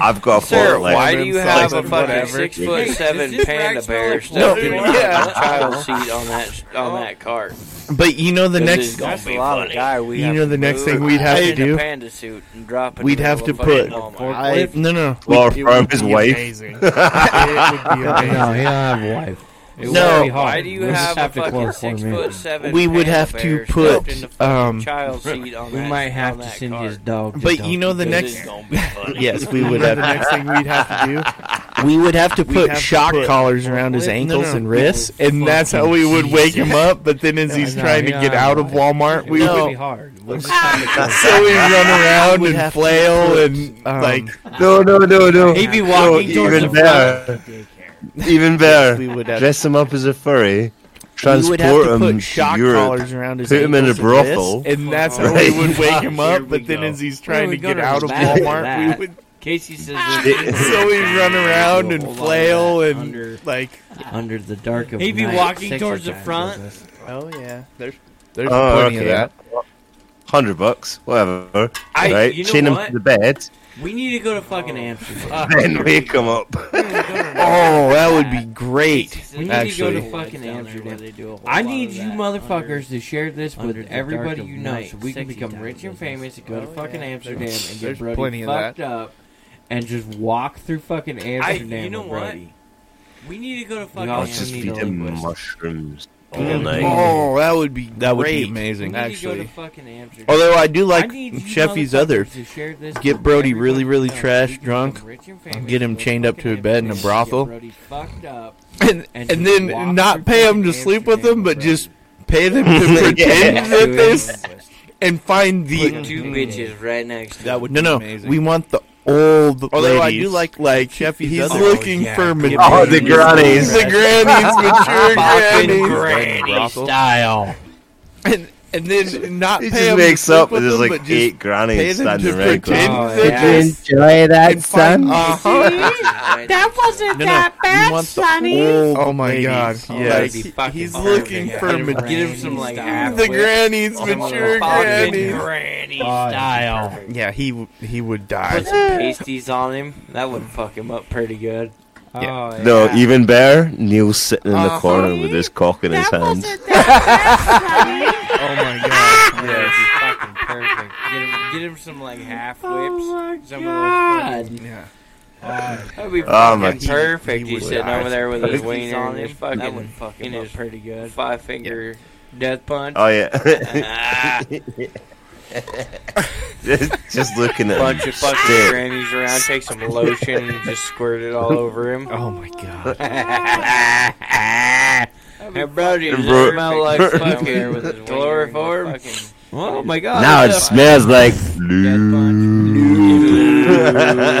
Speaker 5: I've got a
Speaker 6: Sir,
Speaker 5: fork left.
Speaker 6: why do you have a
Speaker 3: something,
Speaker 6: fucking
Speaker 3: whatever.
Speaker 6: six foot seven
Speaker 1: Does this
Speaker 6: panda
Speaker 1: rag smell
Speaker 6: bear
Speaker 1: like
Speaker 6: stuffed in
Speaker 3: chloroform? Yeah.
Speaker 6: the child seat on that on that cart?
Speaker 3: But you know the
Speaker 6: This
Speaker 3: next.
Speaker 6: is gonna
Speaker 1: That's a
Speaker 6: be
Speaker 1: lot of
Speaker 6: funny.
Speaker 1: guy
Speaker 6: we
Speaker 3: You have know to the next move. thing we'd have to
Speaker 6: in a
Speaker 3: do?
Speaker 6: panda suit and drop. in
Speaker 3: We'd
Speaker 6: the
Speaker 3: have to
Speaker 6: middle of fucking
Speaker 3: put.
Speaker 6: Walmart.
Speaker 4: I-
Speaker 3: No, no.
Speaker 5: Chloroform his wife.
Speaker 3: Amazing. it would be amazing.
Speaker 12: he don't have a wife. It
Speaker 3: No.
Speaker 12: would be hard.
Speaker 6: Why do you
Speaker 12: We'll just
Speaker 6: have, a fucking
Speaker 12: chloroform
Speaker 6: six
Speaker 12: him.
Speaker 6: foot seven?
Speaker 3: We would
Speaker 6: panda
Speaker 3: have to
Speaker 6: bear
Speaker 3: put,
Speaker 6: stuffed in the fucking
Speaker 3: um,
Speaker 6: child seat on
Speaker 1: we
Speaker 6: that-
Speaker 1: might have
Speaker 6: on
Speaker 1: to
Speaker 6: that
Speaker 1: send
Speaker 6: cart.
Speaker 1: his dog.
Speaker 3: But you know the
Speaker 6: This
Speaker 3: next.
Speaker 6: is gonna be funny.
Speaker 4: Yes, we would
Speaker 3: the
Speaker 4: have.
Speaker 3: next thing we'd have to do.
Speaker 4: We would have to
Speaker 3: We'd
Speaker 4: put
Speaker 3: have to
Speaker 4: shock
Speaker 3: put-
Speaker 4: collars around his
Speaker 3: No, no,
Speaker 4: ankles
Speaker 3: no.
Speaker 4: and wrists,
Speaker 3: and that's how we would wake him up. But then, as he's
Speaker 12: no,
Speaker 3: trying to
Speaker 12: yeah,
Speaker 3: get
Speaker 12: I
Speaker 3: out
Speaker 12: know.
Speaker 3: of Walmart, we
Speaker 4: No.
Speaker 3: would
Speaker 12: be hard. We'll just have to
Speaker 3: so we run around
Speaker 4: We'd
Speaker 3: and
Speaker 4: have to
Speaker 3: flail
Speaker 4: put,
Speaker 3: and
Speaker 4: um,
Speaker 3: like
Speaker 5: No, no, no, no.
Speaker 1: He'd be walking
Speaker 5: no,
Speaker 1: towards
Speaker 5: even
Speaker 1: the
Speaker 5: better. Even better.
Speaker 4: we would have-
Speaker 5: Dress him up as a furry.
Speaker 4: we
Speaker 5: Transport
Speaker 4: would have to
Speaker 5: him
Speaker 4: put
Speaker 5: to
Speaker 4: shock
Speaker 5: Europe.
Speaker 4: collars around his
Speaker 5: Put him
Speaker 4: ankles
Speaker 5: in a
Speaker 4: and wrists.
Speaker 5: brothel.
Speaker 3: and that's how we would wake him up. But then, as he's trying
Speaker 1: we
Speaker 3: to
Speaker 1: go
Speaker 3: get
Speaker 1: to
Speaker 3: out of
Speaker 1: that?
Speaker 3: Walmart,
Speaker 1: That.
Speaker 3: we would
Speaker 1: Casey says
Speaker 3: Ah. so we run around and
Speaker 1: Hold on to
Speaker 3: flail
Speaker 1: that.
Speaker 3: and
Speaker 1: Under-
Speaker 3: like
Speaker 1: under the dark of
Speaker 12: He'd be
Speaker 1: night,
Speaker 12: walking
Speaker 1: sex
Speaker 12: towards the
Speaker 1: attack
Speaker 12: front.
Speaker 1: with us.
Speaker 3: oh yeah, there's there's
Speaker 5: Oh,
Speaker 3: plenty
Speaker 5: okay.
Speaker 3: of that.
Speaker 5: Hundred bucks, whatever.
Speaker 1: I-
Speaker 5: right,
Speaker 1: you know
Speaker 5: chain him
Speaker 1: what?
Speaker 5: to the bed,
Speaker 1: We need to go to
Speaker 6: Oh.
Speaker 1: fucking Amsterdam.
Speaker 5: then wake him up.
Speaker 3: Oh, that would be great.
Speaker 1: We need to go
Speaker 3: Actually,
Speaker 1: to fucking Amsterdam. I need you motherfuckers to share this with
Speaker 6: under the dark
Speaker 1: everybody
Speaker 6: of
Speaker 1: you know
Speaker 6: night,
Speaker 1: so we can
Speaker 6: sexy
Speaker 1: become
Speaker 6: time
Speaker 1: rich and
Speaker 6: business.
Speaker 1: famous and go to
Speaker 3: Oh,
Speaker 1: fucking
Speaker 3: yeah.
Speaker 1: Amsterdam
Speaker 3: There's-
Speaker 1: and
Speaker 3: there's
Speaker 1: get Brody
Speaker 3: plenty of
Speaker 1: fucked up and just walk through fucking Amsterdam
Speaker 6: know
Speaker 1: with
Speaker 6: what?
Speaker 1: Brody.
Speaker 6: We need to go to
Speaker 1: fucking
Speaker 6: fucking.
Speaker 5: I'll
Speaker 1: Yeah,
Speaker 5: just
Speaker 1: we
Speaker 5: feed
Speaker 1: need
Speaker 5: him
Speaker 1: a linguist.
Speaker 5: mushrooms all
Speaker 1: Yeah.
Speaker 5: night.
Speaker 3: oh, that would be
Speaker 4: That would be
Speaker 3: great.
Speaker 4: amazing.
Speaker 1: We need to go to
Speaker 3: Actually,
Speaker 1: fucking Amsterdam.
Speaker 4: Although I do like
Speaker 1: I need you
Speaker 4: Sheffy's
Speaker 1: motherfuckers
Speaker 4: other.
Speaker 1: to share this
Speaker 4: get
Speaker 1: with
Speaker 4: Brody
Speaker 1: everybody
Speaker 4: really, really
Speaker 1: you know so
Speaker 4: trash,
Speaker 1: we can
Speaker 4: drunk,
Speaker 1: become rich and famous
Speaker 4: get him
Speaker 1: and go
Speaker 4: chained up to a
Speaker 1: fucking
Speaker 4: bed in a
Speaker 1: Amsterdam and get
Speaker 4: brothel.
Speaker 1: Brody fucked up
Speaker 3: and,
Speaker 1: and
Speaker 3: and
Speaker 1: just walk
Speaker 3: then not
Speaker 1: through
Speaker 3: pay them
Speaker 1: fucking
Speaker 3: to sleep with
Speaker 1: Amsterdam
Speaker 3: them, but
Speaker 1: with
Speaker 3: just pay them to pretend that
Speaker 1: Brody.
Speaker 3: this and find the
Speaker 6: two bitches right next. to
Speaker 4: That would
Speaker 3: no no.
Speaker 4: amazing.
Speaker 3: We want the old.
Speaker 4: Although I
Speaker 3: ladies.
Speaker 4: do like
Speaker 3: like
Speaker 4: Sheffy's
Speaker 3: he's
Speaker 4: other-
Speaker 3: looking
Speaker 6: yeah.
Speaker 3: for mature.
Speaker 5: Oh, the grannies.
Speaker 3: the grannies, mature grannies,
Speaker 4: granny
Speaker 1: style.
Speaker 3: and and then not
Speaker 5: He
Speaker 3: pay
Speaker 5: just
Speaker 3: them
Speaker 5: wakes
Speaker 3: to sleep
Speaker 5: up
Speaker 3: with
Speaker 5: and there's
Speaker 3: them,
Speaker 5: like
Speaker 3: but just
Speaker 5: eight
Speaker 3: pay
Speaker 5: grannies
Speaker 3: them to
Speaker 5: standing around.
Speaker 3: pretend
Speaker 5: going,
Speaker 1: Oh,
Speaker 3: that
Speaker 1: yeah.
Speaker 3: this
Speaker 13: Enjoy that,
Speaker 3: and find, uh-huh.
Speaker 6: that wasn't
Speaker 4: No, no. We want the old
Speaker 3: Oh my god!
Speaker 4: ladies.
Speaker 3: Yes,
Speaker 6: That'd be fucking
Speaker 3: he's
Speaker 6: perfect.
Speaker 3: looking
Speaker 6: Yeah.
Speaker 3: for
Speaker 6: Get
Speaker 3: mature.
Speaker 1: Get him some like half
Speaker 3: The grannies, mature grannies.
Speaker 6: granny
Speaker 12: Oh,
Speaker 6: style.
Speaker 3: Yeah, he w- he would die.
Speaker 6: Put some pasties on him. That would fuck him up pretty good.
Speaker 5: Yeah. Oh, no, yeah. even better, Neil's sitting in the uh-huh. corner with his cock in his hand. oh
Speaker 1: my god. Yeah, fucking perfect. Get him, get him some like half whips. Oh my god. Fucking, yeah. Uh, that'd be fucking oh, fucking perfect. He, he He's sitting over there with his wiener on his fucking, that would fucking in his pretty good five finger yeah. death punch.
Speaker 5: Oh yeah. just looking at
Speaker 1: bunch of fucking stick. grannies around. Take some lotion and just squirt it all over him.
Speaker 3: Oh my god!
Speaker 1: hey, bro, do you bro, smell like fucking with his chloroform? Oh my god!
Speaker 5: Now it smells like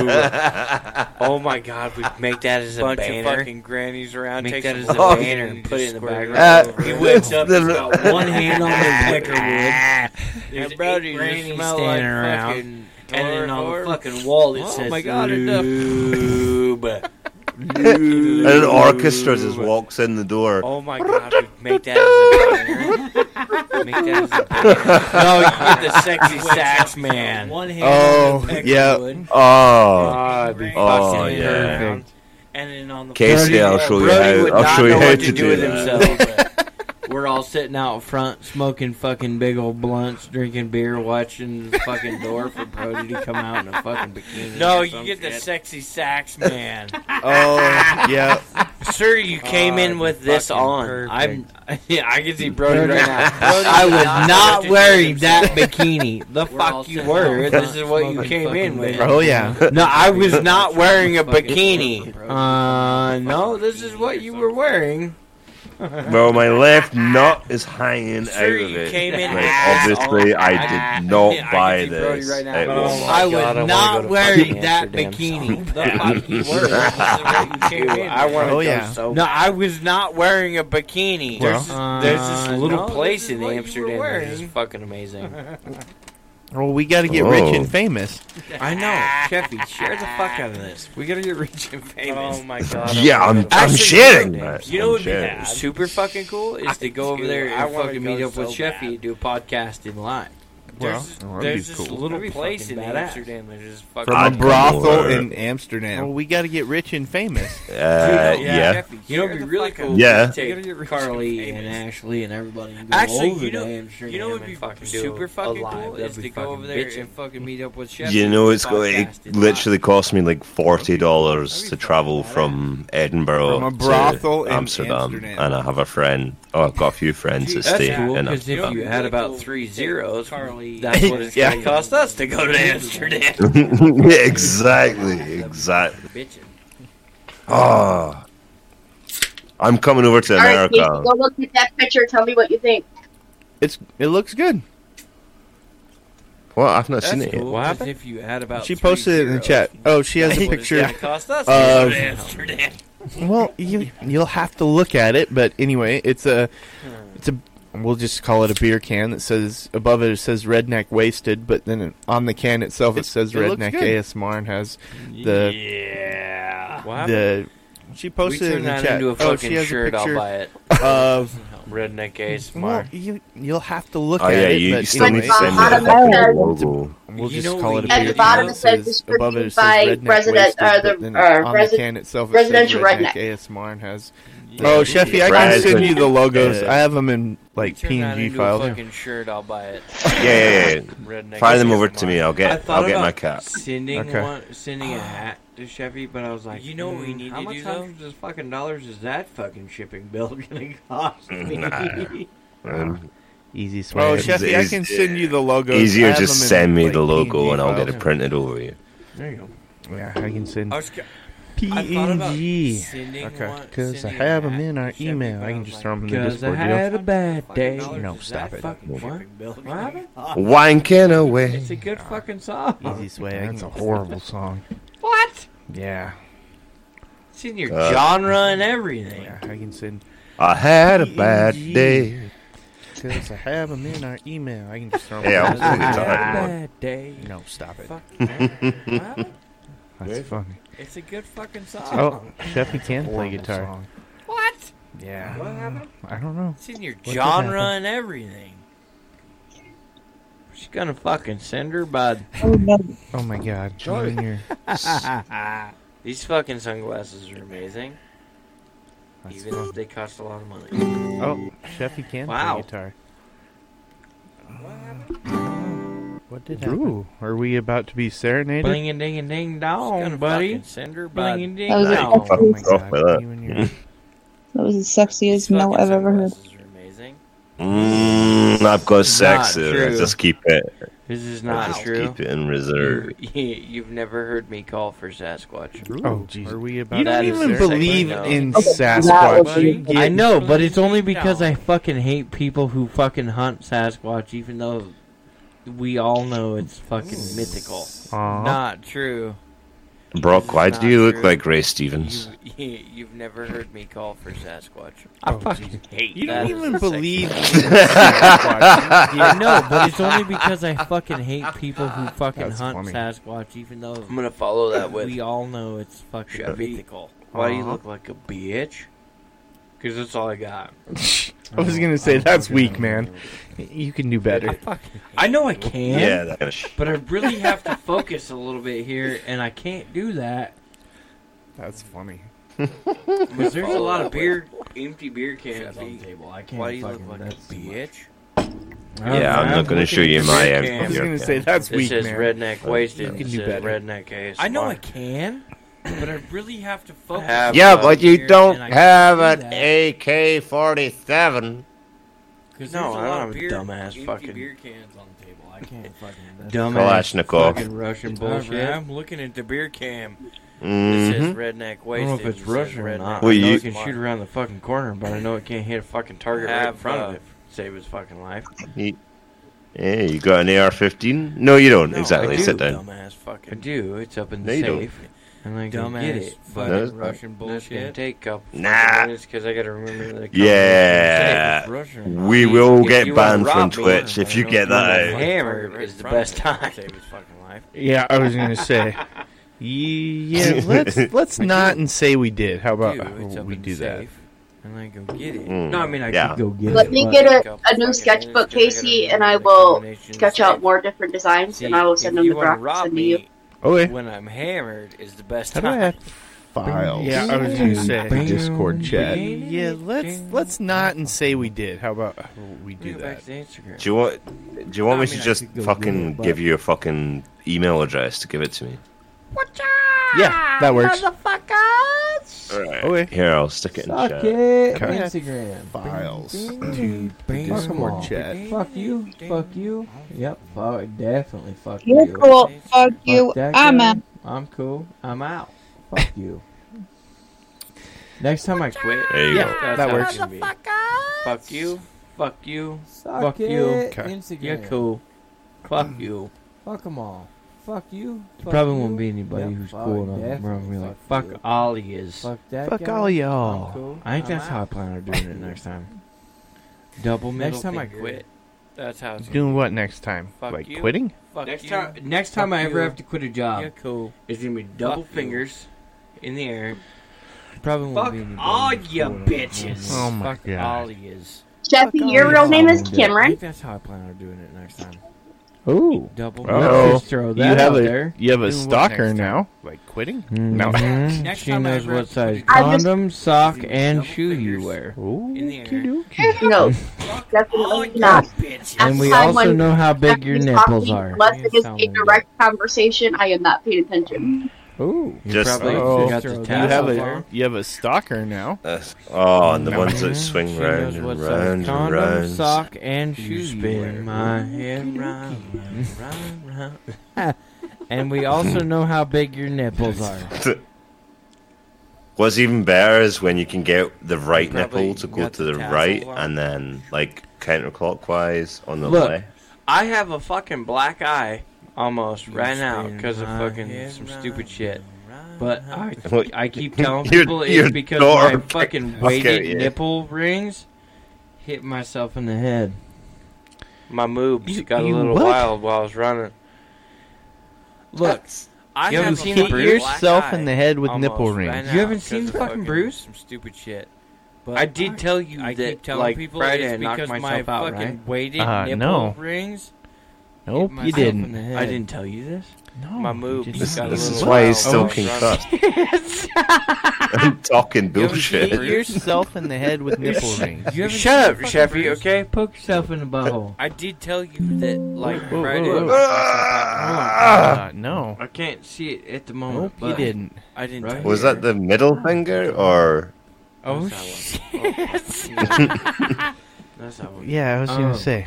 Speaker 5: oh
Speaker 1: my god! We make that as a bunch banner. of fucking grannies around. Make that as a oh, banner and put it in the background. Uh, he wakes up, he's got one hand on the wicker wood. There's and bro, eight grannies standing like around, and then on the fucking wall it oh says, "Oh my god!" Lube.
Speaker 5: and an orchestra just walks in the door.
Speaker 1: Oh my god, make that as Make that as No, you get the sexy sax man.
Speaker 5: One hand oh, yeah. Oh, oh, oh yeah. Perfect.
Speaker 1: And then on the
Speaker 5: Casey, I'll show you how. I'll show you how to do, do that.
Speaker 1: We're all sitting out front, smoking fucking big old blunts, drinking beer, watching the fucking door for Brody to come out in a fucking bikini.
Speaker 6: No, you get shit. the sexy sax man.
Speaker 5: oh, yeah.
Speaker 1: Sir, you came oh, in with this on. Perfect. I'm, yeah, I can see Brody right now. Brody I was not, not wearing that bikini. The we're fuck you were. This is what you came in with.
Speaker 3: Oh yeah.
Speaker 1: No, I was not wearing a bikini. Uh, no, this is what you were wearing.
Speaker 5: Bro, my left nut is hanging sure, out of it. Came in like, obviously, I did not I buy this. Right
Speaker 1: now, oh I was God, not I wearing that bikini. I want to oh, yeah. so No, I was not wearing a bikini. Well, there's, uh, there's, this little no, place in Amsterdam that is fucking amazing.
Speaker 3: Well, we got to get oh. rich and famous.
Speaker 1: I know, Jeffy. Share the fuck out of this. We got to get rich and famous.
Speaker 5: Oh my god. yeah, I'm, I'm, I'm sharing.
Speaker 1: You know what would be bad. super fucking cool is I to go over there and fucking meet up so with Jeffy and do a podcast in live. Well, there's, well, there's this cool. little place in badass. Amsterdam that is fucking
Speaker 3: from a brothel in Amsterdam.
Speaker 6: Well, we got to get rich and famous.
Speaker 5: Uh, yeah, yeah. Jeffy,
Speaker 1: you know, it'd be really cool.
Speaker 5: Yeah,
Speaker 1: take Carly and, and Ashley and everybody. And go Actually, over you know, to Amsterdam you know, it'd be fucking super fucking cool is to go over there bitching. and fucking meet up with Sheffield.
Speaker 5: You know, it's going. It literally cost me like forty dollars to travel from Edinburgh from to Amsterdam, and I have a friend. Oh, I've got a few friends that stay
Speaker 1: cool,
Speaker 5: in
Speaker 1: Amsterdam. If you had about three zeros, Carly. That's what it's yeah. gonna cost us to go to Amsterdam.
Speaker 5: yeah, exactly, exactly. Oh, I'm coming over to America.
Speaker 7: All right, go look at that picture. Tell me what you think.
Speaker 3: It's it looks good.
Speaker 5: Well, I've not That's seen it cool.
Speaker 1: yet. What happened? If you add about
Speaker 3: she posted it in the chat. Uh, Oh, she has a picture. Yeah.
Speaker 1: Cost us of, Amsterdam.
Speaker 3: well, you you'll have to look at it, but anyway, it's a it's a we'll just call it a beer can that says above it it says redneck wasted but then on the can itself it, it says it redneck asmr and has the
Speaker 1: yeah
Speaker 3: wow. the she posted in the chat
Speaker 1: oh she has shirt, a picture I'll buy it.
Speaker 3: of
Speaker 1: redneck eh, asmr well,
Speaker 3: you you'll have to look
Speaker 5: oh,
Speaker 3: at
Speaker 5: yeah,
Speaker 3: it
Speaker 5: you, you still need to send me the logo
Speaker 3: we'll you just call it a beer the bottom it says above it it says redneck wasted uh, the, but uh, on the can itself it says redneck asmr and has Oh, Sheffy, I can send you the logos. I have them in like PNG files.
Speaker 1: Fucking shirt, I'll buy it.
Speaker 5: Yeah, yeah, yeah. Fire them over to me. I'll get. I'll get my cap.
Speaker 1: Sending okay. one, sending a hat to Chevy, but I was like, you know what we need to do though? How much fucking dollars is that fucking shipping bill gonna cost me? Nah.
Speaker 3: Um, Easy swag. Oh, Sheffy, I can send you the logos.
Speaker 5: Easier, just send me the logo and I'll get it printed over you.
Speaker 3: There you go. Yeah, I can send. E
Speaker 1: PNG. Okay.
Speaker 3: Because I have them in our email. I can just throw them in the Discord.
Speaker 1: Because I had a bad day.
Speaker 3: No, stop it.
Speaker 5: Wine can away.
Speaker 1: It's a good fucking song.
Speaker 3: Easy swag. That's a horrible song.
Speaker 1: What?
Speaker 3: Yeah.
Speaker 1: It's in your genre and everything.
Speaker 3: Yeah, I can send.
Speaker 5: Uh, I had a bad day.
Speaker 3: Because I have them in our email. I can just throw them
Speaker 5: in the
Speaker 3: Discord.
Speaker 1: bad day.
Speaker 3: No, stop it. That's funny.
Speaker 1: It's a good fucking song.
Speaker 3: Oh, Sheffy can play guitar. Song.
Speaker 1: What?
Speaker 3: Yeah. What happened? I don't know.
Speaker 1: It's in your what genre and everything. She's
Speaker 16: Oh,
Speaker 1: gonna fucking send her bud.
Speaker 3: Oh, no. oh my god.
Speaker 5: Joy.
Speaker 1: These fucking sunglasses are amazing. even if they cost a lot of money.
Speaker 3: Oh, Sheffy can
Speaker 1: Wow.
Speaker 3: play guitar. What did happen? Ooh, are we about to be serenaded?
Speaker 6: Bling a ding a ding dong, buddy.
Speaker 1: Cinder,
Speaker 6: Bling a
Speaker 1: but
Speaker 6: ding
Speaker 16: That was
Speaker 6: dong.
Speaker 16: a-
Speaker 5: Fuck
Speaker 16: Oh my
Speaker 5: off with that.
Speaker 3: You and your-
Speaker 16: That was the sexiest note I've ever heard.
Speaker 1: Are amazing.
Speaker 5: Mm, I've got sex.
Speaker 1: Not
Speaker 5: uh,
Speaker 1: true.
Speaker 5: Just keep it.
Speaker 1: This is not
Speaker 5: just
Speaker 1: true.
Speaker 5: keep it in reserve.
Speaker 1: You, have never heard me call for Sasquatch.
Speaker 3: Oh, jeez. Are we about You
Speaker 1: That
Speaker 3: don't
Speaker 1: is
Speaker 3: even
Speaker 1: insane.
Speaker 3: believe
Speaker 1: No.
Speaker 3: in
Speaker 16: Okay, that
Speaker 3: Sasquatch.
Speaker 16: was you.
Speaker 1: I know, but it's only because I fucking hate people who fucking hunt Sasquatch, even though we all know it's fucking mythical.
Speaker 3: Aw.
Speaker 6: Not true.
Speaker 5: Brock, why
Speaker 1: not
Speaker 5: do you look
Speaker 1: true.
Speaker 5: like Ray Stevens?
Speaker 1: You, you've never heard me call for Sasquatch. Oh,
Speaker 6: I fucking hate
Speaker 3: You
Speaker 6: you.
Speaker 3: don't
Speaker 1: That is
Speaker 3: even
Speaker 1: the sex-
Speaker 3: believe in Sasquatch.
Speaker 1: I know, but it's only because I fucking hate people who fucking
Speaker 3: That's
Speaker 1: hunt
Speaker 3: funny.
Speaker 1: Sasquatch, even though
Speaker 6: I'm gonna follow that with.
Speaker 1: we all know it's fucking
Speaker 6: Chevy.
Speaker 1: mythical.
Speaker 6: Why do you look like a bitch? Because that's all I got.
Speaker 3: I was gonna say that's weak, man. You can do better.
Speaker 1: I know I can,
Speaker 5: Yeah, that kind of shit.
Speaker 1: but I really have to focus a little bit here, and I can't do that.
Speaker 3: That's funny.
Speaker 1: Because there's a lot of beer, empty beer cans on the table. I can't
Speaker 6: Why do you
Speaker 1: fucking
Speaker 6: look like a
Speaker 1: that's too much.
Speaker 6: bitch?
Speaker 5: Yeah, I'm not going to show you my
Speaker 1: I
Speaker 3: I
Speaker 5: empty
Speaker 3: was
Speaker 5: beer
Speaker 3: gonna
Speaker 5: can.
Speaker 3: say that's
Speaker 1: This
Speaker 3: weak,
Speaker 1: is
Speaker 3: man.
Speaker 1: redneck wasted.
Speaker 3: You can
Speaker 1: This
Speaker 3: do
Speaker 1: is
Speaker 3: better.
Speaker 1: redneck ASMR.
Speaker 6: I know I can, but I really have to focus.
Speaker 1: Have-
Speaker 17: Yeah,
Speaker 1: Uh,
Speaker 17: but
Speaker 1: here,
Speaker 17: you don't
Speaker 1: and I can
Speaker 17: have
Speaker 1: see
Speaker 17: an
Speaker 1: that.
Speaker 17: AK 47.
Speaker 1: Because
Speaker 6: No,
Speaker 1: there's a
Speaker 6: I
Speaker 1: lot
Speaker 6: don't
Speaker 1: of
Speaker 6: have
Speaker 1: beer,
Speaker 6: dumbass
Speaker 1: empty
Speaker 6: fucking-
Speaker 1: beer cans on the table. I can't fucking. That's
Speaker 6: Dumbass
Speaker 5: Kalashnikov.
Speaker 1: Russian
Speaker 6: bullshit.
Speaker 1: bullshit.
Speaker 6: I'm looking at the beer cam.
Speaker 1: This
Speaker 5: hmm
Speaker 1: is redneck
Speaker 6: I don't
Speaker 1: wasted.
Speaker 6: know if it's
Speaker 1: This is
Speaker 6: Russian or
Speaker 1: redneck.
Speaker 6: not.
Speaker 5: Well,
Speaker 6: I know
Speaker 5: you-
Speaker 6: it can shoot around the fucking corner, but I know it can't hit a fucking target right in
Speaker 1: Have,
Speaker 6: front of
Speaker 1: uh,
Speaker 6: it. Save his fucking life.
Speaker 5: Yeah, you got an AR-15? No, you
Speaker 6: Oh,
Speaker 5: don't. exactly.
Speaker 1: I do,
Speaker 5: Sit down.
Speaker 1: Dumbass
Speaker 6: I
Speaker 1: fucking.
Speaker 6: do. It's up in
Speaker 5: No,
Speaker 6: the
Speaker 5: you don't.
Speaker 6: safe, and I can
Speaker 1: Dumbass
Speaker 6: get it.
Speaker 1: fucking
Speaker 5: No, it's not.
Speaker 1: Russian
Speaker 6: That's gonna
Speaker 1: bullshit.
Speaker 6: take a couple fucking
Speaker 5: Nah.
Speaker 6: minutes because I gotta remember that. it
Speaker 5: Yeah.
Speaker 6: comes from Safe.
Speaker 5: We will
Speaker 6: If
Speaker 5: get
Speaker 6: you wanna
Speaker 5: banned from
Speaker 6: rob me,
Speaker 5: Twitch if
Speaker 6: I
Speaker 5: you
Speaker 6: don't
Speaker 5: get
Speaker 6: want
Speaker 5: that Mm.
Speaker 6: my
Speaker 5: out.
Speaker 6: hammer is the best time. Save his fucking life.
Speaker 3: Yeah, I was gonna say. Yeah, let's let's not and say we did. How about
Speaker 6: Dude, it's up
Speaker 3: we
Speaker 6: in
Speaker 3: do that?
Speaker 6: safe, And I go get it.
Speaker 5: Mm,
Speaker 6: No, I mean I
Speaker 5: yeah.
Speaker 6: could
Speaker 12: Go get
Speaker 7: Let
Speaker 12: it,
Speaker 7: me
Speaker 12: but-
Speaker 7: get
Speaker 6: go
Speaker 7: a, a new
Speaker 6: fucking minutes 'cause I
Speaker 7: sketchbook,
Speaker 6: gotta
Speaker 7: Casey, and
Speaker 6: remember
Speaker 7: I
Speaker 6: the
Speaker 7: will
Speaker 6: combination
Speaker 7: sketch
Speaker 6: of
Speaker 7: out
Speaker 6: safe.
Speaker 7: more different designs,
Speaker 6: See,
Speaker 7: and I will
Speaker 6: if
Speaker 7: send them
Speaker 6: you
Speaker 7: to
Speaker 6: wanna
Speaker 7: Brock. and
Speaker 6: rob
Speaker 7: Send to you.
Speaker 6: me
Speaker 3: Okay.
Speaker 6: When I'm hammered is the best
Speaker 3: How do I
Speaker 6: time.
Speaker 3: have
Speaker 4: Files.
Speaker 3: Yeah, I was gonna say.
Speaker 4: The Discord chat.
Speaker 3: Yeah, let's let's not and say we did. How about we
Speaker 6: Bring
Speaker 3: do
Speaker 6: it back
Speaker 3: that?
Speaker 6: to Instagram.
Speaker 5: Do you want, do you want
Speaker 6: I
Speaker 5: me
Speaker 6: mean,
Speaker 5: to
Speaker 6: I
Speaker 5: just
Speaker 12: could go do it,
Speaker 5: fucking
Speaker 12: but-
Speaker 5: give you a fucking email address to give it to me?
Speaker 3: Yeah, that works.
Speaker 5: Alright.
Speaker 3: Okay.
Speaker 5: Here, I'll stick it in
Speaker 12: Suck
Speaker 5: chat.
Speaker 12: it.
Speaker 4: Okay.
Speaker 12: Instagram.
Speaker 4: Files
Speaker 12: Bing,
Speaker 4: to
Speaker 12: bing, bing. Fuck 'em
Speaker 4: Discord
Speaker 12: all.
Speaker 4: chat.
Speaker 12: Fuck you. Fuck you. Yep. Fuck, definitely. Fuck
Speaker 16: You're
Speaker 12: you.
Speaker 16: cool. Fuck
Speaker 12: Fuck
Speaker 16: you.
Speaker 12: that
Speaker 16: I'm
Speaker 12: guy.
Speaker 16: out.
Speaker 12: I'm cool. I'm out.
Speaker 1: Fuck you. Next time I quit.
Speaker 5: There you go.
Speaker 3: That
Speaker 1: how
Speaker 3: works.
Speaker 1: it's gonna be. Fuck you. Fuck you.
Speaker 12: Suck
Speaker 1: Fuck
Speaker 12: it.
Speaker 1: you.
Speaker 3: Okay.
Speaker 12: Instagram.
Speaker 1: You're cool. Fuck you.
Speaker 12: Fuck them all. Fuck you. Fuck
Speaker 1: Probably
Speaker 12: you.
Speaker 1: won't be anybody
Speaker 12: Yep,
Speaker 1: who's
Speaker 12: fuck,
Speaker 1: cool enough.
Speaker 12: definitely
Speaker 1: We're gonna be like,
Speaker 12: fuck
Speaker 1: fuck
Speaker 12: you.
Speaker 1: Ollie is.
Speaker 12: Fuck that
Speaker 3: Fuck
Speaker 12: guy.
Speaker 3: all
Speaker 12: I'm
Speaker 3: y'all.
Speaker 12: cool.
Speaker 1: I think
Speaker 12: I'm
Speaker 1: that's how I
Speaker 12: out.
Speaker 1: plan on doing it next time. Double middle
Speaker 6: Next time I
Speaker 1: finger.
Speaker 6: quit. That's how it's
Speaker 3: Doing what next time?
Speaker 6: Fuck
Speaker 3: like
Speaker 6: you.
Speaker 3: quitting?
Speaker 6: Fuck
Speaker 1: Next
Speaker 6: you.
Speaker 1: time, next time I
Speaker 6: Fuck
Speaker 1: ever
Speaker 6: you.
Speaker 1: have to quit a job,
Speaker 6: You're cool.
Speaker 1: it's gonna be double
Speaker 6: Fuck you.
Speaker 1: fingers in the air.
Speaker 6: Probably won't
Speaker 1: Fuck
Speaker 6: be anybody
Speaker 1: all
Speaker 6: who's
Speaker 1: you
Speaker 6: cool enough.
Speaker 1: bitches.
Speaker 3: Oh my
Speaker 6: Fuck
Speaker 3: God.
Speaker 6: all yous.
Speaker 7: Jeffy,
Speaker 3: Fuck
Speaker 7: your
Speaker 3: all
Speaker 7: real
Speaker 3: y'all.
Speaker 7: name is
Speaker 6: I
Speaker 7: Cameron.
Speaker 6: think that's how I plan on doing it next time.
Speaker 12: Ooh.
Speaker 6: Double.
Speaker 3: Well,
Speaker 6: middle-
Speaker 3: Oh,
Speaker 12: Just throw
Speaker 3: You
Speaker 12: that
Speaker 3: have
Speaker 12: out
Speaker 3: a
Speaker 12: there.
Speaker 3: you have a
Speaker 6: Doing what
Speaker 3: stalker
Speaker 6: next time?
Speaker 3: now. Like quitting?
Speaker 6: Mhm.
Speaker 3: No.
Speaker 6: Next
Speaker 1: Mm-hmm. she
Speaker 6: time I
Speaker 1: knows
Speaker 6: ever
Speaker 1: what
Speaker 6: have to
Speaker 1: size
Speaker 6: put
Speaker 7: I just-
Speaker 1: condom, sock,
Speaker 6: Double
Speaker 1: and shoe you
Speaker 6: fingers.
Speaker 1: wear.
Speaker 6: In the air.
Speaker 3: Okey-dokey.
Speaker 7: No, definitely not. At
Speaker 1: And
Speaker 7: the
Speaker 1: we
Speaker 7: time
Speaker 1: also
Speaker 7: when
Speaker 1: know how big
Speaker 7: Jeffy's
Speaker 1: your nipples
Speaker 7: talking,
Speaker 1: are.
Speaker 7: Unless
Speaker 6: Yeah,
Speaker 7: it is
Speaker 6: sound
Speaker 7: a
Speaker 6: like
Speaker 7: direct conversation, I am not paying attention.
Speaker 12: Ooh.
Speaker 1: You
Speaker 5: Just-
Speaker 1: probably
Speaker 3: Oh.
Speaker 1: got the
Speaker 12: You
Speaker 3: You have
Speaker 1: tassel
Speaker 3: a you have a stalker now.
Speaker 5: That's- oh, and the
Speaker 3: No.
Speaker 5: ones that swing
Speaker 1: She
Speaker 5: round
Speaker 1: knows
Speaker 5: and
Speaker 1: what
Speaker 5: round
Speaker 1: size
Speaker 5: and
Speaker 1: condom,
Speaker 5: round.
Speaker 1: sock, and shoe
Speaker 6: You
Speaker 1: you
Speaker 6: spin
Speaker 1: wear.
Speaker 6: my head round, round, round, round.
Speaker 1: And we also know how big your nipples are.
Speaker 5: What's even better is when you can get the right
Speaker 6: Probably
Speaker 5: nipple to go
Speaker 6: got
Speaker 5: to
Speaker 6: the
Speaker 5: the
Speaker 6: tassel
Speaker 5: right
Speaker 6: on.
Speaker 5: and then like counterclockwise on the
Speaker 1: Look,
Speaker 5: left.
Speaker 6: I have a fucking black eye almost right now
Speaker 1: spin
Speaker 6: because of
Speaker 1: my
Speaker 6: fucking
Speaker 1: head
Speaker 6: some
Speaker 1: round,
Speaker 6: stupid shit.
Speaker 1: But I,
Speaker 5: Look,
Speaker 1: I keep telling
Speaker 5: you're-
Speaker 1: people
Speaker 5: you're
Speaker 1: it's because
Speaker 5: dark.
Speaker 1: my fucking
Speaker 5: Okay,
Speaker 1: weighted
Speaker 5: yeah.
Speaker 1: nipple rings hit myself in the head.
Speaker 6: My moobs
Speaker 3: You-
Speaker 6: got a
Speaker 3: you
Speaker 6: little
Speaker 3: what?
Speaker 6: wild while I was running.
Speaker 1: Look,
Speaker 6: I
Speaker 1: You haven't
Speaker 6: have
Speaker 1: seen
Speaker 6: a
Speaker 1: Hit
Speaker 6: black
Speaker 3: yourself
Speaker 6: eye
Speaker 3: in the head with
Speaker 6: almost
Speaker 3: nipple
Speaker 6: right
Speaker 3: rings.
Speaker 6: now
Speaker 1: You haven't
Speaker 6: 'cause
Speaker 1: seen
Speaker 6: of
Speaker 1: fucking Bruce?
Speaker 6: Some stupid shit.
Speaker 1: but
Speaker 6: I did tell you
Speaker 1: I
Speaker 6: that
Speaker 1: keep telling
Speaker 6: like
Speaker 1: people
Speaker 6: Friday
Speaker 1: it's
Speaker 6: I knocked
Speaker 1: because
Speaker 6: myself
Speaker 1: my
Speaker 6: out,
Speaker 1: fucking
Speaker 6: right?
Speaker 1: weighted
Speaker 3: Uh,
Speaker 1: nipple
Speaker 3: no.
Speaker 1: rings
Speaker 3: Uh-huh, Nope, you didn't.
Speaker 1: I didn't tell you this.
Speaker 3: No,
Speaker 1: my moves.
Speaker 5: This,
Speaker 1: got a
Speaker 5: this
Speaker 1: little
Speaker 5: is why he's
Speaker 1: loud.
Speaker 5: still
Speaker 1: Oh,
Speaker 5: concussed. I'm talking bullshit.
Speaker 3: yourself in the head with nipple rings.
Speaker 1: You haven't
Speaker 12: Shut up,
Speaker 1: seen the fucking
Speaker 12: Sheffy,
Speaker 1: Bruce.
Speaker 12: okay?
Speaker 6: Poke yourself in the butthole.
Speaker 1: I did tell you that, like,
Speaker 3: whoa,
Speaker 1: right
Speaker 3: whoa,
Speaker 1: at-
Speaker 3: whoa.
Speaker 5: Ah!
Speaker 3: Uh, no.
Speaker 1: I can't see it at the
Speaker 3: Nope,
Speaker 1: moment. but
Speaker 3: you didn't.
Speaker 1: I didn't.
Speaker 12: Right
Speaker 1: tell
Speaker 5: Was
Speaker 1: you.
Speaker 5: that the middle finger or?
Speaker 1: Oh,
Speaker 12: That's
Speaker 1: That's not what.
Speaker 3: Yeah, I was
Speaker 6: Oh.
Speaker 3: gonna say.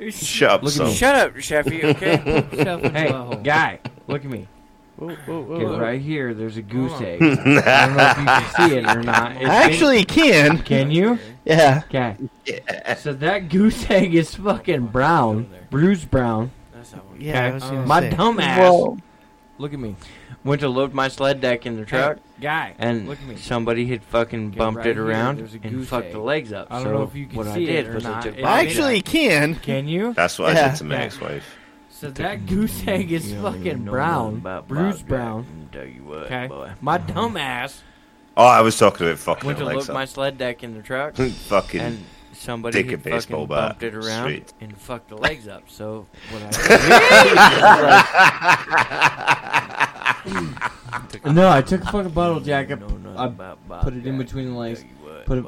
Speaker 5: Shut up, son.
Speaker 1: Shut up, Sheffy. Okay.
Speaker 6: Poke yourself in the
Speaker 12: Hey,
Speaker 6: butthole.
Speaker 12: guy, look at me. Okay, right here, there's a goose egg. I don't know if you can see it or not. It's
Speaker 3: I actually can.
Speaker 12: can you?
Speaker 3: Yeah.
Speaker 12: Okay. So that goose egg is fucking brown, bruised brown.
Speaker 1: That's not what.
Speaker 3: Yeah, I was gonna
Speaker 12: My
Speaker 3: say.
Speaker 12: dumb ass.
Speaker 7: Whoa.
Speaker 12: Look at me,
Speaker 1: Went to load my sled deck in the truck,
Speaker 12: guy.
Speaker 1: and
Speaker 12: look at me.
Speaker 1: somebody had fucking
Speaker 12: Okay,
Speaker 1: bumped
Speaker 12: right
Speaker 1: it
Speaker 12: here,
Speaker 1: around
Speaker 12: there's a
Speaker 1: and
Speaker 12: goose
Speaker 1: fucked
Speaker 12: egg.
Speaker 1: the legs up.
Speaker 12: I don't
Speaker 1: so
Speaker 12: know if you can
Speaker 1: what
Speaker 12: see
Speaker 1: I did
Speaker 12: it or
Speaker 1: was I
Speaker 12: not.
Speaker 1: took
Speaker 3: I
Speaker 12: It-
Speaker 1: my-
Speaker 3: actually can.
Speaker 12: Can you?
Speaker 5: That's what I
Speaker 3: Yeah.
Speaker 5: did to my
Speaker 12: Yeah.
Speaker 5: ex-wife.
Speaker 12: So that goose egg is fucking brown, bruised brown.
Speaker 1: Tell you what,
Speaker 12: Okay.
Speaker 1: boy.
Speaker 12: My dumb ass
Speaker 5: Oh, I was talking about fucking
Speaker 1: Went to load
Speaker 5: Alexa.
Speaker 1: my sled deck in the truck,
Speaker 5: fucking.
Speaker 1: and somebody
Speaker 5: Take a
Speaker 1: had
Speaker 5: baseball
Speaker 1: fucking
Speaker 5: bat.
Speaker 1: bumped it around
Speaker 5: Sweet.
Speaker 1: and fucked the legs up. So what I
Speaker 6: No, I took a fucking bottle jack. I,
Speaker 1: No, no,
Speaker 6: I
Speaker 1: about Bob
Speaker 6: put it in
Speaker 1: Jack.
Speaker 6: between the legs.
Speaker 1: Tell you what,
Speaker 6: put a-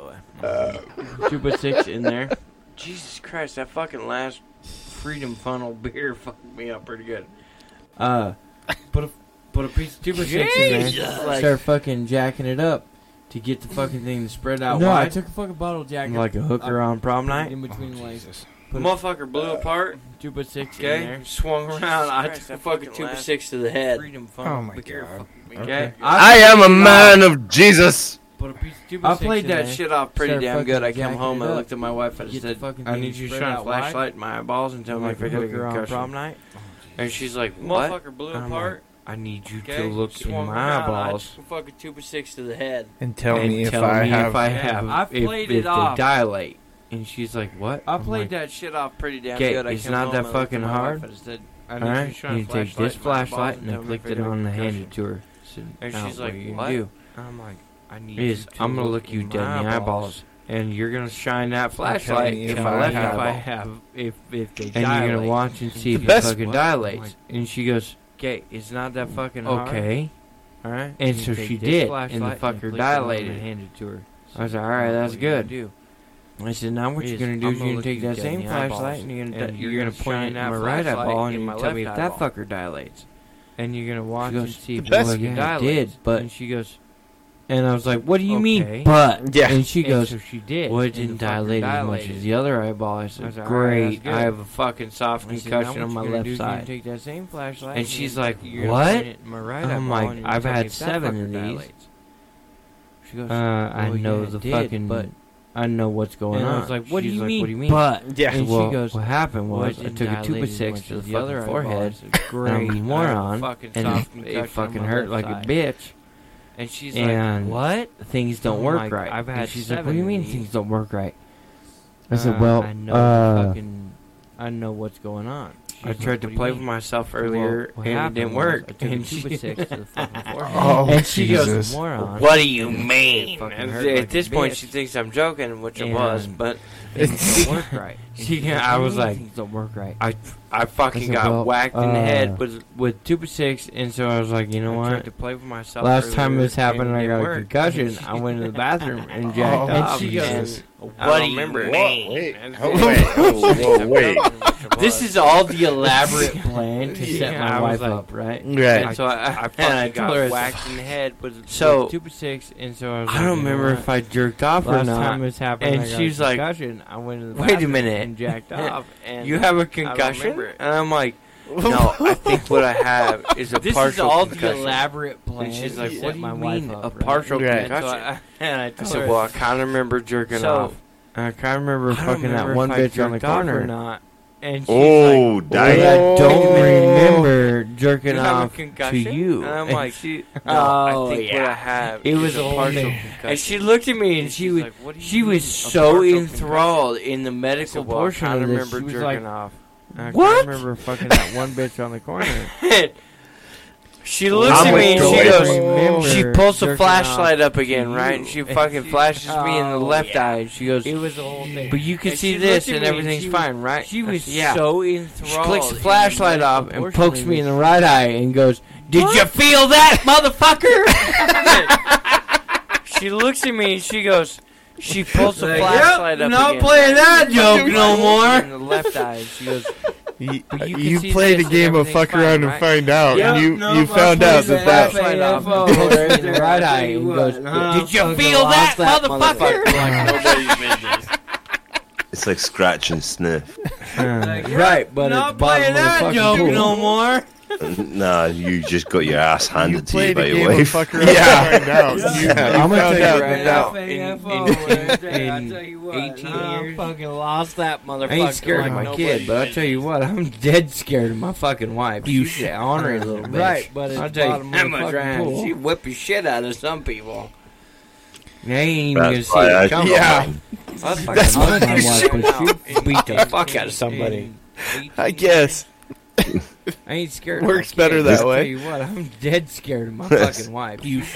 Speaker 1: boy. two by six in there. Jesus Christ, that fucking last Freedom Funnel beer fucked me up pretty good.
Speaker 6: Uh, put a put a piece of two by six in there.
Speaker 1: Jesus.
Speaker 6: Start
Speaker 1: Like,
Speaker 6: fucking jacking it up.
Speaker 1: to get the fucking thing to spread out
Speaker 6: No, I
Speaker 1: wide,
Speaker 6: took a fucking bottle jack. and
Speaker 1: like a hooker on prom
Speaker 6: put it
Speaker 1: night.
Speaker 6: in between the legs. put a-
Speaker 1: Motherfucker blew apart.
Speaker 6: Two by six in
Speaker 1: Okay,
Speaker 6: there.
Speaker 1: swung around. I took a fucking two by six to the head.
Speaker 12: Oh
Speaker 1: my god. Okay,
Speaker 5: I am a man of Jesus.
Speaker 6: Put a piece of two by
Speaker 1: I
Speaker 6: six
Speaker 1: played
Speaker 6: in
Speaker 1: that
Speaker 6: there.
Speaker 1: shit off pretty
Speaker 6: Start
Speaker 1: damn good.
Speaker 6: fucking
Speaker 1: I came
Speaker 6: jacking
Speaker 1: home.
Speaker 6: it
Speaker 1: I
Speaker 6: up.
Speaker 1: looked at my wife. I
Speaker 6: Get the
Speaker 1: said,
Speaker 6: fucking
Speaker 1: "I
Speaker 6: thing
Speaker 1: need you to
Speaker 6: spread
Speaker 1: shine a
Speaker 6: out wide."
Speaker 1: flashlight in my eyeballs and tell me
Speaker 6: Like
Speaker 1: if I
Speaker 6: a
Speaker 1: got a
Speaker 6: hooker on
Speaker 1: concussion."
Speaker 6: prom
Speaker 1: night. And she's like, "What?" Motherfucker blew apart. I need you to look in my eyeballs. Fucking two by six to the head.
Speaker 3: And tell
Speaker 1: and
Speaker 3: me if
Speaker 1: tell
Speaker 3: I
Speaker 1: me
Speaker 3: have.
Speaker 1: if I have.
Speaker 12: I've
Speaker 1: if,
Speaker 12: played
Speaker 1: if
Speaker 12: it
Speaker 1: they
Speaker 12: off.
Speaker 1: dilate. And she's like, "What?"
Speaker 12: I
Speaker 1: I'm
Speaker 12: played
Speaker 1: like,
Speaker 12: that shit off pretty damn
Speaker 1: Okay,
Speaker 12: good. I
Speaker 1: it's
Speaker 12: came
Speaker 1: not
Speaker 12: home,
Speaker 1: that
Speaker 12: I looked at
Speaker 1: fucking
Speaker 12: my
Speaker 1: hard.
Speaker 12: wife, I said, I
Speaker 1: All
Speaker 12: need
Speaker 1: right,
Speaker 12: you
Speaker 1: you
Speaker 12: to shine a
Speaker 1: take
Speaker 12: flashlight
Speaker 1: this
Speaker 12: in my eyeballs
Speaker 1: flashlight
Speaker 12: and
Speaker 1: and I
Speaker 12: tell me if
Speaker 1: flicked
Speaker 12: I
Speaker 1: it
Speaker 12: got a
Speaker 1: on the hand
Speaker 12: concussion."
Speaker 1: to her.
Speaker 12: And
Speaker 1: "Now
Speaker 12: she's like,
Speaker 1: what you
Speaker 12: "What?"
Speaker 1: do
Speaker 12: I'm like, I need
Speaker 1: is
Speaker 12: you to
Speaker 1: I'm gonna look you
Speaker 12: in
Speaker 1: dead
Speaker 12: my
Speaker 1: in the eyeballs, and you're gonna shine that
Speaker 3: Tell
Speaker 1: flashlight
Speaker 3: me
Speaker 1: if
Speaker 3: if
Speaker 1: I
Speaker 3: I
Speaker 1: left
Speaker 3: have-
Speaker 1: if I
Speaker 12: have if if they
Speaker 1: and you're gonna watch and see
Speaker 3: The
Speaker 1: if it
Speaker 3: best
Speaker 1: fucking
Speaker 3: one.
Speaker 1: dilates. And she goes, "Okay, it's not that fucking hard."
Speaker 12: Okay.
Speaker 1: all right.
Speaker 12: And
Speaker 1: you
Speaker 12: so
Speaker 1: take
Speaker 12: she
Speaker 1: this
Speaker 12: did, and the
Speaker 1: flashlight
Speaker 12: fucker
Speaker 1: flick it on
Speaker 12: dilated.
Speaker 1: and handed to her.
Speaker 12: I
Speaker 1: I
Speaker 12: was
Speaker 1: was
Speaker 12: like,
Speaker 1: like, "All right, that's
Speaker 12: what you gonna
Speaker 1: good." I said, "Now what
Speaker 12: Is
Speaker 1: you're gonna do
Speaker 12: I'm
Speaker 1: is
Speaker 12: gonna
Speaker 1: you're gonna
Speaker 12: look you
Speaker 1: take that
Speaker 12: dead in
Speaker 1: same
Speaker 12: the eyeballs,
Speaker 1: flashlight and you're gonna
Speaker 12: and
Speaker 1: di- you're
Speaker 12: you're
Speaker 1: gonna
Speaker 12: gonna
Speaker 1: point it
Speaker 12: shine
Speaker 1: in
Speaker 12: that
Speaker 1: my right
Speaker 12: flashlight
Speaker 1: eyeball
Speaker 12: in
Speaker 1: and
Speaker 12: my
Speaker 1: you tell me if
Speaker 12: left
Speaker 1: that
Speaker 12: eyeball.
Speaker 1: fucker dilates." And you're gonna watch and
Speaker 12: goes,
Speaker 1: see if
Speaker 3: "The best
Speaker 1: it
Speaker 3: you
Speaker 1: fucking
Speaker 12: did,
Speaker 1: dilates.
Speaker 12: but-
Speaker 1: and she goes,
Speaker 12: And I was like, "What do you
Speaker 1: Okay.
Speaker 12: mean, but?"
Speaker 3: Yeah.
Speaker 12: And she
Speaker 1: And
Speaker 12: goes,
Speaker 1: so she did.
Speaker 12: "Well,
Speaker 1: and
Speaker 12: it
Speaker 1: the
Speaker 12: didn't
Speaker 1: fucker
Speaker 12: dilate as much
Speaker 1: dilated."
Speaker 12: as the other eyeball." I said,
Speaker 1: I was like, "Alright,
Speaker 12: "Great, uh,
Speaker 1: that's good."
Speaker 12: I have a fucking soft
Speaker 1: I said, "Now
Speaker 12: concussion on my
Speaker 1: what you gonna do
Speaker 12: left
Speaker 1: is you're gonna
Speaker 12: side."
Speaker 1: Take that same flashlight,
Speaker 12: And she's like,
Speaker 1: you're gonna
Speaker 12: "What?"
Speaker 1: point it in my right
Speaker 12: I'm
Speaker 1: eyeball
Speaker 12: like,
Speaker 1: and you're
Speaker 12: "I've
Speaker 1: gonna
Speaker 12: had
Speaker 1: tell me if that
Speaker 12: seven of
Speaker 1: fucker
Speaker 12: these."
Speaker 1: dilates." She goes,
Speaker 12: Uh, I
Speaker 1: "Well,
Speaker 12: know
Speaker 1: Oh, yeah,
Speaker 12: the
Speaker 1: it did,
Speaker 12: fucking,
Speaker 1: but
Speaker 12: I know what's going
Speaker 1: And I
Speaker 12: on.
Speaker 1: was like, "What do
Speaker 12: She's
Speaker 1: you
Speaker 12: like,
Speaker 1: mean,
Speaker 12: What do you mean?
Speaker 3: But
Speaker 1: Yeah.
Speaker 12: And
Speaker 1: Well,
Speaker 12: she goes, "What happened
Speaker 1: well,
Speaker 12: was
Speaker 1: it
Speaker 12: I
Speaker 1: didn't
Speaker 12: took a two by
Speaker 1: dilate as
Speaker 12: six
Speaker 1: much
Speaker 12: to the
Speaker 1: as
Speaker 12: fucking
Speaker 1: the other eyeball."
Speaker 12: forehead,
Speaker 1: I said, "Great,
Speaker 12: I'm a
Speaker 1: I have a
Speaker 12: moron,
Speaker 1: fucking
Speaker 12: and
Speaker 1: soft
Speaker 12: it
Speaker 1: concussion
Speaker 12: fucking
Speaker 1: on my
Speaker 12: hurt
Speaker 1: left
Speaker 12: like a
Speaker 1: side."
Speaker 12: bitch."
Speaker 1: And she's
Speaker 12: and
Speaker 1: like, "What?" Oh
Speaker 12: Things don't
Speaker 1: I'm
Speaker 12: work
Speaker 1: like,
Speaker 12: right.
Speaker 1: "I've
Speaker 12: And
Speaker 1: had
Speaker 12: she's like, "What
Speaker 1: seven
Speaker 12: do you
Speaker 1: of
Speaker 12: mean
Speaker 1: these."
Speaker 12: things don't work right?"
Speaker 3: I said,
Speaker 12: Uh,
Speaker 3: well,
Speaker 12: I know
Speaker 3: uh,
Speaker 12: the fucking, I know what's going on.
Speaker 1: I tried to play with myself
Speaker 12: earlier,
Speaker 1: earlier, and it didn't work.
Speaker 12: And
Speaker 1: And
Speaker 12: she
Speaker 1: she
Speaker 12: was six to the fucking forehead.
Speaker 3: oh,
Speaker 12: and she
Speaker 3: Jesus.
Speaker 12: goes, moron.
Speaker 1: do you mean?
Speaker 12: Fucking
Speaker 1: At
Speaker 12: hurt like a
Speaker 1: this point,
Speaker 12: bitch.
Speaker 1: she thinks I'm joking, which I was,
Speaker 12: And-
Speaker 1: but
Speaker 12: Things don't work right. And
Speaker 1: She-
Speaker 12: she's
Speaker 1: I
Speaker 12: "What do
Speaker 1: was
Speaker 12: you mean
Speaker 1: like-
Speaker 12: things don't work right.
Speaker 1: I I fucking
Speaker 3: Listen,
Speaker 1: got
Speaker 3: well,
Speaker 1: whacked in the
Speaker 3: uh,
Speaker 1: head with with two by six, and so I was like, you know
Speaker 12: I
Speaker 1: what?
Speaker 12: tried
Speaker 1: to play with myself.
Speaker 12: Last time this happened, I got a concussion. I went to the bathroom and jacked
Speaker 3: Oh,
Speaker 12: off.
Speaker 3: she
Speaker 1: goes,
Speaker 12: I don't
Speaker 1: remember.
Speaker 12: remember.
Speaker 5: Wait, oh, wait, oh, whoa, wait.
Speaker 12: This is all the elaborate plan to set
Speaker 1: Yeah, I
Speaker 12: my
Speaker 1: was
Speaker 12: wife
Speaker 1: like-
Speaker 12: up, right?
Speaker 3: Right.
Speaker 1: And so I, I fucking
Speaker 12: and I told her
Speaker 1: got
Speaker 12: it's-
Speaker 1: whacked in the head with
Speaker 12: So-
Speaker 1: with two by six, and so I was.
Speaker 12: I
Speaker 1: like,
Speaker 12: don't
Speaker 1: you know
Speaker 12: remember
Speaker 1: what?
Speaker 12: if I jerked off or
Speaker 1: Last
Speaker 12: not.
Speaker 1: time
Speaker 12: this happened,
Speaker 1: I
Speaker 12: and
Speaker 1: got
Speaker 12: she
Speaker 1: a
Speaker 12: was like,
Speaker 1: concussion.
Speaker 12: I went to the
Speaker 1: Wait a
Speaker 12: bathroom
Speaker 1: minute.
Speaker 12: and jacked off. And
Speaker 1: You have a
Speaker 12: don't
Speaker 1: concussion,
Speaker 12: remember it.
Speaker 1: and I'm like, no, I think what I have is a
Speaker 12: this
Speaker 1: partial
Speaker 12: is all
Speaker 1: concussion.
Speaker 12: the elaborate plan.
Speaker 1: And she's
Speaker 12: to
Speaker 1: like,
Speaker 12: set
Speaker 1: "What do
Speaker 12: my
Speaker 1: you
Speaker 12: wife
Speaker 1: mean
Speaker 12: up,
Speaker 1: a
Speaker 12: right?
Speaker 1: partial
Speaker 3: Right.
Speaker 1: concussion?"
Speaker 12: So I, and I
Speaker 1: I
Speaker 12: told
Speaker 1: said,
Speaker 12: her,
Speaker 1: "Well, I kind of remember jerking
Speaker 12: So-
Speaker 1: off. I kind of remember
Speaker 12: I don't
Speaker 1: fucking
Speaker 12: remember
Speaker 1: that one
Speaker 12: if I
Speaker 1: bitch on the
Speaker 12: jerked off or
Speaker 1: corner."
Speaker 12: not. And she's like,
Speaker 5: Oh,
Speaker 12: "But I
Speaker 5: damn.
Speaker 12: don't
Speaker 1: Oh.
Speaker 12: remember jerking
Speaker 1: You have a
Speaker 12: off to
Speaker 1: concussion?
Speaker 12: you.
Speaker 1: And I'm like,
Speaker 12: Oh,
Speaker 1: "No, I think
Speaker 12: yeah.
Speaker 1: what I have
Speaker 12: It
Speaker 1: is
Speaker 12: was
Speaker 1: a
Speaker 12: all
Speaker 1: partial
Speaker 12: me.
Speaker 1: concussion."
Speaker 12: and she looked at me and she
Speaker 1: she's
Speaker 12: was,
Speaker 1: like, "What do you
Speaker 12: she
Speaker 1: mean,
Speaker 12: was
Speaker 1: a
Speaker 12: so
Speaker 1: partial
Speaker 12: enthralled in
Speaker 1: concussion?" I
Speaker 12: the
Speaker 1: said,
Speaker 12: medical
Speaker 1: "Well,
Speaker 12: portion
Speaker 1: I
Speaker 12: of
Speaker 1: kinda
Speaker 12: this. She
Speaker 1: remember
Speaker 12: was
Speaker 1: jerking
Speaker 12: like,
Speaker 1: off. I kinda
Speaker 12: "What?"
Speaker 1: remember fucking that one bitch on the corner.
Speaker 12: and
Speaker 1: She looks at me and she goes, Oh, she pulls the flashlight up again, right? And she fucking flashes me
Speaker 12: Oh,
Speaker 1: in the left eye and she goes,
Speaker 18: Oh, It was the whole thing.
Speaker 1: but you can
Speaker 18: And
Speaker 1: see
Speaker 18: she
Speaker 1: this
Speaker 18: looked at
Speaker 1: and
Speaker 18: me and
Speaker 1: everything's
Speaker 18: she was-
Speaker 1: fine, right?
Speaker 18: She
Speaker 1: I
Speaker 18: was
Speaker 1: said, yeah.
Speaker 18: so enthralled.
Speaker 1: She clicks the
Speaker 18: in
Speaker 1: flashlight
Speaker 18: that
Speaker 1: off and
Speaker 18: proportionally
Speaker 1: pokes me in the right eye and goes, Did you feel that, motherfucker? she looks at me and she goes, She pulls the
Speaker 18: Like,
Speaker 1: flashlight up.
Speaker 18: not
Speaker 1: again.
Speaker 18: playing that joke no more.
Speaker 1: In the left eye. and She goes, But
Speaker 3: You,
Speaker 1: you can
Speaker 3: Uh, you
Speaker 1: see
Speaker 3: played a
Speaker 1: this and
Speaker 3: game of
Speaker 1: everything's
Speaker 3: fuck around
Speaker 1: fine,
Speaker 3: and
Speaker 1: right?
Speaker 3: find out,
Speaker 18: Yep,
Speaker 3: and you,
Speaker 18: nope,
Speaker 3: you
Speaker 18: I
Speaker 3: found out
Speaker 18: played
Speaker 3: that
Speaker 18: that.
Speaker 3: that.
Speaker 1: flashlight off
Speaker 18: FAFO.
Speaker 1: and pokes me in the right eye
Speaker 18: Tell you
Speaker 1: and
Speaker 18: what,
Speaker 1: goes,
Speaker 18: huh?
Speaker 1: Did you
Speaker 18: Fucking
Speaker 1: feel that,
Speaker 18: lost that
Speaker 1: motherfucker?
Speaker 6: like nobody's business.
Speaker 5: It's like scratch and sniff.
Speaker 1: Right, but
Speaker 18: Not
Speaker 1: it's bottom
Speaker 18: playing
Speaker 1: of the
Speaker 18: that
Speaker 1: fucking
Speaker 18: joke
Speaker 1: pool.
Speaker 18: no more.
Speaker 5: nah, you just got your ass
Speaker 3: You
Speaker 5: handed to you
Speaker 3: played
Speaker 5: by
Speaker 3: a
Speaker 5: your
Speaker 3: game of
Speaker 5: wife.
Speaker 3: fuck around and find out. You,
Speaker 6: I'm
Speaker 3: you
Speaker 6: gonna
Speaker 3: found
Speaker 6: tell you
Speaker 3: out
Speaker 6: right
Speaker 3: that
Speaker 6: now.
Speaker 18: FAFO
Speaker 6: in-
Speaker 18: Wednesday, I
Speaker 1: in
Speaker 18: tell you what,
Speaker 1: 18
Speaker 18: I
Speaker 1: years.
Speaker 18: fucking lost that motherfucker.
Speaker 1: I ain't scared of
Speaker 18: like
Speaker 1: my
Speaker 18: nobody.
Speaker 1: kid, but I'll tell you what, I'm dead scared of my fucking wife. You She's an ornery little bitch.
Speaker 18: Right, but it's
Speaker 1: I'll tell you
Speaker 18: bottom
Speaker 1: how
Speaker 18: of the
Speaker 1: much
Speaker 18: fucking
Speaker 1: around.
Speaker 18: pool.
Speaker 1: She whip the shit out of some people. They ain't even gonna
Speaker 5: That's
Speaker 1: see
Speaker 5: why I-
Speaker 1: it coming.
Speaker 3: yeah,
Speaker 1: I'll fucking
Speaker 3: why
Speaker 1: hug my
Speaker 3: you
Speaker 1: wife,
Speaker 3: should
Speaker 1: but she'll beat the fuck out of somebody.
Speaker 3: I guess.
Speaker 1: I ain't scared.
Speaker 3: Works
Speaker 1: of my kid,
Speaker 3: better
Speaker 1: but
Speaker 3: that
Speaker 1: I'll
Speaker 3: way.
Speaker 1: Tell you what, I'm dead scared of my fucking wife. You
Speaker 5: Pigs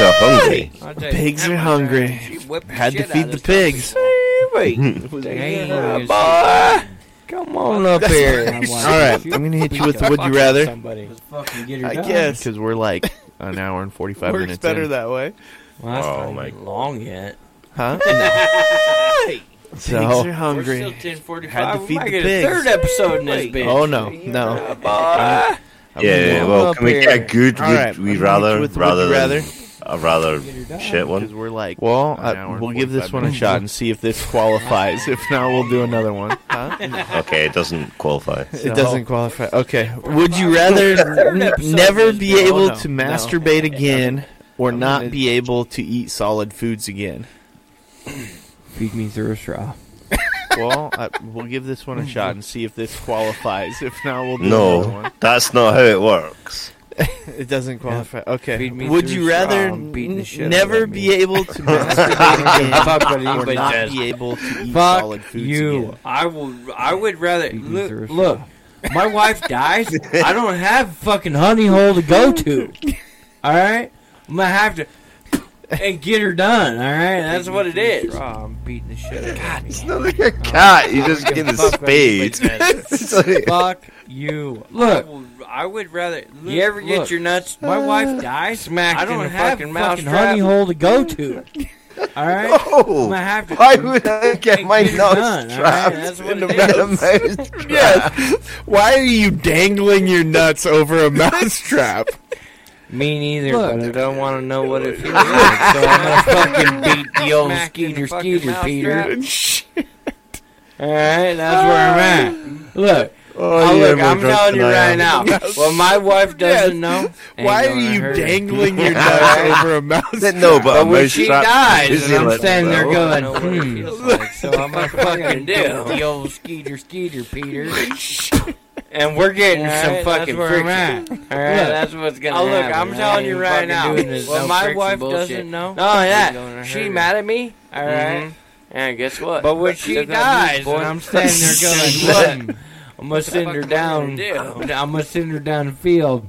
Speaker 5: are hungry.
Speaker 1: I'll tell you
Speaker 3: Pigs
Speaker 1: how
Speaker 3: are
Speaker 1: much
Speaker 3: hungry.
Speaker 1: around. She whipped the
Speaker 3: Had to
Speaker 1: shit out
Speaker 3: feed
Speaker 1: of
Speaker 3: the
Speaker 1: some
Speaker 3: pigs.
Speaker 1: people. They ain't even gonna see it. Come on up here.
Speaker 12: My wife,
Speaker 3: All right,
Speaker 12: she
Speaker 3: I'm gonna hit you with
Speaker 12: beat
Speaker 3: the
Speaker 12: the
Speaker 3: would you rather.
Speaker 12: somebody. Just fucking get her
Speaker 3: I
Speaker 12: done.
Speaker 3: guess
Speaker 4: Because we're like an hour and 45
Speaker 3: works
Speaker 4: minutes
Speaker 3: better
Speaker 4: in.
Speaker 3: that way,
Speaker 1: Well, that's
Speaker 5: Oh,
Speaker 1: not
Speaker 5: my-
Speaker 1: even long yet.
Speaker 3: huh? Pigs
Speaker 4: So,
Speaker 3: are
Speaker 6: We're
Speaker 3: hungry.
Speaker 6: still 1045.
Speaker 3: Had to
Speaker 1: We
Speaker 3: feed
Speaker 1: might
Speaker 3: the
Speaker 1: get
Speaker 3: pigs.
Speaker 1: a third episode in this bitch.
Speaker 3: Oh no, no.
Speaker 1: Bye.
Speaker 3: I'm
Speaker 5: Yeah,
Speaker 3: gonna-
Speaker 5: well,
Speaker 1: up
Speaker 5: can we
Speaker 1: here.
Speaker 5: get a good
Speaker 3: All
Speaker 5: would
Speaker 3: right,
Speaker 5: we
Speaker 3: I'm gonna hit
Speaker 5: rather
Speaker 3: you with the would
Speaker 5: rather
Speaker 3: you rather.
Speaker 5: than a rather
Speaker 12: Get her done.
Speaker 5: shit one?
Speaker 4: because we're like.
Speaker 3: Well,
Speaker 4: an hour
Speaker 3: uh,
Speaker 4: and
Speaker 3: we'll give this
Speaker 4: 45
Speaker 3: one a
Speaker 4: minutes.
Speaker 3: shot and see if this qualifies. If not, we'll do another one.
Speaker 5: Okay, it doesn't qualify.
Speaker 3: It doesn't qualify. Okay. Would you rather n-
Speaker 1: episode
Speaker 3: never
Speaker 1: is
Speaker 3: be
Speaker 1: good.
Speaker 3: able
Speaker 4: Oh, no,
Speaker 3: to
Speaker 4: no.
Speaker 3: masturbate again or
Speaker 4: gonna-
Speaker 3: not be able to eat solid foods again?
Speaker 1: Feed me through a straw.
Speaker 3: Well, uh, we'll give this one a shot and see if this qualifies. If not, we'll do another
Speaker 5: No,
Speaker 3: one.
Speaker 5: that's not how it works.
Speaker 3: It doesn't qualify. Okay.
Speaker 1: Feed me
Speaker 3: Would
Speaker 1: through
Speaker 3: you
Speaker 1: straw.
Speaker 3: rather
Speaker 1: I'm beating the
Speaker 3: n-
Speaker 1: shit out of
Speaker 3: never
Speaker 1: that
Speaker 3: be
Speaker 1: meat.
Speaker 3: able to masturbate again
Speaker 1: Fuck what
Speaker 3: or
Speaker 1: anybody
Speaker 3: not
Speaker 1: says.
Speaker 3: be able to eat
Speaker 1: Fuck
Speaker 3: solid foods
Speaker 1: You,
Speaker 3: again?
Speaker 1: I will. I would rather
Speaker 18: Feed me through a
Speaker 1: look.
Speaker 18: straw.
Speaker 1: look my wife dies. I don't have fucking honey hole to go to. All right, I'm gonna have to and get her done. All right, that's what it is.
Speaker 18: I'm beating the shit out of God,
Speaker 5: It's not like a cat. You just get a spade. It's like-
Speaker 1: Fuck you. Look,
Speaker 18: I would rather. Look,
Speaker 1: you ever get
Speaker 18: look,
Speaker 1: your nuts? My wife dies.
Speaker 18: smacked
Speaker 1: I
Speaker 18: in
Speaker 1: don't
Speaker 18: the
Speaker 1: have
Speaker 18: fucking
Speaker 1: fucking,
Speaker 18: mousetrap?
Speaker 1: honey hole to go to. All right, I'm gonna
Speaker 5: Oh,
Speaker 1: have to.
Speaker 5: why would I get
Speaker 1: Hey,
Speaker 5: my
Speaker 1: get it done,
Speaker 5: nose
Speaker 1: alright?
Speaker 5: trapped
Speaker 1: That's what
Speaker 5: in a
Speaker 1: it is.
Speaker 5: mouse trap?
Speaker 3: Yes. Why are you dangling your nuts over a mousetrap?
Speaker 1: Me neither,
Speaker 18: Look.
Speaker 1: but I don't want to know what it feels like, so I'm gonna fucking beat the old
Speaker 18: Smack in the
Speaker 1: Skeeter
Speaker 18: fucking
Speaker 1: Skeeter
Speaker 18: mousetrap.
Speaker 1: Peter. Alright, that's where I'm at. Look,
Speaker 5: Oh,
Speaker 1: oh,
Speaker 5: yeah,
Speaker 1: look
Speaker 5: more
Speaker 1: I'm
Speaker 5: drunk
Speaker 1: telling
Speaker 5: than
Speaker 1: you
Speaker 5: I
Speaker 1: right
Speaker 5: am.
Speaker 1: now. Well, my wife doesn't know. Ain't
Speaker 3: Why are
Speaker 1: gonna
Speaker 3: you
Speaker 1: hurt.
Speaker 3: dangling your nuts over a mouse?
Speaker 5: No, but,
Speaker 1: But
Speaker 5: a
Speaker 1: when
Speaker 5: mouse
Speaker 1: she
Speaker 5: trap
Speaker 1: dies,
Speaker 5: is
Speaker 1: and I'm
Speaker 5: illegal,
Speaker 1: standing there
Speaker 5: though.
Speaker 1: going,
Speaker 18: know what it
Speaker 1: hmm,
Speaker 18: feels like,
Speaker 1: so I'm gonna fucking do the old Skeeter Skeeter Peter. And we're getting
Speaker 18: Alright,
Speaker 1: some
Speaker 18: that's
Speaker 1: fucking
Speaker 18: where I'm
Speaker 1: friction. Alright, that's what's gonna
Speaker 18: Oh,
Speaker 1: happen.
Speaker 18: look, I'm telling you right now.
Speaker 1: Well,
Speaker 18: Well, my
Speaker 1: my wife
Speaker 18: wife
Speaker 1: doesn't
Speaker 18: doesn't
Speaker 1: know.
Speaker 18: Oh, yeah.
Speaker 1: She mad at me, all right?
Speaker 18: And guess what?
Speaker 1: But when she
Speaker 18: Took that
Speaker 1: dies,
Speaker 18: news, boy.
Speaker 1: and I'm standing there going, "Look, I'm gonna send her down. I'm gonna send her down the field."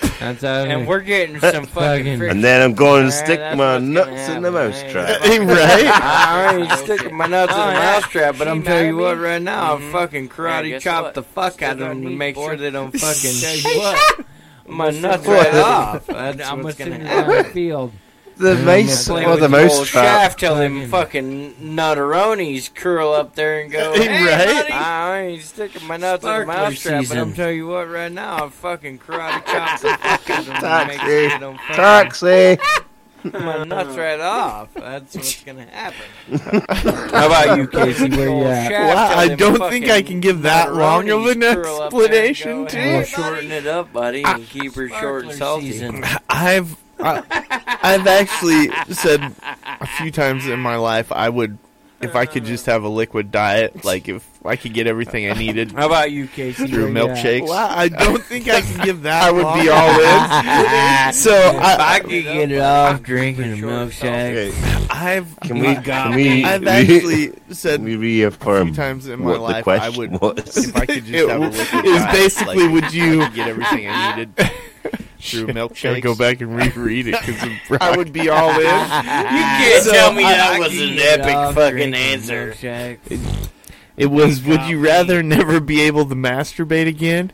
Speaker 1: That's how.
Speaker 18: and we're getting some
Speaker 1: Fucking-
Speaker 18: fucking
Speaker 5: And then I'm going to
Speaker 18: Alright,
Speaker 5: stick
Speaker 18: that's
Speaker 5: my
Speaker 18: what's gonna
Speaker 5: nuts in the
Speaker 18: happen,
Speaker 5: mouse
Speaker 18: man.
Speaker 5: trap.
Speaker 3: right?
Speaker 1: I already sticking my nuts in
Speaker 18: Oh,
Speaker 1: the
Speaker 18: yeah.
Speaker 1: mousetrap, but
Speaker 18: She
Speaker 1: I'm telling you
Speaker 18: mad at
Speaker 1: what,
Speaker 18: me?
Speaker 1: right now, I'm
Speaker 18: Mhm.
Speaker 1: fucking
Speaker 18: Yeah,
Speaker 1: karate
Speaker 18: guess
Speaker 1: chop
Speaker 18: what?
Speaker 1: the fuck
Speaker 18: Still
Speaker 1: out of
Speaker 18: gonna
Speaker 1: them to
Speaker 18: need
Speaker 1: make sure
Speaker 18: board.
Speaker 1: they don't fucking
Speaker 18: Tell
Speaker 1: take
Speaker 18: you what,
Speaker 1: my nuts
Speaker 5: What?
Speaker 1: right off. And I'm gonna
Speaker 18: what's
Speaker 1: send her
Speaker 18: gonna
Speaker 1: down the field.
Speaker 5: The
Speaker 1: mouse-
Speaker 5: mouse
Speaker 1: play
Speaker 5: or
Speaker 1: with the
Speaker 5: the mouse
Speaker 1: old
Speaker 5: trap.
Speaker 1: shaft till them fucking nutteronis curl up there and go,
Speaker 3: Right?
Speaker 1: hey, buddy, I ain't sticking my nuts in the
Speaker 18: Sparkler
Speaker 1: mousetrap, but I'm
Speaker 18: season.
Speaker 1: telling you what, right now, I'm fucking karate chop the fuck out of them to make
Speaker 5: Taxi.
Speaker 1: sure they don't fucking
Speaker 5: Taxi.
Speaker 1: take my nuts right off. That's what's gonna happen. How about you,
Speaker 12: Casey? Where you at?
Speaker 3: Wow, I don't think I can give that long of an explanation,
Speaker 1: We'll
Speaker 3: too.
Speaker 1: shorten it up, buddy, and keep her short and salty.
Speaker 3: I've I, I've actually said a few times in my life I would if I could just have a liquid diet, like if I could get everything I needed
Speaker 1: How about you, Casey?
Speaker 3: through
Speaker 12: Yeah.
Speaker 3: milkshakes. Wow, I don't think I can give that. I would be all in. So
Speaker 1: If I
Speaker 3: I,
Speaker 1: could get it off drinking a milkshake.
Speaker 5: Okay,
Speaker 3: I've
Speaker 5: Can we? Can we?
Speaker 3: I've
Speaker 5: re-
Speaker 3: actually said a
Speaker 5: Can we
Speaker 3: few
Speaker 5: reaffirm
Speaker 3: times in my
Speaker 5: what the
Speaker 3: life I
Speaker 5: question
Speaker 3: would
Speaker 5: was?
Speaker 3: if I could
Speaker 4: It
Speaker 3: just have a
Speaker 4: w-
Speaker 3: liquid
Speaker 4: is
Speaker 3: diet, basically would you
Speaker 4: Get everything I needed. through milkshakes. Gotta go back and reread it because
Speaker 19: I would be all in. you
Speaker 1: Ah,
Speaker 6: can't so tell me that I was an epic fucking answer.
Speaker 3: It, it was. Would you rather never be able to masturbate again?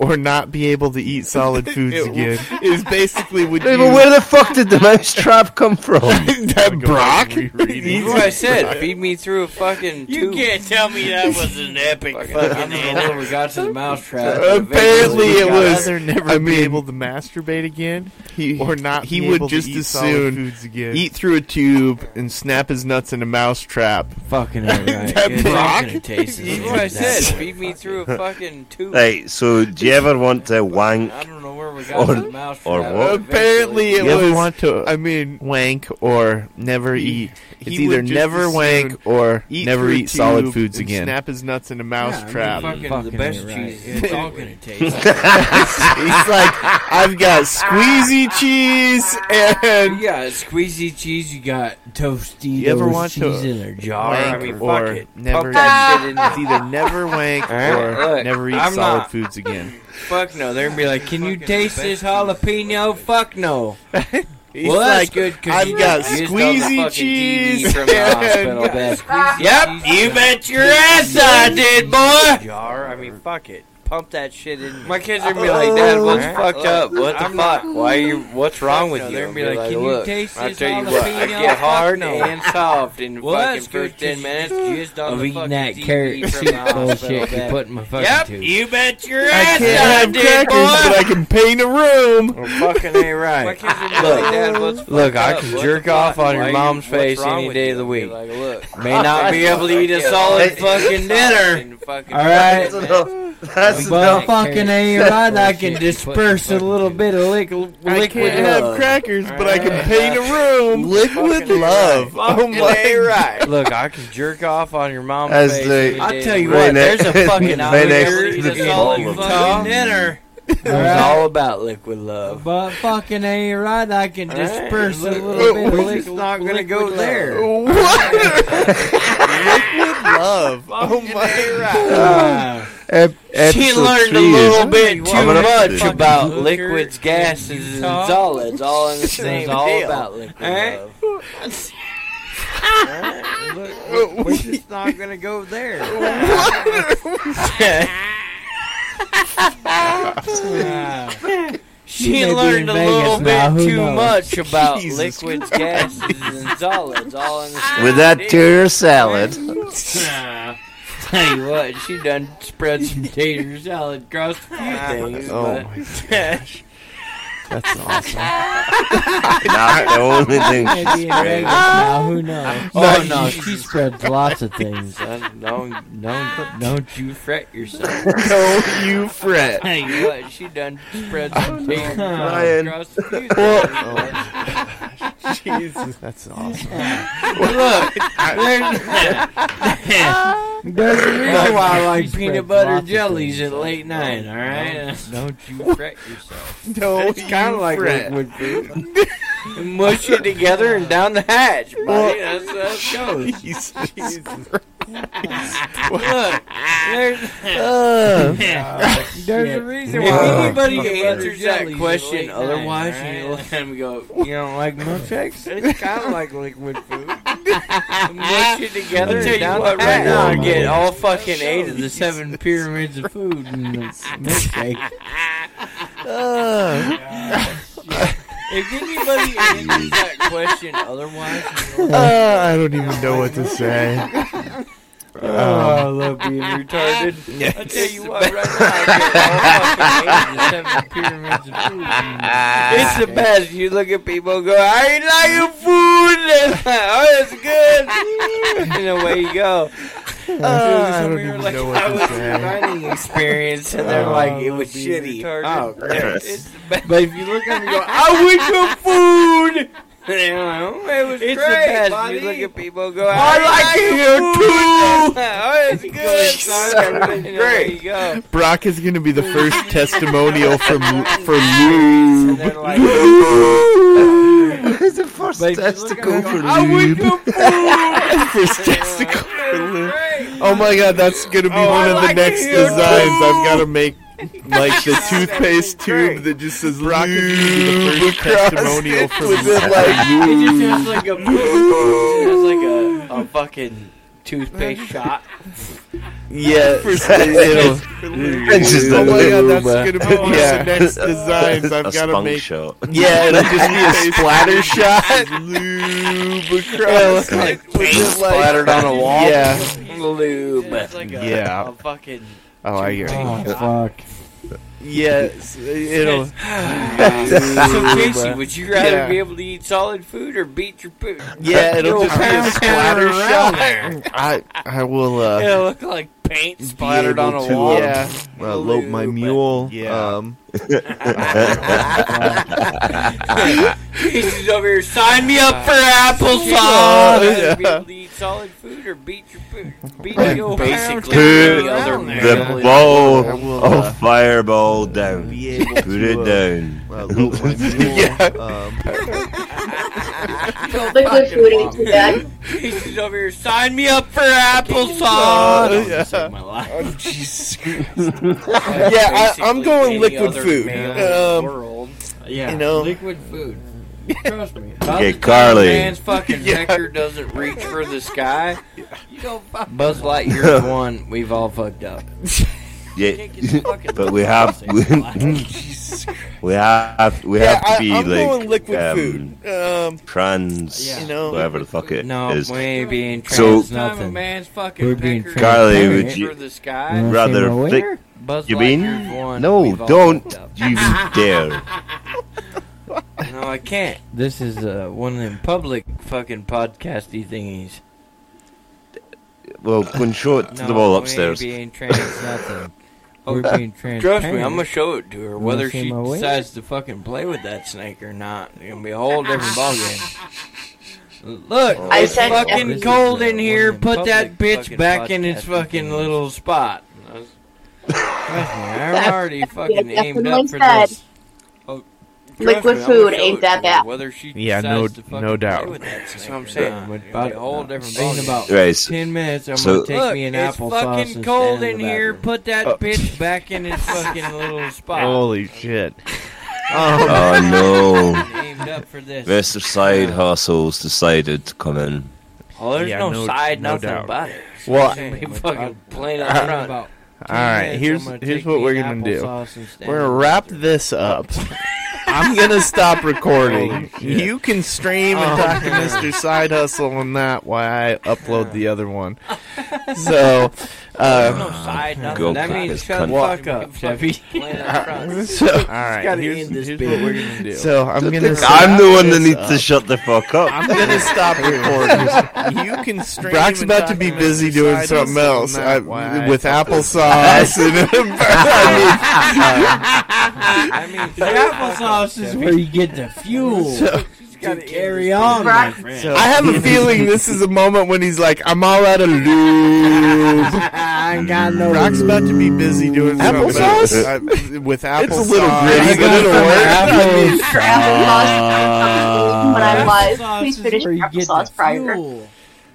Speaker 3: Or not be able to eat solid foods it, again is basically would.
Speaker 5: Hey, but where the fuck did the mouse trap come from?
Speaker 3: that Brock.
Speaker 1: That's what I said. Feed me through a fucking.
Speaker 6: You
Speaker 1: tube.
Speaker 6: can't tell me that was an epic fucking answer.
Speaker 19: we got to the mousetrap.
Speaker 3: Apparently, it was. Never I mean, be able to masturbate again, he, or not.
Speaker 4: He
Speaker 3: be
Speaker 4: would
Speaker 3: able to
Speaker 4: just
Speaker 3: eat
Speaker 4: as
Speaker 3: solid
Speaker 4: soon
Speaker 3: foods again.
Speaker 4: Eat through a tube and snap his nuts in a mouse trap.
Speaker 19: Fucking all right.
Speaker 3: That
Speaker 19: Good.
Speaker 3: Brock?
Speaker 19: Fucking taste
Speaker 1: That's
Speaker 19: is
Speaker 1: what I
Speaker 19: good.
Speaker 1: said. Feed me through a fucking tube.
Speaker 5: Hey, so do you ever want to wank?
Speaker 1: I don't know where we got
Speaker 5: Or-
Speaker 1: to the mousetrap.
Speaker 5: or
Speaker 1: but
Speaker 5: what?
Speaker 3: Apparently, it
Speaker 4: You ever
Speaker 3: was.
Speaker 4: want to?
Speaker 3: I mean,
Speaker 4: wank or never
Speaker 3: He-
Speaker 4: eat.
Speaker 3: he
Speaker 4: It's either
Speaker 3: would just
Speaker 4: never
Speaker 3: as
Speaker 4: wank
Speaker 3: soon
Speaker 4: or
Speaker 3: eat
Speaker 4: never
Speaker 3: through a
Speaker 4: eat solid
Speaker 3: tube
Speaker 4: foods
Speaker 3: and
Speaker 4: again.
Speaker 3: Snap his nuts in a
Speaker 19: Yeah, I mean,
Speaker 3: mousetrap.
Speaker 1: Fucking,
Speaker 19: Fucking
Speaker 1: the best
Speaker 19: right.
Speaker 1: cheese. It's all gonna taste.
Speaker 3: He's like, I've got squeezy cheese and
Speaker 1: You got squeezy cheese. You got
Speaker 12: Toasty.
Speaker 3: You ever want to
Speaker 12: cheese in a jar?
Speaker 1: I
Speaker 4: wank
Speaker 1: mean, fuck
Speaker 4: or
Speaker 1: it.
Speaker 4: never.
Speaker 1: Pump that shit in
Speaker 4: It's either never wank or
Speaker 1: look,
Speaker 4: never eat
Speaker 1: I'm
Speaker 4: solid
Speaker 1: not-
Speaker 4: foods again.
Speaker 1: Fuck no. They're gonna be like, can you taste this jalapeno? Fuck no.
Speaker 3: he's
Speaker 1: well, that's
Speaker 3: like,
Speaker 1: good. 'cause
Speaker 3: I've
Speaker 1: you-
Speaker 3: got
Speaker 1: you just got the
Speaker 3: squeezy
Speaker 1: fucking DD
Speaker 3: cheese
Speaker 1: From the
Speaker 3: and-
Speaker 1: hospital bed.
Speaker 6: Yep, you bet your ass I did, boy.
Speaker 1: Jar. I mean, fuck it. Pump that shit in. My kids are gonna be like, Dad, what's fucked up? What the fuck? Why are you? What's wrong with you? They're gonna be like, Can you taste I tell you what, I get hard and soft in
Speaker 6: Well,
Speaker 1: fucking
Speaker 6: that's
Speaker 1: first
Speaker 6: good,
Speaker 1: ten
Speaker 6: 'cause
Speaker 1: minutes. Just on
Speaker 12: Of
Speaker 1: the
Speaker 12: eating
Speaker 1: fucking
Speaker 12: that
Speaker 1: TV
Speaker 12: carrot
Speaker 1: from
Speaker 12: soup
Speaker 1: the hospital
Speaker 12: bullshit you
Speaker 1: bed.
Speaker 12: put in my fucking
Speaker 6: Yep,
Speaker 12: tooth.
Speaker 6: you bet your
Speaker 3: I
Speaker 6: ass
Speaker 3: can't
Speaker 6: I,
Speaker 3: have
Speaker 6: did,
Speaker 3: crackers, but
Speaker 6: boy.
Speaker 3: I can paint a room.
Speaker 1: Oh, Fucking ain't
Speaker 6: My
Speaker 1: right.
Speaker 6: kids are gonna be
Speaker 1: Look,
Speaker 6: like, Dad, what's
Speaker 1: Look, I
Speaker 6: up?
Speaker 1: can
Speaker 6: What
Speaker 1: jerk
Speaker 6: the
Speaker 1: off
Speaker 6: fuck?
Speaker 1: on your
Speaker 6: Why are
Speaker 1: mom's
Speaker 6: what's
Speaker 1: face
Speaker 6: wrong
Speaker 1: any
Speaker 6: with
Speaker 1: day
Speaker 6: you?
Speaker 1: of the
Speaker 6: Be
Speaker 1: week.
Speaker 6: Like, look,
Speaker 1: May not be able to eat a solid fucking dinner.
Speaker 12: All right.
Speaker 5: That's
Speaker 12: Well,
Speaker 5: enough.
Speaker 12: fucking ain't right. I
Speaker 1: Bullshit you
Speaker 12: can
Speaker 1: put in
Speaker 12: disperse a
Speaker 1: fucking
Speaker 12: little
Speaker 1: tooth.
Speaker 12: bit of lick-
Speaker 3: I
Speaker 12: liquid
Speaker 3: can't have
Speaker 12: love.
Speaker 3: crackers, but I can
Speaker 1: Alright.
Speaker 3: paint a room.
Speaker 5: Liquid love.
Speaker 3: Oh my!
Speaker 5: right.
Speaker 1: Look, I can jerk off on your mom's
Speaker 5: That's
Speaker 1: face.
Speaker 5: the-
Speaker 1: any
Speaker 5: I'll
Speaker 1: day
Speaker 5: tell
Speaker 1: of
Speaker 5: you
Speaker 1: the
Speaker 5: what,
Speaker 1: week. there's a
Speaker 5: right
Speaker 1: fucking
Speaker 5: next- right next
Speaker 1: opportunity to
Speaker 5: to the
Speaker 1: solve
Speaker 5: ball
Speaker 1: your
Speaker 5: of
Speaker 1: fucking
Speaker 5: it.
Speaker 1: dinner. It
Speaker 12: All
Speaker 1: was
Speaker 12: right.
Speaker 1: all about liquid love.
Speaker 12: But fucking ain't right. I can
Speaker 1: right,
Speaker 12: disperse a
Speaker 1: look,
Speaker 12: little bit of
Speaker 1: we're
Speaker 12: liquid
Speaker 1: just not gonna
Speaker 12: liquid
Speaker 1: go
Speaker 12: love.
Speaker 1: there.
Speaker 3: Love. Oh my!
Speaker 5: She
Speaker 1: She learned a little bit too
Speaker 5: I'm gonna-
Speaker 1: much
Speaker 5: Fucking
Speaker 1: about
Speaker 12: hooker
Speaker 1: liquids,
Speaker 12: in
Speaker 1: gases, and
Speaker 12: Utah.
Speaker 1: solids all in the
Speaker 12: It was
Speaker 1: same
Speaker 12: all
Speaker 1: deal.
Speaker 12: about liquid
Speaker 1: Alright.
Speaker 12: love.
Speaker 1: Look, we're just not gonna go there.
Speaker 12: You
Speaker 1: she
Speaker 12: may be
Speaker 1: learned
Speaker 12: in
Speaker 1: a
Speaker 12: Vegas
Speaker 1: little
Speaker 12: now,
Speaker 1: bit
Speaker 12: who
Speaker 1: too
Speaker 12: knows?
Speaker 1: much about
Speaker 3: Jesus
Speaker 1: liquids, gases, and solids all in the same
Speaker 5: With that
Speaker 3: Ah,
Speaker 1: deal.
Speaker 5: tuna salad.
Speaker 1: Tell you what, she done spread some tater salad across a few things.
Speaker 4: Oh
Speaker 1: but-
Speaker 4: my gosh! That's awesome.
Speaker 5: Not the only thing
Speaker 12: Maybe in
Speaker 5: she's
Speaker 12: Vegas
Speaker 5: spread.
Speaker 12: now. Who knows?
Speaker 1: Oh,
Speaker 12: no,
Speaker 1: no,
Speaker 12: she spreads lots of things.
Speaker 1: Son, don't, don't, don't you fret yourself.
Speaker 3: Don't you fret.
Speaker 1: Tell you what, she done spread some tater salad
Speaker 5: Ryan.
Speaker 1: across the Oh, few
Speaker 4: Jesus, that's awesome.
Speaker 12: There's a reason why I
Speaker 1: peanut
Speaker 12: like spreads
Speaker 1: butter
Speaker 12: lots of
Speaker 1: jellies
Speaker 12: things.
Speaker 1: at late night, alright? Don't you fret yourself.
Speaker 3: Don't
Speaker 1: It's kind
Speaker 3: you
Speaker 1: of like
Speaker 3: fret.
Speaker 1: liquid food. Mush it together and down the hatch, buddy. That's how it goes.
Speaker 3: Jesus.
Speaker 1: Look, there's,
Speaker 3: Uh,
Speaker 12: There's a reason
Speaker 1: if
Speaker 12: why.
Speaker 1: anybody
Speaker 12: I like peanut butter
Speaker 1: answers uh, that
Speaker 12: jellies at late
Speaker 1: question
Speaker 12: night,
Speaker 1: otherwise,
Speaker 12: alright?
Speaker 1: you look at him and go, You don't like milkshakes? it's kind of like liquid food. Mush it together
Speaker 12: I'll
Speaker 1: and
Speaker 12: tell you
Speaker 1: down
Speaker 12: what,
Speaker 1: the
Speaker 12: right
Speaker 1: hatch.
Speaker 12: now,
Speaker 1: I
Speaker 12: my
Speaker 1: get
Speaker 12: lord.
Speaker 1: all fucking eight of the seven pyramids of food.
Speaker 12: Mm, it's milkshake.
Speaker 3: uh,
Speaker 1: If anybody answers that question otherwise,
Speaker 3: Uh, I don't even know what to say. Um,
Speaker 12: Oh, I love being
Speaker 1: you're retarded. I tell you what, right now, I get all fucking eight of the seven pyramids of food. It's the best. You look at people and go, I ain't like your food. oh, that's good. And away you go.
Speaker 3: Uh, I
Speaker 1: Some
Speaker 3: don't
Speaker 1: people
Speaker 3: even
Speaker 1: like, I
Speaker 3: know what to
Speaker 1: was
Speaker 3: say.
Speaker 1: dining experience, and they're
Speaker 3: Oh,
Speaker 1: like, it was
Speaker 12: being
Speaker 1: shitty.
Speaker 12: retarded.
Speaker 1: Oh, great.
Speaker 5: Yes.
Speaker 1: It's the best.
Speaker 12: But if you look at me, you go,
Speaker 1: I wish your food. You know, it was
Speaker 12: It's the
Speaker 1: great.
Speaker 12: best.
Speaker 1: You
Speaker 12: You
Speaker 1: look
Speaker 12: look
Speaker 1: at people and go, I, like it here too. oh, it's good. son. You know, there you go.
Speaker 3: Brock is going to be the first testimonial from for
Speaker 1: And
Speaker 3: lube.
Speaker 1: they're like, I
Speaker 5: It's the first
Speaker 12: But if you look
Speaker 5: testicle
Speaker 12: at
Speaker 5: for
Speaker 1: wish
Speaker 5: lube.
Speaker 1: your food.
Speaker 3: First testicle
Speaker 1: It
Speaker 3: for
Speaker 1: was
Speaker 3: lube.
Speaker 1: great.
Speaker 3: Oh my god, that's going to be
Speaker 1: Oh,
Speaker 3: one
Speaker 1: I
Speaker 3: of the
Speaker 1: like
Speaker 3: next
Speaker 1: it.
Speaker 3: designs I've got to make like the toothpaste tube that just says "Rocket" the first testimonial from
Speaker 1: it like it just has like a it has like a, a fucking toothpaste shot.
Speaker 3: Yeah, it'll, it's just oh my god, that's gonna be one yeah. of the next designs. I've got to make.
Speaker 5: Shot.
Speaker 3: Yeah, it'll just be a splatter shot. Lube across,
Speaker 1: yeah, like paint splattered on a wall.
Speaker 3: Yeah,
Speaker 1: lube.
Speaker 3: yeah,
Speaker 1: fucking.
Speaker 3: Oh, I hear.
Speaker 6: Oh, fuck.
Speaker 3: Yes, it'll.
Speaker 1: so Casey, would you rather
Speaker 3: Yeah.
Speaker 1: be able to eat solid food or beat your poop?
Speaker 3: Yeah, it'll
Speaker 1: It'll
Speaker 3: just be a
Speaker 1: pound
Speaker 3: splatter
Speaker 1: around
Speaker 3: shot.
Speaker 1: there.
Speaker 3: I I will uh
Speaker 1: It'll look like paint splattered on a
Speaker 3: to,
Speaker 1: wall.
Speaker 3: yeah, uh, lope my
Speaker 1: Lube.
Speaker 3: mule.
Speaker 1: Yeah.
Speaker 3: Um,
Speaker 1: Casey's over here. Sign me up for applesauce.
Speaker 3: Yeah.
Speaker 1: Be able to eat solid food or beat your poop. Beat your
Speaker 5: Put
Speaker 1: basically the other
Speaker 5: the
Speaker 1: man.
Speaker 5: ball
Speaker 1: Oh.
Speaker 3: I will, uh,
Speaker 5: of fireball down.
Speaker 3: be able
Speaker 5: Put
Speaker 3: to,
Speaker 5: it
Speaker 3: uh,
Speaker 5: down.
Speaker 3: uh, lope my mule. Um,
Speaker 7: The good food ain't too bad.
Speaker 1: Casey's over here. Sign me up for applesauce.
Speaker 3: Oh, yeah.
Speaker 1: My life.
Speaker 3: Oh, Jesus yeah, I, I'm going liquid food. Um,
Speaker 1: world.
Speaker 6: Yeah,
Speaker 3: you know,
Speaker 1: Liquid food.
Speaker 6: trust me.
Speaker 5: Okay, Carly.
Speaker 1: Man's fucking record doesn't reach for the sky. You go fuck. Buzz Lightyear's one. We've all fucked up.
Speaker 5: Yeah,
Speaker 1: Can't get the fucking-
Speaker 5: but we have we, we have we
Speaker 3: yeah,
Speaker 5: have to
Speaker 3: I,
Speaker 5: be
Speaker 3: I'm going
Speaker 5: like
Speaker 3: liquid
Speaker 5: um,
Speaker 3: food. Um,
Speaker 5: trans,
Speaker 1: Yeah.
Speaker 5: you
Speaker 1: You
Speaker 5: know,
Speaker 3: know,
Speaker 5: whatever the fuck it is.
Speaker 1: No, we ain't being
Speaker 5: So-
Speaker 1: trans nothing. Man's fucking
Speaker 6: We're being
Speaker 1: record
Speaker 5: Carly,
Speaker 1: doesn't
Speaker 5: would
Speaker 1: reach
Speaker 5: you-
Speaker 1: for the sky.
Speaker 5: Rather
Speaker 6: Same
Speaker 5: thick.
Speaker 6: way.
Speaker 1: Buzz
Speaker 5: You mean?
Speaker 1: Lightyear's one.
Speaker 5: No,
Speaker 1: We've all
Speaker 5: don't
Speaker 1: fucked up.
Speaker 5: you dare.
Speaker 1: No, I can't. This is uh, one of them public fucking podcasty thingies.
Speaker 5: Well, when show it to
Speaker 1: No,
Speaker 5: the wall
Speaker 1: we
Speaker 5: upstairs.
Speaker 1: ain't being trans nothing.
Speaker 6: We're being transparent.
Speaker 1: Trust me, I'm gonna show it to her. Whether
Speaker 6: see
Speaker 1: she
Speaker 6: my wig?
Speaker 1: decides to fucking play with that snake or not, it's gonna be a whole different ballgame. Look,
Speaker 7: I
Speaker 1: it's
Speaker 7: said-
Speaker 1: fucking
Speaker 6: This is,
Speaker 1: cold
Speaker 6: uh,
Speaker 1: in here.
Speaker 6: one of them
Speaker 1: Put that
Speaker 6: public
Speaker 1: bitch
Speaker 6: fucking
Speaker 1: back in its
Speaker 6: podcasting
Speaker 1: fucking
Speaker 6: things.
Speaker 1: little spot. Trust me, I'm
Speaker 7: That's-
Speaker 1: already fucking
Speaker 7: that's
Speaker 1: aimed
Speaker 7: what
Speaker 1: up
Speaker 7: I
Speaker 1: for
Speaker 7: said.
Speaker 1: this. Oh, trust
Speaker 7: Liquid
Speaker 1: me, I'm
Speaker 7: food
Speaker 1: gonna show
Speaker 7: ain't
Speaker 1: it
Speaker 7: that
Speaker 1: to her,
Speaker 7: bad.
Speaker 1: Whether she
Speaker 3: Yeah,
Speaker 1: decides
Speaker 3: no-
Speaker 1: to fucking
Speaker 3: no doubt.
Speaker 1: Play with that snake
Speaker 12: what I'm
Speaker 1: or
Speaker 12: saying.
Speaker 1: not,
Speaker 12: But
Speaker 1: it's gonna be a whole
Speaker 12: about-
Speaker 1: different
Speaker 6: in
Speaker 1: ballgame.
Speaker 6: about
Speaker 5: Right. so-
Speaker 1: Ten minutes. I'm
Speaker 5: So-
Speaker 1: gonna take Look,
Speaker 12: me an
Speaker 1: it's
Speaker 12: applesauce and
Speaker 1: fucking
Speaker 12: stand
Speaker 1: cold
Speaker 12: in
Speaker 1: in
Speaker 12: the
Speaker 1: here.
Speaker 12: bathroom.
Speaker 1: Put that
Speaker 3: Oh.
Speaker 1: bitch back in its fucking little spot.
Speaker 3: holy shit!
Speaker 5: Oh no.
Speaker 1: Aimed up for this.
Speaker 5: Mr. Side Hustle's decided to come in.
Speaker 1: Oh, there's
Speaker 3: Yeah,
Speaker 1: no,
Speaker 3: no-
Speaker 1: side,
Speaker 3: no
Speaker 1: nothing
Speaker 3: doubt.
Speaker 1: about it.
Speaker 3: Well,
Speaker 1: Hey,
Speaker 6: We're
Speaker 1: fucking plain up
Speaker 6: talking
Speaker 1: front.
Speaker 6: about
Speaker 3: all right. Here's here's what we're gonna do. We're gonna wrap this up. I'm gonna stop recording. You can stream and talk
Speaker 4: Oh.
Speaker 3: to Mr. Side Hustle on that while I upload the other one. So,
Speaker 1: no
Speaker 3: uh,
Speaker 1: side, nothing.
Speaker 5: Go
Speaker 1: that
Speaker 5: back
Speaker 1: means
Speaker 5: this
Speaker 1: shut the
Speaker 5: cunt.
Speaker 1: fuck up, Chevy. Plain up front.
Speaker 3: so all right.
Speaker 1: gotta
Speaker 3: Here's,
Speaker 1: end this
Speaker 3: here's what we're
Speaker 1: bitch.
Speaker 3: gonna do. So I'm gonna.
Speaker 5: I'm
Speaker 3: stop
Speaker 5: the one that
Speaker 3: this
Speaker 5: needs
Speaker 3: up.
Speaker 5: to shut the fuck up.
Speaker 3: I'm gonna stop recording. You can stream.
Speaker 4: Brock's
Speaker 3: and
Speaker 4: about to
Speaker 3: document
Speaker 4: be
Speaker 3: the
Speaker 4: busy doing
Speaker 3: side
Speaker 4: something
Speaker 3: hustle
Speaker 4: else
Speaker 3: and
Speaker 4: I,
Speaker 3: that why I
Speaker 4: with
Speaker 3: fuck-
Speaker 4: applesauce and.
Speaker 1: That means
Speaker 6: The applesauce is where you get the fuel to carry on, my
Speaker 7: Right.
Speaker 6: friend.
Speaker 3: So,
Speaker 4: I have a feeling this is a moment when he's like, "I'm all out of lube."
Speaker 6: I ain't got no.
Speaker 4: Brock's about to be busy doing something else
Speaker 5: Applesauce?
Speaker 4: I- with applesauce.
Speaker 3: It's a little gritty,
Speaker 4: It's
Speaker 3: but
Speaker 4: gonna
Speaker 3: it'll
Speaker 4: work.
Speaker 6: Apples.
Speaker 7: For applesauce, when I was, please finish
Speaker 6: where you get
Speaker 7: applesauce
Speaker 6: the
Speaker 7: prior.
Speaker 6: fuel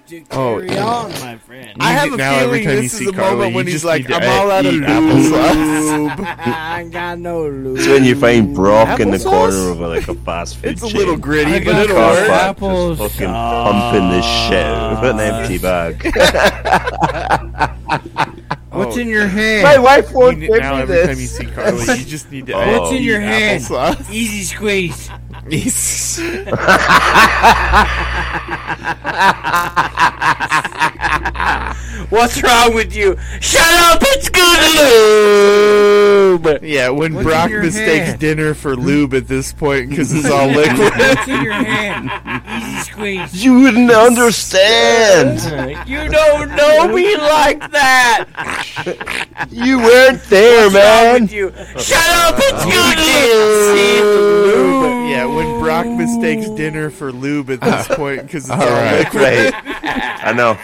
Speaker 6: to
Speaker 3: Oh,
Speaker 6: carry on, my friend.
Speaker 4: I have a
Speaker 3: Now, every
Speaker 4: feeling
Speaker 3: time you
Speaker 4: this
Speaker 3: see
Speaker 4: is the
Speaker 3: Carly,
Speaker 4: moment when
Speaker 3: you
Speaker 4: he's
Speaker 3: just
Speaker 4: like,
Speaker 3: need to
Speaker 4: "I'm all out of
Speaker 3: eat
Speaker 4: lube."
Speaker 6: I ain't got no lube.
Speaker 5: It's when you find Brock in the
Speaker 4: Applesauce?
Speaker 5: corner of like a fast food
Speaker 4: It's a little
Speaker 5: chain.
Speaker 4: gritty,
Speaker 6: I
Speaker 4: but
Speaker 6: got
Speaker 4: it'll
Speaker 5: Car
Speaker 4: work.
Speaker 5: park
Speaker 6: Apples.
Speaker 5: just fucking pumping this shit out of an empty bag.
Speaker 1: What's in your hand?
Speaker 20: My wife won't
Speaker 3: You
Speaker 20: give
Speaker 3: need- now
Speaker 20: me
Speaker 3: every time you
Speaker 20: this.
Speaker 3: see Carly, you just need to
Speaker 5: Oh.
Speaker 1: What's in your hand?
Speaker 3: applesauce.
Speaker 1: Easy squeeze. What's wrong with you? Shut up! It's good lube.
Speaker 3: Yeah, when
Speaker 1: What's in
Speaker 3: Brock
Speaker 1: your
Speaker 3: mistakes
Speaker 1: hand?
Speaker 3: dinner for lube at this point because it's all liquid.
Speaker 1: What's in your hand? Easy squeeze.
Speaker 5: you wouldn't understand.
Speaker 1: You don't know me like that.
Speaker 5: You weren't there, man.
Speaker 1: you. Shut up! It's
Speaker 3: yeah, when Brock mistakes dinner for lube at this point because it's Uh, all, liquid.
Speaker 5: Right. I know.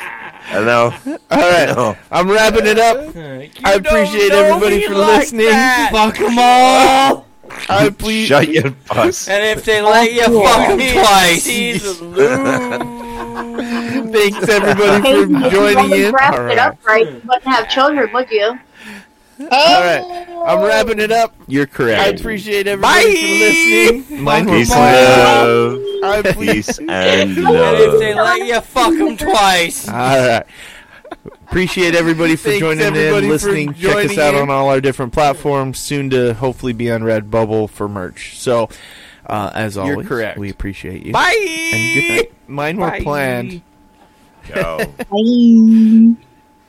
Speaker 5: I know.
Speaker 3: All
Speaker 5: I
Speaker 3: right,
Speaker 5: know.
Speaker 3: I'm wrapping it up.
Speaker 1: good.
Speaker 3: I appreciate everybody for listening.
Speaker 1: Fuck them all.
Speaker 3: I please.
Speaker 5: Shut your puss.
Speaker 1: And if they let you fuck them twice, Jesus,
Speaker 3: Thanks everybody
Speaker 7: Hey,
Speaker 3: for
Speaker 7: if you
Speaker 3: joining
Speaker 7: only
Speaker 3: in.
Speaker 7: wrapped
Speaker 3: All
Speaker 7: it
Speaker 3: right.
Speaker 7: up right, you wouldn't have children, would you?
Speaker 4: All right. I'm wrapping it up.
Speaker 3: You're correct. I
Speaker 4: appreciate everybody for listening.
Speaker 5: Mine Peace and love. Peace and love.
Speaker 1: And if they let you fuck them twice.
Speaker 3: All right. Appreciate everybody for
Speaker 4: Thanks
Speaker 3: joining
Speaker 4: everybody for
Speaker 3: in, listening. Check
Speaker 4: joining
Speaker 3: us out
Speaker 4: in.
Speaker 3: on all our different platforms. Soon to hopefully be on Redbubble for merch. So, uh, as always,
Speaker 4: correct.
Speaker 3: we appreciate you.
Speaker 1: Bye.
Speaker 3: And good night. Mine were
Speaker 1: Bye.
Speaker 3: planned.
Speaker 5: Yo.
Speaker 21: Bye.